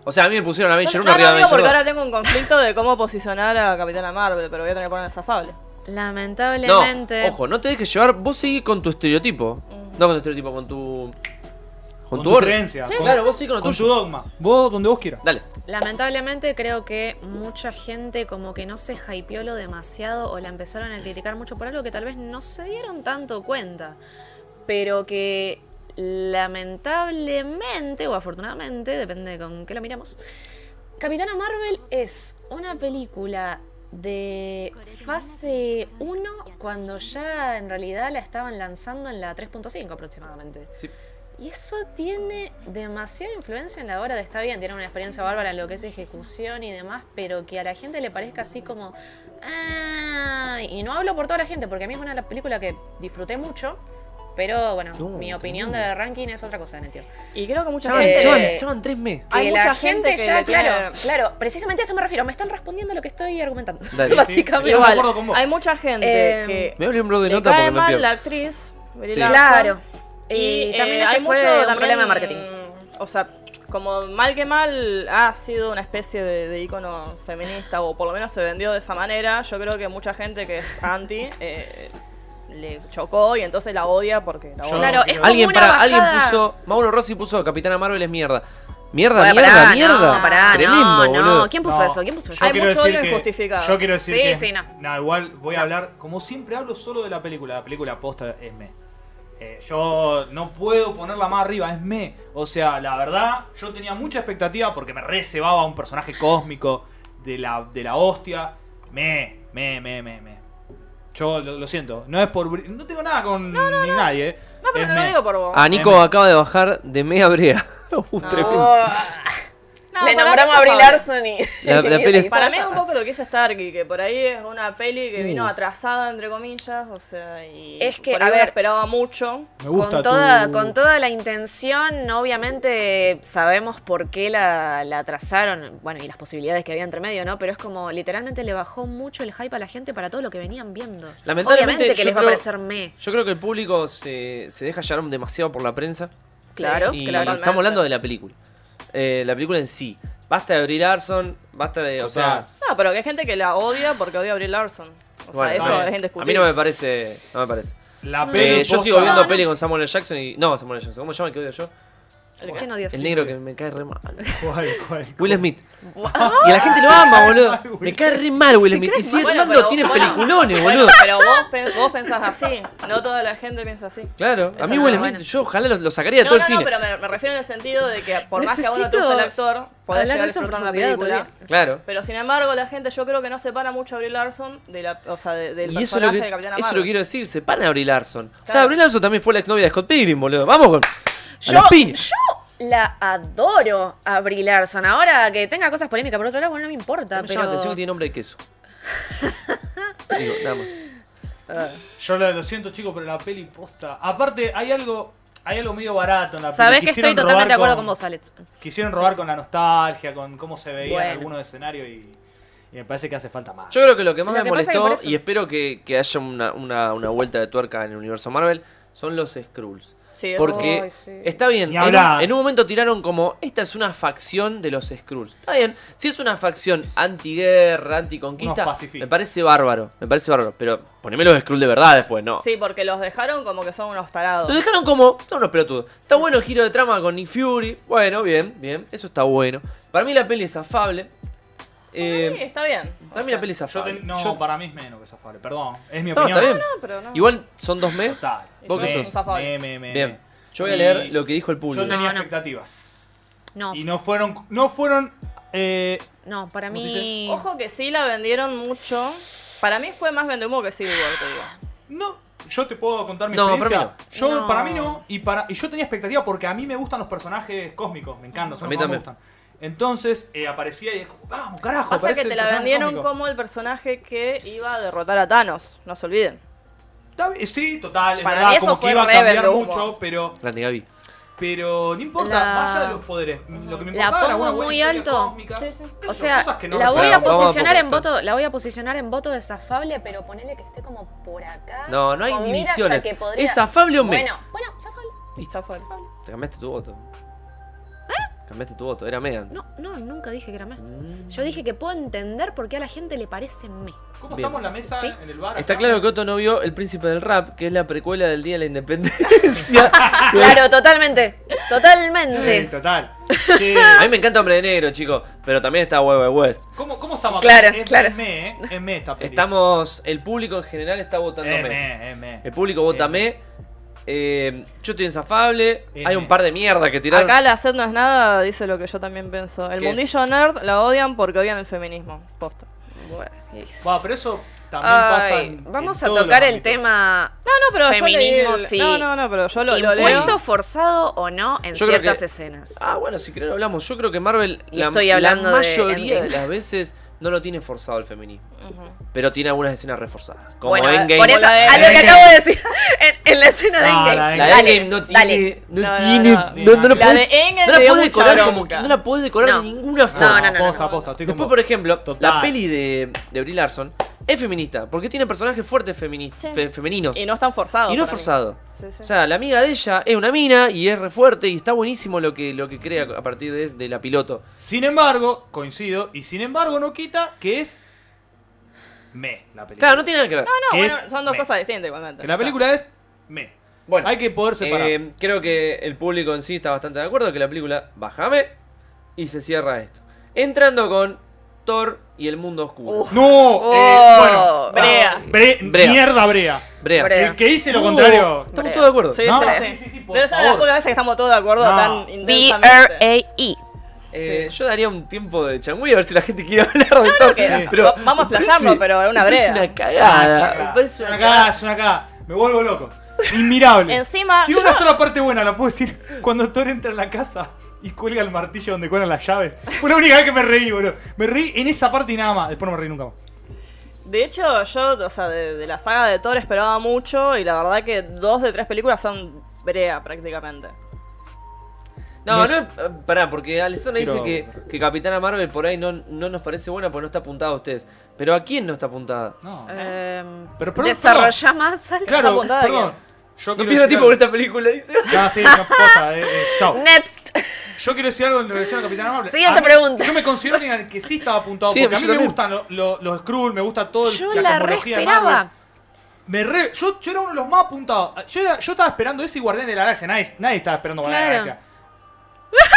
Speaker 1: O sea, a mí me pusieron a Avenger
Speaker 4: Yo
Speaker 1: 1
Speaker 4: no,
Speaker 1: arriba
Speaker 4: no
Speaker 1: de
Speaker 4: digo porque
Speaker 1: Avenger
Speaker 4: ahora tengo un conflicto de cómo posicionar a Capitana Marvel, pero voy a tener que poner zafable.
Speaker 3: Lamentablemente...
Speaker 1: 2. No, ojo, no te dejes llevar. Vos seguís con tu estereotipo. No con tu estereotipo, con tu. Con, tu, orden.
Speaker 2: creencia con-
Speaker 1: Claro, vos seguís con lo
Speaker 2: con tu
Speaker 1: tuyo.
Speaker 2: dogma vos donde vos quieras
Speaker 1: Dale.
Speaker 3: Lamentablemente creo que mucha gente como que no se hypeó lo demasiado o la empezaron a criticar mucho por algo que tal vez no se dieron tanto cuenta, pero que lamentablemente o afortunadamente, depende de con qué lo miramos, Capitana Marvel es una película de fase 1 cuando ya en realidad la estaban lanzando en la 3.5 aproximadamente.
Speaker 1: Sí.
Speaker 3: Y eso tiene demasiada influencia en la hora de está bien, tiene una experiencia bárbara en lo que es ejecución y demás, pero que a la gente le parezca así como. "Ah", y no hablo por toda la gente, porque a mí es una de las películas que disfruté mucho, pero bueno,
Speaker 1: No,
Speaker 3: mi opinión
Speaker 1: tremendo.
Speaker 3: de ranking es otra cosa, Netio.
Speaker 4: Y creo que mucha
Speaker 1: Chaban,
Speaker 3: Eh,
Speaker 1: chaban,
Speaker 4: gente.
Speaker 1: chaban 3 meses.
Speaker 3: Que
Speaker 4: Hay
Speaker 3: la
Speaker 4: mucha
Speaker 3: gente,
Speaker 4: gente que
Speaker 3: ya,
Speaker 4: le tiene-
Speaker 3: claro, claro, precisamente a eso me refiero, me están respondiendo lo que estoy argumentando,
Speaker 1: Dale. Sí,
Speaker 3: básicamente.
Speaker 2: Yo me
Speaker 4: Igual,
Speaker 2: acuerdo con vos.
Speaker 4: hay mucha gente
Speaker 3: Eh,
Speaker 4: que
Speaker 1: Me hablé un blog de
Speaker 4: le
Speaker 1: nota porque
Speaker 4: cae
Speaker 1: me
Speaker 4: mal la
Speaker 1: pierdo.
Speaker 4: actriz. Brie
Speaker 1: Sí.
Speaker 4: Larson,
Speaker 3: Claro. Y,
Speaker 4: eh,
Speaker 3: también ese fue un
Speaker 4: también,
Speaker 3: problema de marketing.
Speaker 4: mm, O sea, como mal que mal ha sido una especie de, de ícono feminista, o por lo menos se vendió de esa manera, yo creo que mucha gente que es anti eh, le chocó y entonces la odia porque la
Speaker 2: Yo-
Speaker 4: odia.
Speaker 3: Claro, es como
Speaker 1: Alguien
Speaker 3: una
Speaker 1: para, alguien
Speaker 3: bajada-
Speaker 1: puso, Mauro Rossi puso Capitana Marvel es mierda. Mierda,
Speaker 3: Bueno,
Speaker 1: mierda,
Speaker 3: pará,
Speaker 1: mierda.
Speaker 3: No, pará,
Speaker 1: Tremendo,
Speaker 3: no,
Speaker 1: boludo.
Speaker 3: no. ¿Quién puso
Speaker 2: No,
Speaker 3: eso? ¿Quién puso
Speaker 2: yo
Speaker 4: Hay
Speaker 3: eso?
Speaker 2: quiero
Speaker 4: mucho
Speaker 2: decir
Speaker 4: odio
Speaker 2: que-
Speaker 4: injustificado.
Speaker 2: Yo quiero decir
Speaker 3: Sí,
Speaker 2: que-
Speaker 3: sí, no.
Speaker 2: igual voy a hablar, como siempre hablo solo de la película, la película posta es me. Eh, yo no puedo ponerla más arriba, es me. O sea, la verdad, yo tenía mucha expectativa porque me recebaba un personaje cósmico de la, de la hostia. Me, me, me, me, me. Yo lo, lo siento, no es por... bri- No tengo nada con ni nadie. eh.
Speaker 4: No, pero
Speaker 2: Es
Speaker 4: no lo
Speaker 2: me.
Speaker 4: digo por vos.
Speaker 1: Ah, Nico
Speaker 2: M.
Speaker 1: acaba de bajar de mea brea. Uh, tremendo.
Speaker 3: Oh,
Speaker 4: No,
Speaker 3: Le
Speaker 4: para
Speaker 3: nombramos
Speaker 4: mí
Speaker 3: a Brie
Speaker 4: es
Speaker 3: Larson y.
Speaker 1: La- la
Speaker 3: y
Speaker 1: peli-
Speaker 3: hizo
Speaker 4: Para mí es
Speaker 3: eso.
Speaker 4: un poco lo que es Starkey, que por ahí es una peli que vino
Speaker 1: Mm.
Speaker 4: atrasada, entre comillas, o sea, y
Speaker 3: Es que,
Speaker 4: por
Speaker 3: a
Speaker 4: ahí uno
Speaker 3: ver,
Speaker 4: esperaba mucho.
Speaker 2: Me gusta
Speaker 3: Con toda,
Speaker 2: tu-
Speaker 3: con toda la intención, obviamente sabemos por qué la, la atrasaron, bueno, y las posibilidades que había entre medio, ¿no? Pero es como literalmente le bajó mucho el hype a la gente para todo lo que venían viendo.
Speaker 1: Lamentablemente,
Speaker 3: obviamente que
Speaker 1: yo
Speaker 3: les va a
Speaker 1: creo-
Speaker 3: parecer me.
Speaker 1: Yo creo que el público se, se deja llevar demasiado por la prensa.
Speaker 3: Claro,
Speaker 1: Y
Speaker 3: claro.
Speaker 1: estamos hablando de la película. Eh, la película en sí. Basta de Brie Larson, basta de. O sea.
Speaker 4: No, pero que hay gente que la odia porque odia a Brie Larson. O
Speaker 1: bueno,
Speaker 4: sea, eso
Speaker 1: está
Speaker 4: la
Speaker 1: bien.
Speaker 4: gente
Speaker 1: a
Speaker 4: escucha.
Speaker 1: mí no me parece. No me parece.
Speaker 2: La peli
Speaker 1: Eh, yo
Speaker 2: posta-
Speaker 1: sigo viendo
Speaker 3: Mm. no.
Speaker 1: peli con Samuel L. Jackson y. No, Samuel L. Jackson. ¿Cómo se llama el que odio yo?
Speaker 3: ¿Por qué no odias?
Speaker 1: El negro que Ah, me cae re mal.
Speaker 2: ¿Cuál, cuál?
Speaker 1: Will Smith. Y la gente lo ama, boludo. Me cae re mal Will Smith. Y sigue
Speaker 4: Bueno,
Speaker 1: armando,
Speaker 4: pero-
Speaker 1: tiene
Speaker 4: bueno.
Speaker 1: peliculones,
Speaker 4: Bueno,
Speaker 1: boludo.
Speaker 4: pero vos, pe- vos pensás así, no toda la gente piensa así.
Speaker 1: Claro, a
Speaker 4: Esa
Speaker 1: mí
Speaker 4: no
Speaker 1: Will
Speaker 4: es
Speaker 1: Smith,
Speaker 3: buena.
Speaker 1: yo ojalá lo, lo sacaría de
Speaker 4: No,
Speaker 1: todo
Speaker 4: no,
Speaker 1: el
Speaker 4: no,
Speaker 1: cine.
Speaker 4: pero me, me refiero en el sentido de que por más que a uno te
Speaker 3: Necesito
Speaker 4: guste el actor, podés
Speaker 3: hablar
Speaker 4: llegar a
Speaker 3: de eso
Speaker 4: disfrutar
Speaker 3: porque
Speaker 4: la
Speaker 3: me olvidaba
Speaker 4: película.
Speaker 3: todavía.
Speaker 1: Claro.
Speaker 4: Pero sin embargo, la gente yo creo que no separa mucho a Brie Larson de la, o sea, de- del
Speaker 1: Y eso es lo
Speaker 4: personaje
Speaker 1: que,
Speaker 4: de Capitana
Speaker 1: eso
Speaker 4: Marvel.
Speaker 1: lo quiero decir, se paran a Brie Larson. O sea,
Speaker 4: Claro.
Speaker 1: Brie Larson también fue la exnovia de Scott Pilgrim, boludo. Vamos con. A
Speaker 3: Yo,
Speaker 1: la piña.
Speaker 3: yo la adoro a Brie Larson. Ahora que tenga cosas polémicas por otro lado, bueno, no me importa,
Speaker 1: Me
Speaker 3: pero.
Speaker 1: llama la atención que tiene nombre de queso. Digo, nada más.
Speaker 2: Yo lo, lo siento, chicos, pero la peli posta. Aparte, hay algo, hay algo medio barato en la peli.
Speaker 3: Sabés que
Speaker 2: Ah, Quisieron
Speaker 3: estoy totalmente
Speaker 2: robar
Speaker 3: de acuerdo con vos, Alex.
Speaker 2: Quisieron robar con la nostalgia, con cómo se veía
Speaker 3: Bueno.
Speaker 2: en algunos escenarios y, y me parece que hace falta más.
Speaker 1: Yo creo que lo que más
Speaker 3: Lo
Speaker 1: me
Speaker 3: que pasa es que
Speaker 1: molestó,
Speaker 3: por eso-
Speaker 1: y espero que, que haya una, una, una vuelta de tuerca en el universo Marvel, son los Skrulls.
Speaker 4: Sí, eso-
Speaker 1: Porque
Speaker 3: Ay, sí.
Speaker 1: está bien,
Speaker 2: Ni
Speaker 1: en un,
Speaker 2: hablar.
Speaker 1: en un momento tiraron como, esta es una facción de los Skrulls. Está bien, si es una facción antiguerra,
Speaker 2: Unos
Speaker 1: anticonquista,
Speaker 2: pacifistas.
Speaker 1: me parece bárbaro, me parece bárbaro. Pero poneme los Skrulls de verdad después, no.
Speaker 4: Sí, porque los dejaron como que son unos
Speaker 1: Lo
Speaker 4: tarados.
Speaker 1: dejaron como, son unos pelotudos. Está bueno el giro de trama con Nick Fury, bueno, bien, bien, eso está bueno. Para mí la peli es afable. Eh,
Speaker 4: Sí, está bien. O
Speaker 1: para mí
Speaker 4: sea,
Speaker 1: la peli es
Speaker 2: Yo
Speaker 1: afable.
Speaker 2: te- no,
Speaker 1: Yo-
Speaker 2: para mí es menos que Zafare, perdón. Es mi
Speaker 1: No,
Speaker 2: opinión.
Speaker 1: está bien.
Speaker 4: Ah, no, pero no.
Speaker 1: Igual son dos meses.
Speaker 2: Total.
Speaker 1: ¿Vos qué
Speaker 2: Me-
Speaker 1: sos?
Speaker 2: me-
Speaker 4: Zafare.
Speaker 2: me- me-
Speaker 1: Bien.
Speaker 2: me.
Speaker 1: Yo voy a leer
Speaker 2: Y
Speaker 1: lo que dijo el público.
Speaker 2: Yo tenía
Speaker 3: No, no.
Speaker 2: expectativas.
Speaker 3: No,
Speaker 2: Y no fueron. No fueron. eh,
Speaker 3: no, para
Speaker 2: ¿Cómo se
Speaker 3: mí.
Speaker 4: Ojo que sí la vendieron mucho. Para mí fue más vendehumo que Civil War, te digo.
Speaker 2: no. Yo te puedo contar mi
Speaker 1: No, para
Speaker 2: experiencia.
Speaker 1: mí
Speaker 2: Yo,
Speaker 3: No.
Speaker 2: para mí no. Y, para, y yo tenía expectativa porque a mí me gustan los personajes cósmicos. Me encantan. Son
Speaker 1: A mí
Speaker 2: los que más me
Speaker 1: también.
Speaker 2: gustan. Entonces eh, aparecía y es como, vamos, carajo.
Speaker 4: Pasa
Speaker 2: aparece
Speaker 4: que
Speaker 2: el
Speaker 4: te la
Speaker 2: personaje
Speaker 4: vendieron
Speaker 2: cósmico.
Speaker 4: como el personaje que iba a derrotar a Thanos, no se olviden.
Speaker 2: Está bien, Sí, total, es
Speaker 4: Para
Speaker 2: verdad,
Speaker 4: mí eso
Speaker 2: como que
Speaker 4: fue
Speaker 2: iba a
Speaker 4: re
Speaker 2: cambiar
Speaker 4: verdugo.
Speaker 2: mucho, pero,
Speaker 1: Grande Gaby.
Speaker 2: pero no importa,
Speaker 3: La-
Speaker 2: más allá de los poderes. Lo que me
Speaker 3: La
Speaker 2: importaba era
Speaker 3: pongo
Speaker 2: una buena
Speaker 3: muy
Speaker 2: historia
Speaker 3: alto.
Speaker 2: cósmica.
Speaker 4: Sí, sí.
Speaker 2: Qué
Speaker 3: O
Speaker 2: sé yo,
Speaker 3: sea,
Speaker 2: cosas que no
Speaker 3: la voy a
Speaker 1: resolvemos. Vamos a
Speaker 3: posicionar en
Speaker 1: poco, está.
Speaker 3: voto, la voy a posicionar en voto desafable, pero ponele que esté como por acá.
Speaker 1: No, no hay
Speaker 3: con miras a
Speaker 1: divisiones.
Speaker 3: que podría-
Speaker 1: ¿Es afable o me?
Speaker 3: Bueno, bueno, zafable.
Speaker 1: Listo.
Speaker 4: Está fuera.
Speaker 1: Te cambiaste tu voto. Cambiaste tu voto, era Megan.
Speaker 3: ¿Eh?
Speaker 1: Mm.
Speaker 3: No, no, nunca dije que era me. Yo dije que puedo entender por qué a la gente le parece me.
Speaker 2: ¿Cómo
Speaker 1: Bien.
Speaker 2: estamos en la mesa,
Speaker 3: Sí.
Speaker 2: en el bar?
Speaker 1: Está
Speaker 2: acá?
Speaker 1: claro que Otto no vio El Príncipe del Rap, que es la precuela del Día de la Independencia.
Speaker 2: Ah.
Speaker 3: Claro, totalmente.
Speaker 2: Sí,
Speaker 3: Totalmente.
Speaker 2: total. Sí.
Speaker 1: A mí me encanta Hombre de Negro, chicos, pero también está Wild Wild West.
Speaker 2: ¿Cómo, ¿Cómo estamos? acá?
Speaker 3: Claro,
Speaker 2: es,
Speaker 3: claro.
Speaker 2: Es me, ¿eh? Es me esta peli.
Speaker 1: Estamos, el público en general está votando
Speaker 2: Es
Speaker 1: me.
Speaker 2: Eh, me, es me.
Speaker 1: El público vota
Speaker 2: Eh,
Speaker 1: me. Eh, yo estoy insafable.
Speaker 2: Eh,
Speaker 1: Hay un
Speaker 2: me.
Speaker 1: par de mierda que tiraron.
Speaker 4: Acá la sed no es nada, dice lo que yo también pienso. El
Speaker 1: ¿Qué
Speaker 4: mundillo nerd la odian porque odian el feminismo. Posta.
Speaker 3: Bueno,
Speaker 2: Bueno, pero eso también pasa.
Speaker 3: Ay,
Speaker 2: en- en
Speaker 3: vamos a
Speaker 2: todos los
Speaker 3: tocar el
Speaker 2: ámbitos.
Speaker 3: tema
Speaker 4: No, no, pero yo leí
Speaker 3: Feminismo,
Speaker 4: el-
Speaker 3: sí.
Speaker 4: No, no, no, pero yo lo, lo leo.
Speaker 3: impuesto forzado o no en
Speaker 1: Yo creo
Speaker 3: ciertas
Speaker 1: que-
Speaker 3: escenas.
Speaker 1: Ah, bueno, si querés lo hablamos. Yo creo que Marvel
Speaker 3: Y
Speaker 1: la,
Speaker 3: estoy
Speaker 1: la
Speaker 3: hablando de
Speaker 1: mayoría de,
Speaker 3: Endgame.
Speaker 1: las veces no lo tiene forzado el feminismo.
Speaker 4: Ujú.
Speaker 1: Pero tiene algunas escenas reforzadas. Como
Speaker 3: bueno,
Speaker 1: Endgame.
Speaker 3: por eso,
Speaker 4: Como la de
Speaker 3: a lo que
Speaker 2: Endgame.
Speaker 3: acabo de decir, en, en la escena de
Speaker 2: No,
Speaker 3: Endgame.
Speaker 2: la de
Speaker 1: La de
Speaker 3: Dale,
Speaker 1: Endgame no
Speaker 3: dale.
Speaker 1: tiene. No,
Speaker 4: No, no,
Speaker 1: tiene. No,
Speaker 4: no.
Speaker 1: no, no
Speaker 2: La
Speaker 1: podés-
Speaker 4: de Endgame
Speaker 1: no la
Speaker 4: dio
Speaker 1: podés
Speaker 4: mucha
Speaker 1: decorar como
Speaker 4: bronca.
Speaker 1: que- No la podés decorar
Speaker 3: No.
Speaker 1: de ninguna
Speaker 3: No,
Speaker 1: forma.
Speaker 3: no, no, no,
Speaker 2: Posta,
Speaker 3: no.
Speaker 2: posta. Estoy
Speaker 1: Después,
Speaker 2: como-
Speaker 1: por ejemplo, la
Speaker 2: Total.
Speaker 1: peli de, de Brie Larson es feminista. Porque tiene personajes fuertes femini-
Speaker 4: Sí.
Speaker 1: fe- femeninos.
Speaker 4: Y no están forzados.
Speaker 1: Y no es
Speaker 4: para mí.
Speaker 1: forzado.
Speaker 4: Sí, sí.
Speaker 1: O sea, la amiga de ella es una mina y es re fuerte y está buenísimo lo que, lo que crea a partir de, de la piloto.
Speaker 2: Sin embargo, coincido, y sin embargo no quita que es me la película.
Speaker 1: Claro, no tiene nada que ver.
Speaker 4: no,
Speaker 2: que
Speaker 4: bueno,
Speaker 2: es
Speaker 4: son dos
Speaker 2: me.
Speaker 4: cosas distintas igualmente.
Speaker 2: Que la
Speaker 4: O sea,
Speaker 2: película es me.
Speaker 1: Bueno,
Speaker 2: Hay que poder separar.
Speaker 1: Em, Eh, creo que el público en sí está bastante de acuerdo que la película Bájame. y se cierra esto. Entrando con Thor y el mundo oscuro.
Speaker 4: Uf.
Speaker 2: No,
Speaker 3: Oh,
Speaker 2: eh, bueno.
Speaker 4: Brea.
Speaker 2: Bre-
Speaker 1: Brea.
Speaker 2: Mierda, Brea.
Speaker 1: Brea.
Speaker 3: Brea.
Speaker 2: El que dice lo
Speaker 1: Uh,
Speaker 2: contrario.
Speaker 1: Estamos
Speaker 3: Brea.
Speaker 1: todos de acuerdo.
Speaker 4: Sí,
Speaker 2: No,
Speaker 4: sí,
Speaker 2: sí,
Speaker 4: sí.
Speaker 2: sí, sí, por
Speaker 4: Debe ser la
Speaker 2: favor.
Speaker 4: única vez que estamos todos de acuerdo
Speaker 2: No.
Speaker 4: tan intensamente.
Speaker 3: B-R-A-E.
Speaker 1: Eh,
Speaker 4: Sí.
Speaker 1: Yo daría un tiempo de changüí a ver si la gente quiere hablar de Thor.
Speaker 4: que-
Speaker 1: pero
Speaker 4: va- vamos a
Speaker 1: me parece-
Speaker 4: explayarlo, pero es una
Speaker 1: me parece
Speaker 4: brea.
Speaker 1: una cagada.
Speaker 2: Ah,
Speaker 1: me parece
Speaker 2: Es
Speaker 1: una
Speaker 2: una
Speaker 1: cagada.
Speaker 2: cagada, es una cagada. Me vuelvo loco. Inmirable.
Speaker 4: Encima,
Speaker 2: Tiene una
Speaker 4: yo-
Speaker 2: sola parte buena, la puedo decir. Cuando Thor entra en la casa y cuelga el martillo donde cuelgan las llaves. Fue la única vez que me reí, boludo. Me reí en esa parte y nada más. Después no me reí nunca más.
Speaker 4: de hecho, yo, o sea, de, de la saga de Thor esperaba mucho y la verdad que dos de tres películas son brea prácticamente.
Speaker 1: No,
Speaker 2: Me
Speaker 1: no,
Speaker 2: su-
Speaker 1: eh, pará, porque Alessandra dice
Speaker 2: Quiero-
Speaker 1: que, que Capitana Marvel por ahí no, no nos parece buena porque no está apuntada a ustedes. Pero ¿a quién no está apuntada?
Speaker 2: No.
Speaker 3: Eh,
Speaker 2: Pero, perdón,
Speaker 3: desarrolla más al
Speaker 2: Claro,
Speaker 4: apuntada
Speaker 2: perdón. Yo
Speaker 1: No
Speaker 2: quiero
Speaker 1: pierdo
Speaker 2: decir
Speaker 1: tiempo
Speaker 2: algo.
Speaker 1: con esta película, dice.
Speaker 2: No, sí, no pasa. Eh, eh, chao.
Speaker 3: Next.
Speaker 2: Yo quiero decir algo en relación a Capitán Marvel.
Speaker 3: Siguiente
Speaker 2: A mí-
Speaker 3: pregunta.
Speaker 2: Yo me considero alguien al que sí estaba apuntado.
Speaker 1: Sí,
Speaker 2: porque a
Speaker 1: yo
Speaker 2: mí me
Speaker 1: también.
Speaker 2: gustan lo- lo- los Skrull, me gusta todo el-
Speaker 3: Yo la re
Speaker 2: cosmología de Marvel.
Speaker 3: esperaba.
Speaker 2: Me re- yo, yo era uno de los más apuntados. Yo, era- yo estaba esperando ese y Guardián de la Galaxia. Nadie, nadie estaba esperando Guardián de la
Speaker 3: Claro.
Speaker 2: Galaxia.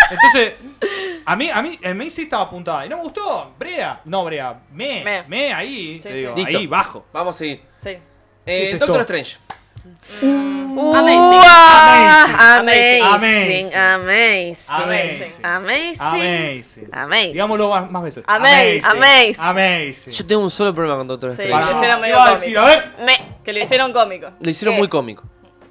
Speaker 2: Entonces, a mí, a mí, a mí sí estaba apuntada. Y no me gustó. Brea. No, Brea. Me. Me,
Speaker 4: Me.
Speaker 2: ahí.
Speaker 4: Sí,
Speaker 2: te
Speaker 4: sí.
Speaker 2: digo,
Speaker 1: Listo.
Speaker 2: ahí, bajo.
Speaker 1: Vamos a seguir.
Speaker 4: Sí.
Speaker 1: Eh,
Speaker 2: es esto?
Speaker 1: Doctor Strange.
Speaker 3: Uah,
Speaker 2: Amazing. Amazing.
Speaker 3: Amazing. Amazing. Amazing.
Speaker 2: Amazing.
Speaker 3: Amazing.
Speaker 2: Amazing.
Speaker 3: Amazing.
Speaker 2: Digámoslo más, más veces.
Speaker 4: Amazing.
Speaker 2: Amazing.
Speaker 3: Amazing.
Speaker 2: Amazing.
Speaker 1: Yo tengo un solo problema con Doctor
Speaker 4: Sí.
Speaker 1: Strange.
Speaker 2: Pará,
Speaker 4: Ese era medio
Speaker 2: iba a decir, a
Speaker 4: cómico.
Speaker 2: ver.
Speaker 3: Me-
Speaker 4: Que lo hicieron cómico.
Speaker 1: Lo hicieron
Speaker 3: ¿Qué?
Speaker 1: muy cómico.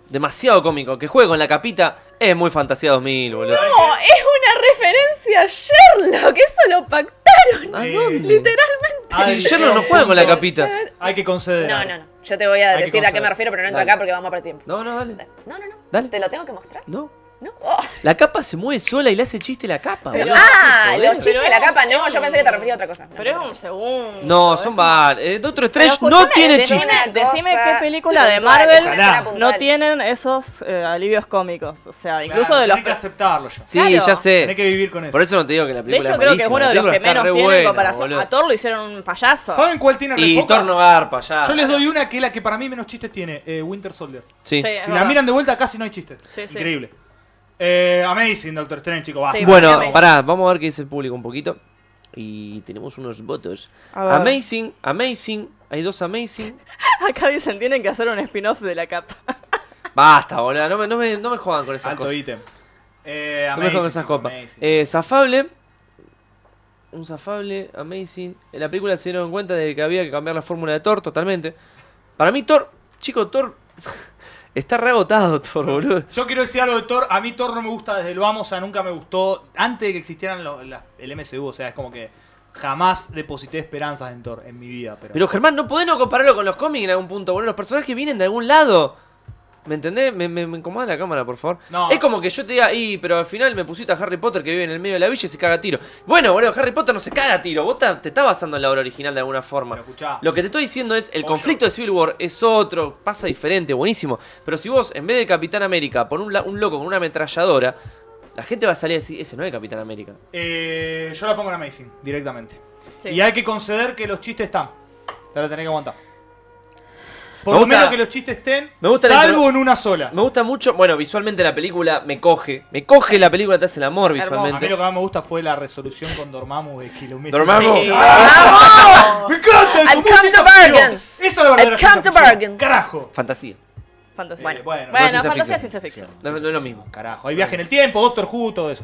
Speaker 1: Demasiado cómico. Que juegue con la capita es muy Fantasía 2000, boludo.
Speaker 3: No, es una referencia a Sherlock. Eso lo pactaron.
Speaker 1: ¿A
Speaker 2: Eh,
Speaker 1: dónde?
Speaker 3: Literalmente.
Speaker 2: Ah,
Speaker 1: Si
Speaker 2: el-
Speaker 1: Sherlock no juega con la capita.
Speaker 2: Hay que conceder.
Speaker 3: No, no, no. Yo te voy a
Speaker 2: Hay que
Speaker 3: decir a qué me
Speaker 2: conceder.
Speaker 3: refiero, pero no entro
Speaker 1: Dale.
Speaker 3: acá porque vamos a perder tiempo.
Speaker 1: No, no, dale.
Speaker 3: No, no, no.
Speaker 1: Dale.
Speaker 3: Te lo tengo que mostrar.
Speaker 1: No.
Speaker 3: No. Oh.
Speaker 1: La capa se mueve sola y le hace chiste la capa,
Speaker 4: Pero-
Speaker 1: boludo.
Speaker 3: ah,
Speaker 1: Joder.
Speaker 3: los chistes de la
Speaker 4: Pero
Speaker 3: capa.
Speaker 4: es
Speaker 3: No, yo
Speaker 4: un-
Speaker 3: pensé que te refería a otra cosa.
Speaker 4: Pero es un segundo.
Speaker 1: No,
Speaker 4: eh.
Speaker 1: son bar. eh, Doctor
Speaker 4: Pero
Speaker 1: Strange no
Speaker 4: escúchame,
Speaker 1: tiene
Speaker 4: decime-
Speaker 1: chiste.
Speaker 4: Decime
Speaker 3: Una
Speaker 4: qué
Speaker 3: cosa
Speaker 4: película de
Speaker 3: puntual,
Speaker 4: Marvel
Speaker 3: es una escena puntual.
Speaker 4: no tienen esos eh, alivios cómicos. O sea, incluso de los.
Speaker 2: Hay que aceptarlo ya.
Speaker 1: Sí,
Speaker 4: Claro.
Speaker 1: ya sé.
Speaker 2: Hay que vivir con eso.
Speaker 1: Por eso no te digo que la
Speaker 4: De
Speaker 1: película
Speaker 4: hecho, creo que es uno
Speaker 1: malísima,
Speaker 4: de los
Speaker 1: la
Speaker 4: que
Speaker 1: película
Speaker 4: menos
Speaker 1: está re
Speaker 4: tiene en
Speaker 1: buena,
Speaker 4: comparación.
Speaker 1: boludo.
Speaker 4: A Thor lo hicieron un payaso.
Speaker 2: ¿Saben cuál tiene
Speaker 1: Y
Speaker 2: refocas?
Speaker 1: Thor no garpa ya.
Speaker 4: Ah,
Speaker 2: Yo les doy una que es la que para mí menos chistes tiene, eh, Winter Soldier.
Speaker 1: Sí.
Speaker 4: Sí. Es
Speaker 2: Si la
Speaker 4: verdad.
Speaker 2: miran de vuelta casi no hay chistes.
Speaker 4: Sí, sí.
Speaker 2: Increíble. Eh, amazing, Doctor Strange, chicos. va.
Speaker 4: Sí,
Speaker 1: Bueno,
Speaker 4: Amazing.
Speaker 1: pará, vamos a ver qué dice el público un poquito. Y tenemos unos votos.
Speaker 4: A ver.
Speaker 1: Amazing, amazing. Hay dos amazing.
Speaker 4: Acá dicen tienen que hacer un spin-off de la capa.
Speaker 1: Basta, boludo. No me, no me, no me jodan con esas
Speaker 2: Alto
Speaker 1: cosas.
Speaker 2: ítem. Eh,
Speaker 1: No me
Speaker 2: amazing,
Speaker 1: jodan con esas
Speaker 2: chicos,
Speaker 1: copas.
Speaker 2: amazing.
Speaker 1: Eh, zafable. Un zafable, amazing. En la película se dieron cuenta de que había que cambiar la fórmula de Thor totalmente. Para mí, Thor, chico, Thor. Está re agotado, Thor, boludo.
Speaker 2: Yo quiero decir algo de Thor. A mí Thor no me gusta desde el vamos, o sea, nunca me gustó. Antes de que existieran los- las- el MCU, o sea, es como que jamás deposité esperanzas en Thor en mi vida. Pero,
Speaker 1: Pero Germán, no podés no compararlo con los cómics en algún punto, boludo. Los personajes vienen de algún lado. ¿Me entendés? Me, me- me incomoda la cámara, por favor.
Speaker 2: No.
Speaker 1: Es como que yo te diga, y, pero al final me pusiste a Harry Potter que vive en el medio de la villa y se caga a tiro. Bueno, boludo, Harry Potter no se caga a tiro. Vos ta- te estás basando en la obra original de alguna forma.
Speaker 2: Pero escuchá.
Speaker 1: Lo que te estoy diciendo es, el
Speaker 2: Oye.
Speaker 1: conflicto de Civil War es otro, pasa diferente, buenísimo. Pero si vos, en vez de Capitán América, por un, la- un loco con una ametralladora, la gente va a salir a decir, ese no es el Capitán América.
Speaker 2: eh, yo la pongo en Amazing directamente.
Speaker 4: Sí.
Speaker 2: y hay que conceder que los chistes están. Te la tenés que aguantar. Por
Speaker 1: Me
Speaker 2: lo
Speaker 1: gusta-
Speaker 2: menos que los chistes estén,
Speaker 1: Me gusta la
Speaker 2: salvo
Speaker 1: intro-
Speaker 2: en una sola.
Speaker 1: Me gusta mucho, bueno, visualmente la película me coge. Me coge la película, te hace el amor
Speaker 4: Hermoso.
Speaker 2: A mí
Speaker 1: visualmente.
Speaker 2: lo que más me gusta fue la resolución con Dormammu de kilómetros.
Speaker 1: Dormammu. Ah.
Speaker 4: Sí.
Speaker 3: Ah.
Speaker 2: ¡Me encanta!
Speaker 3: I've
Speaker 2: ¡Eso
Speaker 3: come to bargain.
Speaker 2: Esa es la verdadera
Speaker 3: I've come to
Speaker 2: ciencia ficción.
Speaker 3: bargain.
Speaker 2: ¡Carajo!
Speaker 1: Fantasía.
Speaker 4: Fantasía.
Speaker 2: Bueno,
Speaker 4: Bueno,
Speaker 2: bueno,
Speaker 1: no es ciencia
Speaker 4: fantasía es
Speaker 1: ficción.
Speaker 4: ciencia ficción.
Speaker 1: No, no es lo mismo.
Speaker 2: Carajo, hay viaje en el tiempo, Doctor Who, todo eso.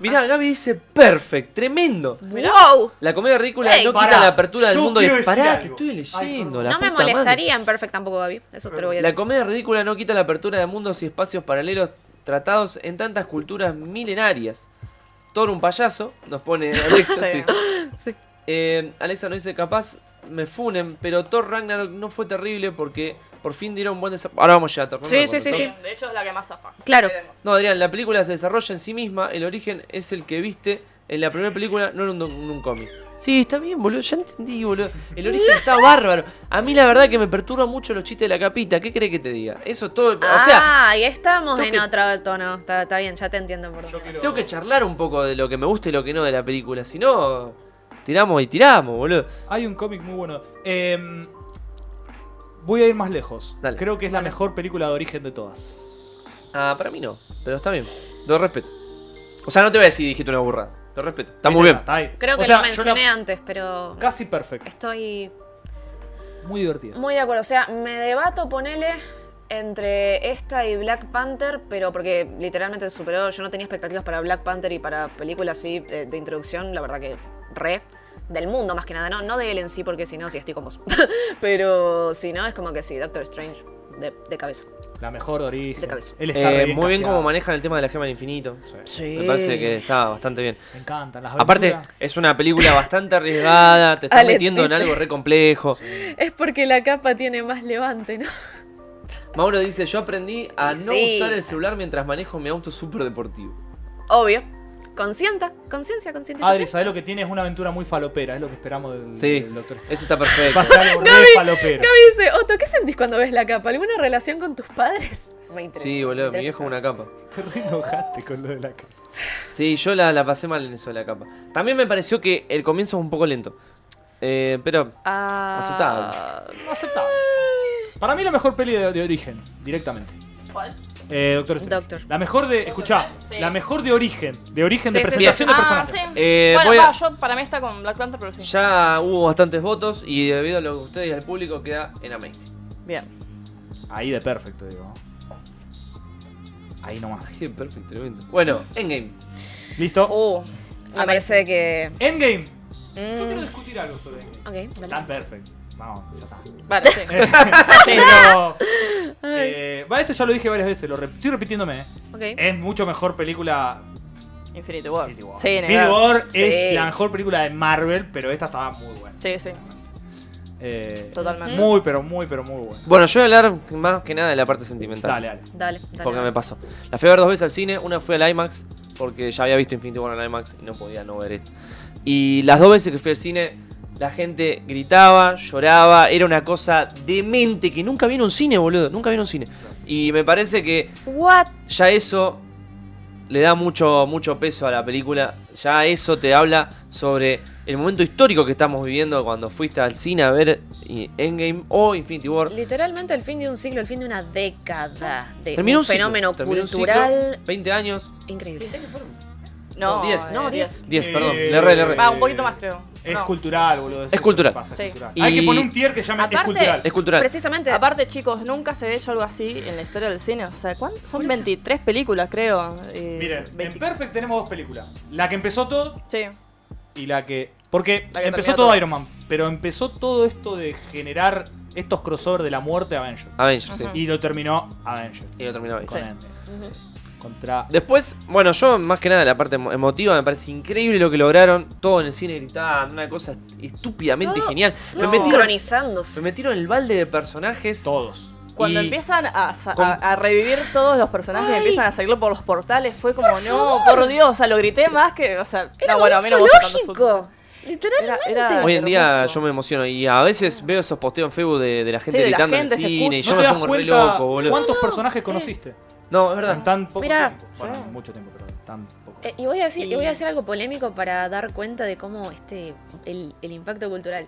Speaker 1: Mirá, Gaby dice perfect, tremendo.
Speaker 3: Wow.
Speaker 1: La comedia ridícula
Speaker 3: Ey,
Speaker 1: no
Speaker 2: pará,
Speaker 1: quita la apertura del
Speaker 2: yo
Speaker 1: mundo y
Speaker 2: quiero decir
Speaker 1: pará
Speaker 2: algo.
Speaker 1: que estoy
Speaker 2: Ay,
Speaker 1: leyendo.
Speaker 2: perdón.
Speaker 1: la
Speaker 3: No me
Speaker 1: puta madre.
Speaker 3: molestaría en Perfect tampoco, Gaby. Eso te lo voy a
Speaker 1: La
Speaker 3: decir.
Speaker 1: comedia ridícula no quita la apertura del mundo si espacios paralelos tratados en tantas culturas milenarias. Thor un payaso, nos pone Alexa.
Speaker 4: Sí.
Speaker 1: sí. Eh, Alexa nos dice, capaz me funen, pero Thor Ragnarok no fue terrible porque por fin dieron un buen desarrollo. Ahora vamos ya a Thor. no
Speaker 3: Sí,
Speaker 1: me acuerdo,
Speaker 3: sí,
Speaker 1: Thor.
Speaker 3: sí.
Speaker 4: De hecho, es la que más zafa.
Speaker 3: Claro.
Speaker 1: No, Adrián, la película se desarrolla en sí misma, el origen es el que viste en la primera película, no en un, en un cómic. Sí, está bien, boludo, ya entendí, boludo. El origen está bárbaro. A mí la verdad que me perturba mucho los chistes de la capita, ¿qué crees que te diga? Eso es todo... o sea,
Speaker 3: ah, ahí estamos
Speaker 1: tengo
Speaker 3: en
Speaker 1: que-
Speaker 3: otro tono. Está, está bien, ya te entiendo por
Speaker 2: Yo
Speaker 3: dónde
Speaker 2: quiero-
Speaker 1: tengo que charlar un poco de lo que me gusta y lo que no de la película, si no... Tiramos y tiramos, boludo.
Speaker 2: Hay un cómic muy bueno. Eh, voy a ir más lejos.
Speaker 1: Dale.
Speaker 2: Creo que es la mejor película de origen de todas.
Speaker 1: Ah, para mí no, pero está bien. Lo respeto. O sea, no te voy a decir, dijiste una burra. Te respeto. Está muy bien.
Speaker 2: Este Está ahí.
Speaker 3: Creo
Speaker 2: O
Speaker 3: que
Speaker 2: sea,
Speaker 3: lo
Speaker 2: yo
Speaker 3: mencioné
Speaker 2: la-
Speaker 3: antes, pero
Speaker 2: Casi perfecto.
Speaker 3: estoy
Speaker 2: Muy divertido.
Speaker 3: Muy de acuerdo, o sea, me debato, ponele, entre esta y Black Panther, pero porque literalmente superó, yo no tenía expectativas para Black Panther y para películas así de, de introducción, la verdad que re, del mundo más que nada, no, no de él en sí, porque si no, si estoy con vos. pero si no, es como que sí, Doctor Strange, de, de cabeza,
Speaker 2: La mejor origen.
Speaker 3: De cabeza.
Speaker 2: Él está
Speaker 1: Eh,
Speaker 2: re
Speaker 1: muy bien
Speaker 2: casteado.
Speaker 1: como manejan el tema de la gema del infinito.
Speaker 3: Sí.
Speaker 1: Me parece que está bastante bien.
Speaker 2: Me encantan las
Speaker 1: Aparte,
Speaker 2: aventuras.
Speaker 1: es una película bastante arriesgada, te estás
Speaker 3: Alex
Speaker 1: metiendo en
Speaker 3: dice-
Speaker 1: algo re complejo.
Speaker 3: Es porque la capa tiene más levante, ¿no?
Speaker 1: Mauro dice, yo aprendí a no
Speaker 3: Sí.
Speaker 1: usar el celular mientras manejo mi auto súper deportivo.
Speaker 3: Obvio. Conscienta, conciencia, conciencia.
Speaker 2: Adri, ¿sabes lo que tiene? Es una aventura muy falopera, es lo que esperamos del,
Speaker 1: Sí,
Speaker 2: del Doctor Strange.
Speaker 1: eso está perfecto.
Speaker 2: Va a ser algo re falopero.
Speaker 3: Gaby dice, Otto, ¿qué sentís cuando ves la capa? ¿Alguna relación con tus padres? Me interesa.
Speaker 1: Sí,
Speaker 3: me
Speaker 1: boludo, mi
Speaker 3: interesa
Speaker 1: viejo es
Speaker 3: saber.
Speaker 1: una capa.
Speaker 2: Te re enojaste con lo de la cara.
Speaker 1: Sí, yo la, la pasé mal en eso de la capa. También me pareció que el comienzo es un poco lento. Eh, pero
Speaker 3: Ah,
Speaker 1: Aceptable.
Speaker 2: No aceptaba. Para mí la mejor peli de, de origen, directamente.
Speaker 4: ¿Cuál?
Speaker 2: Eh, Doctor Strange.
Speaker 3: Doctor.
Speaker 2: La mejor de. Escuchá,
Speaker 4: Sí.
Speaker 2: la mejor de origen. De origen
Speaker 3: Sí,
Speaker 2: de
Speaker 3: sí, sí.
Speaker 2: presentación de
Speaker 4: Ah,
Speaker 2: personajes.
Speaker 4: sí.
Speaker 1: Eh,
Speaker 4: bueno,
Speaker 1: voy a-
Speaker 4: va, yo para mí está con Black Panther, pero sí.
Speaker 1: ya hubo bastantes votos y debido a lo que ustedes y al público queda en Amazing.
Speaker 4: Bien.
Speaker 2: Ahí de perfecto, digo. Ahí nomás.
Speaker 1: Qué perfecto, tremendo. Bueno, Endgame.
Speaker 2: Listo.
Speaker 4: Uh,
Speaker 3: Me parece que.
Speaker 2: Endgame. Yo quiero
Speaker 3: Oh. Mm,
Speaker 2: discutir algo sobre Endgame.
Speaker 3: ok,
Speaker 2: Está
Speaker 3: dale.
Speaker 2: perfecto. Vamos, ya está.
Speaker 4: Vale, sí.
Speaker 2: Pero. eh, va, esto ya lo dije varias veces, lo rep- estoy repitiéndome. eh.
Speaker 3: Ok.
Speaker 2: Es mucho mejor película.
Speaker 4: Infinity War.
Speaker 2: Infinity War.
Speaker 4: Sí,
Speaker 2: Infinity
Speaker 4: negado.
Speaker 2: War
Speaker 3: Sí.
Speaker 2: es la mejor película de Marvel, pero esta estaba muy buena.
Speaker 4: Sí, sí.
Speaker 2: Eh,
Speaker 4: Totalmente.
Speaker 2: Muy, pero muy, pero muy buena.
Speaker 1: Bueno, yo voy a hablar más que nada de la parte sentimental.
Speaker 2: Dale, dale.
Speaker 3: Dale, dale.
Speaker 1: Porque me pasó. La fui a ver dos veces al cine, una fue al IMAX, porque ya había visto Infinity War en IMAX y no podía no ver esto. Y las dos veces que fui al cine, la gente gritaba, lloraba, era una cosa demente que nunca vi en un cine, boludo, nunca vi en un cine. Y me parece que
Speaker 3: What?
Speaker 1: ya eso le da mucho, mucho peso a la película. Ya eso te habla sobre el momento histórico que estamos viviendo cuando fuiste al cine a ver eh, Endgame o Infinity War.
Speaker 3: Literalmente el fin de un siglo, el fin de una década de
Speaker 1: Terminó
Speaker 3: un
Speaker 1: ciclo,
Speaker 3: fenómeno
Speaker 1: terminó un ciclo,
Speaker 3: cultural
Speaker 1: 20 años.
Speaker 3: increíble.
Speaker 4: No,
Speaker 1: No, diez.
Speaker 4: eh,
Speaker 3: No,
Speaker 4: diez.
Speaker 1: 10,
Speaker 3: 10.
Speaker 2: Eh,
Speaker 1: perdón. Le erré, le erré.
Speaker 4: Va, un poquito más creo.
Speaker 2: Es
Speaker 4: No.
Speaker 2: cultural, boludo. eso
Speaker 1: cultural.
Speaker 2: que pasa, es
Speaker 4: Sí.
Speaker 2: cultural.
Speaker 1: Y-
Speaker 2: Hay que poner un tier que llame es
Speaker 4: Aparte-
Speaker 2: cultural.
Speaker 1: Es cultural.
Speaker 3: Precisamente.
Speaker 4: Aparte, chicos, nunca se ve yo algo así en la historia del cine. O sea, ¿cuántos? Son 23 películas, creo. eh,
Speaker 2: Miren, en
Speaker 4: 20.
Speaker 2: Perfect tenemos dos películas. La que empezó todo
Speaker 4: Sí,
Speaker 2: y la que. Porque
Speaker 4: La que
Speaker 2: empezó
Speaker 4: termina
Speaker 2: todo
Speaker 4: todo.
Speaker 2: Iron Man, pero empezó todo esto de generar estos crossover de la muerte a Avengers.
Speaker 1: Avengers, sí.
Speaker 4: Ajá.
Speaker 2: Y lo terminó Avengers.
Speaker 1: Y lo terminó ahí.
Speaker 2: Con
Speaker 4: Sí.
Speaker 2: Endgame.
Speaker 3: Ujú.
Speaker 2: Contra.
Speaker 1: Después, bueno, yo más que nada la parte emo- emotiva me parece increíble lo que lograron. Todo en el cine gritando, una cosa est- estúpidamente
Speaker 3: Todo-
Speaker 1: genial.
Speaker 3: Todo
Speaker 1: Me metieron, me
Speaker 3: sincronizándose.
Speaker 1: metieron el balde de personajes.
Speaker 2: Todos.
Speaker 4: Cuando
Speaker 1: y-
Speaker 4: empiezan a, sa-
Speaker 1: con-
Speaker 4: a- a revivir todos los personajes,
Speaker 3: Ay.
Speaker 4: empiezan a salirlo por los portales, fue como, no, por Dios, o sea, lo grité más que, o sea,
Speaker 3: Era
Speaker 4: no, bueno, a
Speaker 3: un
Speaker 4: mí no me gusta tanto el fútbol.
Speaker 3: zoológico. Literalmente.
Speaker 4: Era- era-
Speaker 1: Hoy en día
Speaker 4: hermoso.
Speaker 1: yo me emociono y a veces veo esos posteos en Facebook de, de la gente
Speaker 4: Sí, de la
Speaker 1: gritando
Speaker 4: gente,
Speaker 1: en
Speaker 4: se
Speaker 1: el cine y
Speaker 4: escucha.
Speaker 1: yo
Speaker 2: ¿No te
Speaker 1: me
Speaker 2: das
Speaker 1: pongo re
Speaker 2: cuenta
Speaker 1: loco, boludo.
Speaker 2: ¿Cuántos personajes conociste?
Speaker 1: No, es
Speaker 2: En
Speaker 1: verdad.
Speaker 2: tan poco
Speaker 3: Mirá.
Speaker 2: tiempo. Bueno,
Speaker 4: Sí.
Speaker 2: mucho tiempo, pero tan poco.
Speaker 3: Eh, y, voy a decir, y voy a
Speaker 4: Y-
Speaker 3: decir algo polémico para dar cuenta de cómo este el, el impacto cultural.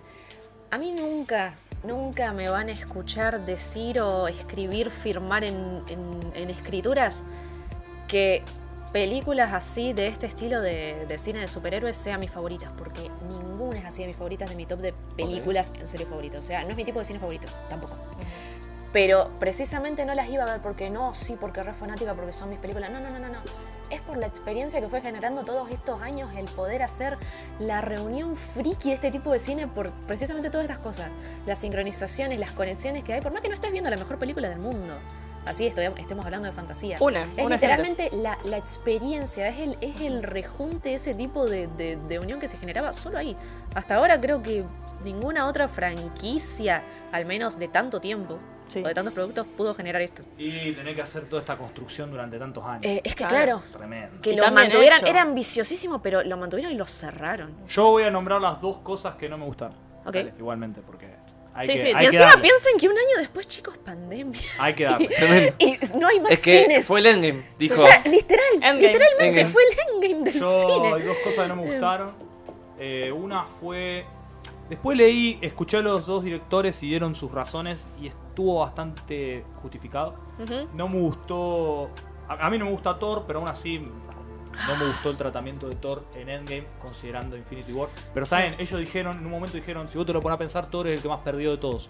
Speaker 3: A mí nunca, nunca me van a escuchar decir o escribir, firmar en, en- en escrituras que películas así de este estilo de, de cine de superhéroes sean mis favoritas, porque ninguna es así de mis favoritas de mi top de películas en serio favorito. O sea, no es mi tipo de cine favorito, tampoco. Pero precisamente no las iba a ver porque no, sí, porque re fanática, porque son mis películas. No, no, no, no, no. Es por la experiencia que fue generando todos estos años el poder hacer la reunión friki de este tipo de cine por precisamente todas estas cosas. Las sincronizaciones, las conexiones que hay, por más que no estés viendo la mejor película del mundo. Así estoy- estemos hablando de fantasía.
Speaker 4: Una,
Speaker 3: Es
Speaker 4: una
Speaker 3: literalmente la, la experiencia, es el, es el rejunte, ese tipo de, de- de unión que se generaba solo ahí. Hasta ahora creo que ninguna otra franquicia, al menos de tanto tiempo,
Speaker 4: Sí.
Speaker 3: o de tantos productos, pudo generar esto.
Speaker 2: Y tener que hacer toda esta construcción durante tantos años.
Speaker 3: Eh, es que claro,
Speaker 4: Claro.
Speaker 2: Tremendo.
Speaker 3: que
Speaker 4: Y
Speaker 3: lo
Speaker 4: tan bien
Speaker 3: mantuvieran,
Speaker 4: hecho.
Speaker 3: era ambiciosísimo, pero lo mantuvieron y lo cerraron.
Speaker 2: Yo voy a nombrar las dos cosas que no me gustan.
Speaker 3: Ok.
Speaker 2: igualmente, porque hay
Speaker 4: Sí,
Speaker 2: que,
Speaker 4: sí,
Speaker 2: hay
Speaker 4: y
Speaker 2: que
Speaker 3: y encima
Speaker 2: darle.
Speaker 3: piensen que un año después, chicos, pandemia.
Speaker 2: Hay que darle.
Speaker 1: Tremendo.
Speaker 3: Y no hay más
Speaker 1: Es que
Speaker 3: cines.
Speaker 1: fue el endgame, dijo.
Speaker 3: O sea, literal,
Speaker 4: Endgame.
Speaker 3: literalmente
Speaker 1: Endgame.
Speaker 3: fue el endgame del
Speaker 2: Yo hay
Speaker 3: cine.
Speaker 2: dos cosas que no me gustaron. Eh, una fue. Después leí, escuché a los dos directores y dieron sus razones y estuvo bastante justificado.
Speaker 3: Ujú.
Speaker 2: No me gustó. A, a mí no me gusta Thor, pero aún así no me gustó el tratamiento de Thor en Endgame, considerando Infinity War. Pero saben, ellos dijeron, en un momento dijeron, si vos te lo pones a pensar, Thor es el que más perdió de todos.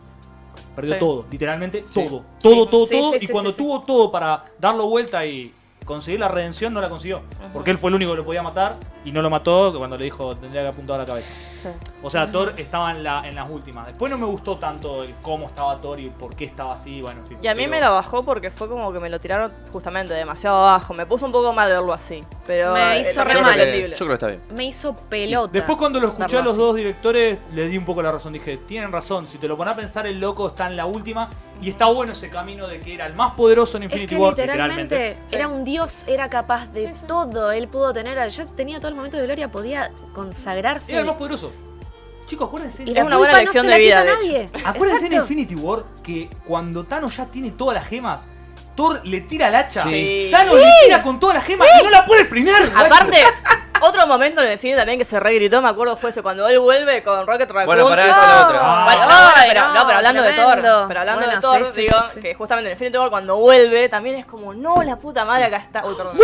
Speaker 2: Perdió
Speaker 4: Sí.
Speaker 2: todo, literalmente todo. Todo,
Speaker 3: Sí,
Speaker 2: todo,
Speaker 3: sí,
Speaker 2: todo.
Speaker 3: sí,
Speaker 2: y
Speaker 3: sí,
Speaker 2: cuando
Speaker 3: sí, sí.
Speaker 2: tuvo todo para darlo vuelta y conseguir la redención, no la consiguió. Porque él fue el único que lo podía matar y no lo mató cuando le dijo, tendría que apuntar a la cabeza.
Speaker 4: Sí.
Speaker 2: O sea, Thor estaba en, la, en las últimas. Después no me gustó tanto el cómo estaba Thor y por qué estaba así. Bueno, en fin,
Speaker 4: Y a mí
Speaker 2: pero-
Speaker 4: me lo bajó porque fue como que me lo tiraron justamente demasiado abajo. Me puso un poco mal verlo así. Pero
Speaker 3: Me hizo
Speaker 4: eh,
Speaker 3: re
Speaker 4: era
Speaker 3: mal.
Speaker 1: que,
Speaker 4: entendible.
Speaker 1: yo creo que está bien.
Speaker 3: Me hizo
Speaker 2: Y
Speaker 3: pelota.
Speaker 2: Después cuando lo escuché a los
Speaker 3: Darlo
Speaker 2: dos directores, le di un poco la razón. Dije, tienen razón, si te lo pones a pensar, el loco está en la última. Y está bueno ese camino de que era el más poderoso en
Speaker 3: Es
Speaker 2: Infinity
Speaker 3: que
Speaker 2: War,
Speaker 3: literalmente,
Speaker 2: literalmente.
Speaker 3: era un dios, era capaz de todo. Él pudo tener, ya tenía todo el momento de gloria, podía consagrarse.
Speaker 2: Era el más poderoso. Chicos, acuérdense.
Speaker 3: y
Speaker 4: Es
Speaker 3: la
Speaker 4: una
Speaker 3: culpa
Speaker 4: buena
Speaker 3: no
Speaker 4: lección
Speaker 3: se
Speaker 4: de
Speaker 3: la
Speaker 4: vida,
Speaker 3: quita
Speaker 4: de hecho.
Speaker 3: nadie.
Speaker 2: Acuérdense en
Speaker 3: Exacto.
Speaker 2: Infinity War que cuando Thanos ya tiene todas las gemas, Thor le tira el hacha.
Speaker 4: Sí.
Speaker 2: Thanos le tira con todas las gemas y no la puede frenar.
Speaker 4: Aparte, otro momento en el cine también que se regritó, me acuerdo, fue eso, cuando él vuelve con Rocket Raccoon.
Speaker 1: Bueno, pará, esa es la otra.
Speaker 4: Ah, bueno,
Speaker 3: Ah,
Speaker 4: bueno, pero,
Speaker 3: no,
Speaker 4: no, pero hablando de
Speaker 3: tremendo.
Speaker 4: Thor, pero hablando
Speaker 3: Bueno,
Speaker 4: de Thor,
Speaker 3: sí, sí,
Speaker 4: digo,
Speaker 3: sí, sí.
Speaker 4: que justamente en Infinity War cuando vuelve, también es como, no, la puta madre, acá está. Uy, perdón.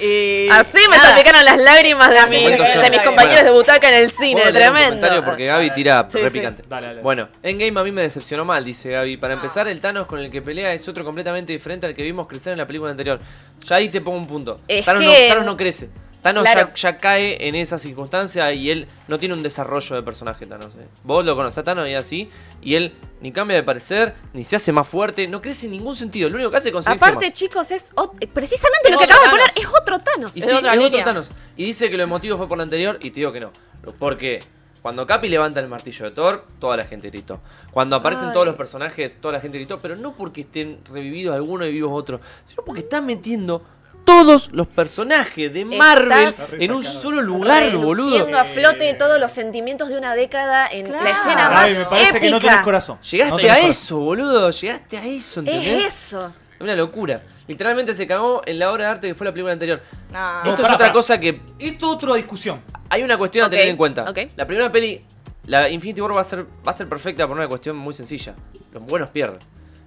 Speaker 4: y,
Speaker 3: Así me
Speaker 4: nada.
Speaker 3: salpicaron las lágrimas de, mi-
Speaker 4: Momento
Speaker 3: de mis
Speaker 4: lloro.
Speaker 3: compañeros de butaca en el cine,
Speaker 1: ¿Puedo leer un comentario?
Speaker 3: tremendo.
Speaker 1: Porque Gaby tira
Speaker 4: Sí,
Speaker 1: re
Speaker 4: sí.
Speaker 1: picante.
Speaker 2: Dale, dale.
Speaker 1: Bueno, Endgame a mí me decepcionó mal, dice Gaby. Para empezar, el Thanos con el que pelea es otro completamente diferente al que vimos crecer en la película anterior. Ya ahí te pongo un punto.
Speaker 3: Es
Speaker 1: Thanos,
Speaker 3: que-
Speaker 1: no, Thanos no crece. Thanos
Speaker 3: Claro.
Speaker 1: ya, ya cae en esa circunstancia y él no tiene un desarrollo de personaje, Thanos. eh. Vos lo conocés a Thanos y así, y él ni cambia de parecer, ni se hace más fuerte, no crece en ningún sentido. Lo único que hace es conseguir
Speaker 3: Aparte,
Speaker 1: gemas.
Speaker 3: chicos, es ot- eh, precisamente
Speaker 4: Es
Speaker 3: lo que
Speaker 4: otro
Speaker 3: acabas de poner,
Speaker 4: Thanos.
Speaker 3: es otro Thanos.
Speaker 1: Y
Speaker 4: Es
Speaker 1: sí,
Speaker 4: otra
Speaker 1: es otro
Speaker 4: línea.
Speaker 1: Thanos. Y dice que lo emotivo fue por la anterior y te digo que no. Porque cuando Capi levanta el martillo de Thor, toda la gente gritó. Cuando aparecen
Speaker 3: Ay.
Speaker 1: todos los personajes, toda la gente gritó. Pero no porque estén revividos algunos y vivos otros, sino porque están metiendo todos los personajes de Marvel
Speaker 3: Estás
Speaker 1: en un
Speaker 2: sacando.
Speaker 1: solo lugar,
Speaker 3: Reluciendo
Speaker 1: boludo.
Speaker 3: a flote todos los sentimientos de una década en
Speaker 4: Claro.
Speaker 3: la escena más
Speaker 2: Gaby, me parece
Speaker 3: épica.
Speaker 2: que no tenés corazón.
Speaker 1: Llegaste
Speaker 2: No tenés
Speaker 1: a
Speaker 2: corazón.
Speaker 1: eso, boludo. Llegaste a eso, ¿entendés?
Speaker 3: es eso.
Speaker 1: Una locura. Literalmente se cagó en la obra de arte que fue la película anterior.
Speaker 4: No.
Speaker 1: Esto es
Speaker 2: Ah. Oh, pará,
Speaker 1: otra
Speaker 2: pará.
Speaker 1: cosa que
Speaker 2: Esto es otra discusión.
Speaker 1: Hay una cuestión
Speaker 3: Ok,
Speaker 1: a tener en cuenta.
Speaker 3: ok.
Speaker 1: La primera peli, la Infinity War va a ser va a ser perfecta por una cuestión muy sencilla. Los buenos pierden.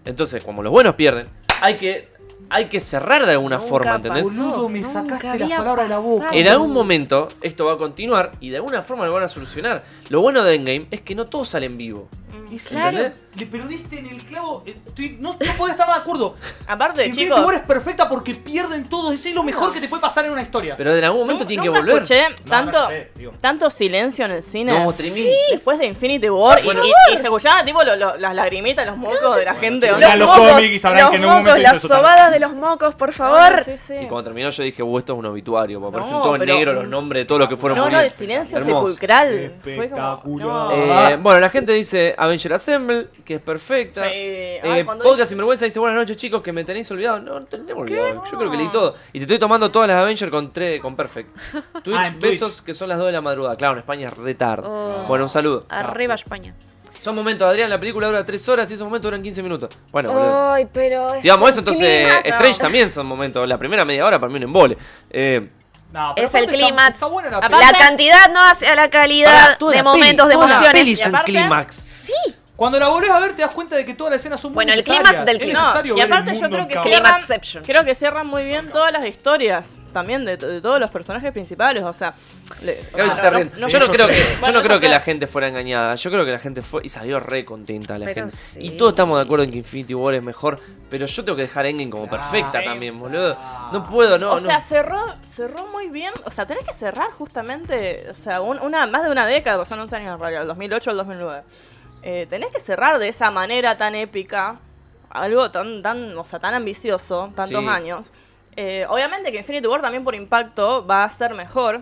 Speaker 1: Entonces, como los buenos pierden, hay que hay que cerrar de alguna
Speaker 3: Nunca
Speaker 1: forma, ¿entendés?
Speaker 3: pasó,
Speaker 2: Boludo, me
Speaker 3: nunca
Speaker 2: sacaste las
Speaker 3: había
Speaker 2: palabras de la boca.
Speaker 3: pasado.
Speaker 1: En algún momento esto va a continuar y de alguna forma lo van a solucionar. Lo bueno de Endgame es que no todos salen vivo.
Speaker 3: Claro.
Speaker 1: ¿Entendés?
Speaker 2: Le perdiste en el clavo. eh, estoy- no, no podía estar más de acuerdo.
Speaker 4: Aparte,
Speaker 2: Infinity
Speaker 4: chicos,
Speaker 2: War es perfecta porque pierden todos. Eso es lo mejor que te puede pasar en una historia.
Speaker 1: Pero en algún momento
Speaker 4: nu-
Speaker 1: tienen que
Speaker 4: nunca
Speaker 1: volver.
Speaker 4: escuché
Speaker 2: No,
Speaker 4: tanto,
Speaker 2: no sé, digo.
Speaker 4: tanto silencio en el cine.
Speaker 1: No, tremendo. Sí.
Speaker 4: Después de Infinity War y,
Speaker 1: Bueno.
Speaker 4: y- y se escuchaban tipo lo- lo- las lagrimitas, los mocos de la gente.
Speaker 2: chicos,
Speaker 4: ¿no?
Speaker 2: Vean los cómics y sabrán
Speaker 3: los
Speaker 2: que en algún
Speaker 3: mocos,
Speaker 2: momento
Speaker 3: las
Speaker 2: hizo eso
Speaker 3: sobadas de los mocos, por favor.
Speaker 4: Sí, sí.
Speaker 1: Y cuando terminó yo dije, "Buah, esto es un obituario, porque aparecen
Speaker 4: No,
Speaker 1: todo en
Speaker 4: pero-
Speaker 1: negro los nombres de todos los que fueron
Speaker 4: No, no,
Speaker 1: muriendo.
Speaker 4: el silencio
Speaker 1: Hermoso.
Speaker 4: sepulcral. Fue como.
Speaker 2: Espectacular.
Speaker 4: no.
Speaker 1: Eh, bueno, la gente dice Avenger Assemble, que es perfecta.
Speaker 4: Sí.
Speaker 1: Eh,
Speaker 4: Ay, cuando
Speaker 1: Podcast
Speaker 4: dice-
Speaker 1: Sin Vergüenza dice buenas noches chicos que me tenéis olvidado. No, no tenemos olvidado. Yo creo que leí
Speaker 4: Ah.
Speaker 1: todo. Y te estoy tomando todas las Avenger con, tre- con Perfect. Twitch,
Speaker 2: Ah, en Twitch.
Speaker 1: besos que son las 2 de la madrugada. Claro, en España es retardo.
Speaker 3: Oh.
Speaker 1: Bueno, un saludo.
Speaker 4: Ah.
Speaker 3: Arriba España.
Speaker 1: Son momentos, Adrián, la película dura 3 horas y esos momentos duran 15 minutos.
Speaker 4: Oh,
Speaker 1: Bueno, boludo.
Speaker 3: Ay, pero es
Speaker 1: Digamos
Speaker 3: un
Speaker 1: eso, entonces eh,
Speaker 3: climazo.
Speaker 1: Strange también son momentos. La primera media hora para mí un embole. Eh,
Speaker 2: No, pero
Speaker 3: Es el
Speaker 2: aparte está-
Speaker 3: clímax.
Speaker 2: Está buena la
Speaker 3: La,
Speaker 2: película.
Speaker 3: cantidad no hace a la calidad
Speaker 1: pará, toda
Speaker 3: de
Speaker 1: la peli,
Speaker 3: momentos, de
Speaker 1: toda la
Speaker 3: emociones.
Speaker 1: peli es
Speaker 4: Y
Speaker 1: un
Speaker 4: aparte-
Speaker 1: clímax.
Speaker 3: Sí,
Speaker 2: Cuando la volvés a ver, te das cuenta de que todas las escenas son muy
Speaker 3: Bueno, el
Speaker 2: necesarias.
Speaker 3: clímax del
Speaker 2: Es
Speaker 3: clímax.
Speaker 2: necesario
Speaker 4: No, y
Speaker 2: ver el
Speaker 4: aparte yo
Speaker 2: mundo
Speaker 4: creo
Speaker 2: en
Speaker 4: que
Speaker 2: caos.
Speaker 4: se llama-
Speaker 3: Climaxception.
Speaker 4: Creo que cierran muy bien todas las historias también de, de todos los personajes principales. O sea, le-
Speaker 1: Gaby se
Speaker 4: o sea,
Speaker 1: Ah, está riendo. yo no
Speaker 4: yo-
Speaker 1: creo que, yo
Speaker 4: Bueno,
Speaker 1: no creo que
Speaker 4: yo creo-
Speaker 1: la gente fuera engañada. Yo creo que la gente fue y salió re contenta la
Speaker 3: Pero
Speaker 1: gente.
Speaker 3: sí.
Speaker 1: Y todos estamos de acuerdo en que Infinity War es mejor, pero yo tengo que dejar Endgame como perfecta
Speaker 2: esa.
Speaker 1: también, boludo. No puedo, no,
Speaker 4: o sea,
Speaker 1: no.
Speaker 4: cerró, cerró muy bien. O sea, tenés que cerrar justamente, o sea, un- una, más de una década, porque son 11 años en realidad, el 2008 al 2009. Eh, tenés que cerrar de esa manera tan épica, algo tan, tan o sea, tan ambicioso, tantos
Speaker 1: Sí.
Speaker 4: años. Eh, obviamente que Infinity War también por impacto va a ser mejor.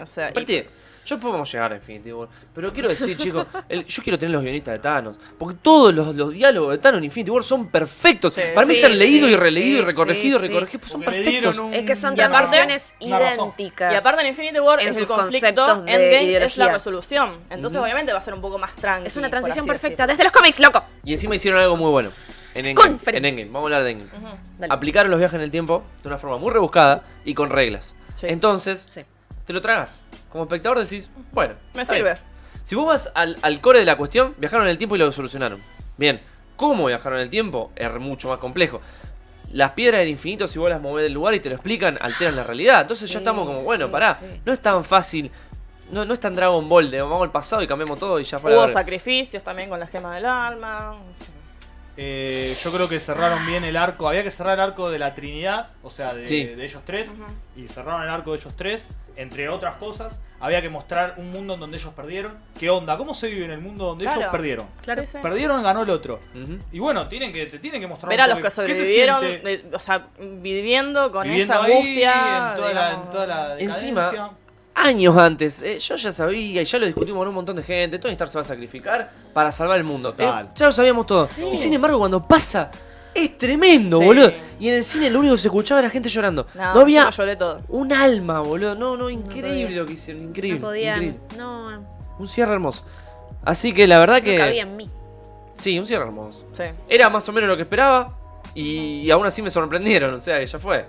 Speaker 4: O sea, y-
Speaker 1: Aparte, yo podemos llegar a Infinity War, pero quiero decir, chicos, el- yo quiero tener los guionistas de Thanos, porque todos los, los diálogos de Thanos en Infinity War son perfectos.
Speaker 4: Sí.
Speaker 1: Para mí
Speaker 3: Sí,
Speaker 1: están leídos
Speaker 3: sí,
Speaker 1: y releídos
Speaker 3: sí,
Speaker 1: y recorregidos
Speaker 3: sí,
Speaker 1: y recorregidos, pues son
Speaker 2: Porque le
Speaker 1: perfectos.
Speaker 2: dieron un-
Speaker 3: es que son
Speaker 2: y aparte,
Speaker 3: transiciones
Speaker 2: una razón.
Speaker 3: idénticas.
Speaker 4: Y aparte en Infinity War
Speaker 3: en
Speaker 4: es
Speaker 3: sus
Speaker 4: el conflicto,
Speaker 3: conceptos de
Speaker 4: Endgame es
Speaker 3: ideología.
Speaker 4: la resolución. Entonces obviamente va a ser un poco más tranquilo.
Speaker 3: es una transición perfecta desde los cómics, loco.
Speaker 1: Y encima hicieron algo muy bueno. En Endgame, en
Speaker 3: Conference.
Speaker 1: Endgame. Vamos a hablar de Endgame.
Speaker 3: Dale.
Speaker 1: Aplicaron los viajes en el tiempo de una forma muy rebuscada y con reglas.
Speaker 4: Sí.
Speaker 1: Entonces,
Speaker 3: Sí.
Speaker 1: te lo tragas. Como espectador decís, bueno,
Speaker 4: Me
Speaker 1: está
Speaker 4: sirve.
Speaker 1: bien. Si vos vas al, al core de la cuestión, viajaron en el tiempo y lo solucionaron. Bien, ¿cómo viajaron en el tiempo? Es mucho más complejo. las piedras del infinito, si vos las movés del lugar y te lo explican, alteran la realidad. Entonces
Speaker 3: Sí,
Speaker 1: ya estamos como, bueno,
Speaker 3: sí,
Speaker 1: pará,
Speaker 3: sí.
Speaker 1: no es tan fácil. No, no es tan Dragon Ball de vamos al pasado y cambiamos todo y ya fue la
Speaker 4: Hubo
Speaker 1: verga.
Speaker 4: sacrificios también con la gema del alma.
Speaker 2: Eh, yo creo que cerraron bien el arco. Había que cerrar el arco de la Trinidad, o sea, de,
Speaker 1: Sí.
Speaker 2: de ellos tres.
Speaker 3: Ujú.
Speaker 2: Y cerraron el arco de ellos tres, entre otras cosas. Había que mostrar un mundo en donde ellos perdieron. ¿Qué onda? ¿Cómo se vive en el mundo donde ellos
Speaker 4: Claro.
Speaker 2: perdieron?
Speaker 3: Claro.
Speaker 4: Sí, sí.
Speaker 2: Perdieron, ganó el otro.
Speaker 1: Ujú.
Speaker 2: Y bueno, tienen que, te tienen que mostrar
Speaker 4: Ver a
Speaker 2: un
Speaker 4: los
Speaker 2: poco
Speaker 4: que
Speaker 2: qué se
Speaker 4: sobrevivieron,
Speaker 2: siente
Speaker 4: de- o sea, viviendo con
Speaker 2: viviendo
Speaker 4: esa
Speaker 2: ahí,
Speaker 4: angustia.
Speaker 2: en toda la-
Speaker 4: digamos.
Speaker 2: en toda la
Speaker 1: Encima,
Speaker 2: decadencia.
Speaker 1: Años antes, eh, yo ya sabía y ya lo discutimos con un montón de gente. Tony Stark se va a sacrificar para salvar el mundo. eh,
Speaker 2: Total.
Speaker 1: ya lo sabíamos todo.
Speaker 3: Sí.
Speaker 1: Y sin embargo, cuando pasa, es tremendo,
Speaker 4: Sí.
Speaker 1: boludo. Y en el cine lo único que se escuchaba era gente llorando. No,
Speaker 4: No,
Speaker 1: había
Speaker 4: yo lloré todo.
Speaker 1: un alma, boludo. No, no, increíble
Speaker 3: podía.
Speaker 1: lo que hicieron. Increíble.
Speaker 3: No podían.
Speaker 1: increíble.
Speaker 3: No, no
Speaker 1: Un cierre hermoso. Así que la verdad que.
Speaker 3: cabía en mí.
Speaker 1: Sí, un cierre hermoso.
Speaker 4: Sí.
Speaker 1: Era más o menos lo que esperaba. Y, y aún así me sorprendieron, o sea que ya fue.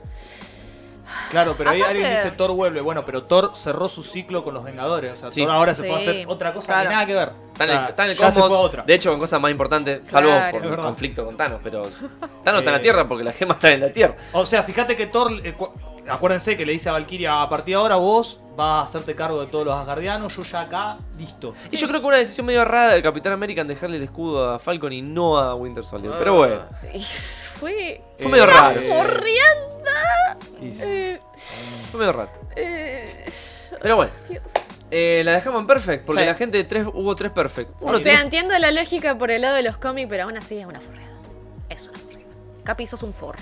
Speaker 2: Claro, pero ahí
Speaker 4: Aparte-
Speaker 2: alguien dice Thor vuelve. Bueno, pero Thor cerró su ciclo con los Vengadores. O sea,
Speaker 1: Sí.
Speaker 2: Thor ahora se
Speaker 3: Sí.
Speaker 2: fue a hacer otra cosa
Speaker 4: Claro.
Speaker 2: que nada que ver.
Speaker 1: Está en
Speaker 2: O
Speaker 1: el,
Speaker 2: sea,
Speaker 1: está en el
Speaker 2: ya se
Speaker 1: cosmos.
Speaker 2: fue a otra.
Speaker 1: De hecho, con cosas más importantes, salvo
Speaker 3: Claro.
Speaker 1: por
Speaker 2: Es
Speaker 1: el
Speaker 2: verdad.
Speaker 1: conflicto con Thanos, pero Thanos está en la
Speaker 2: Eh.
Speaker 1: Tierra porque la gema está en la Tierra.
Speaker 2: O sea, fíjate que Thor. eh, cu- acuérdense que le dice a Valkyria: a partir de ahora vos vas a hacerte cargo de todos los Asgardianos. Yo ya acá, listo.
Speaker 1: Y yo creo que una decisión medio rara del Capitán América en dejarle el escudo a Falcon y no a Winter Soldier. Pero
Speaker 2: Ah.
Speaker 1: bueno,
Speaker 3: Y fue.
Speaker 1: Fue
Speaker 2: Eh,
Speaker 1: medio raro.
Speaker 3: Forrián.
Speaker 2: y-
Speaker 3: Eh,
Speaker 1: fue medio raro.
Speaker 3: eh,
Speaker 1: Pero bueno,
Speaker 3: Dios.
Speaker 1: eh, la dejamos en Perfect porque
Speaker 4: Sí.
Speaker 1: la gente de tres, hubo tres Perfect.
Speaker 3: O
Speaker 1: Uno
Speaker 3: sea,
Speaker 1: tiene-
Speaker 3: entiendo la lógica por el lado de los cómics, pero aún así es una forreada. Es una forreada. Capi, sos un forro.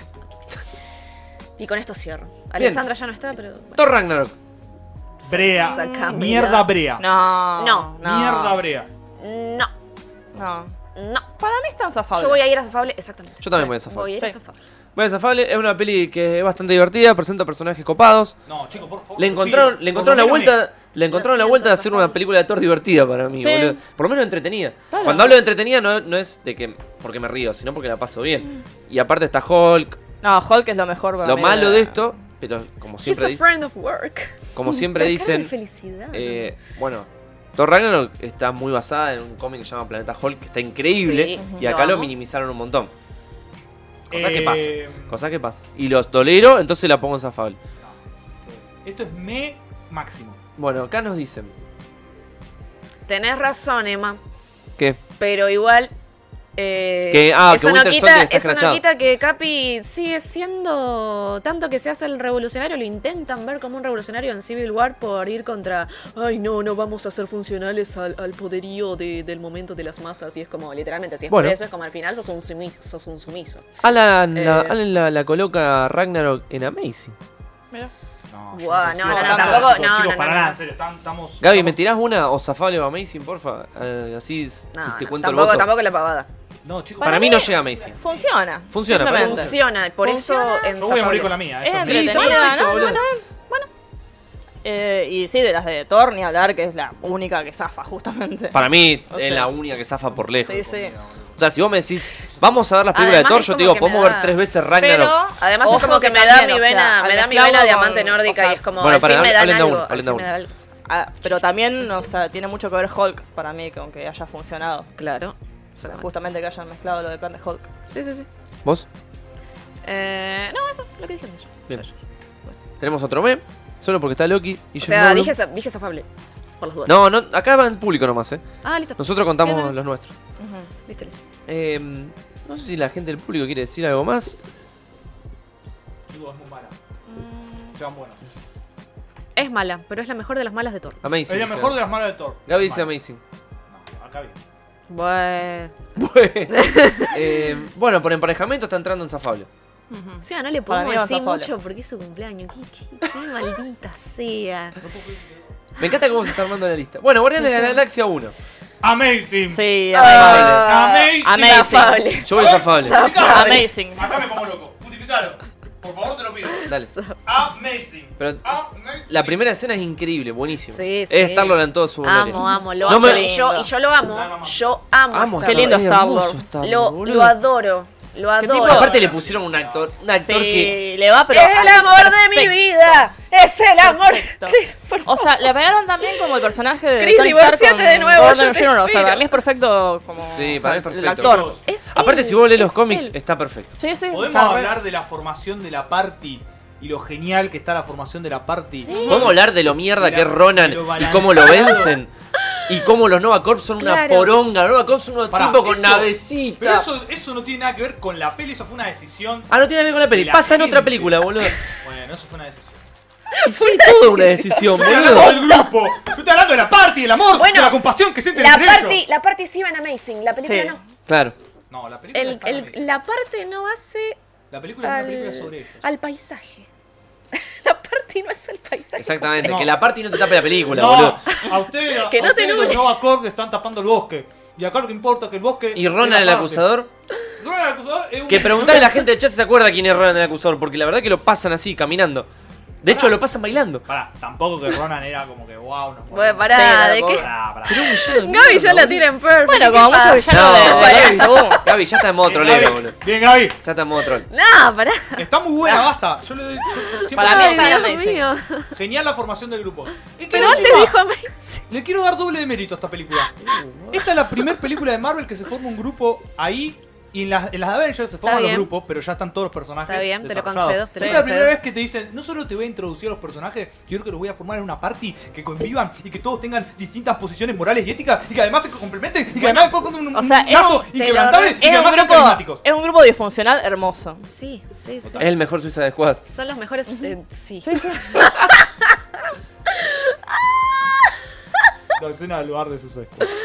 Speaker 3: Y con esto cierro. Alexandra ya no está, pero. bueno.
Speaker 1: Thor Ragnarok.
Speaker 2: Brea.
Speaker 3: Sácamela.
Speaker 2: Mierda Brea.
Speaker 4: No.
Speaker 3: No.
Speaker 4: no.
Speaker 2: Ah. Mierda Brea.
Speaker 3: No,
Speaker 4: No.
Speaker 3: no.
Speaker 4: Para mí están zafados.
Speaker 3: Yo voy a ir a Zafable, exactamente.
Speaker 1: Yo también voy a zafar.
Speaker 3: Voy a ir a
Speaker 4: Sí.
Speaker 3: Zafable.
Speaker 1: Voy a zafarle. Es una peli que es bastante divertida, presenta personajes copados.
Speaker 2: No, chicos, por favor.
Speaker 1: Le
Speaker 2: se lo
Speaker 1: encontraron,
Speaker 2: pido.
Speaker 1: le encontraron la
Speaker 2: Por lo menos
Speaker 1: vuelta, le encontraron la
Speaker 3: siento,
Speaker 1: vuelta de hacer
Speaker 3: Zafar.
Speaker 1: una película de Thor divertida para mí,
Speaker 4: Sí.
Speaker 1: boludo. Por lo menos entretenida.
Speaker 4: Claro.
Speaker 1: Cuando hablo de entretenida no, no es de que porque me río, sino porque la paso bien. Y aparte está Hulk,
Speaker 4: No, Hulk es lo mejor para
Speaker 1: lo
Speaker 4: mí
Speaker 1: malo de esto, pero como siempre
Speaker 3: He's a
Speaker 1: dic-
Speaker 3: friend of work.
Speaker 1: como siempre
Speaker 3: La cara
Speaker 1: dicen,
Speaker 3: de felicidad.
Speaker 1: eh, bueno, Thor Ragnarok está muy basada en un cómic que se llama Planeta Hulk, que está increíble
Speaker 3: Sí,
Speaker 1: y
Speaker 3: lo
Speaker 1: acá lo
Speaker 3: amo.
Speaker 1: minimizaron un montón. Cosa que
Speaker 2: Eh,
Speaker 1: pasa, cosa que pasa. Y los tolero, entonces la pongo en Zafable.
Speaker 2: Esto es me máximo.
Speaker 1: Bueno, acá nos dicen
Speaker 3: Tenés razón, Emma.
Speaker 1: que
Speaker 3: Pero igual. eh,
Speaker 1: Que- ah, que
Speaker 3: eso no
Speaker 1: Winter
Speaker 3: quita,
Speaker 1: Soldier está
Speaker 3: eso no
Speaker 1: escrachado.
Speaker 3: quita que Capi sigue siendo. Tanto que se hace el revolucionario, lo intentan ver como un revolucionario en Civil War por ir contra. Ay, no, no vamos a ser funcionales al, al poderío de- del momento de las masas. Y es como, literalmente, si es
Speaker 1: Bueno.
Speaker 3: por eso, es como al final sos un sumiso. Sos un sumiso.
Speaker 1: Alan, la,
Speaker 3: Eh.
Speaker 1: Alan la, la coloca a Ragnarok en Amazing.
Speaker 4: Mira.
Speaker 2: No,
Speaker 3: Guau, no,
Speaker 2: consigo
Speaker 3: no, no,
Speaker 2: tanto,
Speaker 3: tampoco-
Speaker 2: chicos,
Speaker 3: no,
Speaker 2: chicos,
Speaker 3: no,
Speaker 2: para
Speaker 3: no,
Speaker 2: nada,
Speaker 3: no.
Speaker 2: en serio, estamos- estamos-
Speaker 1: Gaby, ¿me tirás una o zafable o Amazing, porfa? Eh, así s-
Speaker 3: No,
Speaker 1: te
Speaker 3: no,
Speaker 1: cuento el
Speaker 3: tampoco,
Speaker 1: voto.
Speaker 3: tampoco la pavada.
Speaker 2: No, chicos,
Speaker 1: Para, mí no llega Amazing.
Speaker 4: Funciona.
Speaker 1: Funciona, para
Speaker 4: Simplemente.
Speaker 3: Funciona, por eso en
Speaker 2: Yo voy a morir
Speaker 3: Zapable-
Speaker 2: con la mía.
Speaker 4: Es
Speaker 2: Ah, esto me-
Speaker 4: entretenida,
Speaker 1: está
Speaker 4: no,
Speaker 1: boludo.
Speaker 4: no, no, bueno. Eh, y sí, de las de Thor ni hablar, que es la única que zafa, justamente.
Speaker 1: Para mí
Speaker 4: O
Speaker 1: es
Speaker 4: sea.
Speaker 1: la única que zafa por lejos.
Speaker 4: sí, sí.
Speaker 1: O sea, si vos me decís, vamos a ver las películas
Speaker 3: Además,
Speaker 1: de Thor,
Speaker 3: es
Speaker 1: yo te digo,
Speaker 3: como que me
Speaker 1: podemos
Speaker 3: da-
Speaker 1: ver tres veces
Speaker 4: Pero,
Speaker 1: Ragnarok.
Speaker 3: Además
Speaker 4: ojo
Speaker 3: es como que, me da
Speaker 4: también,
Speaker 3: mi
Speaker 4: o sea,
Speaker 3: vena, me
Speaker 4: al
Speaker 3: da mi
Speaker 4: mezclarlo
Speaker 3: vena
Speaker 4: con-
Speaker 3: diamante
Speaker 4: o
Speaker 3: nórdica
Speaker 4: sea,
Speaker 3: y es como
Speaker 1: Bueno,
Speaker 3: al
Speaker 1: pará,
Speaker 3: fin me dan
Speaker 1: hablen de
Speaker 3: algo,
Speaker 1: uno,
Speaker 3: al
Speaker 1: hablen
Speaker 3: fin
Speaker 1: de
Speaker 3: me
Speaker 1: uno.
Speaker 3: da algo.
Speaker 4: ah, pero también, o sea, tiene mucho que ver Hulk para mí, con que haya funcionado.
Speaker 3: Claro.
Speaker 4: Justamente que hayan mezclado lo del plan de Hulk.
Speaker 3: Sí, sí, sí.
Speaker 1: ¿Vos?
Speaker 3: Eh, no, eso, lo que dije antes.
Speaker 1: Bien. Tenemos otro meme, solo porque está Loki y
Speaker 3: O
Speaker 1: Jim
Speaker 3: sea,
Speaker 1: Morgan.
Speaker 3: dije, esa- dije zafable. Por las dudas.
Speaker 1: No, no, acá va el público nomás, ¿eh?
Speaker 3: Ah, listo.
Speaker 1: Nosotros contamos
Speaker 3: Bien, bien.
Speaker 1: los nuestros.
Speaker 3: Listo, listo.
Speaker 1: Eh, no sé si la gente del público quiere decir algo más.
Speaker 2: Chicos, es muy mala.
Speaker 3: Mm.
Speaker 2: Sean buenos.
Speaker 3: Es mala, pero es la mejor de las malas de Thor.
Speaker 1: Amazing.
Speaker 2: es la
Speaker 1: dice.
Speaker 2: mejor de las malas de Thor.
Speaker 1: Gaby dice
Speaker 2: Mal.
Speaker 1: Amazing.
Speaker 2: No, acá bien.
Speaker 3: Bueno.
Speaker 1: Bueno, eh, bueno, por emparejamiento está entrando en Zafablo.
Speaker 3: Sí, no le
Speaker 4: Para mí
Speaker 3: podemos
Speaker 4: va
Speaker 3: decir
Speaker 4: zafable.
Speaker 3: mucho porque es su cumpleaños. Qué, qué- qué maldita sea.
Speaker 1: Me encanta cómo se está armando la lista. Bueno, Guardianes de la Galaxia 1.
Speaker 2: Amazing.
Speaker 4: Sí,
Speaker 3: Ah,
Speaker 2: Amazing.
Speaker 4: amazing.
Speaker 3: Zafable.
Speaker 1: Yo voy Zafable.
Speaker 3: Zaf-
Speaker 4: amazing.
Speaker 2: Matame como loco. Putificalo. Por favor, te lo pido.
Speaker 1: Dale.
Speaker 2: Amazing.
Speaker 1: Pero
Speaker 2: Amazing.
Speaker 1: la primera escena es increíble, buenísima.
Speaker 3: Sí,
Speaker 1: es
Speaker 3: sí.
Speaker 1: Starlord en todo su gloria.
Speaker 3: Amo, amo, lo
Speaker 1: No
Speaker 3: amo.
Speaker 1: me-
Speaker 3: Y yo, y yo lo
Speaker 2: No, no,
Speaker 3: amo.
Speaker 2: no.
Speaker 3: Yo amo. a
Speaker 1: Amo,
Speaker 3: Star-Lord.
Speaker 4: Qué lindo
Speaker 1: Star-Lord, es
Speaker 4: Star-Lord.
Speaker 1: hermoso Star-Lord,
Speaker 3: Lo,
Speaker 1: boludo.
Speaker 3: lo adoro. Lo
Speaker 4: ¿Qué
Speaker 3: adoro.
Speaker 4: tipo?
Speaker 5: Aparte le pusieron un actor, un actor que
Speaker 4: Sí, le va, pero.
Speaker 3: es el
Speaker 4: al
Speaker 3: amor de mi
Speaker 4: perfecto.
Speaker 3: vida. Es el amor.
Speaker 4: Perfecto.
Speaker 3: Chris, por
Speaker 4: O sea, le pegaron también como el personaje de.
Speaker 3: Chris,
Speaker 4: Tony Stark
Speaker 3: divorciate
Speaker 4: con
Speaker 3: de nuevo,
Speaker 4: Gordon
Speaker 3: yo te
Speaker 4: Jr. O sea,
Speaker 3: inspiro.
Speaker 4: para mí es perfecto como.
Speaker 5: Sí, para
Speaker 4: o sea,
Speaker 5: mí es perfecto.
Speaker 4: El actor.
Speaker 3: Es
Speaker 1: Aparte,
Speaker 3: él,
Speaker 1: si vos lees los
Speaker 3: es
Speaker 1: cómics,
Speaker 3: él.
Speaker 1: está perfecto.
Speaker 4: Sí, sí.
Speaker 2: Podemos
Speaker 4: está-
Speaker 2: hablar de la formación de la party y lo genial que está la formación de la party.
Speaker 3: Sí.
Speaker 5: Vamos a hablar de lo mierda
Speaker 2: Mirá,
Speaker 5: que es Ronan
Speaker 2: lo
Speaker 5: y
Speaker 2: balanceado.
Speaker 5: cómo lo vencen. Y cómo los Nova Corps son una
Speaker 3: Claro.
Speaker 5: poronga. Los Nova Corps son unos
Speaker 2: Pará,
Speaker 5: tipos con
Speaker 2: eso-
Speaker 5: navecita.
Speaker 2: Pero eso, eso no tiene nada que ver con la peli, eso fue una decisión.
Speaker 1: Ah, no tiene que ver con la peli.
Speaker 2: La
Speaker 1: Pasa en otra
Speaker 2: gente.
Speaker 1: película, boludo.
Speaker 2: Bueno, eso fue una decisión.
Speaker 1: Y sí, todo una decisión,
Speaker 2: Yo estoy hablando
Speaker 1: boludo.
Speaker 2: del grupo, yo estoy hablando de la party, del amor,
Speaker 3: Bueno,
Speaker 2: de la compasión que sienten
Speaker 3: La
Speaker 2: entre
Speaker 3: parte,
Speaker 2: ellos.
Speaker 3: la parte sí va en Amazing, la película
Speaker 4: Sí.
Speaker 3: no.
Speaker 1: Claro.
Speaker 2: No, la película,
Speaker 3: El-
Speaker 2: está
Speaker 3: el-
Speaker 2: buenísima.
Speaker 3: la parte no hace
Speaker 2: la película es una película sobre
Speaker 3: al,
Speaker 2: ellos.
Speaker 3: al paisaje. La parte no es el paisaje.
Speaker 5: Exactamente,
Speaker 2: No.
Speaker 5: que la party no te tape la película,
Speaker 2: no,
Speaker 5: boludo.
Speaker 2: a ustedes, a
Speaker 3: Que no te
Speaker 2: ustedes
Speaker 3: nuble.
Speaker 2: los Nova Corps le están tapando el bosque. Y acá lo que importa es que el bosque.
Speaker 5: Y
Speaker 2: es
Speaker 5: Ronan
Speaker 2: la
Speaker 5: el
Speaker 2: parte.
Speaker 5: acusador.
Speaker 2: Ronan el acusador es un.
Speaker 1: Que preguntale a la gente del chat si se acuerda quién es Ronan el acusador, porque la verdad que lo pasan así, caminando. De hecho, lo pasan bailando.
Speaker 2: Pará, tampoco que Ronan era como que wow, no.
Speaker 3: Bueno, pará,
Speaker 4: Sí,
Speaker 3: ¿de
Speaker 4: la
Speaker 3: qué?
Speaker 2: Pará, pará.
Speaker 3: Gaby ya la tira en perfect.
Speaker 4: Bueno,
Speaker 3: ¿qué
Speaker 4: como mucho
Speaker 3: pasa?
Speaker 4: villano de-
Speaker 3: No, pará.
Speaker 4: de Gaby, según.
Speaker 1: Gaby, ya está en modo
Speaker 2: Bien,
Speaker 1: trolero,
Speaker 2: Gaby.
Speaker 1: boludo.
Speaker 2: Bien, Gaby.
Speaker 1: Ya está en modo troll.
Speaker 3: No, pará.
Speaker 2: Está muy buena,
Speaker 3: Ah.
Speaker 2: basta. Yo le doy. yo- yo siempre-
Speaker 4: Para mí
Speaker 3: Ay,
Speaker 4: está en
Speaker 3: Dios
Speaker 4: Amazing.
Speaker 3: mío.
Speaker 2: Genial la formación del grupo. Y
Speaker 3: Pero
Speaker 2: quiero
Speaker 3: antes
Speaker 2: encima-
Speaker 3: dijo Amazing.
Speaker 2: Le quiero dar doble de mérito a esta película. Esta es la primera película de Marvel que se forma un grupo ahí. Y en las, en las Avengers se forman los
Speaker 3: bien.
Speaker 2: grupos, pero ya están todos los personajes.
Speaker 3: Está bien, te lo
Speaker 2: desarrollados.
Speaker 3: concedo, te
Speaker 2: Esta
Speaker 3: lo
Speaker 2: es la
Speaker 3: concedo.
Speaker 2: primera vez que te dicen, no solo te voy a introducir a los personajes, sino que los voy a formar en una party que convivan y que todos tengan distintas posiciones morales y éticas y que además se complementen y que además después formen un,
Speaker 4: o sea,
Speaker 2: un
Speaker 4: es
Speaker 2: lazo
Speaker 4: un-
Speaker 3: te lo
Speaker 2: inquebrantable
Speaker 3: re-
Speaker 2: y que
Speaker 4: Es un,
Speaker 2: además sean
Speaker 4: grupo,
Speaker 2: carismáticos.
Speaker 4: es un grupo disfuncional hermoso.
Speaker 3: Sí, sí, sí.
Speaker 1: Es el mejor Suiza de Squad.
Speaker 3: Son los mejores. eh, sí.
Speaker 2: La escena del bar de sus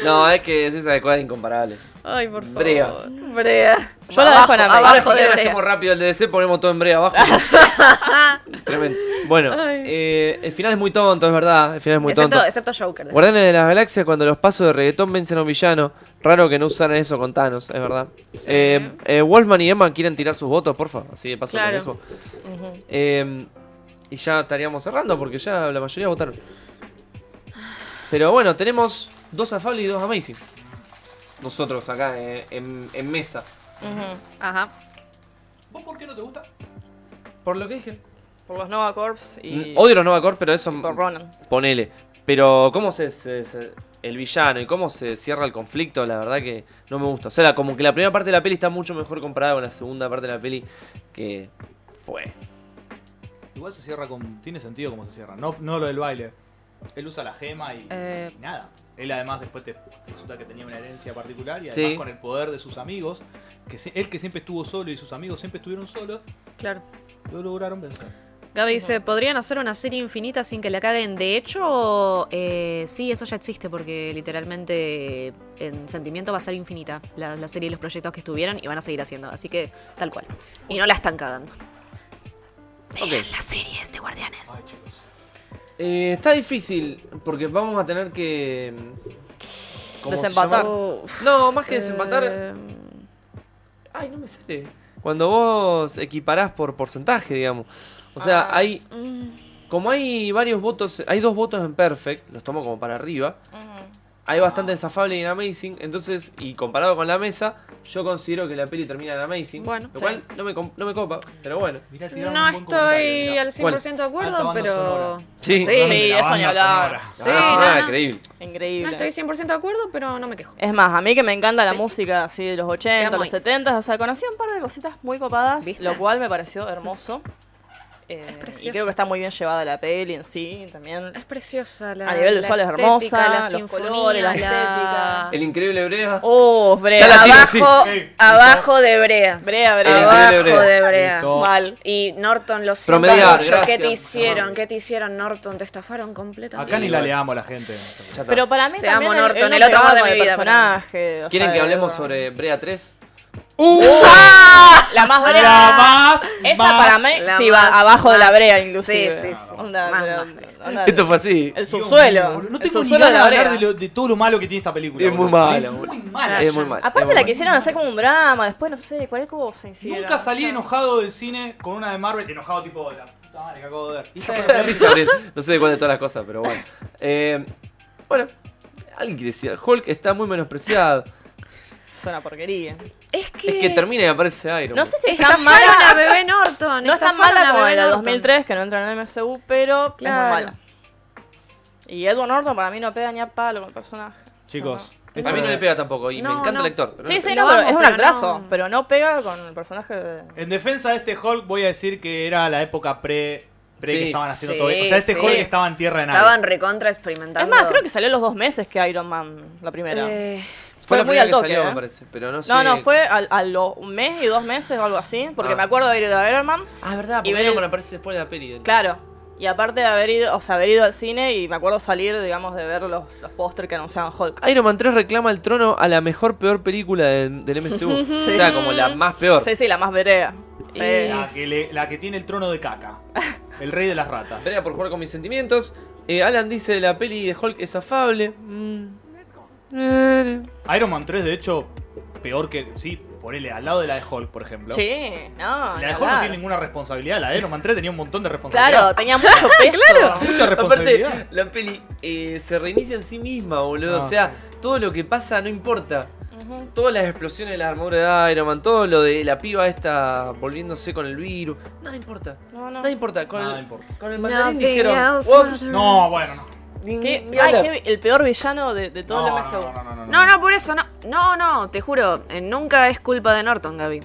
Speaker 1: No, es que Suiza de Squad es incomparable.
Speaker 3: Ay, por favor.
Speaker 1: Brea.
Speaker 3: Brea.
Speaker 4: Yo la dejo en Amazing.
Speaker 3: abajo
Speaker 1: Ahora sí
Speaker 3: de
Speaker 1: que
Speaker 3: brea.
Speaker 1: hacemos rápido el DDC, ponemos todo en brea abajo.
Speaker 3: Ah,
Speaker 1: Tremendo. Bueno,
Speaker 3: Ay.
Speaker 1: eh, el final es muy tonto, es verdad. El final es muy
Speaker 3: excepto,
Speaker 1: tonto.
Speaker 3: excepto Joker. de-
Speaker 1: Guardianes de las Galaxias, cuando los pasos de reggaetón vencen a un villano. Raro que no usaran eso con Thanos, es verdad. Eh, eh, Wolfman y Emma quieren tirar sus votos, porfa. Así de paso
Speaker 3: Claro.
Speaker 1: lo dejo. Eh, y ya estaríamos cerrando porque ya la mayoría votaron. Pero bueno, tenemos dos afables y dos amazing. Nosotros acá eh, en, en mesa.
Speaker 4: Ujú.
Speaker 3: Ajá.
Speaker 2: ¿Vos por qué no te gusta?
Speaker 1: Por lo que dije.
Speaker 4: Por los Nova Corps y.
Speaker 1: Mm, Odio los Nova Corps, pero eso.
Speaker 4: Por Ronan.
Speaker 1: Ponele. Pero cómo se, se- se- El villano y cómo se cierra el conflicto, la verdad que no me gusta. O sea, la- como que la primera parte de la peli está mucho mejor comparada con la segunda parte de la peli que fue.
Speaker 2: Igual se cierra con. Tiene sentido como se cierra. No, no lo del baile. Él usa la gema y,
Speaker 3: Eh.
Speaker 2: y nada. Él además después te resulta que tenía una herencia particular y además
Speaker 1: Sí.
Speaker 2: con el poder de sus amigos, que se- él que siempre estuvo solo y sus amigos siempre estuvieron solos,
Speaker 3: Claro.
Speaker 2: lo lograron vencer.
Speaker 3: Gaby dice, ¿podrían hacer una serie infinita sin que la caguen? De hecho, eh, sí, eso ya existe porque literalmente eh, en sentimiento va a ser infinita la, la serie y los proyectos que estuvieron y van a seguir haciendo. Así que tal cual. Y no la están cagando. Vean las series de Guardianes.
Speaker 2: Ay, chicos.
Speaker 1: Eh, está difícil porque vamos a tener que. mm, ¿cómo se
Speaker 4: Desempatar.
Speaker 1: llama?
Speaker 3: Oh,
Speaker 1: No, más que desempatar.
Speaker 3: eh,
Speaker 1: Ay, no me sale. Cuando vos equiparás por porcentaje, digamos. O sea, hay.
Speaker 3: mm,
Speaker 1: Como hay varios votos. Hay dos votos en Perfect, los tomo como para arriba. Hay bastante desafable y en Amazing, entonces, y comparado con la mesa, yo considero que la peli termina en Amazing.
Speaker 3: Bueno,
Speaker 1: lo cual no, me com- no me copa, pero bueno.
Speaker 2: Mirá, tiraron
Speaker 3: No
Speaker 2: un buen comentario,
Speaker 3: estoy
Speaker 2: mirá.
Speaker 3: al 100% de
Speaker 2: Alta
Speaker 3: acuerdo,
Speaker 2: banda
Speaker 3: pero...
Speaker 2: sonora.
Speaker 1: Sí.
Speaker 2: Hablando de la
Speaker 4: eso
Speaker 2: banda
Speaker 4: ni hablar.
Speaker 2: sonora.
Speaker 3: Sí,
Speaker 1: La banda
Speaker 3: no,
Speaker 1: sonora
Speaker 3: no.
Speaker 1: increíble.
Speaker 4: Increíble.
Speaker 3: No estoy 100% de acuerdo, pero no me quejo.
Speaker 4: Es más, a mí que me encanta la
Speaker 3: Sí.
Speaker 4: música así de los
Speaker 3: Te
Speaker 4: 80,
Speaker 3: amo
Speaker 4: los
Speaker 3: ahí.
Speaker 4: 70, o sea, conocí un par de cositas muy copadas,
Speaker 3: ¿Viste?
Speaker 4: lo cual me pareció hermoso. Eh,
Speaker 3: precioso.
Speaker 4: y creo que está muy bien llevada la peli en sí, también.
Speaker 3: Es preciosa la
Speaker 4: A nivel
Speaker 3: la
Speaker 4: visual es
Speaker 3: estética,
Speaker 4: hermosa,
Speaker 3: la
Speaker 4: los
Speaker 3: sinfonía,
Speaker 4: colores, la
Speaker 3: la-
Speaker 4: estética.
Speaker 1: El increíble Brea.
Speaker 4: Oh,
Speaker 1: Ya
Speaker 4: Brea.
Speaker 1: la tiro, sí.
Speaker 3: abajo,
Speaker 2: Ey,
Speaker 3: abajo de Brea.
Speaker 4: Brea, Brea.
Speaker 1: Ah,
Speaker 3: Abajo
Speaker 1: Brea.
Speaker 3: de Brea.
Speaker 2: Listo.
Speaker 4: Mal.
Speaker 3: Y Norton, lo siento
Speaker 1: Promediar,
Speaker 3: mucho. ¿Qué
Speaker 1: gracias.
Speaker 3: te hicieron?
Speaker 1: Perdón.
Speaker 3: ¿Qué te hicieron, Norton? Te estafaron completamente.
Speaker 2: Acá ni la leamos a la gente.
Speaker 1: Ya está.
Speaker 4: Pero para mí
Speaker 3: Te
Speaker 4: también
Speaker 3: amo,
Speaker 4: él-
Speaker 3: Norton,
Speaker 4: él no
Speaker 3: el otro
Speaker 4: pegaba
Speaker 3: amor de
Speaker 4: con
Speaker 3: mi
Speaker 4: el
Speaker 3: vida para mí.
Speaker 4: personaje. o
Speaker 1: ¿Quieren
Speaker 4: sea,
Speaker 1: que hablemos
Speaker 4: era-
Speaker 1: sobre Brea 3?
Speaker 2: ¡Uh!
Speaker 4: La más
Speaker 2: La
Speaker 4: Brea.
Speaker 2: más,
Speaker 4: Esa
Speaker 2: más-
Speaker 4: para mí,
Speaker 3: La
Speaker 4: sí,
Speaker 3: más,
Speaker 4: va abajo de la
Speaker 3: más.
Speaker 4: Brea, inclusive.
Speaker 3: Sí, sí, sí.
Speaker 4: Onda,
Speaker 3: Más,
Speaker 4: pero-
Speaker 3: más Brea.
Speaker 4: onda-
Speaker 1: Esto fue así.
Speaker 4: El
Speaker 2: Dios
Speaker 4: subsuelo.
Speaker 2: mío, boludo. no
Speaker 4: El
Speaker 2: tengo ni
Speaker 4: subsuelo
Speaker 2: ganas de
Speaker 4: la
Speaker 2: hablar de,
Speaker 4: Brea.
Speaker 2: lo- de todo lo malo que tiene esta película.
Speaker 1: Es muy
Speaker 2: boludo.
Speaker 1: mala,
Speaker 2: Es muy
Speaker 1: boludo.
Speaker 2: mala.
Speaker 3: Ya,
Speaker 1: es muy mal. es
Speaker 4: Aparte
Speaker 1: muy
Speaker 4: la
Speaker 1: mal.
Speaker 4: quisieron hacer como un drama, después no sé, cuál cosa hicieron.
Speaker 2: Nunca salí
Speaker 4: O sea,
Speaker 2: enojado del cine con una de Marvel, enojado tipo, la puta madre que acabo de ver. Y esa de
Speaker 1: Me da
Speaker 2: Brea-
Speaker 1: risa, Gabriel. No sé de cuál de todas las cosas, pero bueno. Eh, bueno, alguien que decía, Hulk está muy menospreciado.
Speaker 4: es una porquería.
Speaker 3: Es que.
Speaker 1: Es que termina y aparece Iron
Speaker 4: No
Speaker 1: Man.
Speaker 4: sé si
Speaker 3: Está mala la bebé Norton.
Speaker 4: No es tan
Speaker 3: estafaron
Speaker 4: mala
Speaker 3: a
Speaker 4: como
Speaker 3: Bebé
Speaker 4: la
Speaker 3: Norton.
Speaker 4: 2003, que no entra en el MCU, pero
Speaker 3: Claro.
Speaker 4: es muy mala. Y Edward Norton para mí no pega ni a palo con el personaje.
Speaker 2: Chicos, esto
Speaker 1: A mí no
Speaker 2: es-
Speaker 1: le pega tampoco y
Speaker 3: No,
Speaker 1: me encanta
Speaker 3: no.
Speaker 1: el actor. pero no
Speaker 4: Sí,
Speaker 1: le
Speaker 4: sí,
Speaker 3: Lo
Speaker 4: no, pero
Speaker 3: amo,
Speaker 4: es un
Speaker 3: pero
Speaker 4: actrazo,
Speaker 3: no-
Speaker 4: pero no pega con el personaje de...
Speaker 2: En defensa de este Hulk voy a decir que era la época pre, pre
Speaker 1: Sí.
Speaker 2: que estaban haciendo
Speaker 3: Sí,
Speaker 2: todo esto. O sea, este
Speaker 3: sí.
Speaker 2: Hulk estaba en tierra de nadie.
Speaker 3: Estaban recontra experimentando.
Speaker 4: Es más, creo que salió los dos meses que Iron Man, la primera.
Speaker 3: Eh,
Speaker 1: pega.
Speaker 4: fue
Speaker 1: la
Speaker 4: muy
Speaker 1: primera
Speaker 4: al
Speaker 1: que
Speaker 4: toque,
Speaker 1: salió,
Speaker 4: ¿eh?
Speaker 1: me parece. Pero no sé.
Speaker 4: No, no, fue al- a, los un mes y dos meses o algo así, porque
Speaker 1: Ah.
Speaker 4: me acuerdo de ir a Iron Man,
Speaker 1: Ah, es verdad,
Speaker 4: Y
Speaker 1: porque
Speaker 4: ver
Speaker 1: Iron
Speaker 4: el-
Speaker 1: Man aparece después de la peli. del-
Speaker 4: claro. Y aparte de haber ido, o sea, haber ido al cine y me acuerdo salir, digamos, de ver los, los póster que anunciaban Hulk.
Speaker 1: Iron Man 3 reclama el trono a la mejor peor película del, del MCU. O sea, como la más peor.
Speaker 4: Sí, sí, la más verea. Sí.
Speaker 3: Y-
Speaker 2: La que, le- la que tiene el trono de caca. El rey de las ratas.
Speaker 1: Pelea por jugar con mis sentimientos. Eh, Alan dice la peli de Hulk es afable. Mm. Eh,
Speaker 2: Iron Man 3, de hecho, peor que. Sí, ponele al lado de la de Hulk, por ejemplo.
Speaker 4: Sí,
Speaker 2: La
Speaker 4: no, ni
Speaker 2: de Hulk no
Speaker 4: hablar.
Speaker 2: tiene ninguna responsabilidad. La de Iron Man 3 tenía un montón de responsabilidad.
Speaker 4: Claro, tenía mucho peso.
Speaker 2: Mucha responsabilidad.
Speaker 1: Aparte, la peli eh, se reinicia en sí misma, boludo.
Speaker 2: Ah,
Speaker 1: o sea, todo lo que pasa no importa. Todas las explosiones de la armadura de Iron Man, todo lo de la piba esta volviéndose con el virus, nada importa.
Speaker 4: No, no.
Speaker 1: Nada importa. Con,
Speaker 2: Nada
Speaker 1: el,
Speaker 2: importa.
Speaker 1: con el mandarín
Speaker 3: Nothing
Speaker 1: dijeron.
Speaker 3: else
Speaker 1: "Ups,
Speaker 3: matters".
Speaker 2: No, bueno, no.
Speaker 1: ni-
Speaker 4: ¿Qué?
Speaker 1: ni
Speaker 4: Ay,
Speaker 1: hablar".
Speaker 4: qué- el peor villano de, de todo
Speaker 2: No,
Speaker 4: el
Speaker 2: no, no,
Speaker 4: MCU.
Speaker 2: no, no, no.
Speaker 3: No, no, por eso no. No, no, te juro, eh, nunca es culpa de Norton, Gaby.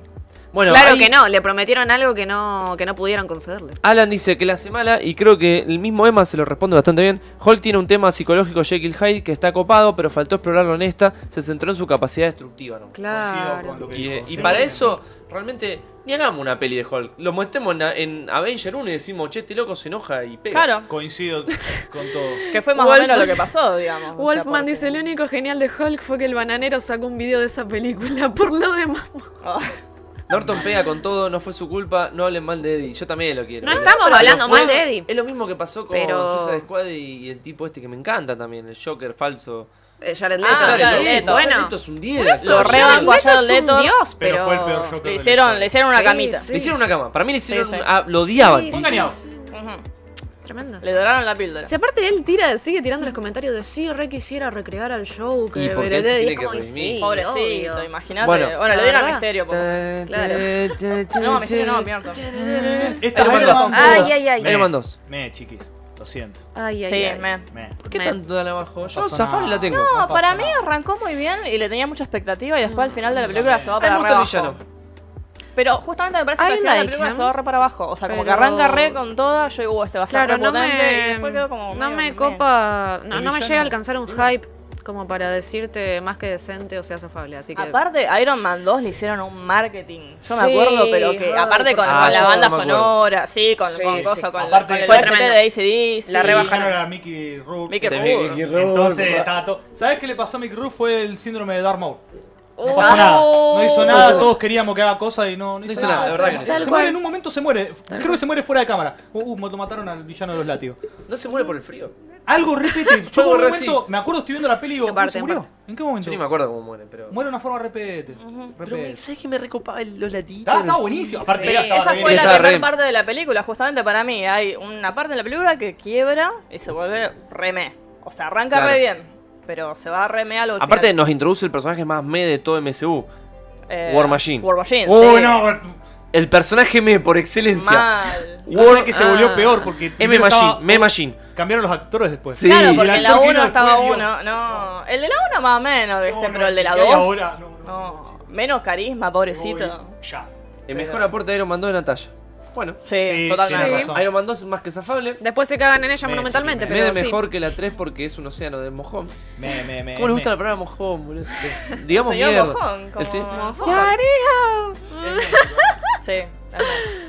Speaker 1: Bueno,
Speaker 3: claro
Speaker 1: ahí
Speaker 3: que no, le prometieron algo que no, que no pudieron concederle.
Speaker 1: Alan dice que la hace mala y creo que el mismo Emma se lo responde bastante bien. Hulk tiene un tema psicológico Jekyll Hyde que está copado, pero faltó explorarlo en esta. Se centró en su capacidad destructiva, ¿no?
Speaker 2: Coincido con
Speaker 3: Claro.
Speaker 2: lo que
Speaker 1: Y, eh,
Speaker 2: dijo.
Speaker 1: y
Speaker 2: Sí.
Speaker 1: para eso, realmente, ni hagamos una peli de Hulk. Lo mostremos en, en Avenger 1 y decimos, che, este loco se enoja y pega.
Speaker 4: Claro,
Speaker 2: Coincido con todo.
Speaker 4: que fue más
Speaker 3: Wolf-
Speaker 4: o menos lo que pasó, digamos. o sea,
Speaker 3: Wolfman
Speaker 4: porque-
Speaker 3: dice, lo único genial de Hulk fue que el bananero sacó un video de esa película, por lo demás.
Speaker 4: Ah,
Speaker 1: Norton pega con todo, no fue su culpa, no hablen mal de Eddie. Yo también lo quiero.
Speaker 3: No estamos
Speaker 1: Pero
Speaker 3: hablando
Speaker 1: fue-
Speaker 3: mal de Eddie.
Speaker 1: Es lo mismo que pasó con
Speaker 3: Pero-
Speaker 1: Suicide Squad y el tipo este que me encanta también, el Joker falso.
Speaker 3: Eh, Jared Leto.
Speaker 4: Ah,
Speaker 1: Jared Leto,
Speaker 4: Jared Leto.
Speaker 1: Jared
Speaker 3: Bueno,
Speaker 1: Leto es un 10.
Speaker 3: por eso,
Speaker 1: lo
Speaker 4: re
Speaker 1: rebanco.
Speaker 3: Jared
Speaker 4: rebanco a
Speaker 3: Leto es un
Speaker 4: Jared Leto,
Speaker 3: dios,
Speaker 2: Pero
Speaker 3: pero...
Speaker 2: fue el peor Joker de
Speaker 4: Le
Speaker 2: la
Speaker 4: hicieron, le
Speaker 2: historia.
Speaker 4: hicieron una
Speaker 3: Sí,
Speaker 4: camita.
Speaker 3: sí.
Speaker 1: Le hicieron una cama. Para mí le hicieron
Speaker 4: Sí, sí.
Speaker 1: un- ah, lo odiaban.
Speaker 3: Sí,
Speaker 2: Fue
Speaker 3: sí,
Speaker 2: engañado.
Speaker 3: sí.
Speaker 4: Ujú.
Speaker 3: Tremendo.
Speaker 4: Le doraron la píldora.
Speaker 3: Si aparte él tira, sigue tirando los comentarios de sí, re quisiera recrear al show que
Speaker 1: Y porque él se tiene que redimir.
Speaker 4: Pobrecito, imagínate.
Speaker 1: Bueno.
Speaker 4: Bueno, le dieron al
Speaker 3: La
Speaker 4: misterio. poco.
Speaker 1: Claro.
Speaker 4: No, misterio no, mierda. Sí,
Speaker 2: Este
Speaker 1: Iron
Speaker 2: Iron
Speaker 1: Man
Speaker 2: Man
Speaker 1: dos.
Speaker 3: Ay,
Speaker 2: dos.
Speaker 3: ay, ay.
Speaker 2: Me,
Speaker 1: Iron Man dos.
Speaker 2: Me, chiquis. Lo siento.
Speaker 3: Ay, ay, ay.
Speaker 4: me.
Speaker 2: Me.
Speaker 1: ¿Por qué
Speaker 3: Me-
Speaker 1: tanto la bajó? Yo
Speaker 2: pasó
Speaker 1: Zafari
Speaker 2: nada.
Speaker 1: la tengo.
Speaker 4: No,
Speaker 2: pasa
Speaker 4: para mí
Speaker 2: nada.
Speaker 4: arrancó muy bien y le tenía mucha expectativa y después al final de la película se va
Speaker 1: A mí
Speaker 4: para
Speaker 1: me gusta el
Speaker 4: abajo.
Speaker 1: villano.
Speaker 4: Pero justamente me parece
Speaker 3: I
Speaker 4: que al final de la
Speaker 3: like
Speaker 4: película
Speaker 3: him,
Speaker 4: se va re para abajo. O sea, como que
Speaker 3: pero-
Speaker 4: arranca re con toda, yo digo, "Uh, este va a ser
Speaker 3: Claro,
Speaker 4: re
Speaker 3: no
Speaker 4: potente", y
Speaker 3: me,
Speaker 4: después quedó como
Speaker 3: no
Speaker 4: medio
Speaker 3: me
Speaker 4: meh.
Speaker 3: copa, no,
Speaker 2: El
Speaker 3: no me
Speaker 2: villano-
Speaker 3: llega a alcanzar un hype como para decirte más que decente o sea sofable, así que...
Speaker 4: Aparte, Iron Man 2 le hicieron un marketing. Yo
Speaker 3: Sí,
Speaker 4: me acuerdo, pero que
Speaker 3: ay,
Speaker 4: aparte con,
Speaker 1: Ah,
Speaker 4: con
Speaker 1: yo
Speaker 4: la
Speaker 1: solo
Speaker 4: banda
Speaker 1: me acuerdo.
Speaker 4: sonora, sí, con,
Speaker 3: Sí,
Speaker 4: con
Speaker 3: sí.
Speaker 4: coso, con,
Speaker 2: Aparte,
Speaker 4: con el
Speaker 3: fue
Speaker 4: OST
Speaker 3: tremendo.
Speaker 4: de ACDC.
Speaker 3: La rebajaron.
Speaker 2: a Mickey Rourke.
Speaker 4: Mickey
Speaker 1: Sí,
Speaker 4: Rourke.
Speaker 1: Mickey Rourke,
Speaker 2: Entonces
Speaker 1: papá.
Speaker 2: estaba todo. ¿Sabes qué le pasó a Mickey Rourke? Fue el síndrome de Darth Maul. No
Speaker 3: Oh.
Speaker 2: pasó nada. No hizo nada,
Speaker 1: Oh.
Speaker 2: todos queríamos que haga cosas y no,
Speaker 1: No hizo nada, la verdad que no hizo
Speaker 2: Se
Speaker 3: nada.
Speaker 2: muere en un momento, se muere. Creo que se muere fuera de cámara. Uh, uh, lo mataron al villano de los látigos.
Speaker 1: No se muere por el frío.
Speaker 2: Algo repete. Yo en un
Speaker 1: Algo
Speaker 2: momento,
Speaker 1: así.
Speaker 2: me acuerdo, estoy viendo la peli y digo,
Speaker 3: Aparte,
Speaker 2: ¿se murió?
Speaker 3: aparte.
Speaker 2: ¿En qué momento?
Speaker 1: Yo ni me acuerdo cómo muere, pero.
Speaker 2: Muere de una forma repete. repete.
Speaker 1: ¿sabes que me recopaba los latitos?
Speaker 2: Ah, Estaba, estaba buenísimo. Aparte,
Speaker 3: Sí.
Speaker 2: era- estaba
Speaker 4: Esa
Speaker 2: re
Speaker 4: fue
Speaker 2: bien.
Speaker 4: la
Speaker 1: Estaba
Speaker 4: primera
Speaker 1: re-
Speaker 4: parte de la película, justamente para mí. Hay una parte de la película que quiebra y se vuelve remé. O sea, arranca
Speaker 1: Claro.
Speaker 4: re bien, pero se va remé a lo
Speaker 1: Aparte,
Speaker 4: final.
Speaker 1: nos introduce el personaje más me de todo MCU.
Speaker 4: Eh,
Speaker 1: War Machine.
Speaker 4: War Machine,
Speaker 2: Uy,
Speaker 1: Oh,
Speaker 4: sí.
Speaker 2: no.
Speaker 1: El personaje me por excelencia.
Speaker 4: Mal.
Speaker 2: War que se
Speaker 3: Ah.
Speaker 2: volvió peor porque.
Speaker 1: M
Speaker 2: primero
Speaker 1: Machine,
Speaker 2: estaba-
Speaker 1: me Machine.
Speaker 2: Cambiaron los actores después.
Speaker 1: Sí.
Speaker 4: Claro,
Speaker 1: Y
Speaker 4: porque
Speaker 2: el
Speaker 4: en la
Speaker 2: actor que
Speaker 4: 1
Speaker 2: vino
Speaker 4: estaba
Speaker 2: después,
Speaker 4: uno,
Speaker 2: Dios.
Speaker 4: no. El de la 1 más o menos, ¿viste?
Speaker 2: no,
Speaker 4: pero el de
Speaker 2: el
Speaker 4: la
Speaker 2: que hay
Speaker 4: 2.
Speaker 2: ahora, no,
Speaker 4: no, Menos carisma, pobrecito.
Speaker 2: Ya.
Speaker 1: El mejor aporte de Iron Man 2 de Natalia. Bueno,
Speaker 2: Sí,
Speaker 4: totalmente.
Speaker 2: tiene
Speaker 3: Sí.
Speaker 2: razón.
Speaker 1: Iron Man 2 es más que zafable.
Speaker 3: Después se cagan en ella
Speaker 2: Me-
Speaker 3: monumentalmente,
Speaker 2: me-
Speaker 1: Me de
Speaker 3: pero sí.
Speaker 1: mejor que la 3 porque es un océano de mojón.
Speaker 2: Me, me, me.
Speaker 1: ¿Cómo le gusta
Speaker 2: Eh, me.
Speaker 1: la palabra mojón, boludo? Digamos
Speaker 4: Señor
Speaker 1: mierda.
Speaker 4: Mojón, como-
Speaker 1: El se-
Speaker 4: Mojón. Sí.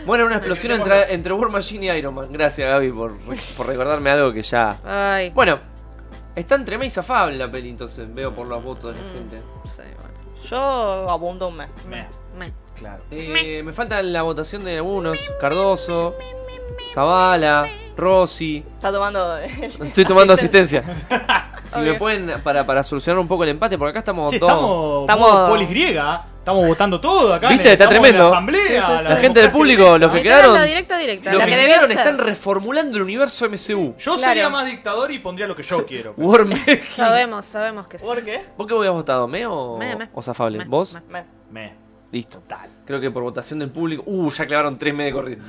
Speaker 1: Bueno, era una explosión entre, entre War Machine y Iron Man. Gracias, Gaby, por, por recordarme algo que ya.
Speaker 3: Ay,
Speaker 1: Bueno, está entre me y zafable la peli, entonces veo por los votos de
Speaker 4: Mm.
Speaker 1: la gente.
Speaker 3: sí, bueno.
Speaker 4: Yo abundo un mes.
Speaker 2: Me.
Speaker 3: Me.
Speaker 2: Claro.
Speaker 1: Eh, me falta la votación de algunos: Cardoso, Zavala, Rossi.
Speaker 4: Está tomando. Estoy
Speaker 1: Estoy tomando asistencia. Si
Speaker 3: Obvio.
Speaker 1: me pueden, para, para solucionar un poco el empate, porque acá estamos
Speaker 2: Che,
Speaker 1: todos.
Speaker 2: estamos,
Speaker 4: Estamos-
Speaker 2: modo polis griega, estamos votando todo acá.
Speaker 1: Viste, está
Speaker 2: estamos en
Speaker 1: tremendo.
Speaker 2: La, asamblea,
Speaker 4: Sí, sí, sí.
Speaker 1: La gente del
Speaker 2: democracia
Speaker 1: público, los
Speaker 2: directa.
Speaker 1: que
Speaker 3: Literal,
Speaker 1: quedaron.
Speaker 3: La directa, directa.
Speaker 1: Lo
Speaker 3: la
Speaker 1: que
Speaker 3: que debió
Speaker 1: quedaron
Speaker 3: ser.
Speaker 1: están reformulando el universo MCU.
Speaker 2: Yo
Speaker 3: Claro.
Speaker 2: sería más dictador y pondría lo que yo quiero.
Speaker 1: War Machine.
Speaker 3: Sabemos, sabemos que sí.
Speaker 4: ¿Por qué?
Speaker 1: ¿Vos qué habías votado? ¿Me o,
Speaker 3: Me, me.
Speaker 1: o Zafable?
Speaker 3: Me,
Speaker 1: ¿Vos?
Speaker 3: me.
Speaker 4: Me-
Speaker 2: Me.
Speaker 1: Listo.
Speaker 2: Tal.
Speaker 1: Creo que por votación del público. Uh, ya clavaron tres meses de corrido.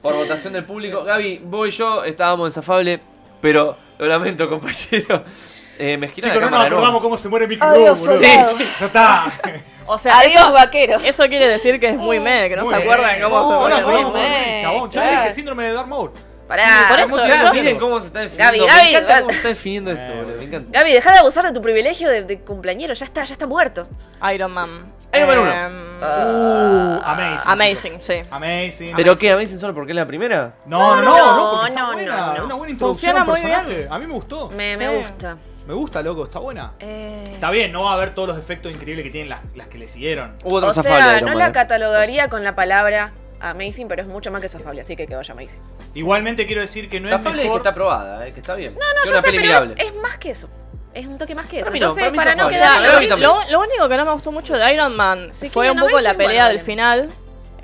Speaker 1: por votación del público. Gaby, vos y yo estábamos en Zafable, pero lo lamento, compañero. Eh, me gira la
Speaker 2: Chicos, no nos
Speaker 1: cámara,
Speaker 2: acordamos cómo se muere Mickey
Speaker 4: Adiós,
Speaker 2: Mouse, boludo.
Speaker 4: soldado.
Speaker 2: Sí, sí. Ya está.
Speaker 4: O sea,
Speaker 6: Adiós,
Speaker 4: eso,
Speaker 6: vaquero.
Speaker 4: eso quiere decir que es muy meh, que no
Speaker 2: Muy
Speaker 4: se acuerdan
Speaker 2: bien.
Speaker 4: cómo
Speaker 2: No,
Speaker 4: se
Speaker 2: no,
Speaker 4: fue.
Speaker 2: acordamos cómo se
Speaker 3: bien,
Speaker 2: muere, Chabón, ya
Speaker 3: claro.
Speaker 2: le dije síndrome de Darth Maul.
Speaker 3: Pará.
Speaker 4: Por eso-
Speaker 1: Muchas
Speaker 4: yo-
Speaker 1: gracias, miren cómo se está definiendo.
Speaker 3: Ah, Gaby,
Speaker 1: me encanta
Speaker 3: Gaby,
Speaker 1: cómo se está definiendo esto, boludo. Me encanta.
Speaker 6: Gaby, deja de abusar de tu privilegio de, de cumpleañero. Ya está, ya está muerto.
Speaker 4: Iron Man.
Speaker 1: Iron Man
Speaker 4: Em,
Speaker 2: Uh, amazing.
Speaker 4: Amazing, sí.
Speaker 2: Amazing.
Speaker 1: ¿Pero qué? ¿A mí solo porque es la primera?
Speaker 2: No, no, no,
Speaker 6: no,
Speaker 2: no, porque está
Speaker 6: no,
Speaker 2: buena,
Speaker 6: no, no.
Speaker 2: Una buena introducción
Speaker 4: Funciona
Speaker 2: al
Speaker 4: muy
Speaker 2: personaje.
Speaker 4: bien.
Speaker 2: A mí me gustó.
Speaker 3: Me,
Speaker 4: Sí.
Speaker 3: me gusta.
Speaker 2: Me gusta, loco, está buena.
Speaker 3: Eh,
Speaker 2: Está bien, no va a haber todos los efectos increíbles que tienen las, las que le siguieron.
Speaker 1: Hubo otro
Speaker 6: O
Speaker 1: Zafable de
Speaker 6: sea,
Speaker 1: Iron
Speaker 6: no
Speaker 1: Man,
Speaker 6: la
Speaker 1: eh.
Speaker 6: catalogaría con la palabra amazing, pero es mucho más que zafable, así que que vaya amazing.
Speaker 2: Igualmente quiero decir que no es
Speaker 1: Zafable es que
Speaker 2: mejor.
Speaker 1: está aprobada, eh, que está bien. No,
Speaker 6: No, ya sé, pero es, es más que eso. Es un toque más que eso.
Speaker 1: mí no,
Speaker 6: Entonces,
Speaker 1: para mí
Speaker 6: para no
Speaker 1: zafable.
Speaker 6: quedar
Speaker 1: O sea,
Speaker 6: en lo
Speaker 1: Gaby
Speaker 6: mismo-
Speaker 1: también.
Speaker 4: Lo, lo único que no me gustó mucho de Iron Man
Speaker 6: Sí,
Speaker 4: fue
Speaker 6: Killian
Speaker 4: un poco
Speaker 6: Amazing,
Speaker 4: la pelea
Speaker 6: bueno,
Speaker 4: del
Speaker 6: vale.
Speaker 4: final.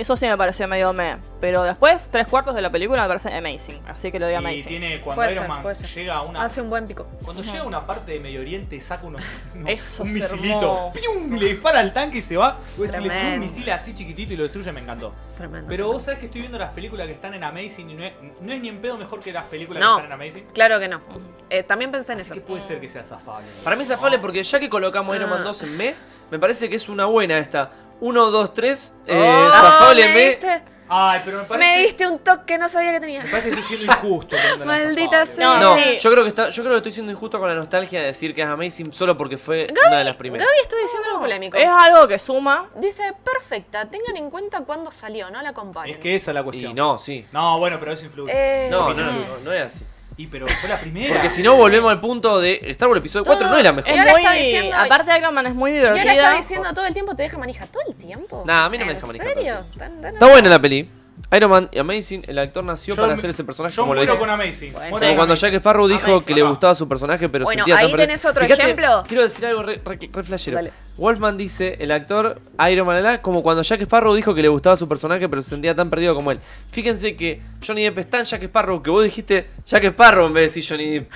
Speaker 4: Eso sí me pareció medio meh. Pero después, tres cuartos de la película me parece amazing. Así que lo
Speaker 2: y
Speaker 4: doy amazing.
Speaker 2: tiene cuando
Speaker 3: Puede
Speaker 2: Iron
Speaker 3: ser,
Speaker 2: Man
Speaker 3: puede ser.
Speaker 2: llega a una.
Speaker 3: hace un buen pico.
Speaker 2: Cuando llega a una parte de Medio Oriente y saca unos, unos-
Speaker 4: Eso
Speaker 2: un
Speaker 4: es
Speaker 2: misilito.
Speaker 4: hermoso.
Speaker 2: ¡Pium! Le dispara al tanque y se va. O sea, si le tira un
Speaker 3: Tremendo.
Speaker 2: misil así chiquitito y lo destruye, me encantó.
Speaker 3: Tremendo.
Speaker 2: Pero vos sabés que estoy viendo las películas que están en Amazing y no es, no es ni en pedo mejor que las películas
Speaker 3: No.
Speaker 2: que están en Amazing.
Speaker 3: Claro que no. Eh, también pensé en
Speaker 2: Así
Speaker 3: eso.
Speaker 2: que puede ser que sea zafable.
Speaker 1: Para mí es zafable porque ya que colocamos Iron Man
Speaker 3: Ah.
Speaker 1: 2 en me, me parece que es una buena esta. 1, 2, 3,
Speaker 2: Oh,
Speaker 1: zafable eh,
Speaker 3: me,
Speaker 1: en me.
Speaker 3: diste,
Speaker 2: Ay, pero me parece.
Speaker 3: me diste un toque que no sabía que tenía.
Speaker 2: Me parece que estoy siendo injusto. poniéndola
Speaker 3: Maldita
Speaker 2: zafable.
Speaker 3: sea.
Speaker 1: No,
Speaker 4: Sí.
Speaker 1: yo creo que está, yo creo que estoy siendo injusto con la nostalgia de decir que es Amazing solo porque fue una de las primeras.
Speaker 6: Gaby está diciendo algo polémico.
Speaker 4: Es algo que suma.
Speaker 6: Dice, perfecta, tengan en cuenta cuándo salió, no la comparen.
Speaker 2: Es que esa es la cuestión.
Speaker 1: Y no, sí.
Speaker 2: No, bueno, pero eso influye.
Speaker 6: Eh,
Speaker 1: No, no, no, no, no es así.
Speaker 2: Y pero fue la primera.
Speaker 1: Porque si no volvemos al punto de Star Wars episodio 4
Speaker 6: Todo-
Speaker 1: no es la mejor.
Speaker 6: Y
Speaker 4: Es
Speaker 6: ahora
Speaker 4: muy,
Speaker 6: está diciendo-
Speaker 4: aparte Iron Man es muy
Speaker 6: y ahora está
Speaker 4: divertida.
Speaker 6: diciendo todo el tiempo, te deja manija todo el tiempo.
Speaker 1: Nah, a mí no me
Speaker 6: ¿En
Speaker 1: deja manija todo el
Speaker 6: serio?
Speaker 1: tiempo.
Speaker 6: Tan- tan-
Speaker 1: Está buena la peli. Iron Man y Amazing, el actor nació
Speaker 2: Yo
Speaker 1: para
Speaker 2: me-
Speaker 1: hacer ese personaje
Speaker 2: Yo
Speaker 1: como lo
Speaker 2: muero
Speaker 1: dije.
Speaker 2: con Amazing.
Speaker 6: Bueno.
Speaker 2: Muero
Speaker 1: Como
Speaker 2: con
Speaker 1: cuando
Speaker 2: Amazing.
Speaker 1: Jack Sparrow dijo
Speaker 2: Amazing,
Speaker 1: que le
Speaker 2: acá.
Speaker 1: gustaba su personaje, pero
Speaker 6: Bueno,
Speaker 1: sentía
Speaker 6: ahí
Speaker 1: tan perdido.
Speaker 6: tenés otro
Speaker 1: Fíjate,
Speaker 6: ejemplo.
Speaker 1: Quiero decir algo re, re- re flashero.
Speaker 6: Dale.
Speaker 1: Wolfman dice, el actor Iron Man, la, la, como cuando Jack Sparrow dijo que le gustaba su personaje, pero se sentía tan perdido como él. Fíjense que Johnny Depp es tan Jack Sparrow que vos dijiste Jack Sparrow en vez de decir Johnny Depp.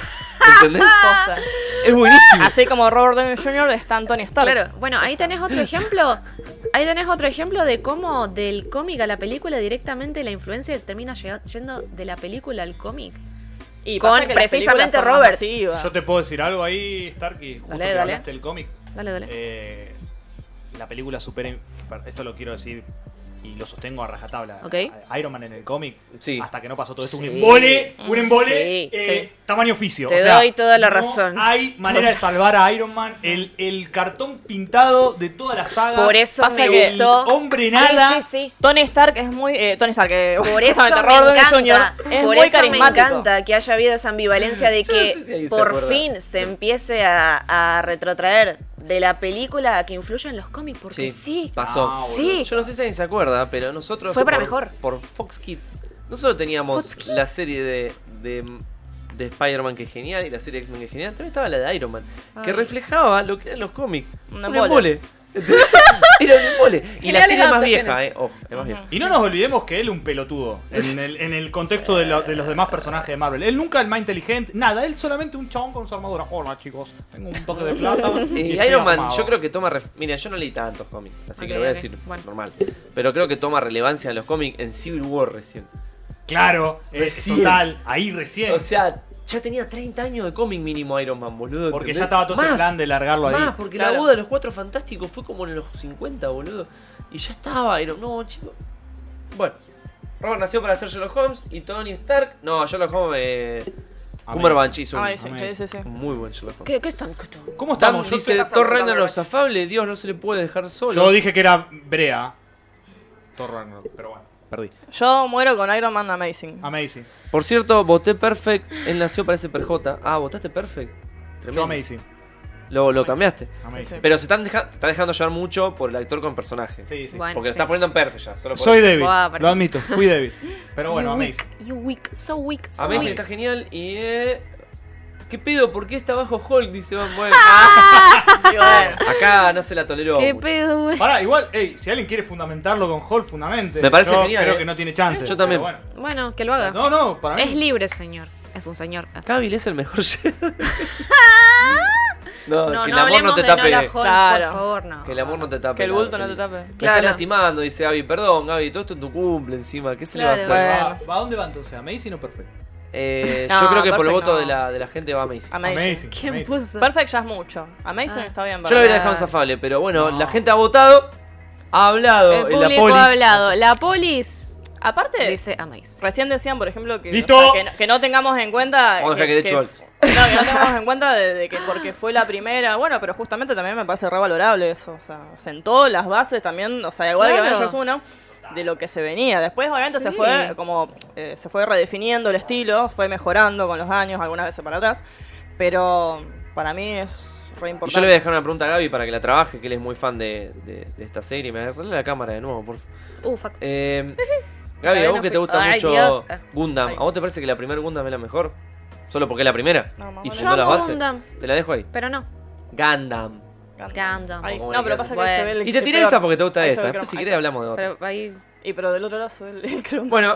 Speaker 1: ¿Entendés?
Speaker 4: Posta.
Speaker 1: es buenísimo.
Speaker 4: Así como Robert Downey Jr. está Anthony Stark.
Speaker 3: Claro, bueno, ahí tenés otro ejemplo. Ahí tenés otro ejemplo de cómo del cómic a la película directamente la influencia termina llega- yendo de la película al cómic.
Speaker 4: Y
Speaker 3: Con
Speaker 4: pasa que las
Speaker 3: precisamente
Speaker 4: películas son más
Speaker 3: Robert.
Speaker 4: masivas.
Speaker 2: Yo te puedo decir algo ahí, Starky. Justo
Speaker 3: Dale,
Speaker 2: que
Speaker 3: dale.
Speaker 2: hablaste del cómic.
Speaker 3: Dale, dale.
Speaker 2: Eh, la película supera. Esto lo quiero decir y lo sostengo a rajatabla.
Speaker 3: Ok.
Speaker 2: Iron Man en el cómic.
Speaker 1: Sí.
Speaker 2: Hasta que no pasó todo esto. Un
Speaker 3: Sí.
Speaker 2: embole. Un embole.
Speaker 3: Sí.
Speaker 2: eh, Tamaño oficio.
Speaker 3: Te
Speaker 2: o sea,
Speaker 3: doy toda la
Speaker 2: no
Speaker 3: razón.
Speaker 2: Hay manera de salvar a Iron Man. El, el cartón pintado de toda la saga.
Speaker 3: Por eso
Speaker 4: pasa
Speaker 3: me
Speaker 4: que el
Speaker 3: gustó.
Speaker 2: hombre
Speaker 3: Sí,
Speaker 2: nada-
Speaker 3: Sí, sí,
Speaker 4: Tony Stark es muy. eh, Tony Stark, eh,
Speaker 3: Por eso
Speaker 4: justamente,
Speaker 3: me
Speaker 4: Robert Downey
Speaker 3: encanta.
Speaker 4: Jr. es
Speaker 3: por
Speaker 4: muy
Speaker 3: eso me
Speaker 4: carismático.
Speaker 3: encanta que haya habido esa ambivalencia de
Speaker 1: Mm, Yo no
Speaker 3: que
Speaker 1: sé si ahí se
Speaker 3: por
Speaker 1: acuerda.
Speaker 3: fin se empiece a, a retrotraer de la película a que influyen los cómics, porque sí.
Speaker 1: pasó.
Speaker 2: Ah, boludo.
Speaker 3: Sí.
Speaker 1: Yo no sé si alguien se acuerda, pero nosotros.
Speaker 3: Fue para
Speaker 1: por-
Speaker 3: mejor.
Speaker 1: Por Fox Kids. Nosotros teníamos
Speaker 3: Fox Kids.
Speaker 1: la serie de, de, de Spider-Man que es genial y la serie de X-Men que es genial. También estaba la de Iron Man, que
Speaker 3: Ay.
Speaker 1: reflejaba lo que eran los cómics.
Speaker 4: Un
Speaker 1: Un
Speaker 4: embole.
Speaker 1: embole. Era un embole. Y la
Speaker 3: Geniales
Speaker 1: serie es más
Speaker 3: adaptaciones.
Speaker 1: vieja, eh. Ojo, es más vieja.
Speaker 2: Y no nos olvidemos que él un pelotudo en el, en el contexto de, lo- de los demás personajes de Marvel. Él nunca el más inteligente, nada, él solamente un chabón con su armadura. Hola chicos, tengo un toque de plata.
Speaker 1: Y Iron Man, yo creo que toma. ref- Mira, yo no leí tantos cómics, así que
Speaker 3: Ok,
Speaker 1: lo voy a
Speaker 3: ok,
Speaker 1: decir
Speaker 3: bueno.
Speaker 1: normal. Pero creo que toma relevancia en los cómics en Civil War recién.
Speaker 2: Claro, es
Speaker 1: Recién.
Speaker 2: total, ahí recién.
Speaker 1: O sea, ya tenía 30 años de cómic mínimo Iron Man, boludo.
Speaker 2: porque
Speaker 1: ¿entendés?
Speaker 2: ya estaba todo
Speaker 1: Más.
Speaker 2: este plan de largarlo ahí.
Speaker 1: Más, porque la
Speaker 4: Claro.
Speaker 1: boda de los cuatro fantásticos fue como en los 50, boludo. Y ya estaba Iron No, chico. Bueno, Robert nació para ser Sherlock Holmes y Tony Stark. No, Sherlock Holmes. Eh,
Speaker 2: Amazing.
Speaker 1: Cumberbatch hizo un,
Speaker 4: Ay, sí, sí, sí, sí.
Speaker 1: muy buen Sherlock Holmes.
Speaker 6: ¿Qué, qué están? qué están-
Speaker 2: ¿Cómo
Speaker 1: Tam
Speaker 2: estamos? Yo,
Speaker 1: dice:
Speaker 6: pasando
Speaker 1: Thor
Speaker 6: con
Speaker 1: Ragnarok
Speaker 6: Cumberbatch?
Speaker 1: zafable, Dios no se le puede dejar solo.
Speaker 2: yo dije que era Brea. Thor Ragnarok, pero bueno, perdí.
Speaker 4: Yo muero con Iron Man Amazing.
Speaker 2: Amazing.
Speaker 1: Por cierto, voté Perfect. Él nació para ese PJ. Ah, votaste Perfect.
Speaker 2: Yo
Speaker 1: Tremendo.
Speaker 2: Amazing.
Speaker 1: Lo, lo cambiaste.
Speaker 2: Amazing.
Speaker 1: Pero se están, deja- te están dejando llevar mucho por el actor con personaje.
Speaker 2: Sí, sí.
Speaker 3: Bueno,
Speaker 1: Porque lo
Speaker 3: sí.
Speaker 1: estás poniendo en Perfect ya. Solo por
Speaker 2: Soy
Speaker 1: eso.
Speaker 2: débil,
Speaker 3: Buah, pero-
Speaker 2: lo admito, fui débil. Pero bueno,
Speaker 3: you
Speaker 2: Amazing.
Speaker 1: Ah,
Speaker 3: weak, you weak, so weak, so
Speaker 1: Amazing
Speaker 3: weak.
Speaker 1: está genial y. eh, ¿Qué pedo? ¿Por qué está abajo Hulk? Dice Van Bueno. Ah,
Speaker 4: Y bueno,
Speaker 1: Acá no se la toleró.
Speaker 3: ¿Qué
Speaker 1: mucho.
Speaker 3: pedo, güey?
Speaker 2: Pará, igual, ey, si alguien quiere fundamentarlo con Hall, fundamente.
Speaker 1: Me parece
Speaker 2: Yo
Speaker 1: genial,
Speaker 2: Creo
Speaker 1: eh.
Speaker 2: que no tiene chance.
Speaker 1: Yo también.
Speaker 2: pero bueno.
Speaker 3: Bueno, que lo haga.
Speaker 2: No, no, para mí.
Speaker 3: es libre, señor. Es un señor.
Speaker 1: Cavill es el mejor Jedi. no,
Speaker 3: No, no,
Speaker 1: que el amor no
Speaker 3: hablemos
Speaker 1: te
Speaker 3: de Nola
Speaker 1: tape.
Speaker 3: Holmes,
Speaker 4: Claro.
Speaker 3: por favor, no.
Speaker 1: Que el amor no te tape.
Speaker 4: que el
Speaker 1: la-
Speaker 4: bulto no te tape.
Speaker 1: Me
Speaker 3: Claro.
Speaker 1: está lastimando, dice Gaby. Perdón, Gaby, todo esto es tu cumple encima. ¿Qué se le va a
Speaker 3: Claro.
Speaker 1: hacer?
Speaker 2: ¿Va, ¿va a dónde va entonces? ¿A Macy o Perfect?
Speaker 1: Eh,
Speaker 4: No,
Speaker 1: yo creo que por el voto
Speaker 4: perfecto, no.
Speaker 1: de, la, de la gente va a Macy.
Speaker 4: Amazing.
Speaker 3: ¿Quién
Speaker 2: Amazing.
Speaker 3: puso?
Speaker 4: Perfect ya es mucho. Amazing
Speaker 3: Ah.
Speaker 4: está bien,
Speaker 1: Yo lo
Speaker 4: ¿verdad?
Speaker 1: hubiera dejado insafable, pero bueno,
Speaker 2: No.
Speaker 1: la gente ha votado, ha hablado
Speaker 3: El
Speaker 1: en la
Speaker 3: público
Speaker 1: polis.
Speaker 3: ha hablado. La polis
Speaker 4: Aparte,
Speaker 3: dice Amazing.
Speaker 4: recién decían, por ejemplo, que,
Speaker 2: ¡Listo!
Speaker 4: o sea, que, no, que no tengamos en cuenta.
Speaker 1: Vamos a dejar que dé
Speaker 4: No, que no tengamos en cuenta de, de que porque fue la primera. Bueno, pero justamente también me parece revalorable eso. O sea, sentó las bases también, o sea, igual que
Speaker 3: Claro.
Speaker 4: Avengers 1, de lo que se venía. Después, obviamente, se
Speaker 3: Sí.
Speaker 4: fue como. eh, se fue redefiniendo el estilo, fue mejorando con los años, algunas veces para atrás. Pero para mí es re
Speaker 1: Y
Speaker 4: importante.
Speaker 1: yo le voy a dejar una pregunta a Gaby para que la trabaje, que él es muy fan de, de- de esta serie. Me agarré la cámara de nuevo, por favor.
Speaker 3: Uh, fuck.
Speaker 1: Eh, Gaby,
Speaker 3: Todavía
Speaker 1: a vos
Speaker 3: no
Speaker 1: que te
Speaker 3: fui-
Speaker 1: gusta
Speaker 3: Ay,
Speaker 1: mucho
Speaker 3: Dios. Ah.
Speaker 1: Gundam, ¿a vos te parece que la primera Gundam es la mejor? Solo porque es la primera.
Speaker 4: No, mamá,
Speaker 1: y
Speaker 4: no.
Speaker 1: fundó
Speaker 3: Yo
Speaker 1: las
Speaker 3: amo
Speaker 1: bases.
Speaker 3: Gundam.
Speaker 1: Te la dejo ahí.
Speaker 3: Pero no.
Speaker 1: Gundam.
Speaker 3: Gundam.
Speaker 4: Ay,
Speaker 1: Como
Speaker 4: no,
Speaker 1: Gundam.
Speaker 4: pero pasa que
Speaker 3: Bueno.
Speaker 4: se ve el
Speaker 1: Y te tiré
Speaker 4: el-
Speaker 1: esa porque te gusta
Speaker 4: ahí se
Speaker 1: esa.
Speaker 4: ve el
Speaker 1: Después, si
Speaker 4: croma.
Speaker 1: querés hablamos de
Speaker 3: Pero Ah.
Speaker 1: otras.
Speaker 3: ahí.
Speaker 4: Y pero del otro lado se ve el, el croma.
Speaker 1: Bueno,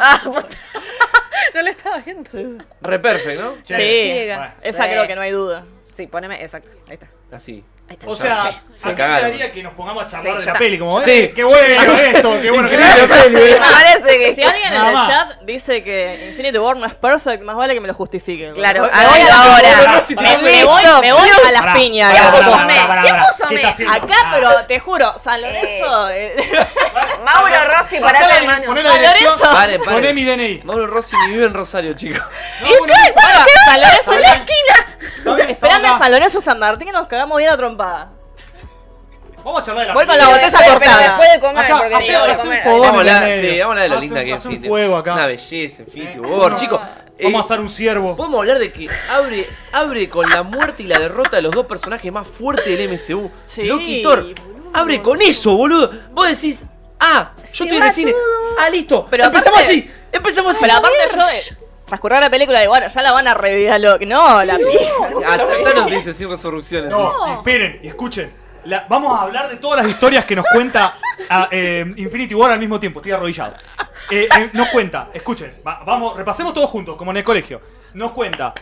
Speaker 3: No lo estaba viendo. Sí,
Speaker 1: reperfect, ¿no?
Speaker 2: Che,
Speaker 4: Sí.
Speaker 2: bueno.
Speaker 4: Esa
Speaker 3: Sí.
Speaker 4: creo que no hay duda.
Speaker 3: Sí, poneme. Exacto. Ahí está.
Speaker 1: Así.
Speaker 3: Ahí está.
Speaker 2: O sea,
Speaker 1: Se
Speaker 2: a mí me
Speaker 1: cagaron.
Speaker 2: gustaría que nos pongamos a
Speaker 3: Sí,
Speaker 2: charlar de
Speaker 3: ya
Speaker 2: la
Speaker 3: está.
Speaker 2: peli, como,
Speaker 1: Sí.
Speaker 2: eh, qué bueno esto, qué bueno. que eh.
Speaker 3: Me parece que
Speaker 4: Si alguien en
Speaker 2: Nada
Speaker 4: el
Speaker 2: más.
Speaker 4: chat dice que Infinity War no es perfect, más vale que me lo justifique.
Speaker 3: Claro,
Speaker 4: Me voy-
Speaker 3: hágalo ahora.
Speaker 2: Rosy,
Speaker 4: Me
Speaker 2: tirame.
Speaker 4: voy, me voy, me voy a las piñas.
Speaker 2: Pará,
Speaker 4: acá.
Speaker 2: pará,
Speaker 3: puso me?
Speaker 2: pará, pará,
Speaker 3: ¿Quién
Speaker 2: pará.
Speaker 3: puso
Speaker 2: ¿Qué
Speaker 3: me?
Speaker 2: está haciendo?
Speaker 4: Acá,
Speaker 2: Ah,
Speaker 4: pero te juro, San Lorenzo. eh,
Speaker 3: Mauro Rossi,
Speaker 2: Pasá
Speaker 3: parate,
Speaker 2: la-
Speaker 3: hermano.
Speaker 2: poné la
Speaker 4: San
Speaker 2: dirección,
Speaker 4: Lorenzo.
Speaker 1: Paren, paren.
Speaker 2: Poné mi DNI.
Speaker 1: Mauro Rossi ni vive en Rosario, chicos.
Speaker 2: No, bueno,
Speaker 4: Bueno, San
Speaker 2: Está
Speaker 4: Lorenzo.
Speaker 2: bien. está bien, está
Speaker 4: Esperame a
Speaker 2: bien.
Speaker 4: San Lorenzo San Martín que nos cagamos bien a trompada.
Speaker 2: Vamos a charlar de la
Speaker 4: Voy
Speaker 2: peli.
Speaker 4: con la botella
Speaker 6: Pero
Speaker 4: cortada.
Speaker 6: después de comer,
Speaker 2: Acá,
Speaker 6: porque
Speaker 2: hace,
Speaker 6: digo, voy a
Speaker 2: hace un
Speaker 6: comer.
Speaker 2: fogón
Speaker 1: Vamos a
Speaker 2: en el
Speaker 1: hablar,
Speaker 2: medio.
Speaker 1: sí, vamos a hablar de lo linda
Speaker 2: Hace
Speaker 1: que
Speaker 2: un-
Speaker 1: es
Speaker 2: hace un
Speaker 1: Infinity.
Speaker 2: fuego acá.
Speaker 1: Una belleza, Infinity War. Chicos, eh,
Speaker 2: Vamos a hacer un ciervo.
Speaker 1: podemos hablar de que abre, abre con la muerte y la derrota de los dos personajes más fuertes del MCU.
Speaker 4: Sí,
Speaker 1: Loki y Thor.
Speaker 4: boludo.
Speaker 1: Abre con eso, boludo. Vos decís, ah, yo estoy en el cine. Ah, listo.
Speaker 4: Pero
Speaker 1: empezamos
Speaker 4: aparte-
Speaker 1: así. Empezamos
Speaker 4: Pero
Speaker 1: así.
Speaker 4: aparte yo de transcurrir la película de bueno, ya la van a revivir a Loki. No, la pija.
Speaker 1: Ah, Ta- Thanos dice sin resurrecciones.
Speaker 2: No, esperen, y escuchen. La- vamos a hablar de todas las historias que nos cuenta ah, eh, Infinity War al mismo tiempo. Estoy arrodillado. Eh, eh, nos cuenta, escuchen, va- vamos, repasemos todos juntos, como en el colegio. Nos cuenta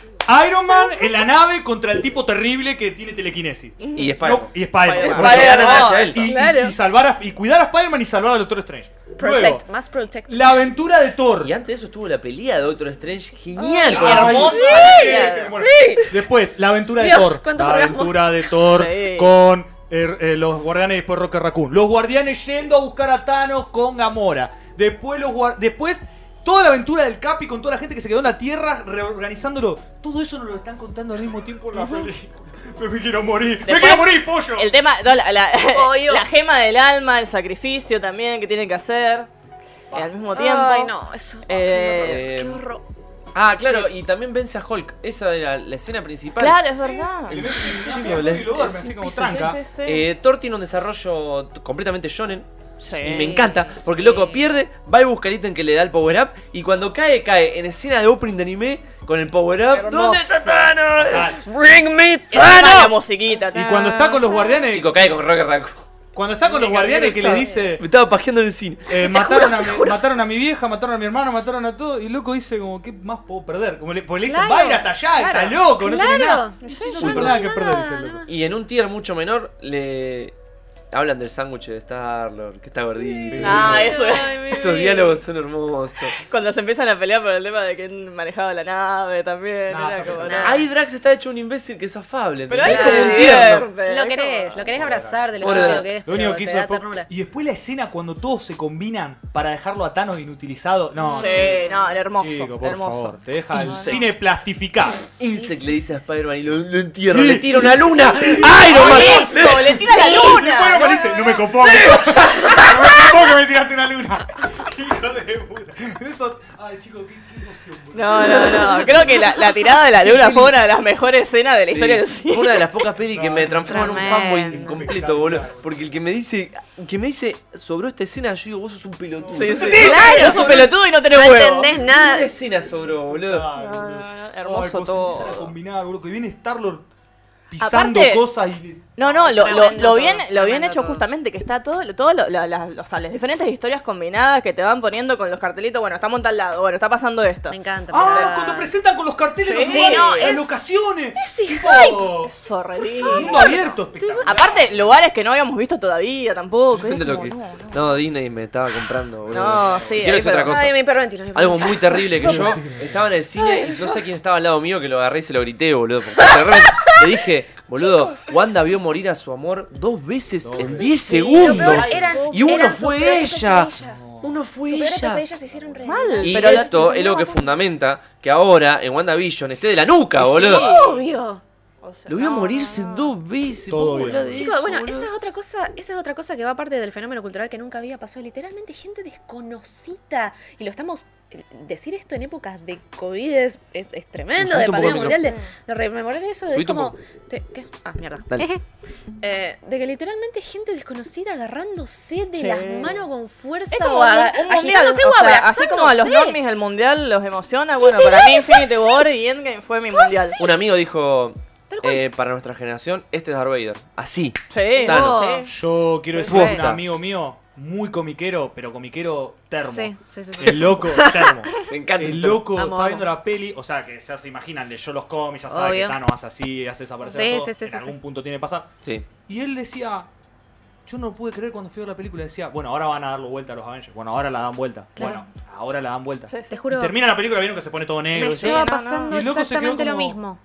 Speaker 2: Iron Man en la nave contra el tipo terrible que tiene telequinesis.
Speaker 1: Y Spider-Man.
Speaker 2: No, y Spider-Man.
Speaker 4: Spider-Man.
Speaker 2: por eso.
Speaker 1: Spider-Man
Speaker 2: Ah,
Speaker 1: hacia él.
Speaker 2: y- y-
Speaker 3: Claro.
Speaker 2: y salvar a- y cuidar a Spider-Man y salvar al Doctor Strange. Luego,
Speaker 3: Protect. Más protect.
Speaker 2: la aventura de Thor.
Speaker 1: Y antes de eso estuvo la pelea de Doctor Strange. Genial. con
Speaker 2: Ay,
Speaker 1: la-
Speaker 4: Ah, hermoso.
Speaker 2: sí, sí, bueno. Después, la aventura de
Speaker 3: Dios,
Speaker 2: Thor.
Speaker 3: cuántos
Speaker 2: La
Speaker 3: orgasmos.
Speaker 2: aventura de Thor
Speaker 4: Sí.
Speaker 2: con eh, eh, los guardianes y después Rocket Raccoon. Los guardianes yendo a buscar a Thanos con Gamora. Después, los guar- después toda la aventura del Capi con toda la gente que se quedó en la Tierra reorganizándolo. Todo eso nos lo están contando al mismo tiempo en la película. Me, me quiero morir. ¡Me
Speaker 4: Después,
Speaker 2: quiero morir, pollo!
Speaker 4: El tema, no, la, la-
Speaker 3: Obvio.
Speaker 4: la gema del alma, el sacrificio también que tienen que hacer eh, al mismo tiempo.
Speaker 3: Ay, no, eso.
Speaker 4: Eh,
Speaker 1: Eh,
Speaker 2: em,
Speaker 3: Qué horror.
Speaker 1: ah, claro, y también vence a Hulk. Esa era la escena principal.
Speaker 4: claro, es verdad.
Speaker 2: Le
Speaker 1: el-
Speaker 2: meten un
Speaker 1: chico,
Speaker 2: chivo,
Speaker 1: les-
Speaker 2: y lo duermen
Speaker 1: es
Speaker 2: así
Speaker 1: un
Speaker 2: como
Speaker 1: piso,
Speaker 2: tranca.
Speaker 4: Sí, sí, sí.
Speaker 1: Eh, Thor tiene un desarrollo t- completamente shonen.
Speaker 4: Sí.
Speaker 1: Y me encanta, porque
Speaker 3: Sí.
Speaker 1: loco pierde, va y busca el ítem que le da el power up. Y cuando cae, cae en escena de opening de anime con el power up.
Speaker 4: Hermoso.
Speaker 1: ¿Dónde está Thanos?
Speaker 2: Total.
Speaker 3: Bring me
Speaker 4: Y además la musiquita.
Speaker 2: Y cuando está con los guardianes,
Speaker 1: Chico, cae con Rocket Raccoon.
Speaker 2: cuando está con los guardianes que le dice,
Speaker 1: Me estaba pajeando en el cine.
Speaker 2: Eh, mataron, a mi, mataron a mi vieja, mataron a mi hermano, mataron a todo. Y el loco dice, como, ¿qué más puedo perder? Como le, porque le dicen,
Speaker 3: Claro,
Speaker 2: va a ir hasta allá, está
Speaker 4: claro,
Speaker 2: loco, no tiene
Speaker 3: Claro.
Speaker 2: nada.
Speaker 3: Sí,
Speaker 2: No
Speaker 3: yo
Speaker 2: tengo
Speaker 3: no
Speaker 2: nada
Speaker 3: vi
Speaker 2: que perder, dice el loco.
Speaker 1: Y en un tier mucho menor, le hablan del sándwich de Star-Lord, que está gordito.
Speaker 4: Ah, eso.
Speaker 3: Ay, mi
Speaker 1: Esos
Speaker 3: vida.
Speaker 1: diálogos son hermosos.
Speaker 4: Cuando se empiezan a pelear por el tema de quién manejaba la nave también.
Speaker 2: No,
Speaker 4: era
Speaker 2: está
Speaker 4: como,
Speaker 2: bien.
Speaker 4: no.
Speaker 1: Ahí Drax está hecho un imbécil que es afable.
Speaker 4: Pero ahí
Speaker 1: ¿entendés?
Speaker 4: te
Speaker 1: como un
Speaker 3: Claro.
Speaker 1: tierno.
Speaker 4: divierte,
Speaker 3: Lo
Speaker 4: es
Speaker 3: querés, lo querés abrazar de lo
Speaker 1: Pobre
Speaker 3: rápido
Speaker 1: Drac.
Speaker 3: que es.
Speaker 2: Lo único que
Speaker 3: pero te
Speaker 2: hizo
Speaker 3: da
Speaker 2: después-
Speaker 3: ternura.
Speaker 2: Y después la escena cuando todos se combinan para dejarlo a Thanos inutilizado. No,
Speaker 4: como- Sí, no, era hermoso.
Speaker 2: chico, por
Speaker 4: hermoso.
Speaker 2: favor. Te deja el
Speaker 1: Insecto.
Speaker 2: cine plastificado.
Speaker 1: Insect le dice a Spider-Man y lo, lo entierra, le tira una luna. ¡Iron Man!
Speaker 4: ¡Eso! ¡Le tira la
Speaker 2: Y después
Speaker 4: luna!
Speaker 2: aparece, no me compongo. No me compongo que me tiraste una luna. Hijo de puta. Eso. Ay, chicos, qué, qué emoción, boludo.
Speaker 4: No, no, no. Creo que la, la tirada de la luna fue una de las mejores escenas de la historia del
Speaker 1: Fue
Speaker 4: cine.
Speaker 1: una de las pocas pelis que me transforma en un fanboy
Speaker 7: Tremendo.
Speaker 1: incompleto, boludo. Porque el que me dice, el que me dice, sobró esta escena, yo digo, vos sos un pelotudo.
Speaker 4: Sí, sí.
Speaker 7: Claro.
Speaker 4: Es un pelotudo y no tenés
Speaker 7: No
Speaker 4: huevo.
Speaker 7: entendés
Speaker 1: Una
Speaker 7: nada.
Speaker 1: escena sobró, boludo.
Speaker 2: Ah,
Speaker 4: No, no,
Speaker 2: boludo.
Speaker 4: no,
Speaker 2: Ay,
Speaker 4: hermoso
Speaker 2: cosas empiezan a
Speaker 4: todo.
Speaker 2: combinar, boludo, que viene Star-Lord pisando
Speaker 4: Aparte-
Speaker 2: cosas y...
Speaker 4: No, no, lo, lo,
Speaker 7: Tremendo
Speaker 4: lo bien,
Speaker 7: todo,
Speaker 4: lo bien
Speaker 7: tremendo
Speaker 4: hecho
Speaker 7: todo.
Speaker 4: justamente que está todo, todo lo- la- la- o sea, las diferentes historias combinadas que te van poniendo con los cartelitos, bueno, estamos en tal lado, bueno, está pasando esto.
Speaker 7: Me encanta.
Speaker 2: Ah,
Speaker 7: mirá.
Speaker 2: cuando presentan con los carteles
Speaker 4: Sí.
Speaker 2: los
Speaker 4: Sí,
Speaker 2: lugares,
Speaker 4: no,
Speaker 2: las
Speaker 7: es-
Speaker 2: locaciones. tipo,
Speaker 4: Es horrible.
Speaker 2: Mundo abierto, espectacular.
Speaker 4: Aparte, lugares que no habíamos visto todavía tampoco. es
Speaker 1: Gente lo
Speaker 4: como,
Speaker 1: que-
Speaker 4: no, no.
Speaker 1: No, Disney me estaba comprando, boludo.
Speaker 4: No, sí,
Speaker 1: Quiero
Speaker 4: ahí,
Speaker 1: decir otra
Speaker 4: pero-
Speaker 1: cosa.
Speaker 3: Ay, mi perro ventiló, mi perro
Speaker 1: Algo
Speaker 3: ventiló.
Speaker 1: muy terrible que yo estaba en el cine y no sé quién estaba al lado mío que lo agarré y se lo grité, boludo. porque de repente le dije, boludo, Wanda vio morir a su amor dos veces en 10
Speaker 3: Lo peor
Speaker 1: segundos.
Speaker 3: eran-
Speaker 1: Y uno
Speaker 3: eran sus
Speaker 1: fue
Speaker 3: peores
Speaker 1: ella.
Speaker 3: pesadillas.
Speaker 1: Uno fue
Speaker 3: Sus peores
Speaker 1: ella.
Speaker 3: pesadillas se hicieron real.
Speaker 4: Mal.
Speaker 1: Y
Speaker 4: Pero la-
Speaker 1: esto es lo que fundamenta que ahora en WandaVision esté de la nuca, boludo.
Speaker 3: Obvio.
Speaker 4: O sea,
Speaker 1: Lo voy a
Speaker 4: no,
Speaker 1: morirse
Speaker 4: no, no.
Speaker 1: dos veces.
Speaker 2: Todo
Speaker 1: ¿podemos
Speaker 2: bien.
Speaker 1: hablar de
Speaker 3: Chicos,
Speaker 1: eso,
Speaker 3: bueno,
Speaker 1: boludo?
Speaker 3: esa es otra cosa, esa es otra cosa que va parte del fenómeno cultural que nunca había pasado. Literalmente gente desconocida. Y lo estamos. eh, Decir esto en épocas de COVID es, es- es tremendo,
Speaker 1: Subite un
Speaker 3: de
Speaker 1: poco
Speaker 3: pandemia
Speaker 1: el
Speaker 3: mundial, de, de rememorar eso, de
Speaker 1: Subite un
Speaker 3: como.
Speaker 1: poco.
Speaker 3: te- ¿qué? Ah, mierda.
Speaker 1: Dale.
Speaker 3: Eh, de que literalmente gente desconocida agarrándose de
Speaker 4: Sí.
Speaker 3: las manos con fuerza
Speaker 4: Es como
Speaker 3: o
Speaker 4: un,
Speaker 3: aga-
Speaker 4: un mundial,
Speaker 3: agitándose
Speaker 4: o
Speaker 3: o
Speaker 4: sea, así como a los
Speaker 3: abrazándose.
Speaker 4: normies el mundial los emociona, bueno, para mí Infinity War y Endgame fue mi mundial.
Speaker 1: Un amigo dijo,
Speaker 3: Tal cual.
Speaker 1: eh, para nuestra generación, este es Darth Vader. Así.
Speaker 4: Sí,
Speaker 1: Thanos.
Speaker 4: sí.
Speaker 2: Yo quiero
Speaker 1: Pues
Speaker 2: decir a un
Speaker 1: posta.
Speaker 2: amigo mío, muy comiquero, pero comiquero termo.
Speaker 7: Sí, sí, sí. sí.
Speaker 2: El loco termo.
Speaker 1: Me encanta.
Speaker 2: El
Speaker 1: ese
Speaker 2: loco
Speaker 7: Amo,
Speaker 2: está
Speaker 7: amo.
Speaker 2: viendo la peli, o sea, que ya se imaginan, leyó los cómics, ya sabe
Speaker 7: Obvio.
Speaker 2: que Thanos hace así, hace desaparecer
Speaker 7: Sí,
Speaker 2: a todos,
Speaker 7: sí, sí,
Speaker 2: en
Speaker 7: sí,
Speaker 2: algún
Speaker 7: sí.
Speaker 2: punto tiene que pasar.
Speaker 1: tema. Sí.
Speaker 2: Y él decía, yo no pude creer cuando fui a ver la película, decía, bueno, ahora van a darlo vuelta a los Avengers, bueno, ahora la dan vuelta,
Speaker 7: Claro.
Speaker 2: bueno, ahora la dan vuelta.
Speaker 1: Eh,
Speaker 4: Sí, sí.
Speaker 7: Te
Speaker 2: Y
Speaker 7: juro.
Speaker 2: termina la película, vieron que se pone todo
Speaker 7: Me
Speaker 2: negro. y yo,
Speaker 7: estaba
Speaker 4: no, no.
Speaker 7: pasando
Speaker 2: Y el loco se quedó
Speaker 7: exactamente lo
Speaker 2: como-
Speaker 7: mismo.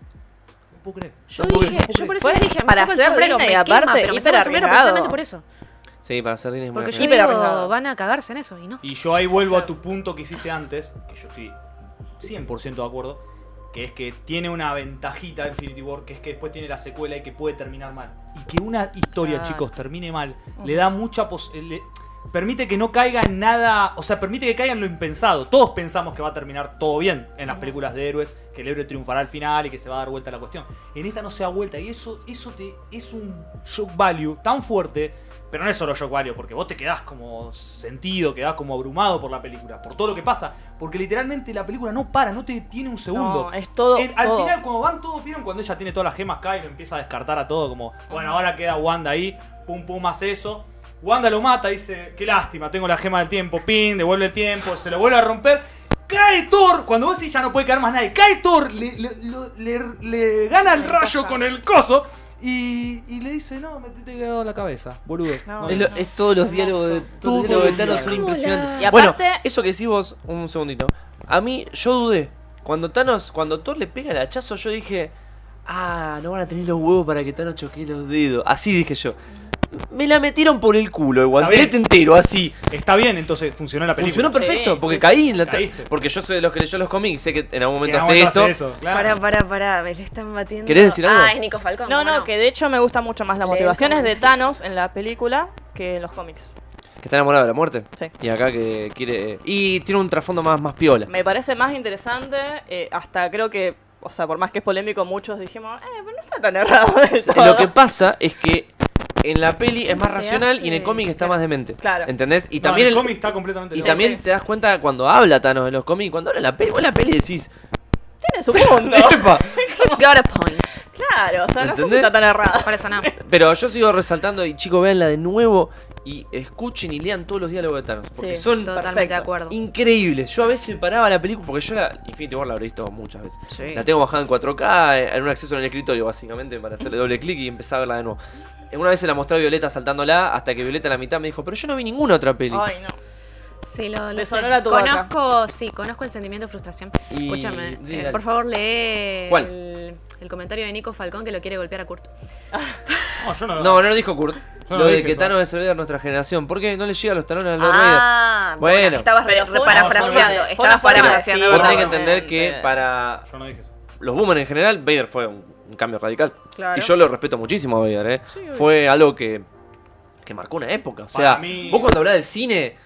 Speaker 2: no puedo creer.
Speaker 7: Yo
Speaker 2: no puedo
Speaker 3: dije,
Speaker 2: creer, no puedo
Speaker 3: yo por
Speaker 2: creer".
Speaker 3: eso
Speaker 4: Fue
Speaker 3: les dije, me
Speaker 4: para
Speaker 3: saco el
Speaker 4: ser
Speaker 3: sombrero, me
Speaker 4: Disney,
Speaker 3: quema,
Speaker 4: aparte,
Speaker 3: pero me saco
Speaker 4: hiper
Speaker 3: el sombrero
Speaker 4: arriesgado.
Speaker 3: precisamente por eso.
Speaker 1: Sí, para ser Disney es muy
Speaker 7: Porque yo
Speaker 1: arriesgado.
Speaker 4: Hiper
Speaker 7: digo,
Speaker 4: arriesgado.
Speaker 7: van a cagarse en eso y no.
Speaker 2: Y yo ahí vuelvo a tu punto que hiciste antes, que yo estoy 100% de acuerdo, que es que tiene una ventajita Infinity War, que es que después tiene la secuela y que puede terminar mal. Y que una historia,
Speaker 7: Claro.
Speaker 2: chicos, termine mal, le da mucha pos le- Permite que no caiga en nada, o sea, permite que caiga en lo impensado. Todos pensamos que va a terminar todo bien en las películas de héroes, que el héroe triunfará al final y que se va a dar vuelta la cuestión. En esta no se da vuelta y eso, eso te, es un shock value tan fuerte, pero no es solo shock value, porque vos te quedás como sentido, quedás como abrumado por la película, por todo lo que pasa, porque literalmente la película no para, no te detiene un segundo.
Speaker 4: No, es todo.
Speaker 1: Eh,
Speaker 2: El- Eh, al
Speaker 4: todo.
Speaker 2: final, cuando van todos, ¿vieron? Cuando ella tiene todas las gemas, Kyle empieza a descartar a todo. Como, bueno, ahora queda Wanda ahí. Pum, pum, hace eso. Wanda lo mata, dice, qué lástima, tengo la gema del tiempo. Pin, devuelve el tiempo, se lo vuelve a romper. Cae Thor, cuando vos decís ya no puede caer más nadie. Cae Thor, le, le- lo- le- le gana el rayo con el coso. Y, y le dice, no, me te he quedado la cabeza, boludo.
Speaker 4: No,
Speaker 2: No,
Speaker 1: Es, lo- es todos los diálogos de todos los
Speaker 2: Todo
Speaker 1: diálogos de
Speaker 2: eso.
Speaker 1: Thanos son impresionantes.
Speaker 4: Y aparte-
Speaker 1: Bueno, eso que decís vos, un segundito. A mí, yo dudé. Cuando Thanos, cuando Thor le pega el hachazo, yo dije, ah, no van a tener los huevos para que Thanos choque los dedos. Así dije yo. Me la metieron por el culo, el guantelete
Speaker 2: bien.
Speaker 1: entero, así.
Speaker 2: Está bien, entonces funcionó la película.
Speaker 1: Funcionó perfecto,
Speaker 4: Sí,
Speaker 1: porque
Speaker 4: sí,
Speaker 1: caí en la.
Speaker 2: Caíste.
Speaker 1: Porque yo soy de los que leyó los cómics y sé que en algún
Speaker 2: Que
Speaker 1: momento
Speaker 2: en
Speaker 1: hace
Speaker 2: algún
Speaker 1: esto.
Speaker 2: momento hace eso, claro.
Speaker 3: Pará, pará, pará, me le están batiendo.
Speaker 1: ¿Querés decir algo?
Speaker 3: Ah, es Nico Falcón.
Speaker 4: No,
Speaker 3: ¿cómo
Speaker 4: no, que de hecho me gustan mucho más las
Speaker 3: Leer
Speaker 4: motivaciones de
Speaker 3: cómics.
Speaker 4: Thanos en la película que en los cómics.
Speaker 1: Que está enamorado de la muerte.
Speaker 4: Sí.
Speaker 1: Y acá que quiere. Y tiene un trasfondo más, más piola.
Speaker 4: Me parece más interesante, eh, hasta creo que, o sea, por más que es polémico, muchos dijimos, eh, pero no está tan errado del todo".
Speaker 1: Lo que pasa es que en la peli es más racional y en el
Speaker 3: hace-
Speaker 1: cómic está
Speaker 3: claro.
Speaker 1: más demente.
Speaker 4: Claro.
Speaker 1: ¿Entendés? Y
Speaker 2: No,
Speaker 1: también
Speaker 2: el
Speaker 1: el-
Speaker 2: cómic está completamente
Speaker 1: y
Speaker 2: loco.
Speaker 1: también te das cuenta cuando habla Thanos en los cómics, y cuando habla en la peli, vos en la peli decís,
Speaker 4: tiene su punto.
Speaker 1: "Epa".
Speaker 7: He's got a point.
Speaker 4: claro, o sea, no sé si
Speaker 1: ¿Entendés?
Speaker 4: está tan errado.
Speaker 7: Por eso no.
Speaker 1: Pero yo sigo resaltando y chicos, véanla de nuevo y escuchen y lean todos los diálogos de Thanos. Porque
Speaker 4: Sí,
Speaker 1: son
Speaker 7: Totalmente de
Speaker 4: Perfecto.
Speaker 7: acuerdo.
Speaker 1: increíbles. Yo a veces paraba la película, porque yo la Infinity War la habré visto muchas veces.
Speaker 7: Sí.
Speaker 1: La tengo bajada en 4K, en un acceso en el escritorio, básicamente, para hacerle doble clic y empezar a verla de nuevo. Eh, Una vez se la mostré a Violeta saltándola, hasta que Violeta a la mitad me dijo, pero yo no vi ninguna otra peli.
Speaker 4: Ay, no.
Speaker 7: Sí, lo,
Speaker 4: Te
Speaker 7: lo sé.
Speaker 4: sonó la tu vaca.
Speaker 7: Conozco, sí, conozco el sentimiento de frustración.
Speaker 1: Y-
Speaker 7: Escúchame,
Speaker 1: sí,
Speaker 7: eh,
Speaker 1: dale.
Speaker 7: por favor lee
Speaker 1: ¿Cuál?
Speaker 7: El, el comentario de Nico Falcón que lo quiere golpear a Kurt.
Speaker 2: No, yo no.
Speaker 1: No, no lo dijo Kurt.
Speaker 2: Yo no
Speaker 1: lo
Speaker 2: lo
Speaker 1: de
Speaker 2: dije
Speaker 1: que
Speaker 2: eso.
Speaker 1: Thanos es el líder de nuestra generación. ¿Por qué no le llega a los talones al Darth Vader?
Speaker 3: Ah,
Speaker 1: Bueno.
Speaker 3: bueno. Estabas re-
Speaker 4: Pero fue
Speaker 3: re-
Speaker 4: una
Speaker 3: parafraseando.
Speaker 4: forma de- fue una
Speaker 3: Estabas
Speaker 4: forma de
Speaker 3: parafraseando,
Speaker 4: decir-
Speaker 1: Vos
Speaker 4: Bueno,
Speaker 1: tenés que
Speaker 3: ¿verdad?
Speaker 1: entender que
Speaker 4: obviamente.
Speaker 1: para
Speaker 2: Yo no dije eso.
Speaker 1: los boomers en general, Vader fue un, un cambio radical.
Speaker 3: Claro.
Speaker 1: Y yo lo respeto muchísimo a Vader, ¿eh?
Speaker 7: Sí, obvio.
Speaker 1: fue algo que, que marcó una época. O sea,
Speaker 2: Para mí-
Speaker 1: vos cuando hablás del cine,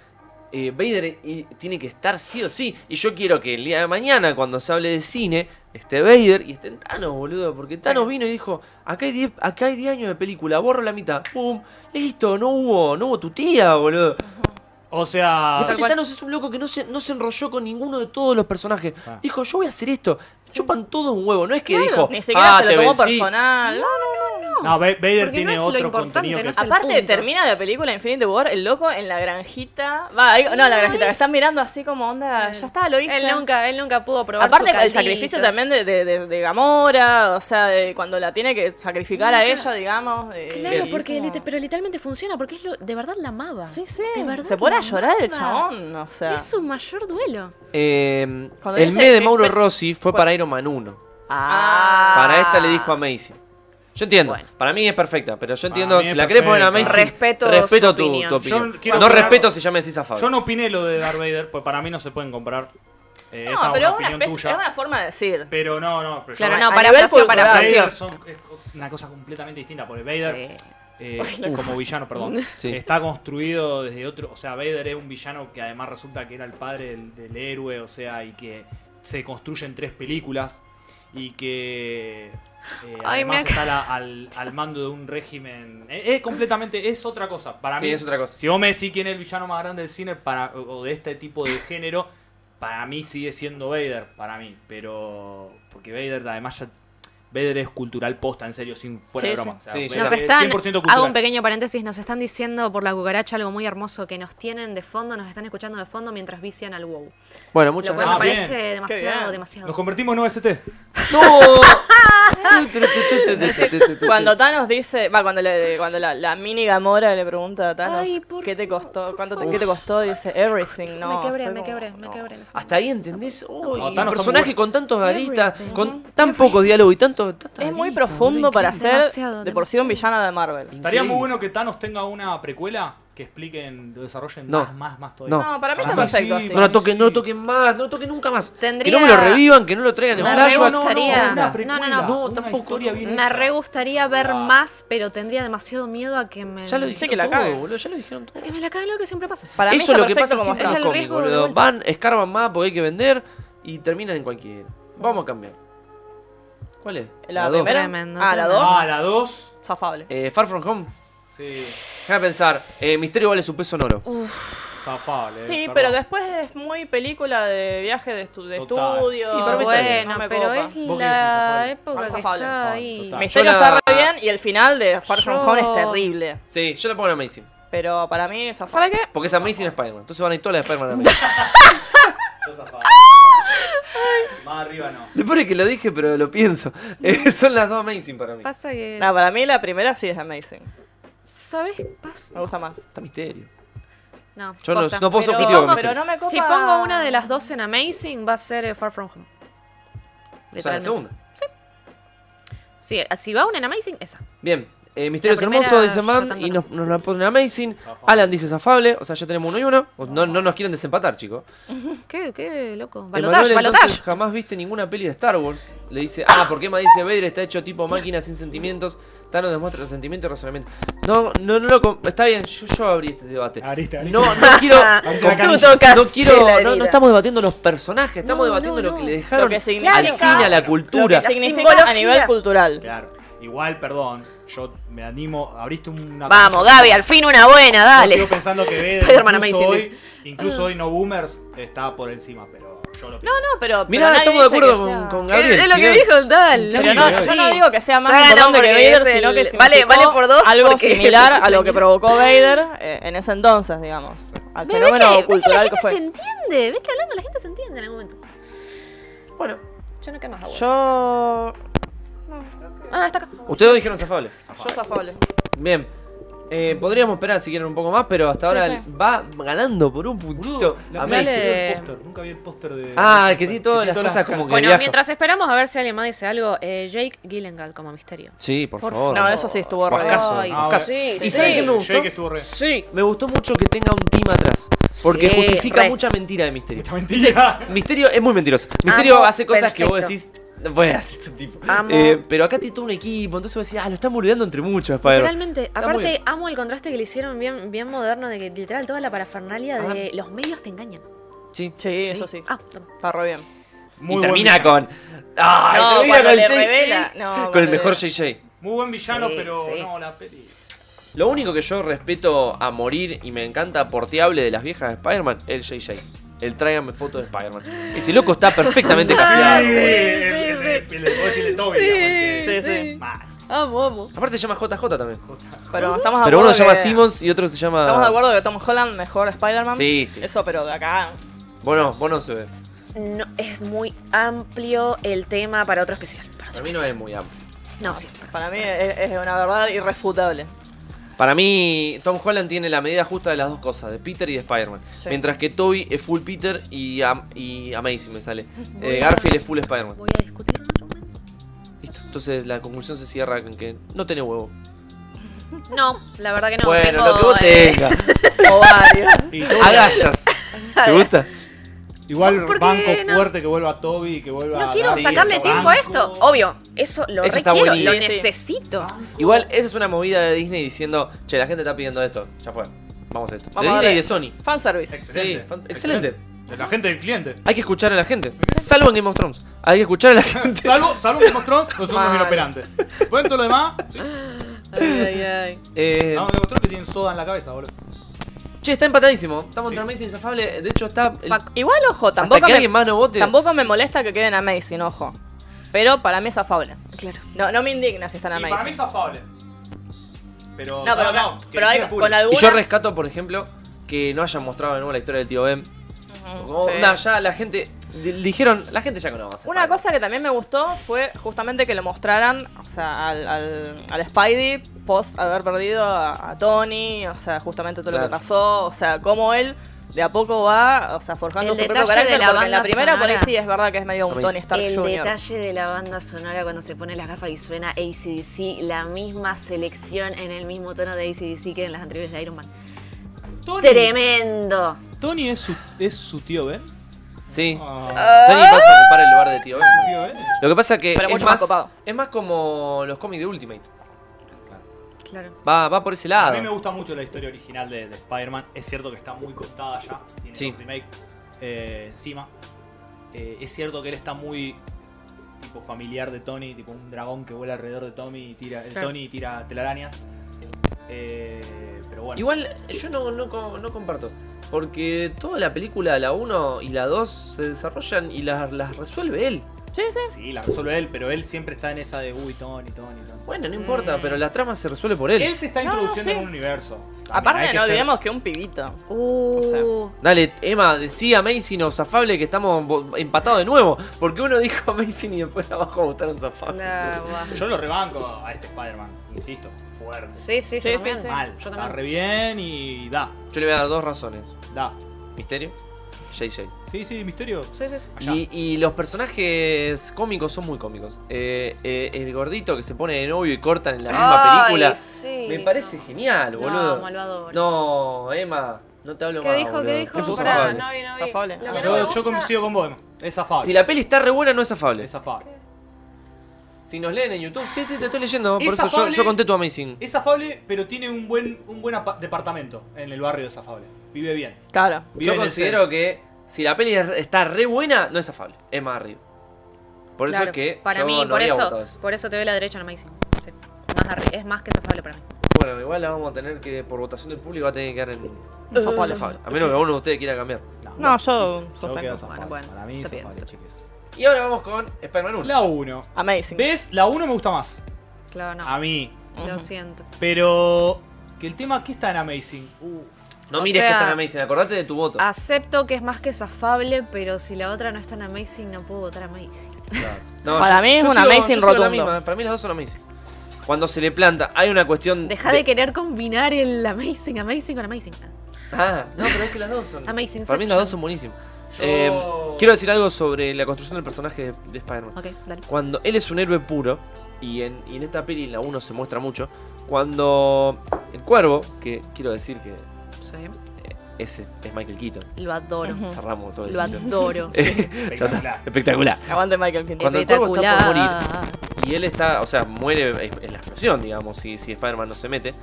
Speaker 1: eh, Vader y tiene que estar sí o sí. Y yo quiero que el día de mañana, cuando se hable de cine, esté Vader y esté Thanos, boludo. Porque Thanos vino y dijo, acá hay 10 acá hay 10 años de película, borro la mitad. ¡Pum! Listo, no hubo, no hubo tu tía, boludo.
Speaker 4: Ah.
Speaker 2: O sea.
Speaker 1: Aparte, Thanos es un loco que no se, no se enrolló con ninguno de todos los personajes.
Speaker 2: Ah.
Speaker 1: Dijo, yo voy a hacer esto. Chupan todos un huevo. No es que dijo,
Speaker 4: Ni siquiera
Speaker 1: "Ah,
Speaker 4: se lo
Speaker 1: te
Speaker 4: tomó
Speaker 1: vencí".
Speaker 4: personal. No, no,
Speaker 2: No, Ba- Vader
Speaker 3: Porque
Speaker 2: tiene
Speaker 3: no es lo
Speaker 2: otro
Speaker 3: importante,
Speaker 2: contenido que.
Speaker 3: no es el-
Speaker 4: Aparte,
Speaker 3: punto.
Speaker 4: termina la película Infinity War, el loco en la granjita. Va, ahí- no, en la granjita,
Speaker 3: es-
Speaker 4: que están mirando así como onda. Ya está, lo hice.
Speaker 3: Él nunca, él nunca pudo probar
Speaker 4: Aparte,
Speaker 3: su
Speaker 4: el
Speaker 3: caldito.
Speaker 4: sacrificio también de, de, de- de Gamora, o sea, de cuando la tiene que sacrificar a
Speaker 3: Nunca.
Speaker 4: ella, digamos. de-
Speaker 3: Claro,
Speaker 4: y
Speaker 3: porque
Speaker 4: como-
Speaker 3: lite- pero literalmente funciona, porque es lo, de verdad la amaba.
Speaker 4: Sí, sí.
Speaker 3: De verdad
Speaker 4: Se pone
Speaker 3: la
Speaker 4: a llorar el
Speaker 3: amaba.
Speaker 4: chabón, o sea.
Speaker 3: Es su mayor duelo.
Speaker 1: Eh,
Speaker 4: Cuando
Speaker 1: el
Speaker 4: dice-
Speaker 1: mes de Mauro
Speaker 4: eh,
Speaker 1: Rossi fue
Speaker 4: ¿cuál?
Speaker 1: para Iron Man 1.
Speaker 4: Ah.
Speaker 1: Para esta le dijo a Macy. Yo entiendo,
Speaker 3: Bueno.
Speaker 1: para mí es perfecta, pero yo
Speaker 2: Para
Speaker 1: entiendo,
Speaker 2: mí
Speaker 1: si
Speaker 2: es
Speaker 1: la querés poner a Macy,
Speaker 2: perfecta.
Speaker 3: Respeto su
Speaker 1: tu,
Speaker 3: opinión.
Speaker 1: tu opinión.
Speaker 2: Yo quiero
Speaker 1: no
Speaker 2: aclarar-
Speaker 1: respeto si ya me decís a Fabio.
Speaker 2: Yo no opiné lo de Darth Vader, pues para mí no se pueden comprar. Eh, esta
Speaker 4: No,
Speaker 2: es
Speaker 4: pero
Speaker 2: una
Speaker 4: es una,
Speaker 2: opinión
Speaker 4: especie, es
Speaker 2: tuya.
Speaker 4: una forma de decir.
Speaker 2: Pero no, no. Pero
Speaker 3: Claro,
Speaker 2: yo,
Speaker 3: no,
Speaker 4: a
Speaker 3: parafraseo,
Speaker 4: nivel cultural,
Speaker 3: parafraseo.
Speaker 2: Vader son- es una cosa completamente distinta, porque Vader
Speaker 3: Sí.
Speaker 2: eh, como villano, perdón.
Speaker 1: Sí.
Speaker 2: Está construido desde otro. O sea, Vader es un villano que además resulta que era el padre del, del héroe, o sea, y que se construye en tres películas. Y que. eh,
Speaker 3: Ay, me
Speaker 2: además está la- al, al mando de un régimen. Es, es completamente. Es otra cosa. Para
Speaker 1: Sí,
Speaker 2: mí.
Speaker 1: es otra cosa.
Speaker 2: Si vos me decís quién es el villano más grande del cine para, o o de este tipo de género, para mí sigue siendo Vader, para mí. Pero. Porque Vader además ya. Vader es cultural posta, en serio, sin fuera
Speaker 4: Sí,
Speaker 2: de
Speaker 4: sí.
Speaker 2: broma. O sea,
Speaker 1: Sí, sí.
Speaker 2: Vader
Speaker 1: Nos
Speaker 2: es
Speaker 3: Nos están,
Speaker 2: 100% cultural.
Speaker 3: hago un pequeño paréntesis, nos están diciendo por la cucaracha algo muy hermoso que nos tienen de fondo, nos están escuchando de fondo mientras vician al wow.
Speaker 1: Bueno,
Speaker 3: Lo
Speaker 1: muchas
Speaker 3: cual me
Speaker 2: Ah,
Speaker 1: gracias.
Speaker 2: bien.
Speaker 3: parece demasiado,
Speaker 4: bien.
Speaker 2: Nos
Speaker 3: demasiado.
Speaker 2: convertimos en OST.
Speaker 1: ¡No!
Speaker 4: Cuando Thanos dice, va, cuando, le- cuando la, la mini Gamora le pregunta a Thanos,
Speaker 3: Ay, por
Speaker 4: ¿qué te
Speaker 3: favor,
Speaker 4: costó?
Speaker 3: por
Speaker 4: ¿Cuánto te,
Speaker 3: favor.
Speaker 4: ¿Qué te costó? Dice, everything, no.
Speaker 3: me quebré,
Speaker 4: fue
Speaker 3: me
Speaker 4: como,
Speaker 3: quebré, me
Speaker 4: no.
Speaker 3: quebré. en ese
Speaker 1: Hasta ahí entendés, Uy,
Speaker 2: No, Thanos
Speaker 1: un
Speaker 2: está muy
Speaker 1: personaje
Speaker 2: bueno.
Speaker 1: con tantos aristas,
Speaker 3: Everything.
Speaker 1: con tan poco diálogo y tanto. tantas
Speaker 4: Es muy
Speaker 1: aristas,
Speaker 4: profundo
Speaker 1: boludo,
Speaker 4: para
Speaker 1: increíble.
Speaker 4: ser
Speaker 3: Demasiado,
Speaker 4: de por sí un
Speaker 3: demasiado.
Speaker 4: villano de Marvel.
Speaker 2: Estaría muy
Speaker 1: Increíble.
Speaker 2: bueno que Thanos tenga una precuela que expliquen, lo desarrollen
Speaker 1: No.
Speaker 2: más, más, más todavía.
Speaker 1: No.
Speaker 4: No, para mí
Speaker 1: Ah,
Speaker 4: está
Speaker 1: sí,
Speaker 4: perfecto
Speaker 2: sí.
Speaker 4: así.
Speaker 1: No lo toquen, no lo toquen más, no lo toquen nunca más. Que
Speaker 3: Tendría-
Speaker 1: no me lo revivan, que no lo traigan en
Speaker 3: Me
Speaker 1: flashback.
Speaker 3: re gustaría-
Speaker 1: no, no, no.
Speaker 2: precuela,
Speaker 3: No, no, no.
Speaker 1: No,
Speaker 2: una
Speaker 1: tampoco.
Speaker 2: historia bien
Speaker 3: momento. Me
Speaker 2: hecha.
Speaker 3: re gustaría ver
Speaker 2: Ah.
Speaker 3: más, pero tendría demasiado miedo a que me...
Speaker 1: Ya lo
Speaker 4: que
Speaker 1: dijeron
Speaker 4: la
Speaker 1: todo,
Speaker 4: cague.
Speaker 1: boludo, ya lo dijeron todo.
Speaker 3: A que me la cague lo que siempre pasa.
Speaker 4: Para mí
Speaker 1: Eso es
Speaker 4: está
Speaker 1: lo que
Speaker 4: perfecto
Speaker 1: pasa
Speaker 4: como
Speaker 1: siempre
Speaker 4: está.
Speaker 1: en los
Speaker 3: Es el
Speaker 1: cómics,
Speaker 3: riesgo de
Speaker 1: boludo.
Speaker 3: vuelta.
Speaker 1: Van, escarban más porque hay que vender y terminan en cualquier. Vamos a cambiar. ¿Cuál es?
Speaker 4: La,
Speaker 1: dos.
Speaker 4: primera.
Speaker 3: Tremendo,
Speaker 4: ah, la
Speaker 3: tremendo.
Speaker 4: dos.
Speaker 2: Ah, la 2.
Speaker 4: Zafable.
Speaker 1: Eh, Far From Home.
Speaker 2: Sí,
Speaker 1: Déjame pensar. Eh, Misterio vale su peso en oro.
Speaker 2: zafable. eh,
Speaker 4: Sí,
Speaker 2: perdón.
Speaker 4: pero después es muy película de viaje de, estu- de
Speaker 2: Total.
Speaker 4: estudio.
Speaker 1: Y para mí está bien.
Speaker 3: Bueno,
Speaker 4: No me
Speaker 3: pero
Speaker 4: copa.
Speaker 3: es
Speaker 2: Vos
Speaker 3: la
Speaker 2: que decís,
Speaker 3: época
Speaker 4: Zafable.
Speaker 3: que
Speaker 4: Zafable,
Speaker 3: está
Speaker 2: Zafable,
Speaker 3: ahí.
Speaker 2: total.
Speaker 4: Misterio
Speaker 1: Yo la-
Speaker 4: está re bien y el final de Far From
Speaker 3: Yo-
Speaker 4: Home es terrible.
Speaker 1: Sí, yo la pongo en Amazing.
Speaker 4: Pero para mí es
Speaker 3: ¿Sabe qué?
Speaker 1: Porque es Amazing Spider-Man. Entonces van a ir todas las de Spider-Man a Amazing.
Speaker 2: Yo zafaba. más arriba no.
Speaker 1: Lo peor es que lo dije, pero lo pienso. Eh, son las dos Amazing para mí.
Speaker 3: Pasa que...
Speaker 4: No, para mí la primera sí es amazing.
Speaker 3: ¿Sabes? Pas-
Speaker 4: Me gusta más.
Speaker 1: Está Misterio.
Speaker 3: No,
Speaker 1: Yo no-
Speaker 3: posta.
Speaker 1: no puedo ser
Speaker 4: Pero,
Speaker 1: objetivo con
Speaker 4: pero
Speaker 1: Misterio.
Speaker 4: no me copa.
Speaker 3: Si pongo una de las dos en Amazing, va a ser eh, Far From Home.
Speaker 1: O sea, la
Speaker 3: Literalmente.
Speaker 1: segunda.
Speaker 3: Sí, eh, si va una en Amazing, esa.
Speaker 1: Bien. Eh, Misterio es
Speaker 3: La primera,
Speaker 1: hermoso, dice
Speaker 3: yo
Speaker 1: Man,
Speaker 3: tanto
Speaker 1: y
Speaker 3: no.
Speaker 1: nos, nos la ponen en Amazing.
Speaker 2: Zafable.
Speaker 1: Alan dice zafable, o sea, ya tenemos uno y uno. No, no nos quieren desempatar, chicos.
Speaker 3: Qué, qué loco.
Speaker 1: Emanuel,
Speaker 3: Balotage, balotage.
Speaker 1: entonces, jamás viste ninguna peli de Star Wars. Le dice, ah, porque Emma dice Vader está hecho tipo máquina sin sentimientos. Thanos demuestra los sentimientos y razonamiento. No, no, no, lo com- está bien, yo, yo abrí este debate.
Speaker 2: Abriste, abriste.
Speaker 1: No, no quiero.
Speaker 2: Aunque la canilla.
Speaker 1: no quiero. No, no estamos debatiendo los personajes, estamos
Speaker 3: No,
Speaker 1: debatiendo
Speaker 3: no,
Speaker 1: lo que
Speaker 3: no.
Speaker 1: le dejaron
Speaker 4: Lo que significa-
Speaker 1: al cine, a la
Speaker 4: Lo
Speaker 1: cultura.
Speaker 4: que
Speaker 3: La
Speaker 4: significa
Speaker 3: simbología.
Speaker 4: a nivel cultural.
Speaker 2: Claro. Igual, perdón. Yo me animo. Abriste una.
Speaker 3: Vamos, Gaby, al fin una buena,
Speaker 2: Yo
Speaker 3: dale.
Speaker 2: sigo pensando que Vader,
Speaker 3: Spider-Man
Speaker 2: incluso,
Speaker 3: Amazing
Speaker 2: hoy, incluso hoy no Boomers está por encima, pero yo lo pienso.
Speaker 4: No, pero.
Speaker 1: Mirá,
Speaker 4: pero nadie
Speaker 1: estamos de
Speaker 4: dice
Speaker 1: acuerdo
Speaker 4: que sea-
Speaker 1: con, con Gabriel.
Speaker 3: Es, es lo que
Speaker 1: mirá.
Speaker 3: dijo, dale.
Speaker 4: Pero no, yo no digo que sea más
Speaker 3: Ya ganó
Speaker 4: importante que
Speaker 3: porque
Speaker 4: Vader,
Speaker 3: es
Speaker 4: sino
Speaker 3: el- vale-
Speaker 4: que
Speaker 3: vale
Speaker 4: significó
Speaker 3: por dos
Speaker 4: algo
Speaker 3: porque es
Speaker 4: similar
Speaker 3: el
Speaker 4: a lo que
Speaker 3: cumpleaños.
Speaker 4: provocó Vader eh, en ese entonces, digamos. Al
Speaker 3: Ve, ve que,
Speaker 4: fenómeno
Speaker 3: ve que la
Speaker 4: cultural que
Speaker 3: gente se
Speaker 4: fue.
Speaker 3: entiende. Ves que hablando la gente se entiende en algún momento.
Speaker 1: Bueno,
Speaker 3: Yo no quemas agua.
Speaker 4: Yo.
Speaker 3: Ah, está acá.
Speaker 1: ustedes dos dijeron zafable.
Speaker 4: Yo zafable.
Speaker 1: Bien. Eh, podríamos esperar si quieren un poco más, pero hasta ahora
Speaker 4: sí.
Speaker 1: va ganando por un puntito.
Speaker 2: la
Speaker 1: Amazing.
Speaker 3: Dale.
Speaker 2: el póster. Nunca vi el póster de.
Speaker 1: Ah, que tiene todas las cosas
Speaker 2: caras.
Speaker 1: como que
Speaker 3: Bueno,
Speaker 1: viaja.
Speaker 3: mientras esperamos a ver si alguien más dice algo, eh, Jake Gyllenhaal como misterio.
Speaker 1: Sí, por,
Speaker 3: Por
Speaker 1: favor.
Speaker 4: No, eso sí estuvo re.
Speaker 1: Guascazo,
Speaker 3: Ay,
Speaker 1: guascazo.
Speaker 3: sí,
Speaker 1: ¿Y
Speaker 3: sí.
Speaker 1: saben qué me gustó?
Speaker 2: Jake estuvo re.
Speaker 3: Sí.
Speaker 1: Me gustó mucho que tenga un team atrás. Porque
Speaker 3: Sí,
Speaker 1: justifica
Speaker 3: re.
Speaker 1: mucha mentira de Misterio.
Speaker 2: Mucha mentira.
Speaker 1: Misterio es muy mentiroso. Misterio
Speaker 3: Amo,
Speaker 1: hace cosas que vos
Speaker 3: perfecto.
Speaker 1: decís, Bueno, es un tipo.
Speaker 8: Amo.
Speaker 1: Eh, pero acá tiene todo un equipo, entonces vos decís, ah, lo están boludeando entre muchos, Spider-Man.
Speaker 3: Literalmente,
Speaker 1: muy
Speaker 3: aparte
Speaker 1: bien.
Speaker 3: amo el contraste que le hicieron bien, bien moderno de que literal toda la parafernalia de los medios te engañan.
Speaker 1: Sí.
Speaker 4: Sí, eso sí.
Speaker 3: Ah, toma.
Speaker 4: Está re bien.
Speaker 1: y
Speaker 2: Muy buen
Speaker 1: termina
Speaker 2: villano.
Speaker 1: con. ¡Ay!
Speaker 4: No,
Speaker 1: termina
Speaker 4: cuando
Speaker 1: con
Speaker 4: le
Speaker 1: el JJ,
Speaker 4: revela- no,
Speaker 1: con
Speaker 4: cuando
Speaker 1: el mejor
Speaker 4: le-
Speaker 1: JJ.
Speaker 2: Muy buen villano,
Speaker 3: Sí,
Speaker 2: pero
Speaker 3: sí.
Speaker 2: no, la peli.
Speaker 1: Lo único que yo respeto a morir y me encanta porteable de las viejas de Spider-Man, el JJ. El tráigame foto de Spider-man. Ese loco está perfectamente
Speaker 3: Ah,
Speaker 1: castigado.
Speaker 3: sí,
Speaker 2: Eh,
Speaker 3: sí,
Speaker 2: eh,
Speaker 3: sí.
Speaker 2: eh, Le puedo decirle Toby.
Speaker 3: Sí,
Speaker 2: digamos,
Speaker 4: Sí,
Speaker 2: que-
Speaker 4: sí.
Speaker 2: Mal.
Speaker 3: Amo, amo.
Speaker 1: Aparte se llama JJ también.
Speaker 4: Pero estamos de
Speaker 1: Pero uno
Speaker 4: acuerdo
Speaker 1: se llama
Speaker 4: Ah, que-
Speaker 1: Simmons y otro se llama.
Speaker 4: Estamos de acuerdo que Tom Holland mejor Spider-Man.
Speaker 1: Sí, sí.
Speaker 4: Eso, pero de acá.
Speaker 1: Vos no, vos no se ve.
Speaker 3: No, es muy amplio el tema para otro especial. para
Speaker 1: Para
Speaker 3: otro
Speaker 1: mí no es muy amplio.
Speaker 3: especial. No, sí.
Speaker 4: Para mí es, es una verdad irrefutable.
Speaker 1: Para mí, Tom Holland tiene la medida justa de las dos cosas, de Peter y de Spider-Man.
Speaker 4: Sí.
Speaker 1: Mientras que Toby es full Peter y, am- y Amazing me sale. Eh, Garfield es full Spider-Man.
Speaker 3: Voy a discutir en otro momento.
Speaker 1: Listo. Entonces la conclusión se cierra con que no tiene huevo.
Speaker 3: No, la verdad que no.
Speaker 1: bueno,
Speaker 3: tengo,
Speaker 1: lo que vos
Speaker 3: eh,
Speaker 1: tengas.
Speaker 4: O varios.
Speaker 1: Agallas. ¿Te gusta?
Speaker 2: Igual
Speaker 3: Porque
Speaker 2: banco
Speaker 3: no-
Speaker 2: fuerte que vuelva Toby, que vuelva.
Speaker 3: No quiero
Speaker 1: sí,
Speaker 3: sacarle
Speaker 1: eso,
Speaker 3: tiempo a
Speaker 2: Banco.
Speaker 3: esto. Obvio, eso lo
Speaker 1: Eso está
Speaker 3: requiero, lo
Speaker 1: buenísimo.
Speaker 4: Sí, sí.
Speaker 3: necesito.
Speaker 1: Igual, esa es una movida de Disney diciendo, che, la gente está pidiendo esto. Ya fue. Vamos a esto.
Speaker 4: Vamos
Speaker 1: de
Speaker 4: a
Speaker 1: Disney y
Speaker 4: darle.
Speaker 1: de Sony.
Speaker 4: Fanservice.
Speaker 1: Sí,
Speaker 2: Excelente.
Speaker 1: fan- excelente.
Speaker 2: De la gente del cliente.
Speaker 1: Hay que escuchar a la gente. Salvo en Game of Thrones. Hay que escuchar a la gente.
Speaker 2: Salvo, salvo que mostró, no somos
Speaker 4: Mal.
Speaker 2: inoperantes. Bueno, todo lo demás, sí.
Speaker 3: Ay, ay, ay.
Speaker 1: Eh,
Speaker 2: Vamos, demostró que tienen soda en la cabeza, boludo.
Speaker 1: Che, está empatadísimo. Estamos
Speaker 2: Sí.
Speaker 1: entre Amazing y Zafable. De hecho, está. el-
Speaker 3: Fuck.
Speaker 4: Igual, ojo,
Speaker 1: hasta
Speaker 4: tampoco
Speaker 1: que alguien
Speaker 4: me,
Speaker 1: más no vote.
Speaker 4: tampoco me molesta que queden Amazing, ojo. Pero para mí es afable.
Speaker 3: Claro.
Speaker 4: No, no me indigna si están
Speaker 2: Y para mí
Speaker 4: Amazing.
Speaker 2: es afable. Pero.
Speaker 4: No, pero,
Speaker 2: que
Speaker 4: pero hay
Speaker 2: sea puro.
Speaker 4: con
Speaker 1: Y
Speaker 4: algunas...
Speaker 1: yo rescato, por ejemplo, que no hayan mostrado de nuevo la historia del tío Ben.
Speaker 4: Ujú,
Speaker 1: Como,
Speaker 4: sí.
Speaker 1: onda, ya la gente. di- Dijeron, la gente ya conoce.
Speaker 4: Una cosa que también me gustó fue justamente que lo mostraran, o sea, al, al, al Spidey post haber perdido a, a Tony, o sea, justamente todo lo que
Speaker 1: Claro.
Speaker 4: pasó, o sea, cómo él de a poco va, o sea, forjando
Speaker 3: El
Speaker 4: su propio
Speaker 3: detalle de
Speaker 4: carácter,
Speaker 3: la
Speaker 4: porque en la
Speaker 3: banda
Speaker 4: primera por ahí
Speaker 3: sonora.
Speaker 4: sí es verdad que es medio un
Speaker 1: Amazing.
Speaker 4: Tony Stark
Speaker 3: el
Speaker 4: Jr.
Speaker 3: detalle de la banda sonora cuando se pone las gafas y suena ACDC, la misma selección en el mismo tono de ACDC que en las anteriores de Iron Man.
Speaker 2: Tony,
Speaker 3: Tremendo.
Speaker 2: Tony es su, es su tío ¿eh? Ben.
Speaker 1: Sí.
Speaker 2: Ah,
Speaker 1: Tony pasa a ocupar el lugar de tío Ben.
Speaker 2: su tío ¿eh? Ben.
Speaker 1: Lo que pasa que
Speaker 4: Pero
Speaker 1: es,
Speaker 4: mucho más
Speaker 1: más,
Speaker 4: copado.
Speaker 1: es más como los cómics de Ultimate.
Speaker 3: Claro.
Speaker 1: Va, va por ese
Speaker 2: A
Speaker 1: lado.
Speaker 2: mí me gusta mucho la historia original de, de Spider-Man. Es cierto que está muy cortada ya. Tiene
Speaker 1: Sí.
Speaker 2: un remake eh, encima. Eh, es cierto que él está muy tipo familiar de Tony, tipo un dragón que vuela alrededor de Tommy y tira, el
Speaker 3: Claro.
Speaker 2: Tony y tira telarañas. Eh, pero bueno.
Speaker 1: Igual yo no, no, co- no comparto. Porque toda la película, la 1 y la 2, se desarrollan y las, las resuelve él.
Speaker 4: Sí, sí.
Speaker 2: Sí, la resuelve él, pero él siempre está en esa de uy, Tony, Tony, Tony.
Speaker 1: Bueno, no
Speaker 3: Mm.
Speaker 1: importa, pero la trama se resuelve por él.
Speaker 2: Él se está
Speaker 4: No, no,
Speaker 2: introduciendo
Speaker 4: sí.
Speaker 2: en un universo. También hay
Speaker 4: Aparte,
Speaker 2: que
Speaker 4: no
Speaker 2: ser-
Speaker 4: olvidemos que un pibito.
Speaker 3: Uh,
Speaker 1: Dale, Emma, decía Amazing o Zafable que estamos bo- empatados de nuevo. Porque uno dijo Amazing y después abajo votaron Zafable.
Speaker 3: la gua-
Speaker 2: Yo lo rebanco a este Spider-Man, insisto, fuerte.
Speaker 3: Sí, sí, yo
Speaker 4: Sí, sí,
Speaker 3: también.
Speaker 4: sí.
Speaker 2: Mal,
Speaker 3: Yo
Speaker 2: está
Speaker 3: también.
Speaker 2: re bien y da,
Speaker 1: Yo le voy a dar dos razones.
Speaker 2: da.
Speaker 1: Misterio, JJ.
Speaker 2: Sí, sí, misterio.
Speaker 3: Sí, sí, sí.
Speaker 2: Allá.
Speaker 1: Y, y los personajes cómicos son muy cómicos. Eh, eh, el gordito que se pone de novio y cortan en la misma
Speaker 3: Ay,
Speaker 1: película.
Speaker 3: sí,
Speaker 1: Me
Speaker 3: no.
Speaker 1: parece genial, boludo.
Speaker 3: No, malvado.
Speaker 1: No, Emma, no te hablo
Speaker 3: ¿Qué
Speaker 1: más.
Speaker 3: dijo?
Speaker 1: boludo.
Speaker 3: ¿Qué dijo?
Speaker 1: Sos
Speaker 3: Pará,
Speaker 1: afable.
Speaker 3: no vi, no vi.
Speaker 4: Afable.
Speaker 3: Lo que no me
Speaker 2: Yo, yo
Speaker 3: gusta-
Speaker 2: coincido con vos, Emma. Es afable.
Speaker 1: Si la peli está re buena, no es afable.
Speaker 2: Es afable.
Speaker 1: Si nos leen en YouTube, sí, sí, te estoy leyendo. Por
Speaker 2: Es
Speaker 1: eso yo,
Speaker 2: afable.
Speaker 1: yo conté tu Amazing.
Speaker 2: Es afable, pero tiene un buen, un buen apa- departamento en el barrio de es afable. Vive bien.
Speaker 4: Claro.
Speaker 2: Vive
Speaker 1: Yo
Speaker 2: en el
Speaker 1: considero
Speaker 2: centro.
Speaker 1: que si la peli es- está re buena, no es afable. Es más arriba. Por eso
Speaker 3: Claro,
Speaker 1: es que.
Speaker 3: Para
Speaker 1: yo
Speaker 3: mí,
Speaker 1: no
Speaker 3: por
Speaker 1: había
Speaker 3: eso,
Speaker 1: votado eso.
Speaker 3: por eso te doy la derecha en Amazing. Sí. Más arri- es más que zafable para mí.
Speaker 1: Bueno, igual la vamos a tener que, por votación del público, va a tener que quedar en.
Speaker 4: Zafable.
Speaker 1: afable. A menos que alguno de ustedes quiera cambiar.
Speaker 4: No, yo sostengo.
Speaker 2: quedo es afable.
Speaker 3: bueno,
Speaker 2: Para mí
Speaker 3: está
Speaker 2: es
Speaker 3: bien,
Speaker 2: afable,
Speaker 3: está
Speaker 2: chiques.
Speaker 1: Y ahora vamos con Spider-Man 1.
Speaker 2: La 1.
Speaker 4: Amazing.
Speaker 2: ¿Ves? La 1 me gusta más.
Speaker 3: Claro, no.
Speaker 2: A mí.
Speaker 3: Lo
Speaker 4: Ujú.
Speaker 3: siento.
Speaker 2: Pero. Que el tema que está en Amazing. Uf.
Speaker 1: No
Speaker 3: O
Speaker 1: mires que
Speaker 3: sea-
Speaker 1: está en Amazing, acordate de tu voto.
Speaker 3: Acepto que es más que zafable, pero si la otra no es tan amazing, no puedo votar amazing.
Speaker 1: No,
Speaker 4: Para mí es un
Speaker 1: sigo-
Speaker 4: Amazing
Speaker 1: sigo la
Speaker 4: rotundo.
Speaker 1: misma, Para mí las dos son Amazing. Cuando se le planta, hay una cuestión.
Speaker 3: Deja de querer combinar el amazing, amazing con amazing. Ah,
Speaker 1: Ah, no, pero es que las dos son.
Speaker 3: Amazing
Speaker 1: Para mí las dos son buenísimas. Eh,
Speaker 2: Yo-
Speaker 1: quiero decir algo sobre la construcción del personaje de, de Spider-Man.
Speaker 3: Ok, dale.
Speaker 1: Cuando él es un héroe puro, y en, y en esta peli, en la 1 se muestra mucho, cuando el cuervo, que quiero decir que
Speaker 3: Sí.
Speaker 1: es, es Michael Keaton.
Speaker 3: Lo adoro.
Speaker 4: Ujú.
Speaker 1: Cerramos todo el
Speaker 3: Lo adoro.
Speaker 1: espectacular.
Speaker 2: Espectacular.
Speaker 1: espectacular.
Speaker 4: Aguante Michael Keaton.
Speaker 1: Cuando el cuervo está por morir
Speaker 3: Espectacular.
Speaker 1: y él está, o sea, muere en en la explosión, digamos, si, si Spider-Man no se mete,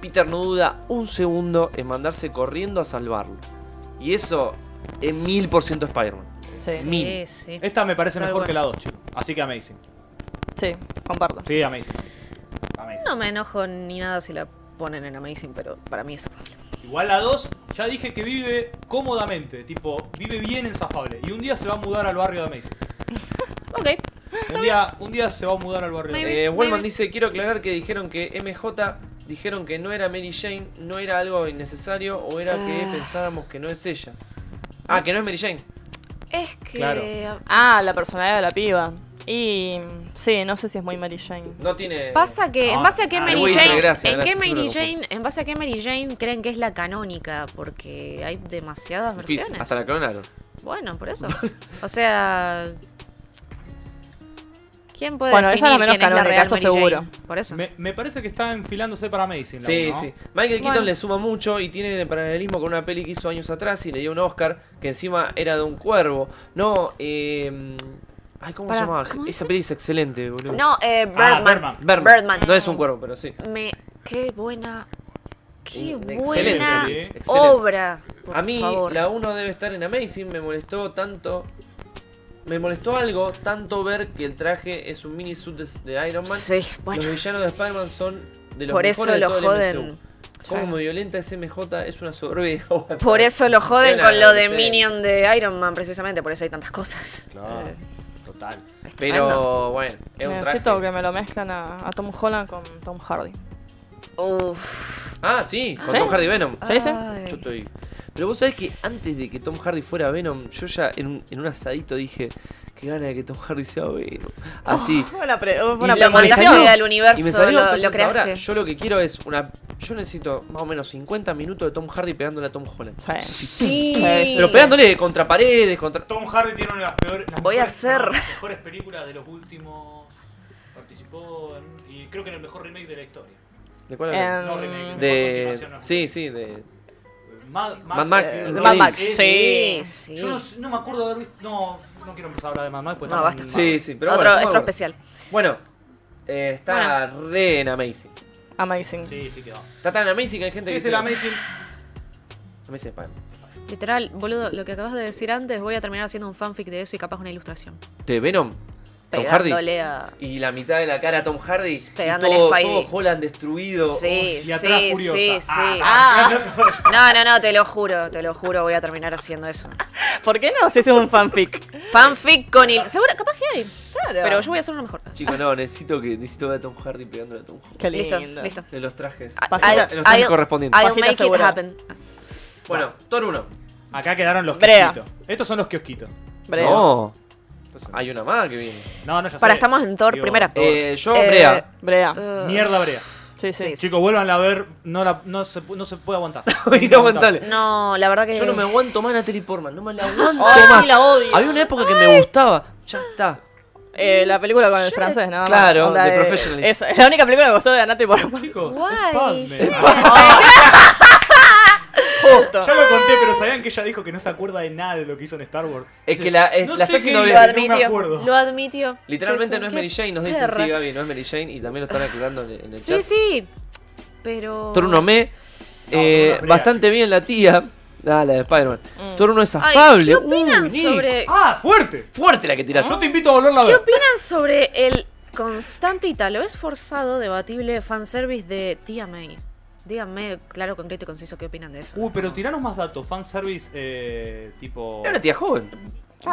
Speaker 1: Peter no duda un segundo en mandarse corriendo a salvarlo. Y eso es mil por ciento Spider-Man.
Speaker 4: Sí,
Speaker 1: Mil.
Speaker 3: Sí, sí.
Speaker 2: Esta me parece
Speaker 3: Tal
Speaker 2: mejor
Speaker 3: cual.
Speaker 2: que la 2, chicos. Así que amazing.
Speaker 4: sí, comparto.
Speaker 2: Sí, amazing. amazing. Amazing.
Speaker 3: No me enojo ni nada si la ponen en Amazing, pero para mí es afable.
Speaker 2: Igual la 2, ya dije que vive cómodamente. Tipo, vive bien en Zafable. Y un día se va a mudar al barrio de amazing.
Speaker 3: Ok.
Speaker 2: Un día, un día se va a mudar al barrio de
Speaker 3: Maybe.
Speaker 2: amazing.
Speaker 1: Eh, Wellman
Speaker 3: maybe.
Speaker 1: dice, quiero aclarar que dijeron que MJ dijeron que no era Mary Jane, no era algo innecesario o era
Speaker 3: Ah.
Speaker 1: que pensáramos que no es ella. Ah, que no es Mary Jane.
Speaker 3: Es que.
Speaker 2: Claro.
Speaker 4: Ah, la personalidad de la piba. Y sí, no sé si es muy Mary Jane.
Speaker 1: No tiene...
Speaker 3: Pasa que, en
Speaker 2: Ah,
Speaker 3: base a que
Speaker 1: ah,
Speaker 3: Mary
Speaker 1: Wilson,
Speaker 3: Jane,
Speaker 1: gracias,
Speaker 3: en
Speaker 1: gracias,
Speaker 3: qué
Speaker 1: siempre
Speaker 3: Mary
Speaker 1: lo
Speaker 3: Jane, en base a qué Mary Jane creen que es la canónica, porque hay demasiadas
Speaker 1: difícil,
Speaker 3: versiones.
Speaker 1: Hasta la clonaron.
Speaker 3: Bueno, por eso. O sea, ¿quién puede
Speaker 4: Bueno, esa es
Speaker 3: definir
Speaker 4: la menos
Speaker 3: quién es la
Speaker 4: canónica,
Speaker 3: real
Speaker 4: eso
Speaker 3: Mary Jane?
Speaker 4: seguro.
Speaker 3: Por eso.
Speaker 2: Me, me parece que está enfilándose para amazing. la
Speaker 1: Sí,
Speaker 2: uno, ¿no?
Speaker 1: sí. Michael
Speaker 3: Bueno.
Speaker 1: Keaton le suma mucho y tiene paralelismo con una peli que hizo años atrás y le dio un Oscar que encima era de un cuervo. No, eh. Ay, ¿cómo
Speaker 3: Pará,
Speaker 1: se llamaba?
Speaker 3: ¿cómo
Speaker 1: Esa peli es excelente, boludo.
Speaker 3: No, eh,
Speaker 2: Ah,
Speaker 3: Birdman.
Speaker 2: Birdman.
Speaker 1: Birdman.
Speaker 3: Birdman.
Speaker 1: No es un cuervo, pero sí.
Speaker 3: Me, qué buena, qué
Speaker 1: Excelente,
Speaker 3: buena
Speaker 1: sí, excelente.
Speaker 3: obra. por
Speaker 1: A mí,
Speaker 3: favor.
Speaker 1: la 1 debe estar en Amazing. Me molestó tanto. Me molestó algo tanto ver que el traje es un mini suit de, de Iron Man.
Speaker 3: Sí, bueno,
Speaker 1: Los villanos de Spider-Man son de los
Speaker 3: por
Speaker 1: mejores
Speaker 3: eso
Speaker 1: de
Speaker 3: lo
Speaker 1: todo el
Speaker 3: joden.
Speaker 1: MCU. Cómo me violenta ese MJ es una soberbia.
Speaker 3: Por eso lo joden
Speaker 1: Era
Speaker 3: con lo de
Speaker 1: adolescente.
Speaker 3: Minion de Iron Man, precisamente, por eso hay tantas cosas.
Speaker 1: Claro,
Speaker 3: Eh,
Speaker 1: total.
Speaker 3: es tremendo.
Speaker 1: Pero bueno, es un traje.
Speaker 4: Necesito que me lo mezclan a, a Tom Holland con Tom Hardy.
Speaker 3: Uf.
Speaker 1: Ah, sí, con
Speaker 4: ¿Sí?
Speaker 1: Tom Hardy Venom.
Speaker 3: Ah,
Speaker 4: ¿Sí, sí?
Speaker 3: Ay.
Speaker 1: Yo estoy. Pero vos sabés que antes de que Tom Hardy fuera Venom, yo ya en un, en un asadito dije, qué gana de que Tom Hardy sea Venom. Así.
Speaker 4: Buena pre-
Speaker 1: Ah, Y
Speaker 4: buena
Speaker 1: lo
Speaker 3: Lo
Speaker 4: premonición.
Speaker 1: salió-
Speaker 3: mandaste al universo,
Speaker 1: Y me salió,
Speaker 3: Oh, lo,
Speaker 1: entonces
Speaker 3: lo creaste.
Speaker 1: ahora yo lo que quiero es una... Yo necesito más o menos 50 minutos de Tom Hardy pegándole a Tom Holland.
Speaker 4: Sí.
Speaker 3: Sí.
Speaker 4: Sí.
Speaker 1: Pero pegándole contra paredes, contra...
Speaker 2: Tom Hardy tiene una de las peores. las
Speaker 3: Voy a
Speaker 2: mejores-
Speaker 3: hacer-
Speaker 2: no, las mejores películas de los últimos. Participó en- y creo que en el mejor remake de la historia.
Speaker 1: ¿De cuál
Speaker 3: Eh,
Speaker 1: hablamos?
Speaker 2: No, remake,
Speaker 4: Em,
Speaker 2: mejor
Speaker 1: De...
Speaker 2: continuación, no.
Speaker 1: Sí, sí, de...
Speaker 2: Mad,
Speaker 1: Mad Max,
Speaker 2: eh,
Speaker 1: de
Speaker 2: Mad
Speaker 1: Mad
Speaker 4: Max,
Speaker 2: es-
Speaker 4: sí.
Speaker 3: Sí.
Speaker 2: Yo no, s- no me acuerdo de haber visto. No, no quiero empezar a hablar de Mad Max. Pues
Speaker 3: No, basta.
Speaker 1: Sí, sí, pero
Speaker 3: otro,
Speaker 1: bueno. muy
Speaker 3: otro
Speaker 1: bueno.
Speaker 3: especial.
Speaker 1: Bueno, eh, está re en Amazing.
Speaker 4: Amazing.
Speaker 2: Sí, sí quedó.
Speaker 1: Está tan Amazing que hay gente
Speaker 2: ¿Qué
Speaker 1: que...
Speaker 2: es el
Speaker 1: dice-
Speaker 2: Amazing?
Speaker 1: Amazing Spider-Man.
Speaker 3: Literal, boludo, lo que acabas de decir antes, voy a terminar haciendo un fanfic de eso y capaz una ilustración.
Speaker 1: ¿De Venom? ¿Tom Hardy?
Speaker 3: Pegándole a.
Speaker 1: Y la mitad de la cara a Tom Hardy. y
Speaker 3: Pegándole
Speaker 1: todo,
Speaker 3: a Spidey.
Speaker 1: todo Holland destruido.
Speaker 3: Sí,
Speaker 2: y atrás
Speaker 3: sí,
Speaker 2: furiosa.
Speaker 3: sí, sí.
Speaker 2: Ah,
Speaker 3: Ah. No, no, no, te lo juro, te lo juro, voy a terminar haciendo eso.
Speaker 4: ¿Por qué no se hizo un fanfic?
Speaker 3: Fanfic con il... Seguro, capaz que hay.
Speaker 4: Claro.
Speaker 3: Pero yo voy a hacer uno mejor.
Speaker 1: Chicos, no, necesito que necesito ver a Tom Hardy pegándole a Tom Holland.
Speaker 4: Qué lindo.
Speaker 3: Listo, listo.
Speaker 1: De los trajes.
Speaker 3: I-
Speaker 4: Pajita-
Speaker 1: los trajes
Speaker 3: I'll-
Speaker 1: correspondientes.
Speaker 3: I'll
Speaker 4: Pajita
Speaker 3: make it
Speaker 4: asegurada.
Speaker 3: happen.
Speaker 1: Bueno, Thor 1.
Speaker 2: Acá quedaron los
Speaker 4: Brea.
Speaker 2: kiosquitos. Estos son los kiosquitos.
Speaker 4: Breve.
Speaker 1: No. Hay una más que viene.
Speaker 2: No, no, ya
Speaker 3: Para,
Speaker 2: sé.
Speaker 3: estamos en Thor, primera. Thor.
Speaker 1: Eh, yo,
Speaker 3: Eh,
Speaker 1: Brea.
Speaker 4: Brea.
Speaker 3: Uh,
Speaker 2: Mierda, Brea.
Speaker 4: Sí, sí.
Speaker 3: sí.
Speaker 2: Chicos, vuelvan a ver. No, la- no, se, pu- no se puede aguantar.
Speaker 1: Inaguantable.
Speaker 3: eh, No, la verdad que.
Speaker 1: Yo no me aguanto más Natalie Portman. No me la aguanto
Speaker 4: Ay,
Speaker 1: más.
Speaker 4: Oh, la odio.
Speaker 1: Había una época que me gustaba. Ya está.
Speaker 4: Eh, la película con el francés, nada más.
Speaker 1: Claro,
Speaker 4: Onda
Speaker 1: The
Speaker 4: de-
Speaker 1: Professionals.
Speaker 4: Esa, Es la única película que me gustó de Anatomy por
Speaker 2: Chicos,
Speaker 3: Guay.
Speaker 2: Padme.
Speaker 4: justo.
Speaker 2: Ya lo conté, pero sabían que ella dijo que no se acuerda de nada de lo que hizo en Star Wars.
Speaker 1: Es que la- es-
Speaker 2: no
Speaker 1: la
Speaker 2: sé
Speaker 1: está
Speaker 2: qué
Speaker 1: haciendo
Speaker 2: hice,
Speaker 1: bien.
Speaker 2: no me acuerdo.
Speaker 3: Lo admitió.
Speaker 1: Literalmente
Speaker 3: Sí, sí,
Speaker 1: no es
Speaker 3: qué
Speaker 1: Mary Jane. Nos dicen,
Speaker 3: perra.
Speaker 1: sí, Gaby, no es Mary Jane. Y también lo están aclarando en el- en el
Speaker 3: Sí,
Speaker 1: chat.
Speaker 3: sí. Pero.
Speaker 1: Thor 1 me.
Speaker 2: No,
Speaker 1: eh,
Speaker 2: Thor uno es Brea,
Speaker 1: bastante bien la tía. Ah, la de Spider-Man.
Speaker 4: Mm.
Speaker 1: Thor 1 es
Speaker 3: Ay,
Speaker 1: afable.
Speaker 3: ¿Qué opinan
Speaker 1: Uy, Nick.
Speaker 3: sobre. Ah.
Speaker 2: ¡Ah, fuerte! Ah.
Speaker 1: Fuerte la que tiraste.
Speaker 2: Yo te invito a volverla a
Speaker 3: ¿Qué
Speaker 2: ver.
Speaker 3: opinan sobre el constante y tal vez forzado, debatible fanservice de Tía May? Díganme, claro, concreto y conciso, qué opinan de eso.
Speaker 2: Uy, pero tiranos más datos. Fanservice, eh, tipo...
Speaker 1: Era una tía joven.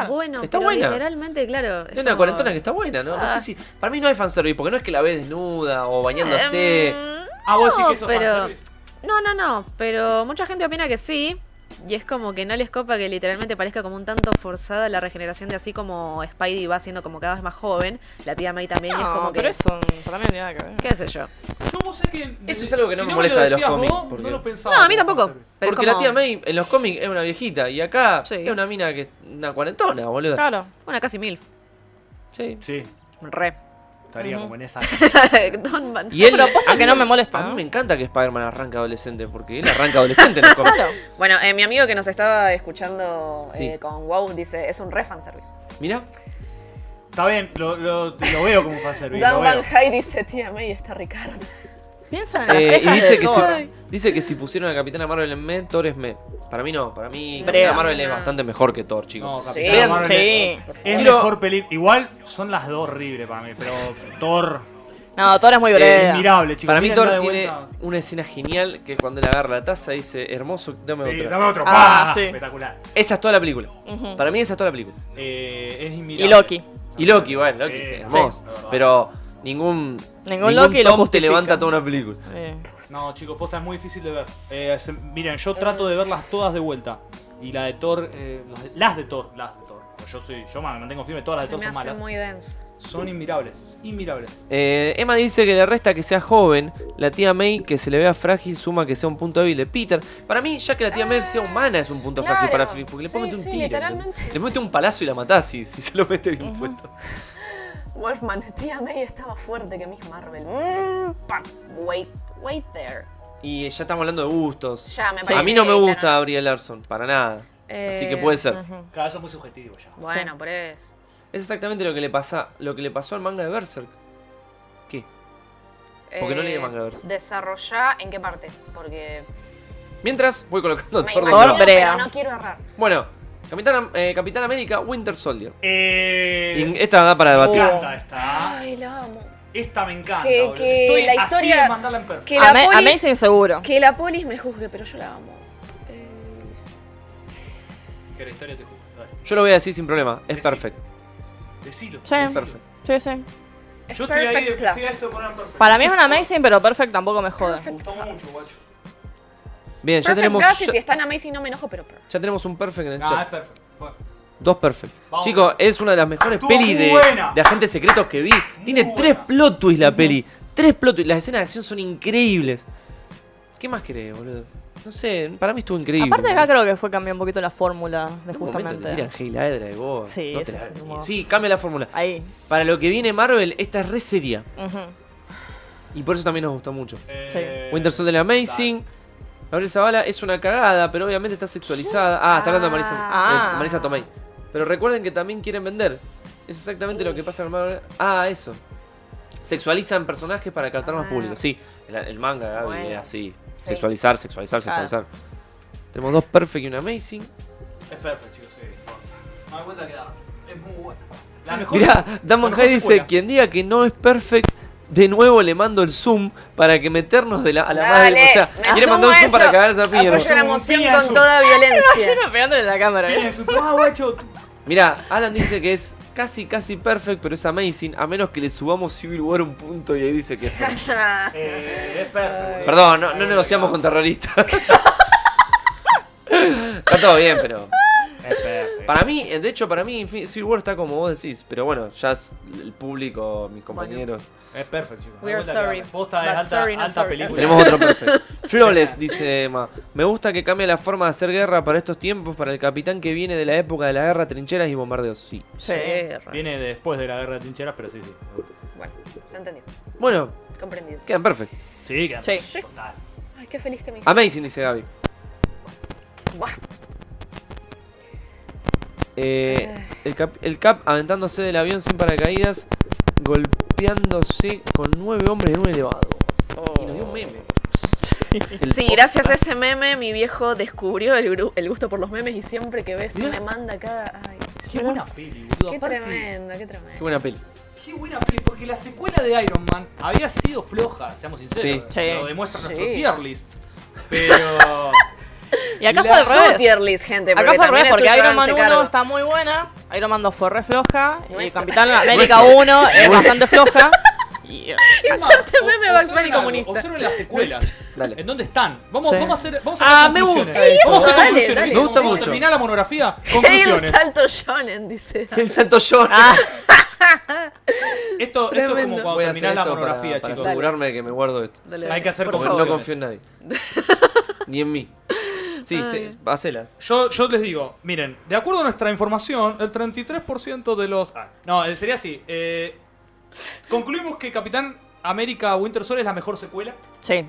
Speaker 3: bueno,
Speaker 1: está
Speaker 3: pero
Speaker 1: buena.
Speaker 3: literalmente, claro. es
Speaker 1: Es una
Speaker 3: como-
Speaker 1: cuarentona que está buena, ¿no? No
Speaker 3: Ah.
Speaker 1: sé si. Para mí no hay fanservice, porque no es que la ve desnuda o bañándose.
Speaker 3: Em,
Speaker 2: Ah, vos decís
Speaker 3: no,
Speaker 2: que eso es
Speaker 3: pero-
Speaker 2: fanservice.
Speaker 3: No, no, no, pero mucha gente opina que sí. Y es como que no les copa que literalmente parezca como un tanto forzada la regeneración de así como Spidey va siendo como cada vez más joven. La tía May también y es
Speaker 4: No,
Speaker 3: como
Speaker 4: pero
Speaker 3: que.
Speaker 4: eso para mí no tiene nada que ver.
Speaker 3: ¿Qué sé yo?
Speaker 2: Yo vos sé que...
Speaker 1: Eso es algo que
Speaker 2: si
Speaker 1: no me
Speaker 2: lo
Speaker 1: molesta de los
Speaker 2: decías
Speaker 1: cómics,
Speaker 2: vos,
Speaker 1: porque-
Speaker 2: No lo pensaba.
Speaker 3: No, a mí
Speaker 2: como
Speaker 3: tampoco.
Speaker 2: fanservice.
Speaker 3: Pero
Speaker 1: porque
Speaker 3: es
Speaker 1: la
Speaker 3: como
Speaker 1: tía May en los cómics es una viejita y acá
Speaker 3: Sí.
Speaker 1: es una mina que una cuarentona, boludo.
Speaker 4: Claro.
Speaker 3: Una casi mil.
Speaker 1: Sí.
Speaker 2: Sí.
Speaker 3: Re.
Speaker 2: Estaría
Speaker 4: Ujú.
Speaker 2: como en esa.
Speaker 3: Don Van-
Speaker 1: Y él,
Speaker 4: Aposta que no me molesta.
Speaker 1: a mí me encanta que Spider-Man arranque adolescente, porque él arranca adolescente en el cómic.
Speaker 3: Bueno, eh, mi amigo que nos estaba escuchando
Speaker 1: Sí.
Speaker 3: eh, con WoW dice, es un re fanservice.
Speaker 1: Mirá,
Speaker 2: Está bien, lo, lo, lo veo como fanservice.
Speaker 3: Dan
Speaker 2: lo veo.
Speaker 3: Van High dice, tía May está Ricardo.
Speaker 4: Piensa en la
Speaker 1: eh, y
Speaker 4: ceja
Speaker 1: dice
Speaker 4: de
Speaker 1: que, si,
Speaker 4: Thor.
Speaker 1: dice que si pusieron a Capitana Marvel en me, Thor es me. Para mí no, para mí
Speaker 4: Brea.
Speaker 1: Capitana Marvel
Speaker 4: Ah.
Speaker 1: es bastante mejor que Thor, chicos.
Speaker 2: No, Capitana
Speaker 4: Bien,
Speaker 2: Marvel
Speaker 4: sí.
Speaker 2: Es
Speaker 1: Quiero-
Speaker 2: mejor película. Igual son las dos horribles para mí, pero Thor
Speaker 4: No, Thor es
Speaker 1: Eh,
Speaker 4: muy
Speaker 2: es
Speaker 4: breve.
Speaker 2: mirable, chicos.
Speaker 1: Para mí
Speaker 2: Mírenla
Speaker 1: Thor
Speaker 2: de
Speaker 1: tiene
Speaker 2: vuelta.
Speaker 1: una escena genial que cuando él agarra la taza dice, hermoso, dame
Speaker 2: Sí,
Speaker 1: otra.
Speaker 2: dame otro.
Speaker 4: Ah,
Speaker 2: pa,
Speaker 4: sí.
Speaker 2: Espectacular.
Speaker 1: Esa es toda la película.
Speaker 4: Ujú.
Speaker 1: Para mí esa es toda la película.
Speaker 2: Eh, es inmirable.
Speaker 4: Y Loki.
Speaker 1: Y Loki, bueno, Loki,
Speaker 2: Sí,
Speaker 1: hermoso.
Speaker 2: sí, la verdad.
Speaker 1: Pero ningún,
Speaker 4: Ningún Loki lo
Speaker 1: Tom te
Speaker 4: justifica.
Speaker 1: levanta toda una película.
Speaker 4: Eh,
Speaker 2: No, chicos, posta es muy difícil de ver. Eh, se- miren, yo trato de verlas todas de vuelta. Y la de Thor, eh, las, de, las de Thor, las de Thor. Pues yo soy, yo me mantengo firme, todas las de
Speaker 3: Se
Speaker 2: Thor
Speaker 3: me
Speaker 2: son
Speaker 3: hace
Speaker 2: malas.
Speaker 3: muy denso.
Speaker 2: Son inmirables, inmirables.
Speaker 1: Eh, Emma dice que le resta que sea joven, la tía May que se le vea frágil suma que sea un punto débil de Peter. Para mí, ya que la tía May sea humana es un punto
Speaker 3: claro.
Speaker 1: frágil para Fi- porque le
Speaker 3: Sí,
Speaker 1: puede meter un
Speaker 3: sí,
Speaker 1: tiro.
Speaker 3: literalmente,
Speaker 1: ¿entendés?
Speaker 3: sí.
Speaker 1: Le mete un palazo y la matás si, si se lo mete bien puesto.
Speaker 3: Wolfman, tía May está más fuerte que Miss Marvel. Mm, pa, wait, wait there.
Speaker 1: Y ya estamos hablando de gustos.
Speaker 3: Ya, me parece
Speaker 1: A mí no me
Speaker 3: claro.
Speaker 1: gusta Gabriel Larson, para nada. Así que
Speaker 3: Eh,
Speaker 1: puede ser.
Speaker 4: ujú.
Speaker 2: Cada eso es muy subjetivo ya.
Speaker 3: Bueno, por eso.
Speaker 1: Es exactamente lo que le pasa, lo que le pasó al manga de Berserk. ¿Qué? Porque no leí el manga verso.
Speaker 3: Eh, Desarrollá en qué parte, porque
Speaker 1: Mientras voy colocando
Speaker 3: me
Speaker 1: Thor de
Speaker 3: imagino,
Speaker 1: nuevo.
Speaker 4: Brea.
Speaker 3: pero no quiero errar.
Speaker 1: Bueno, Capitán, eh, Capitán América, Winter Soldier.
Speaker 2: Eh,
Speaker 1: Y esta da para
Speaker 2: me
Speaker 1: debatir.
Speaker 2: encanta esta. ¿ah?
Speaker 3: Ay, la amo.
Speaker 2: Esta me encanta.
Speaker 3: Que-
Speaker 2: boludo.
Speaker 3: que
Speaker 2: Estoy
Speaker 3: la
Speaker 2: así
Speaker 3: historia-
Speaker 2: de mandarla en perfecto.
Speaker 3: Que la,
Speaker 4: Ama-
Speaker 3: polis,
Speaker 4: Amazing seguro.
Speaker 3: que la polis me juzgue, pero yo la amo. Eh,
Speaker 2: Que la historia te juzga. Dale.
Speaker 1: Yo lo voy a decir sin problema. Es
Speaker 2: Decí.
Speaker 1: perfecto.
Speaker 2: Decilo.
Speaker 4: Sí.
Speaker 1: Es perfecto.
Speaker 4: Sí, sí.
Speaker 3: es
Speaker 2: Yo estoy ahí,
Speaker 3: Perfect
Speaker 2: estoy a
Speaker 3: Plus.
Speaker 2: esto de poner en perfecto.
Speaker 4: Para mí es una amazing, pero perfect tampoco me jode.
Speaker 2: Me gustó mucho, guacho.
Speaker 1: Bien, ya
Speaker 3: Perfect
Speaker 1: tenemos,
Speaker 3: Plus, y si
Speaker 1: ya,
Speaker 3: están Amazing no me enojo, pero... pero-
Speaker 1: ya tenemos un perfect en el
Speaker 2: Ah, es
Speaker 1: chat.
Speaker 2: perfecto. Bueno.
Speaker 1: Dos perfect.
Speaker 2: Vamos.
Speaker 1: Chicos, es una de las mejores
Speaker 2: Estuvo
Speaker 1: pelis
Speaker 2: muy
Speaker 1: de,
Speaker 2: buena.
Speaker 1: de agentes secretos que vi. Tiene
Speaker 2: buena.
Speaker 1: tres plot twists la peli. Tres plot twists. Las escenas de acción son increíbles. ¿Qué más querés, boludo? No sé, para mí estuvo increíble.
Speaker 4: Aparte acá creo que fue cambiar un poquito la fórmula de
Speaker 1: En un momento te tiran
Speaker 4: justamente.
Speaker 1: Hail Hydra y vos.
Speaker 4: Sí,
Speaker 1: no te
Speaker 4: sí,
Speaker 1: la-
Speaker 4: sí, como-
Speaker 1: sí, cambia la fórmula.
Speaker 4: Ahí.
Speaker 1: Para lo que viene Marvel, esta es re seria.
Speaker 4: Ujú.
Speaker 1: Y por eso también nos gustó mucho.
Speaker 2: Eh,
Speaker 1: Winter Soldier Amazing. Gabriel Zavala es una cagada, pero obviamente está sexualizada. Ah, está hablando de Marisa,
Speaker 4: Ah.
Speaker 1: eh, Marisa Tomei. Pero recuerden que también quieren vender. Es exactamente lo que pasa en Marvel. Ah, eso. Sexualizan personajes para captar más
Speaker 3: Ah.
Speaker 1: público. Sí, el, el manga, Gaby,
Speaker 3: Bueno.
Speaker 1: es así.
Speaker 3: Sí.
Speaker 1: Sexualizar, sexualizar,
Speaker 4: Claro.
Speaker 1: sexualizar. Tenemos dos Perfect y un Amazing.
Speaker 2: Es perfecto, chicos. Sí. Me doy cuenta que da. Es muy buena. La mejor.
Speaker 1: Mirá, Damon
Speaker 2: la mejor
Speaker 1: High dice,
Speaker 2: secuela.
Speaker 1: quien diga que no es perfect, de nuevo le mando el zoom para que meternos de la, a la madre. O sea,
Speaker 3: me
Speaker 1: quiere
Speaker 3: sumo
Speaker 1: mandar un
Speaker 3: a
Speaker 1: zoom
Speaker 3: eso. Ah,
Speaker 1: para cagar esa piña.
Speaker 3: Apoyo la emoción
Speaker 2: Piña
Speaker 3: con
Speaker 2: azul.
Speaker 3: toda violencia.
Speaker 4: Imagino pegándole en la cámara. ¿eh?
Speaker 2: Tiene su. ¡Ah, guacho!
Speaker 1: Mirá, Alan dice que es casi, casi perfect, pero es amazing, a menos que le subamos Civil War un punto y ahí dice que es perfect.
Speaker 2: Eh, es perfecto.
Speaker 1: Perdón, no, no negociamos con terroristas. está todo bien, pero...
Speaker 2: Es perfecto.
Speaker 1: Para mí, eh, de hecho, para mí Infi- Civil War está como vos decís, pero bueno, ya es el público, mis compañeros...
Speaker 2: Es perfecto, chicos.
Speaker 3: We are sorry,
Speaker 2: Posta es
Speaker 3: but
Speaker 2: alta,
Speaker 3: sorry, not
Speaker 2: alta
Speaker 3: sorry.
Speaker 2: película.
Speaker 1: Tenemos otro perfecto. Flores, dice Emma. Me gusta que cambie la forma de hacer guerra para estos tiempos, para el capitán que viene de la época de la guerra, trincheras y bombardeos. Sí.
Speaker 4: Sí.
Speaker 2: Viene después de la guerra de trincheras, pero sí, sí.
Speaker 3: Bueno, se entendió.
Speaker 1: Bueno,
Speaker 3: Comprendido.
Speaker 1: quedan perfectos.
Speaker 2: Sí, que
Speaker 4: Sí.
Speaker 3: Sí.
Speaker 2: total.
Speaker 3: Ay, qué feliz que me hice.
Speaker 1: Amazing, dice Gaby.
Speaker 3: Buah.
Speaker 1: Eh, el, cap, el Cap aventándose del avión sin paracaídas, golpeándose con nueve hombres en un elevado.
Speaker 3: Oh.
Speaker 1: Y nos dio un meme. El-
Speaker 3: Sí, gracias a ese meme mi viejo descubrió el, gru- el gusto por los memes y siempre que ves
Speaker 1: Mirá.
Speaker 3: me manda cada... Ay,
Speaker 2: Qué buena peli, boludo.
Speaker 3: qué
Speaker 2: Aparte,
Speaker 3: tremendo, qué
Speaker 1: Qué
Speaker 3: tremendo.
Speaker 1: buena peli.
Speaker 2: Qué buena peli, porque la secuela de Iron Man había sido floja, seamos sinceros.
Speaker 4: Sí. Sí.
Speaker 2: Lo demuestra nuestro
Speaker 3: Sí.
Speaker 2: tier list. Pero.
Speaker 4: Y acá
Speaker 2: Y
Speaker 4: fue
Speaker 2: la
Speaker 4: al
Speaker 3: Su
Speaker 4: revés.
Speaker 3: tier list, gente,
Speaker 4: Acá
Speaker 3: porque
Speaker 4: fue al
Speaker 3: también
Speaker 4: revés,
Speaker 3: es
Speaker 4: porque
Speaker 3: suyo
Speaker 4: Iron Man
Speaker 3: háganse
Speaker 4: 1
Speaker 3: cargo.
Speaker 4: está muy buena, Iron Man 2 fue re floja, y
Speaker 3: Nuestra.
Speaker 4: Capitán América 1 es bastante floja. Y, eh,
Speaker 2: Es más,
Speaker 3: Inserte
Speaker 2: o-
Speaker 3: este meme Bugs
Speaker 2: observen
Speaker 3: Bunny
Speaker 2: algo,
Speaker 3: comunista.
Speaker 2: Observen las secuelas.
Speaker 1: Dale.
Speaker 2: ¿En dónde están? Vamos,
Speaker 4: Sí.
Speaker 2: vamos a hacer. Vamos a
Speaker 1: Ah,
Speaker 2: hacer
Speaker 1: me
Speaker 2: conclusiones.
Speaker 1: gusta
Speaker 3: eso,
Speaker 2: Vamos a hacer
Speaker 3: dale,
Speaker 2: conclusiones.
Speaker 3: dale.
Speaker 1: Me gusta
Speaker 2: Vamos a
Speaker 1: mucho.
Speaker 2: terminar la monografía.
Speaker 3: El
Speaker 2: Conclusiones.
Speaker 3: salto shonen, dice.
Speaker 1: El salto yo.
Speaker 2: Esto, esto es como
Speaker 3: Tremendo.
Speaker 2: cuando
Speaker 1: Voy a hacer
Speaker 2: terminás la
Speaker 1: esto para-
Speaker 2: monografía,
Speaker 1: para
Speaker 2: chicos.
Speaker 1: asegurarme de que me guardo esto.
Speaker 3: Dale,
Speaker 2: Hay que hacer
Speaker 3: por
Speaker 1: Porque
Speaker 2: favor.
Speaker 1: no confío en nadie. Ni en mí. Sí, se, hacelas.
Speaker 2: Yo, yo les digo, miren, de acuerdo a nuestra información, el 33% de los. ah, no, eh, sería así. eh, Concluimos que Capitán América Winter Soldier es la mejor secuela.
Speaker 4: Sí.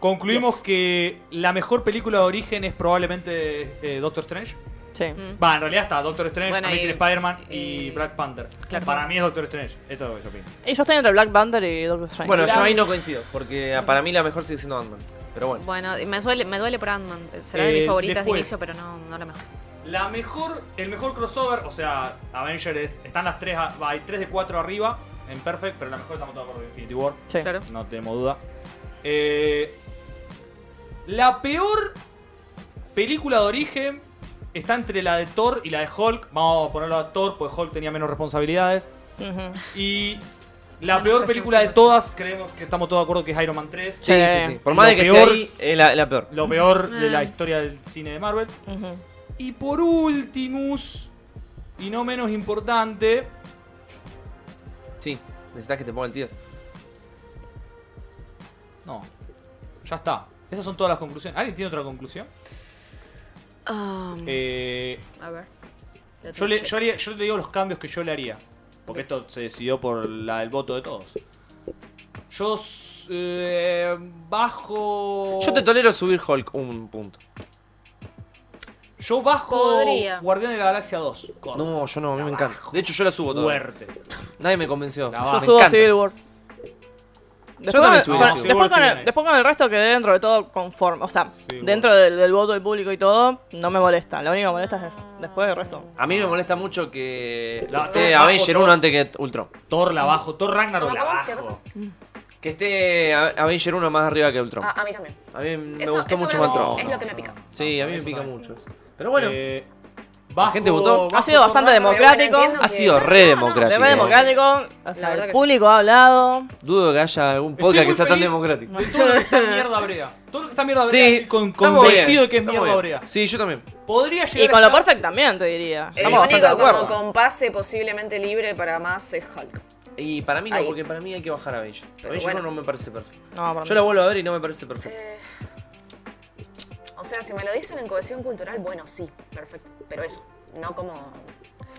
Speaker 2: Concluimos que la mejor película de origen es probablemente eh, Doctor Strange.
Speaker 4: Sí.
Speaker 2: Va, en realidad está Doctor Strange,
Speaker 3: Bueno,
Speaker 2: Amazing
Speaker 3: y-
Speaker 2: Spider-Man y,
Speaker 3: y-
Speaker 2: Black Panther.
Speaker 3: Claro.
Speaker 2: Para mí es Doctor Strange. Esto es lo que yo opino.
Speaker 4: Y yo estoy entre Black Panther y Doctor Strange.
Speaker 1: Bueno, yo ahí no coincido, porque para mí la mejor sigue siendo Ant-Man. Pero bueno.
Speaker 3: Bueno, y me duele, me duele por Ant-Man. Será de
Speaker 2: Eh,
Speaker 3: mis favoritas
Speaker 2: después.
Speaker 3: de inicio, pero no, no la mejor.
Speaker 2: La mejor, el mejor crossover, o sea, Avengers es- están las tres, a- hay tres de cuatro arriba en Perfect, pero la mejor estamos todos de acuerdo, Infinity War.
Speaker 4: Sí.
Speaker 3: Claro.
Speaker 2: No tenemos duda. Eh, la peor película de origen está entre la de Thor y la de Hulk. Vamos a ponerlo a Thor, porque Hulk tenía menos responsabilidades.
Speaker 4: Ujú.
Speaker 2: Y la peor
Speaker 3: Menos presión
Speaker 2: película de
Speaker 3: sobre sí.
Speaker 2: todas, creemos que estamos todos de acuerdo que es Iron Man 3.
Speaker 1: Sí, sí, sí. Por más
Speaker 2: Lo
Speaker 1: de que
Speaker 2: peor-
Speaker 1: esté ahí, es la, la peor.
Speaker 2: Lo peor de la
Speaker 3: Mm.
Speaker 2: historia del cine de Marvel.
Speaker 4: Ujú.
Speaker 2: Y por último, y no menos importante,
Speaker 1: Sí. Necesitas que te ponga el tío.
Speaker 2: no, ya está. Esas son todas las conclusiones. ¿Alguien tiene otra conclusión? Eh,
Speaker 3: Um, a ver.
Speaker 2: yo, le, yo, haría- yo te digo los cambios que yo le haría. Porque esto se decidió por la del voto de todos. Yo s- eh, bajo.
Speaker 1: Yo te tolero subir Hulk un punto.
Speaker 2: Yo bajo
Speaker 3: Podría.
Speaker 2: Guardián de la Galaxia 2. Corta.
Speaker 1: No, yo no, a mí me
Speaker 2: Abajo.
Speaker 1: encanta. De hecho, yo la subo toda.
Speaker 2: Fuerte.
Speaker 1: Nadie me convenció.
Speaker 2: La
Speaker 4: Yo
Speaker 2: bajo.
Speaker 1: Ah, me
Speaker 4: subo
Speaker 1: encanta.
Speaker 4: Civil War. Después,
Speaker 1: también
Speaker 4: con-
Speaker 1: subí Civil
Speaker 4: con-
Speaker 2: War.
Speaker 4: después con
Speaker 2: Civil War.
Speaker 4: el, después con el resto quedé dentro de todo conforme. O sea,
Speaker 2: Civil
Speaker 4: dentro del, del voto del público y todo, no me molesta. Lo único que molesta es eso. Después el resto.
Speaker 1: A mí me molesta mucho que
Speaker 2: La-
Speaker 1: esté
Speaker 2: bajo
Speaker 1: Avenger
Speaker 2: todo.
Speaker 1: 1 antes que Ultron.
Speaker 2: Thor la bajo. Thor Ragnarok la
Speaker 3: ¿Cómo, cómo? ¿Qué
Speaker 2: bajo.
Speaker 1: Que esté A- Avenger 1 más arriba que Ultron.
Speaker 3: A, a mí también.
Speaker 1: A mí me
Speaker 3: Eso-
Speaker 1: gustó
Speaker 3: eso
Speaker 1: mucho
Speaker 3: me
Speaker 1: más
Speaker 3: lo-
Speaker 1: Ultron.
Speaker 3: es lo que me pica.
Speaker 1: Sí, a mí me
Speaker 2: Eso
Speaker 1: pica
Speaker 2: también.
Speaker 1: mucho eso. Pero bueno,
Speaker 2: Eh,
Speaker 1: La gente votó.
Speaker 4: Ha sido
Speaker 2: Thor
Speaker 4: bastante
Speaker 2: Ragnarok.
Speaker 3: Pero bueno,
Speaker 4: democrático.
Speaker 3: entiendo
Speaker 1: ha
Speaker 3: que-
Speaker 1: sido
Speaker 3: No,
Speaker 1: re
Speaker 3: no,
Speaker 1: democrático.
Speaker 4: Se ve democrático. o sea,
Speaker 3: verdad
Speaker 4: el
Speaker 3: que
Speaker 4: público ha hablado.
Speaker 1: Dudo que haya algún
Speaker 2: Estoy
Speaker 1: podcast
Speaker 2: muy
Speaker 1: que sea tan
Speaker 2: feliz
Speaker 1: democrático.
Speaker 2: De todo lo que está mierda brea. Todo lo que está mierda brea.
Speaker 1: Sí,
Speaker 2: estoy con,
Speaker 1: estamos bien,
Speaker 2: convencido de que es
Speaker 1: estamos
Speaker 2: mierda
Speaker 1: bien.
Speaker 2: brea.
Speaker 1: Sí, yo también.
Speaker 2: Podría llegar
Speaker 4: Y con
Speaker 2: a
Speaker 4: lo
Speaker 2: estar-
Speaker 4: perfect también, te diría.
Speaker 3: El
Speaker 4: Estamos bastante de
Speaker 3: único como
Speaker 4: acuerdo.
Speaker 3: con pase posiblemente libre para más es Hulk.
Speaker 1: Y para mí no,
Speaker 3: Ahí.
Speaker 1: porque para mí hay que bajar a Avenger.
Speaker 3: Pero
Speaker 1: Avenger
Speaker 3: bueno. Eh,
Speaker 1: no me parece perfecto.
Speaker 4: No, para
Speaker 1: Yo
Speaker 4: mí.
Speaker 1: la vuelvo a ver y no me parece perfecto.
Speaker 3: O sea, si me lo dicen en cohesión cultural, bueno, sí, perfecto. Pero eso, no como,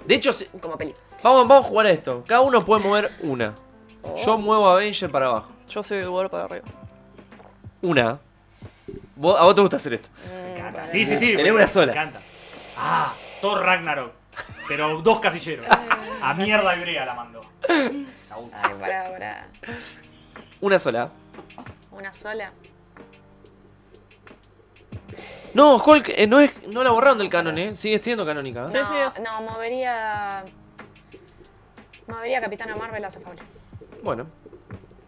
Speaker 1: De hecho, si-
Speaker 3: como peli.
Speaker 1: vamos, vamos a jugar a esto. Cada uno puede mover una.
Speaker 3: Oh.
Speaker 1: Yo muevo a Avenger para abajo.
Speaker 4: Yo soy el War para arriba.
Speaker 1: Una. Vos- a vos te gusta hacer esto.
Speaker 2: Me encanta. Sí, sí, sí.
Speaker 1: Tenés
Speaker 2: me-
Speaker 1: una sola.
Speaker 2: Me encanta. Ah, Thor Ragnarok. Pero dos casilleros. A mierda hebrea la mandó. La última.
Speaker 3: Ay, para, para.
Speaker 1: Una sola.
Speaker 3: Una sola.
Speaker 1: No, Hulk eh, no, es, no la borraron del canon, eh. Sigue siendo canónica. ¿eh?
Speaker 4: Sí, sí,
Speaker 3: No,
Speaker 4: es.
Speaker 3: no, movería. Movería a Capitana Marvel a Zafable.
Speaker 1: Bueno.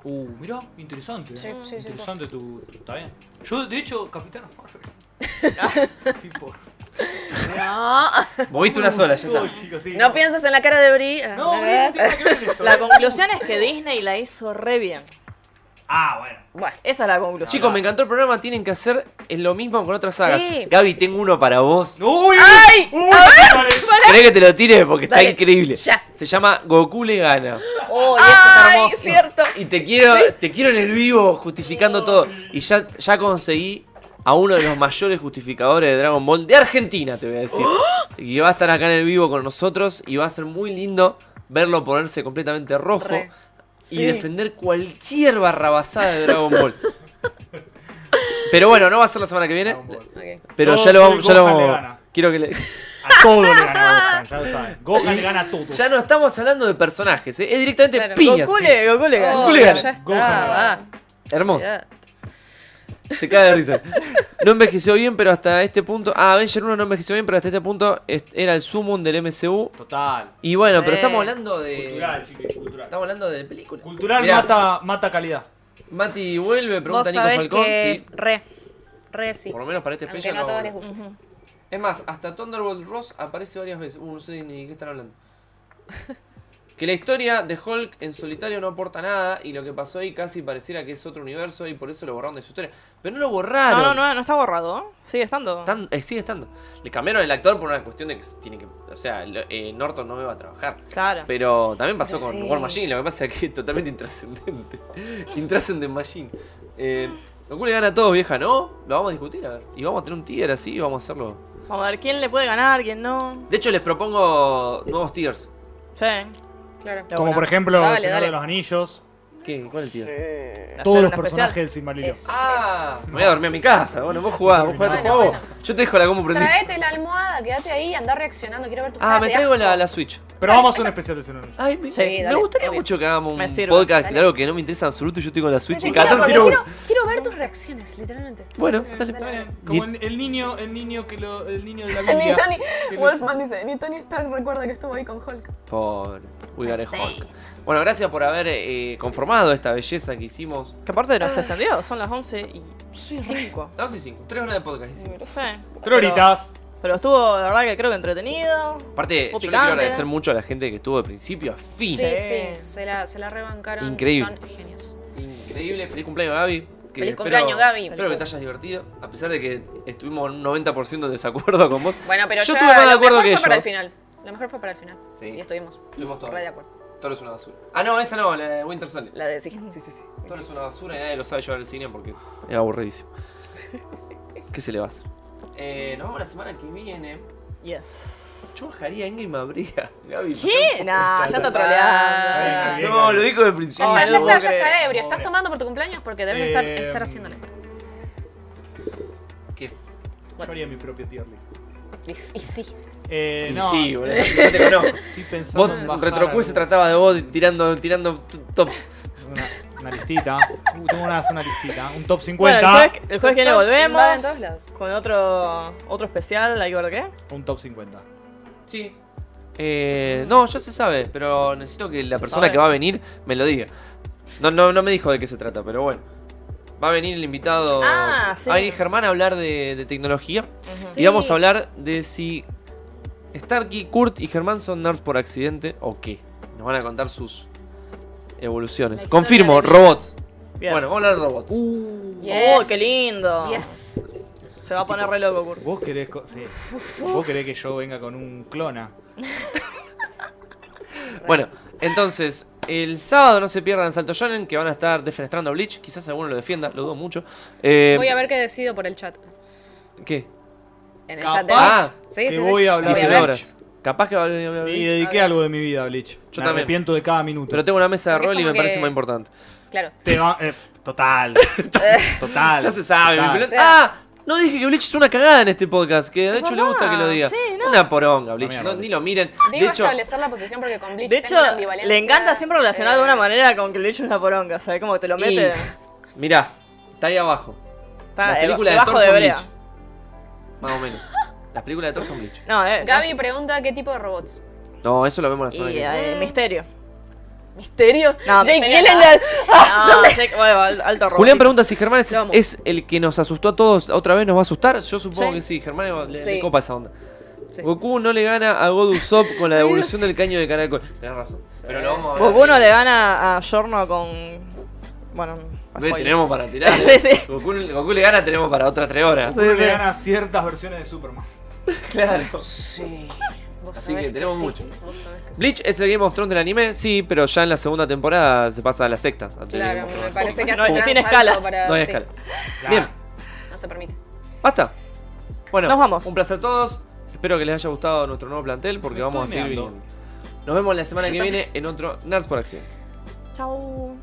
Speaker 2: Uh, mirá, interesante.
Speaker 3: Sí,
Speaker 2: eh.
Speaker 3: sí, sí,
Speaker 2: interesante tu, tu- Está bien. Yo, de hecho, Capitán Marvel. tipo.
Speaker 3: No,
Speaker 1: Moviste una sola, ya
Speaker 2: Todo,
Speaker 1: está.
Speaker 2: chicos, sí.
Speaker 3: no pienses en la cara de Bri. Ah,
Speaker 2: No,
Speaker 3: ¿la
Speaker 2: Brea, no tiene
Speaker 3: verdad?
Speaker 2: nada que ver con esto.
Speaker 4: La conclusión es que Disney la hizo re bien.
Speaker 2: Ah, bueno.
Speaker 3: Bueno.
Speaker 4: Esa es la conclusión.
Speaker 1: Chicos, me encantó el programa. Tienen que hacer en lo mismo con otras sagas.
Speaker 3: Sí.
Speaker 1: Gaby, tengo uno para vos.
Speaker 2: ¡Uy! ¡Ay! ¡Uy! señores!
Speaker 1: ¿Querés que te lo tires? Porque está
Speaker 3: Dale,
Speaker 1: increíble.
Speaker 3: ya.
Speaker 1: Se llama Goku le gana.
Speaker 4: Oh, y eso
Speaker 1: ah,
Speaker 4: es
Speaker 3: Ay,
Speaker 4: hermoso.
Speaker 3: cierto.
Speaker 1: Y te quiero, te quiero en el vivo justificando todo. Y ya, ya conseguí a uno de los mayores justificadores de Dragon Ball de Argentina, te voy a decir.
Speaker 3: ¡Oh!
Speaker 1: Y va a estar acá en el vivo con nosotros y va a ser muy lindo verlo ponerse completamente rojo
Speaker 3: Re.
Speaker 1: y defender cualquier barrabasada de Dragon Ball. Pero bueno, no va a ser la semana que viene.
Speaker 2: Dragon Ball.
Speaker 3: Ok.
Speaker 1: Pero
Speaker 2: Yo
Speaker 1: ya lo
Speaker 2: soy
Speaker 1: vamos, ya lo
Speaker 2: Gohan le
Speaker 1: vamos.
Speaker 2: gana.
Speaker 1: Quiero que le-
Speaker 2: A todo le gana a Gohan, ya lo saben. Gohan le gana a todos.
Speaker 1: Ya no estamos hablando de personajes, ¿eh? es directamente
Speaker 3: Claro.
Speaker 1: piñas.
Speaker 4: Goku le, Goku le gana.
Speaker 3: Oh,
Speaker 1: Goku le gana.
Speaker 3: ya está,
Speaker 2: Gohan le gana.
Speaker 3: va.
Speaker 1: Hermoso.
Speaker 3: Ya.
Speaker 1: Se cae de risa. No envejeció bien, pero hasta este punto. Ah, Avenger 1 no envejeció bien, pero hasta este punto es- era el sumum del MCU.
Speaker 2: Total.
Speaker 1: Y bueno, pero
Speaker 3: Sí.
Speaker 1: estamos hablando de.
Speaker 2: Cultural, chicos, cultural.
Speaker 1: Estamos hablando de película.
Speaker 2: Cultural
Speaker 1: Mirá,
Speaker 2: mata, mata calidad.
Speaker 1: Mati vuelve,
Speaker 3: Vos
Speaker 1: pregunta a Nico
Speaker 3: sabés
Speaker 1: Falcón.
Speaker 3: que.
Speaker 1: sí.
Speaker 3: Re. Re sí.
Speaker 1: Por lo menos para este
Speaker 3: Aunque
Speaker 1: especial.
Speaker 3: no a
Speaker 1: lo-
Speaker 3: todos les gusta.
Speaker 1: Es más, hasta Thunderbolt Ross aparece varias veces. Uh, no sé ni de qué están hablando. Que la historia de Hulk en solitario no aporta nada y lo que pasó ahí casi pareciera que es otro universo y por eso lo borraron de su historia. Pero no lo borraron.
Speaker 4: No, no, no, no está borrado. Sigue estando.
Speaker 1: Tan- eh, sigue estando. Le cambiaron el actor por una cuestión de que tiene que. O sea, lo- eh, Norton no me va a trabajar.
Speaker 4: Claro.
Speaker 1: Pero también pasó
Speaker 3: Pero
Speaker 1: con
Speaker 3: sí.
Speaker 1: War Machine, lo que pasa es que es totalmente intrascendente. Intrascendent Machine. Eh, lo cual le gana a todos, vieja, ¿no? Lo vamos a discutir, a ver. Y vamos a tener un tier así y vamos a hacerlo.
Speaker 4: Vamos a ver quién le puede ganar, quién no.
Speaker 1: De hecho, les propongo nuevos tiers.
Speaker 4: Sí.
Speaker 6: Claro.
Speaker 2: Como por ejemplo
Speaker 6: Dale,
Speaker 2: El Señor
Speaker 6: dale.
Speaker 2: de los Anillos,
Speaker 1: ¿Qué? ¿Cuál es el tío?
Speaker 2: todos los
Speaker 4: una especial.
Speaker 2: personajes del Silmarillion.
Speaker 6: Eso,
Speaker 1: Ah, me voy a dormir a mi casa. Bueno, vos jugás, vos jugás tu
Speaker 6: Bueno,
Speaker 1: juego.
Speaker 6: bueno.
Speaker 1: Yo te dejo la compu prendida.
Speaker 6: Traete la almohada, quédate ahí, andá reaccionando. Quiero ver tu
Speaker 1: Ah,
Speaker 6: cara
Speaker 1: me
Speaker 6: de
Speaker 1: traigo la,
Speaker 6: asco.
Speaker 1: la Switch.
Speaker 2: Pero vamos a hacer un especial del Señor de los Anillos.
Speaker 1: Ay, me,
Speaker 4: Sí,
Speaker 1: me
Speaker 6: dale,
Speaker 1: gustaría
Speaker 6: obvio.
Speaker 1: mucho que hagamos
Speaker 4: Me
Speaker 1: un
Speaker 4: sirve,
Speaker 1: podcast,
Speaker 6: dale.
Speaker 1: claro, que no me interesa en absoluto. Yo estoy con la Switch
Speaker 6: Sí,
Speaker 1: y
Speaker 6: te quiero,
Speaker 1: cada tanto
Speaker 6: porque
Speaker 1: tiro uno.
Speaker 6: quiero, quiero ver tus reacciones, literalmente.
Speaker 1: Bueno,
Speaker 6: Sí,
Speaker 1: dale.
Speaker 2: Está bien,
Speaker 1: Y-
Speaker 2: Como el, el niño, el niño que lo, el niño de la
Speaker 6: Ni
Speaker 2: Biblia.
Speaker 6: Tony-
Speaker 2: que lo-
Speaker 6: Wolfman dice, ni Tony Stark recuerda que estuvo ahí con Hulk.
Speaker 1: Por We Got a
Speaker 6: Sí.
Speaker 1: Hulk. Bueno, gracias por haber eh, conformado esta belleza que hicimos.
Speaker 4: Que aparte nos extendió, son las 11 y 5.
Speaker 1: No, sí, cinco. Tres horas de podcast
Speaker 4: Sí.
Speaker 1: hicimos.
Speaker 2: Tres horitas.
Speaker 4: Pero estuvo, la verdad que creo que entretenido.
Speaker 1: Aparte, yo
Speaker 4: Muy
Speaker 1: le quiero
Speaker 4: picante.
Speaker 1: agradecer mucho a la gente que estuvo de principio a fin.
Speaker 4: Sí.
Speaker 6: Sí, sí, se la, se la rebancaron.
Speaker 1: Increíble.
Speaker 6: Son genios.
Speaker 1: Increíble, feliz cumpleaños Gaby. Que
Speaker 6: Feliz
Speaker 1: espero-
Speaker 6: cumpleaños, Gaby.
Speaker 1: Espero que te hayas divertido, a pesar de que estuvimos en un 90% en desacuerdo con vos.
Speaker 6: Bueno, pero
Speaker 1: Yo
Speaker 6: ya
Speaker 1: estuve más de
Speaker 6: lo
Speaker 1: acuerdo
Speaker 6: mejor
Speaker 1: que
Speaker 6: fue para el
Speaker 1: ellos.
Speaker 6: final. Lo mejor fue para el final.
Speaker 1: Sí.
Speaker 6: Y estuvimos
Speaker 1: Estuvimos todos.
Speaker 6: re de acuerdo.
Speaker 1: Toro es una basura. Ah, no, esa no, la de Winter Soldier.
Speaker 6: La de sí. sí,
Speaker 1: Toro es una basura y nadie lo sabe llevar al cine porque es aburridísimo. ¿Qué se le va a hacer? Eh, nos vemos la semana que viene.
Speaker 4: Yes.
Speaker 1: Yo bajaría Endgame habría. Gaby.
Speaker 4: ¿Qué? Nah, ya está
Speaker 6: Ah.
Speaker 4: troleando.
Speaker 1: No, lo dijo desde el
Speaker 6: Ya
Speaker 1: principio.
Speaker 6: está,
Speaker 4: Ah, no
Speaker 6: ya
Speaker 4: puedo
Speaker 6: está, ya está
Speaker 4: creer. mm.
Speaker 6: ebrio. ¿Estás
Speaker 2: Pobre.
Speaker 6: tomando por tu cumpleaños? Porque debes estar,
Speaker 2: Eh,
Speaker 6: estar haciéndolo.
Speaker 1: ¿Qué?
Speaker 2: Yo haría mi propio tier list.
Speaker 6: Y, y sí.
Speaker 2: Eh,
Speaker 1: Y
Speaker 2: no,
Speaker 1: sí, boludo, yo te conozco.
Speaker 2: estoy pensando en
Speaker 1: Vos,
Speaker 2: bajar
Speaker 1: Retrocu se
Speaker 2: alguna-
Speaker 1: trataba de vos tirando, tirando t- tops.
Speaker 2: Una, una listita. Uh, tengo una, una listita. Un top 50.
Speaker 4: Bueno, el jueves, el jueves que viene
Speaker 6: Tus tops invaden todos
Speaker 4: volvemos
Speaker 6: lados.
Speaker 4: con otro, otro especial, hay que ver qué.
Speaker 2: Un top 50.
Speaker 1: Sí. Eh, no, ya se sabe, pero necesito que la
Speaker 4: Se
Speaker 1: persona
Speaker 4: sabe.
Speaker 1: que va a venir me lo diga. No, no, no me dijo de qué se trata, pero bueno. Va a venir el invitado.
Speaker 4: Ah, sí.
Speaker 1: Va a venir Germán a hablar de, de tecnología.
Speaker 6: Sí.
Speaker 1: Y vamos a hablar de si Starkey, Kurt y Germán son nerds por accidente o qué. Nos van a contar sus
Speaker 6: La
Speaker 1: evoluciones.
Speaker 6: historia
Speaker 1: Confirmo,
Speaker 6: de-
Speaker 1: robots.
Speaker 4: Bien.
Speaker 1: Bueno, vamos a hablar de robots.
Speaker 6: Uh,
Speaker 4: Oh, qué lindo.
Speaker 6: Yes.
Speaker 4: Se va a poner re loco, Kurt.
Speaker 2: ¿Vos querés, co- sí. ¿Vos querés que yo venga con un clona?
Speaker 1: Bueno, entonces, el sábado no se pierdan Salto Shonen, que van a estar defenestrando a Bleach. Quizás alguno lo defienda, lo dudo mucho. Eh,
Speaker 6: Voy a ver qué decido por el chat.
Speaker 1: ¿Qué?
Speaker 6: En el
Speaker 2: Capaz
Speaker 6: chat de
Speaker 1: Ah,
Speaker 6: Sí,
Speaker 2: que
Speaker 6: sí, sí.
Speaker 2: voy a hablar
Speaker 6: Voy a
Speaker 1: 19
Speaker 6: ver.
Speaker 1: horas. Capaz que va a venir a
Speaker 2: Y
Speaker 1: Bleach.
Speaker 2: dediqué algo de mi vida a Bleach.
Speaker 1: Yo
Speaker 2: me
Speaker 1: también.
Speaker 2: arrepiento de cada minuto.
Speaker 1: Pero tengo una mesa de
Speaker 6: Porque es
Speaker 1: rol y
Speaker 6: como
Speaker 1: me parece
Speaker 6: que-
Speaker 1: más importante.
Speaker 6: Claro.
Speaker 2: Te va- eh, total. total.
Speaker 1: Ya se sabe. mi
Speaker 2: total.
Speaker 1: pelota-
Speaker 6: O sea-
Speaker 1: ¡Ah! No dije que Bleach es una cagada en este podcast, que de hecho le gusta que lo
Speaker 4: verdad,
Speaker 1: diga.
Speaker 4: sí, no.
Speaker 1: Una poronga, Bleach.
Speaker 2: Una
Speaker 1: No,
Speaker 2: mierda,
Speaker 1: ni lo miren.
Speaker 6: Digo
Speaker 1: de hecho,
Speaker 6: establecer la posición porque con Bleach
Speaker 4: De
Speaker 6: tengo
Speaker 4: hecho,
Speaker 6: una ambivalencia,
Speaker 4: le encanta siempre relacionar de
Speaker 6: eh,
Speaker 4: una manera con que le eche una poronga, o sea, como que te lo
Speaker 1: y-
Speaker 4: mete.
Speaker 1: mirá, está ahí abajo.
Speaker 4: Está
Speaker 1: las
Speaker 4: deba-
Speaker 1: películas de
Speaker 4: debajo
Speaker 1: Thor son
Speaker 4: brea.
Speaker 1: Bleach. Más o menos. Las películas de Thor son Bleach.
Speaker 4: No, eh.
Speaker 6: Gaby pregunta qué tipo de robots.
Speaker 1: No, eso lo vemos la
Speaker 4: Y
Speaker 1: semana que viene.
Speaker 4: eh, misterio.
Speaker 6: ¿Misterio?
Speaker 4: No,
Speaker 6: Jake
Speaker 4: misterio
Speaker 6: Gyllenhaal.
Speaker 4: No, Jake- bueno, al- alto robo.
Speaker 1: Julián pregunta si Germán es,
Speaker 6: Lo amo.
Speaker 1: es el que nos asustó a todos otra vez, nos va a asustar. Yo supongo
Speaker 4: Sí.
Speaker 1: que sí, Germán le- le,
Speaker 6: Sí.
Speaker 1: le copa esa onda.
Speaker 6: Sí.
Speaker 1: Goku no le gana a God Usopp con la devolución del caño de caracol. Tenés razón. Pero lo vamos a
Speaker 4: Goku no
Speaker 1: hablar.
Speaker 4: le gana a Jorno con. Bueno.
Speaker 1: Ve,
Speaker 4: spoiler.
Speaker 1: tenemos para tirar. ¿eh?
Speaker 4: Sí, sí.
Speaker 1: Goku, Goku le gana, tenemos para otras tres horas.
Speaker 2: Uno le gana ciertas versiones de Superman.
Speaker 1: Claro.
Speaker 6: Vos
Speaker 1: Así
Speaker 6: sabés
Speaker 1: que tenemos
Speaker 6: sí,
Speaker 1: mucho.
Speaker 6: vos sabés que sí.
Speaker 1: Bleach es el Game of Thrones del anime, sí, pero ya en la segunda temporada se pasa a la sexta. antes del Game
Speaker 6: Claro,
Speaker 1: of
Speaker 6: me
Speaker 1: Thrones.
Speaker 6: parece que hace
Speaker 4: No hay-
Speaker 6: un gran
Speaker 4: sin
Speaker 6: salto
Speaker 4: escalas.
Speaker 6: para-
Speaker 1: No hay
Speaker 6: sí,
Speaker 1: escala.
Speaker 2: Claro.
Speaker 1: Bien,
Speaker 6: no se permite.
Speaker 1: basta. Bueno,
Speaker 4: Nos vamos.
Speaker 1: Un placer a todos. Espero que les haya gustado nuestro nuevo plantel porque
Speaker 2: Me
Speaker 1: vamos a
Speaker 2: estoy
Speaker 1: seguir
Speaker 2: meando.
Speaker 1: viniendo. Nos vemos la semana que viene en otro Nerds por Accidente.
Speaker 4: Chau.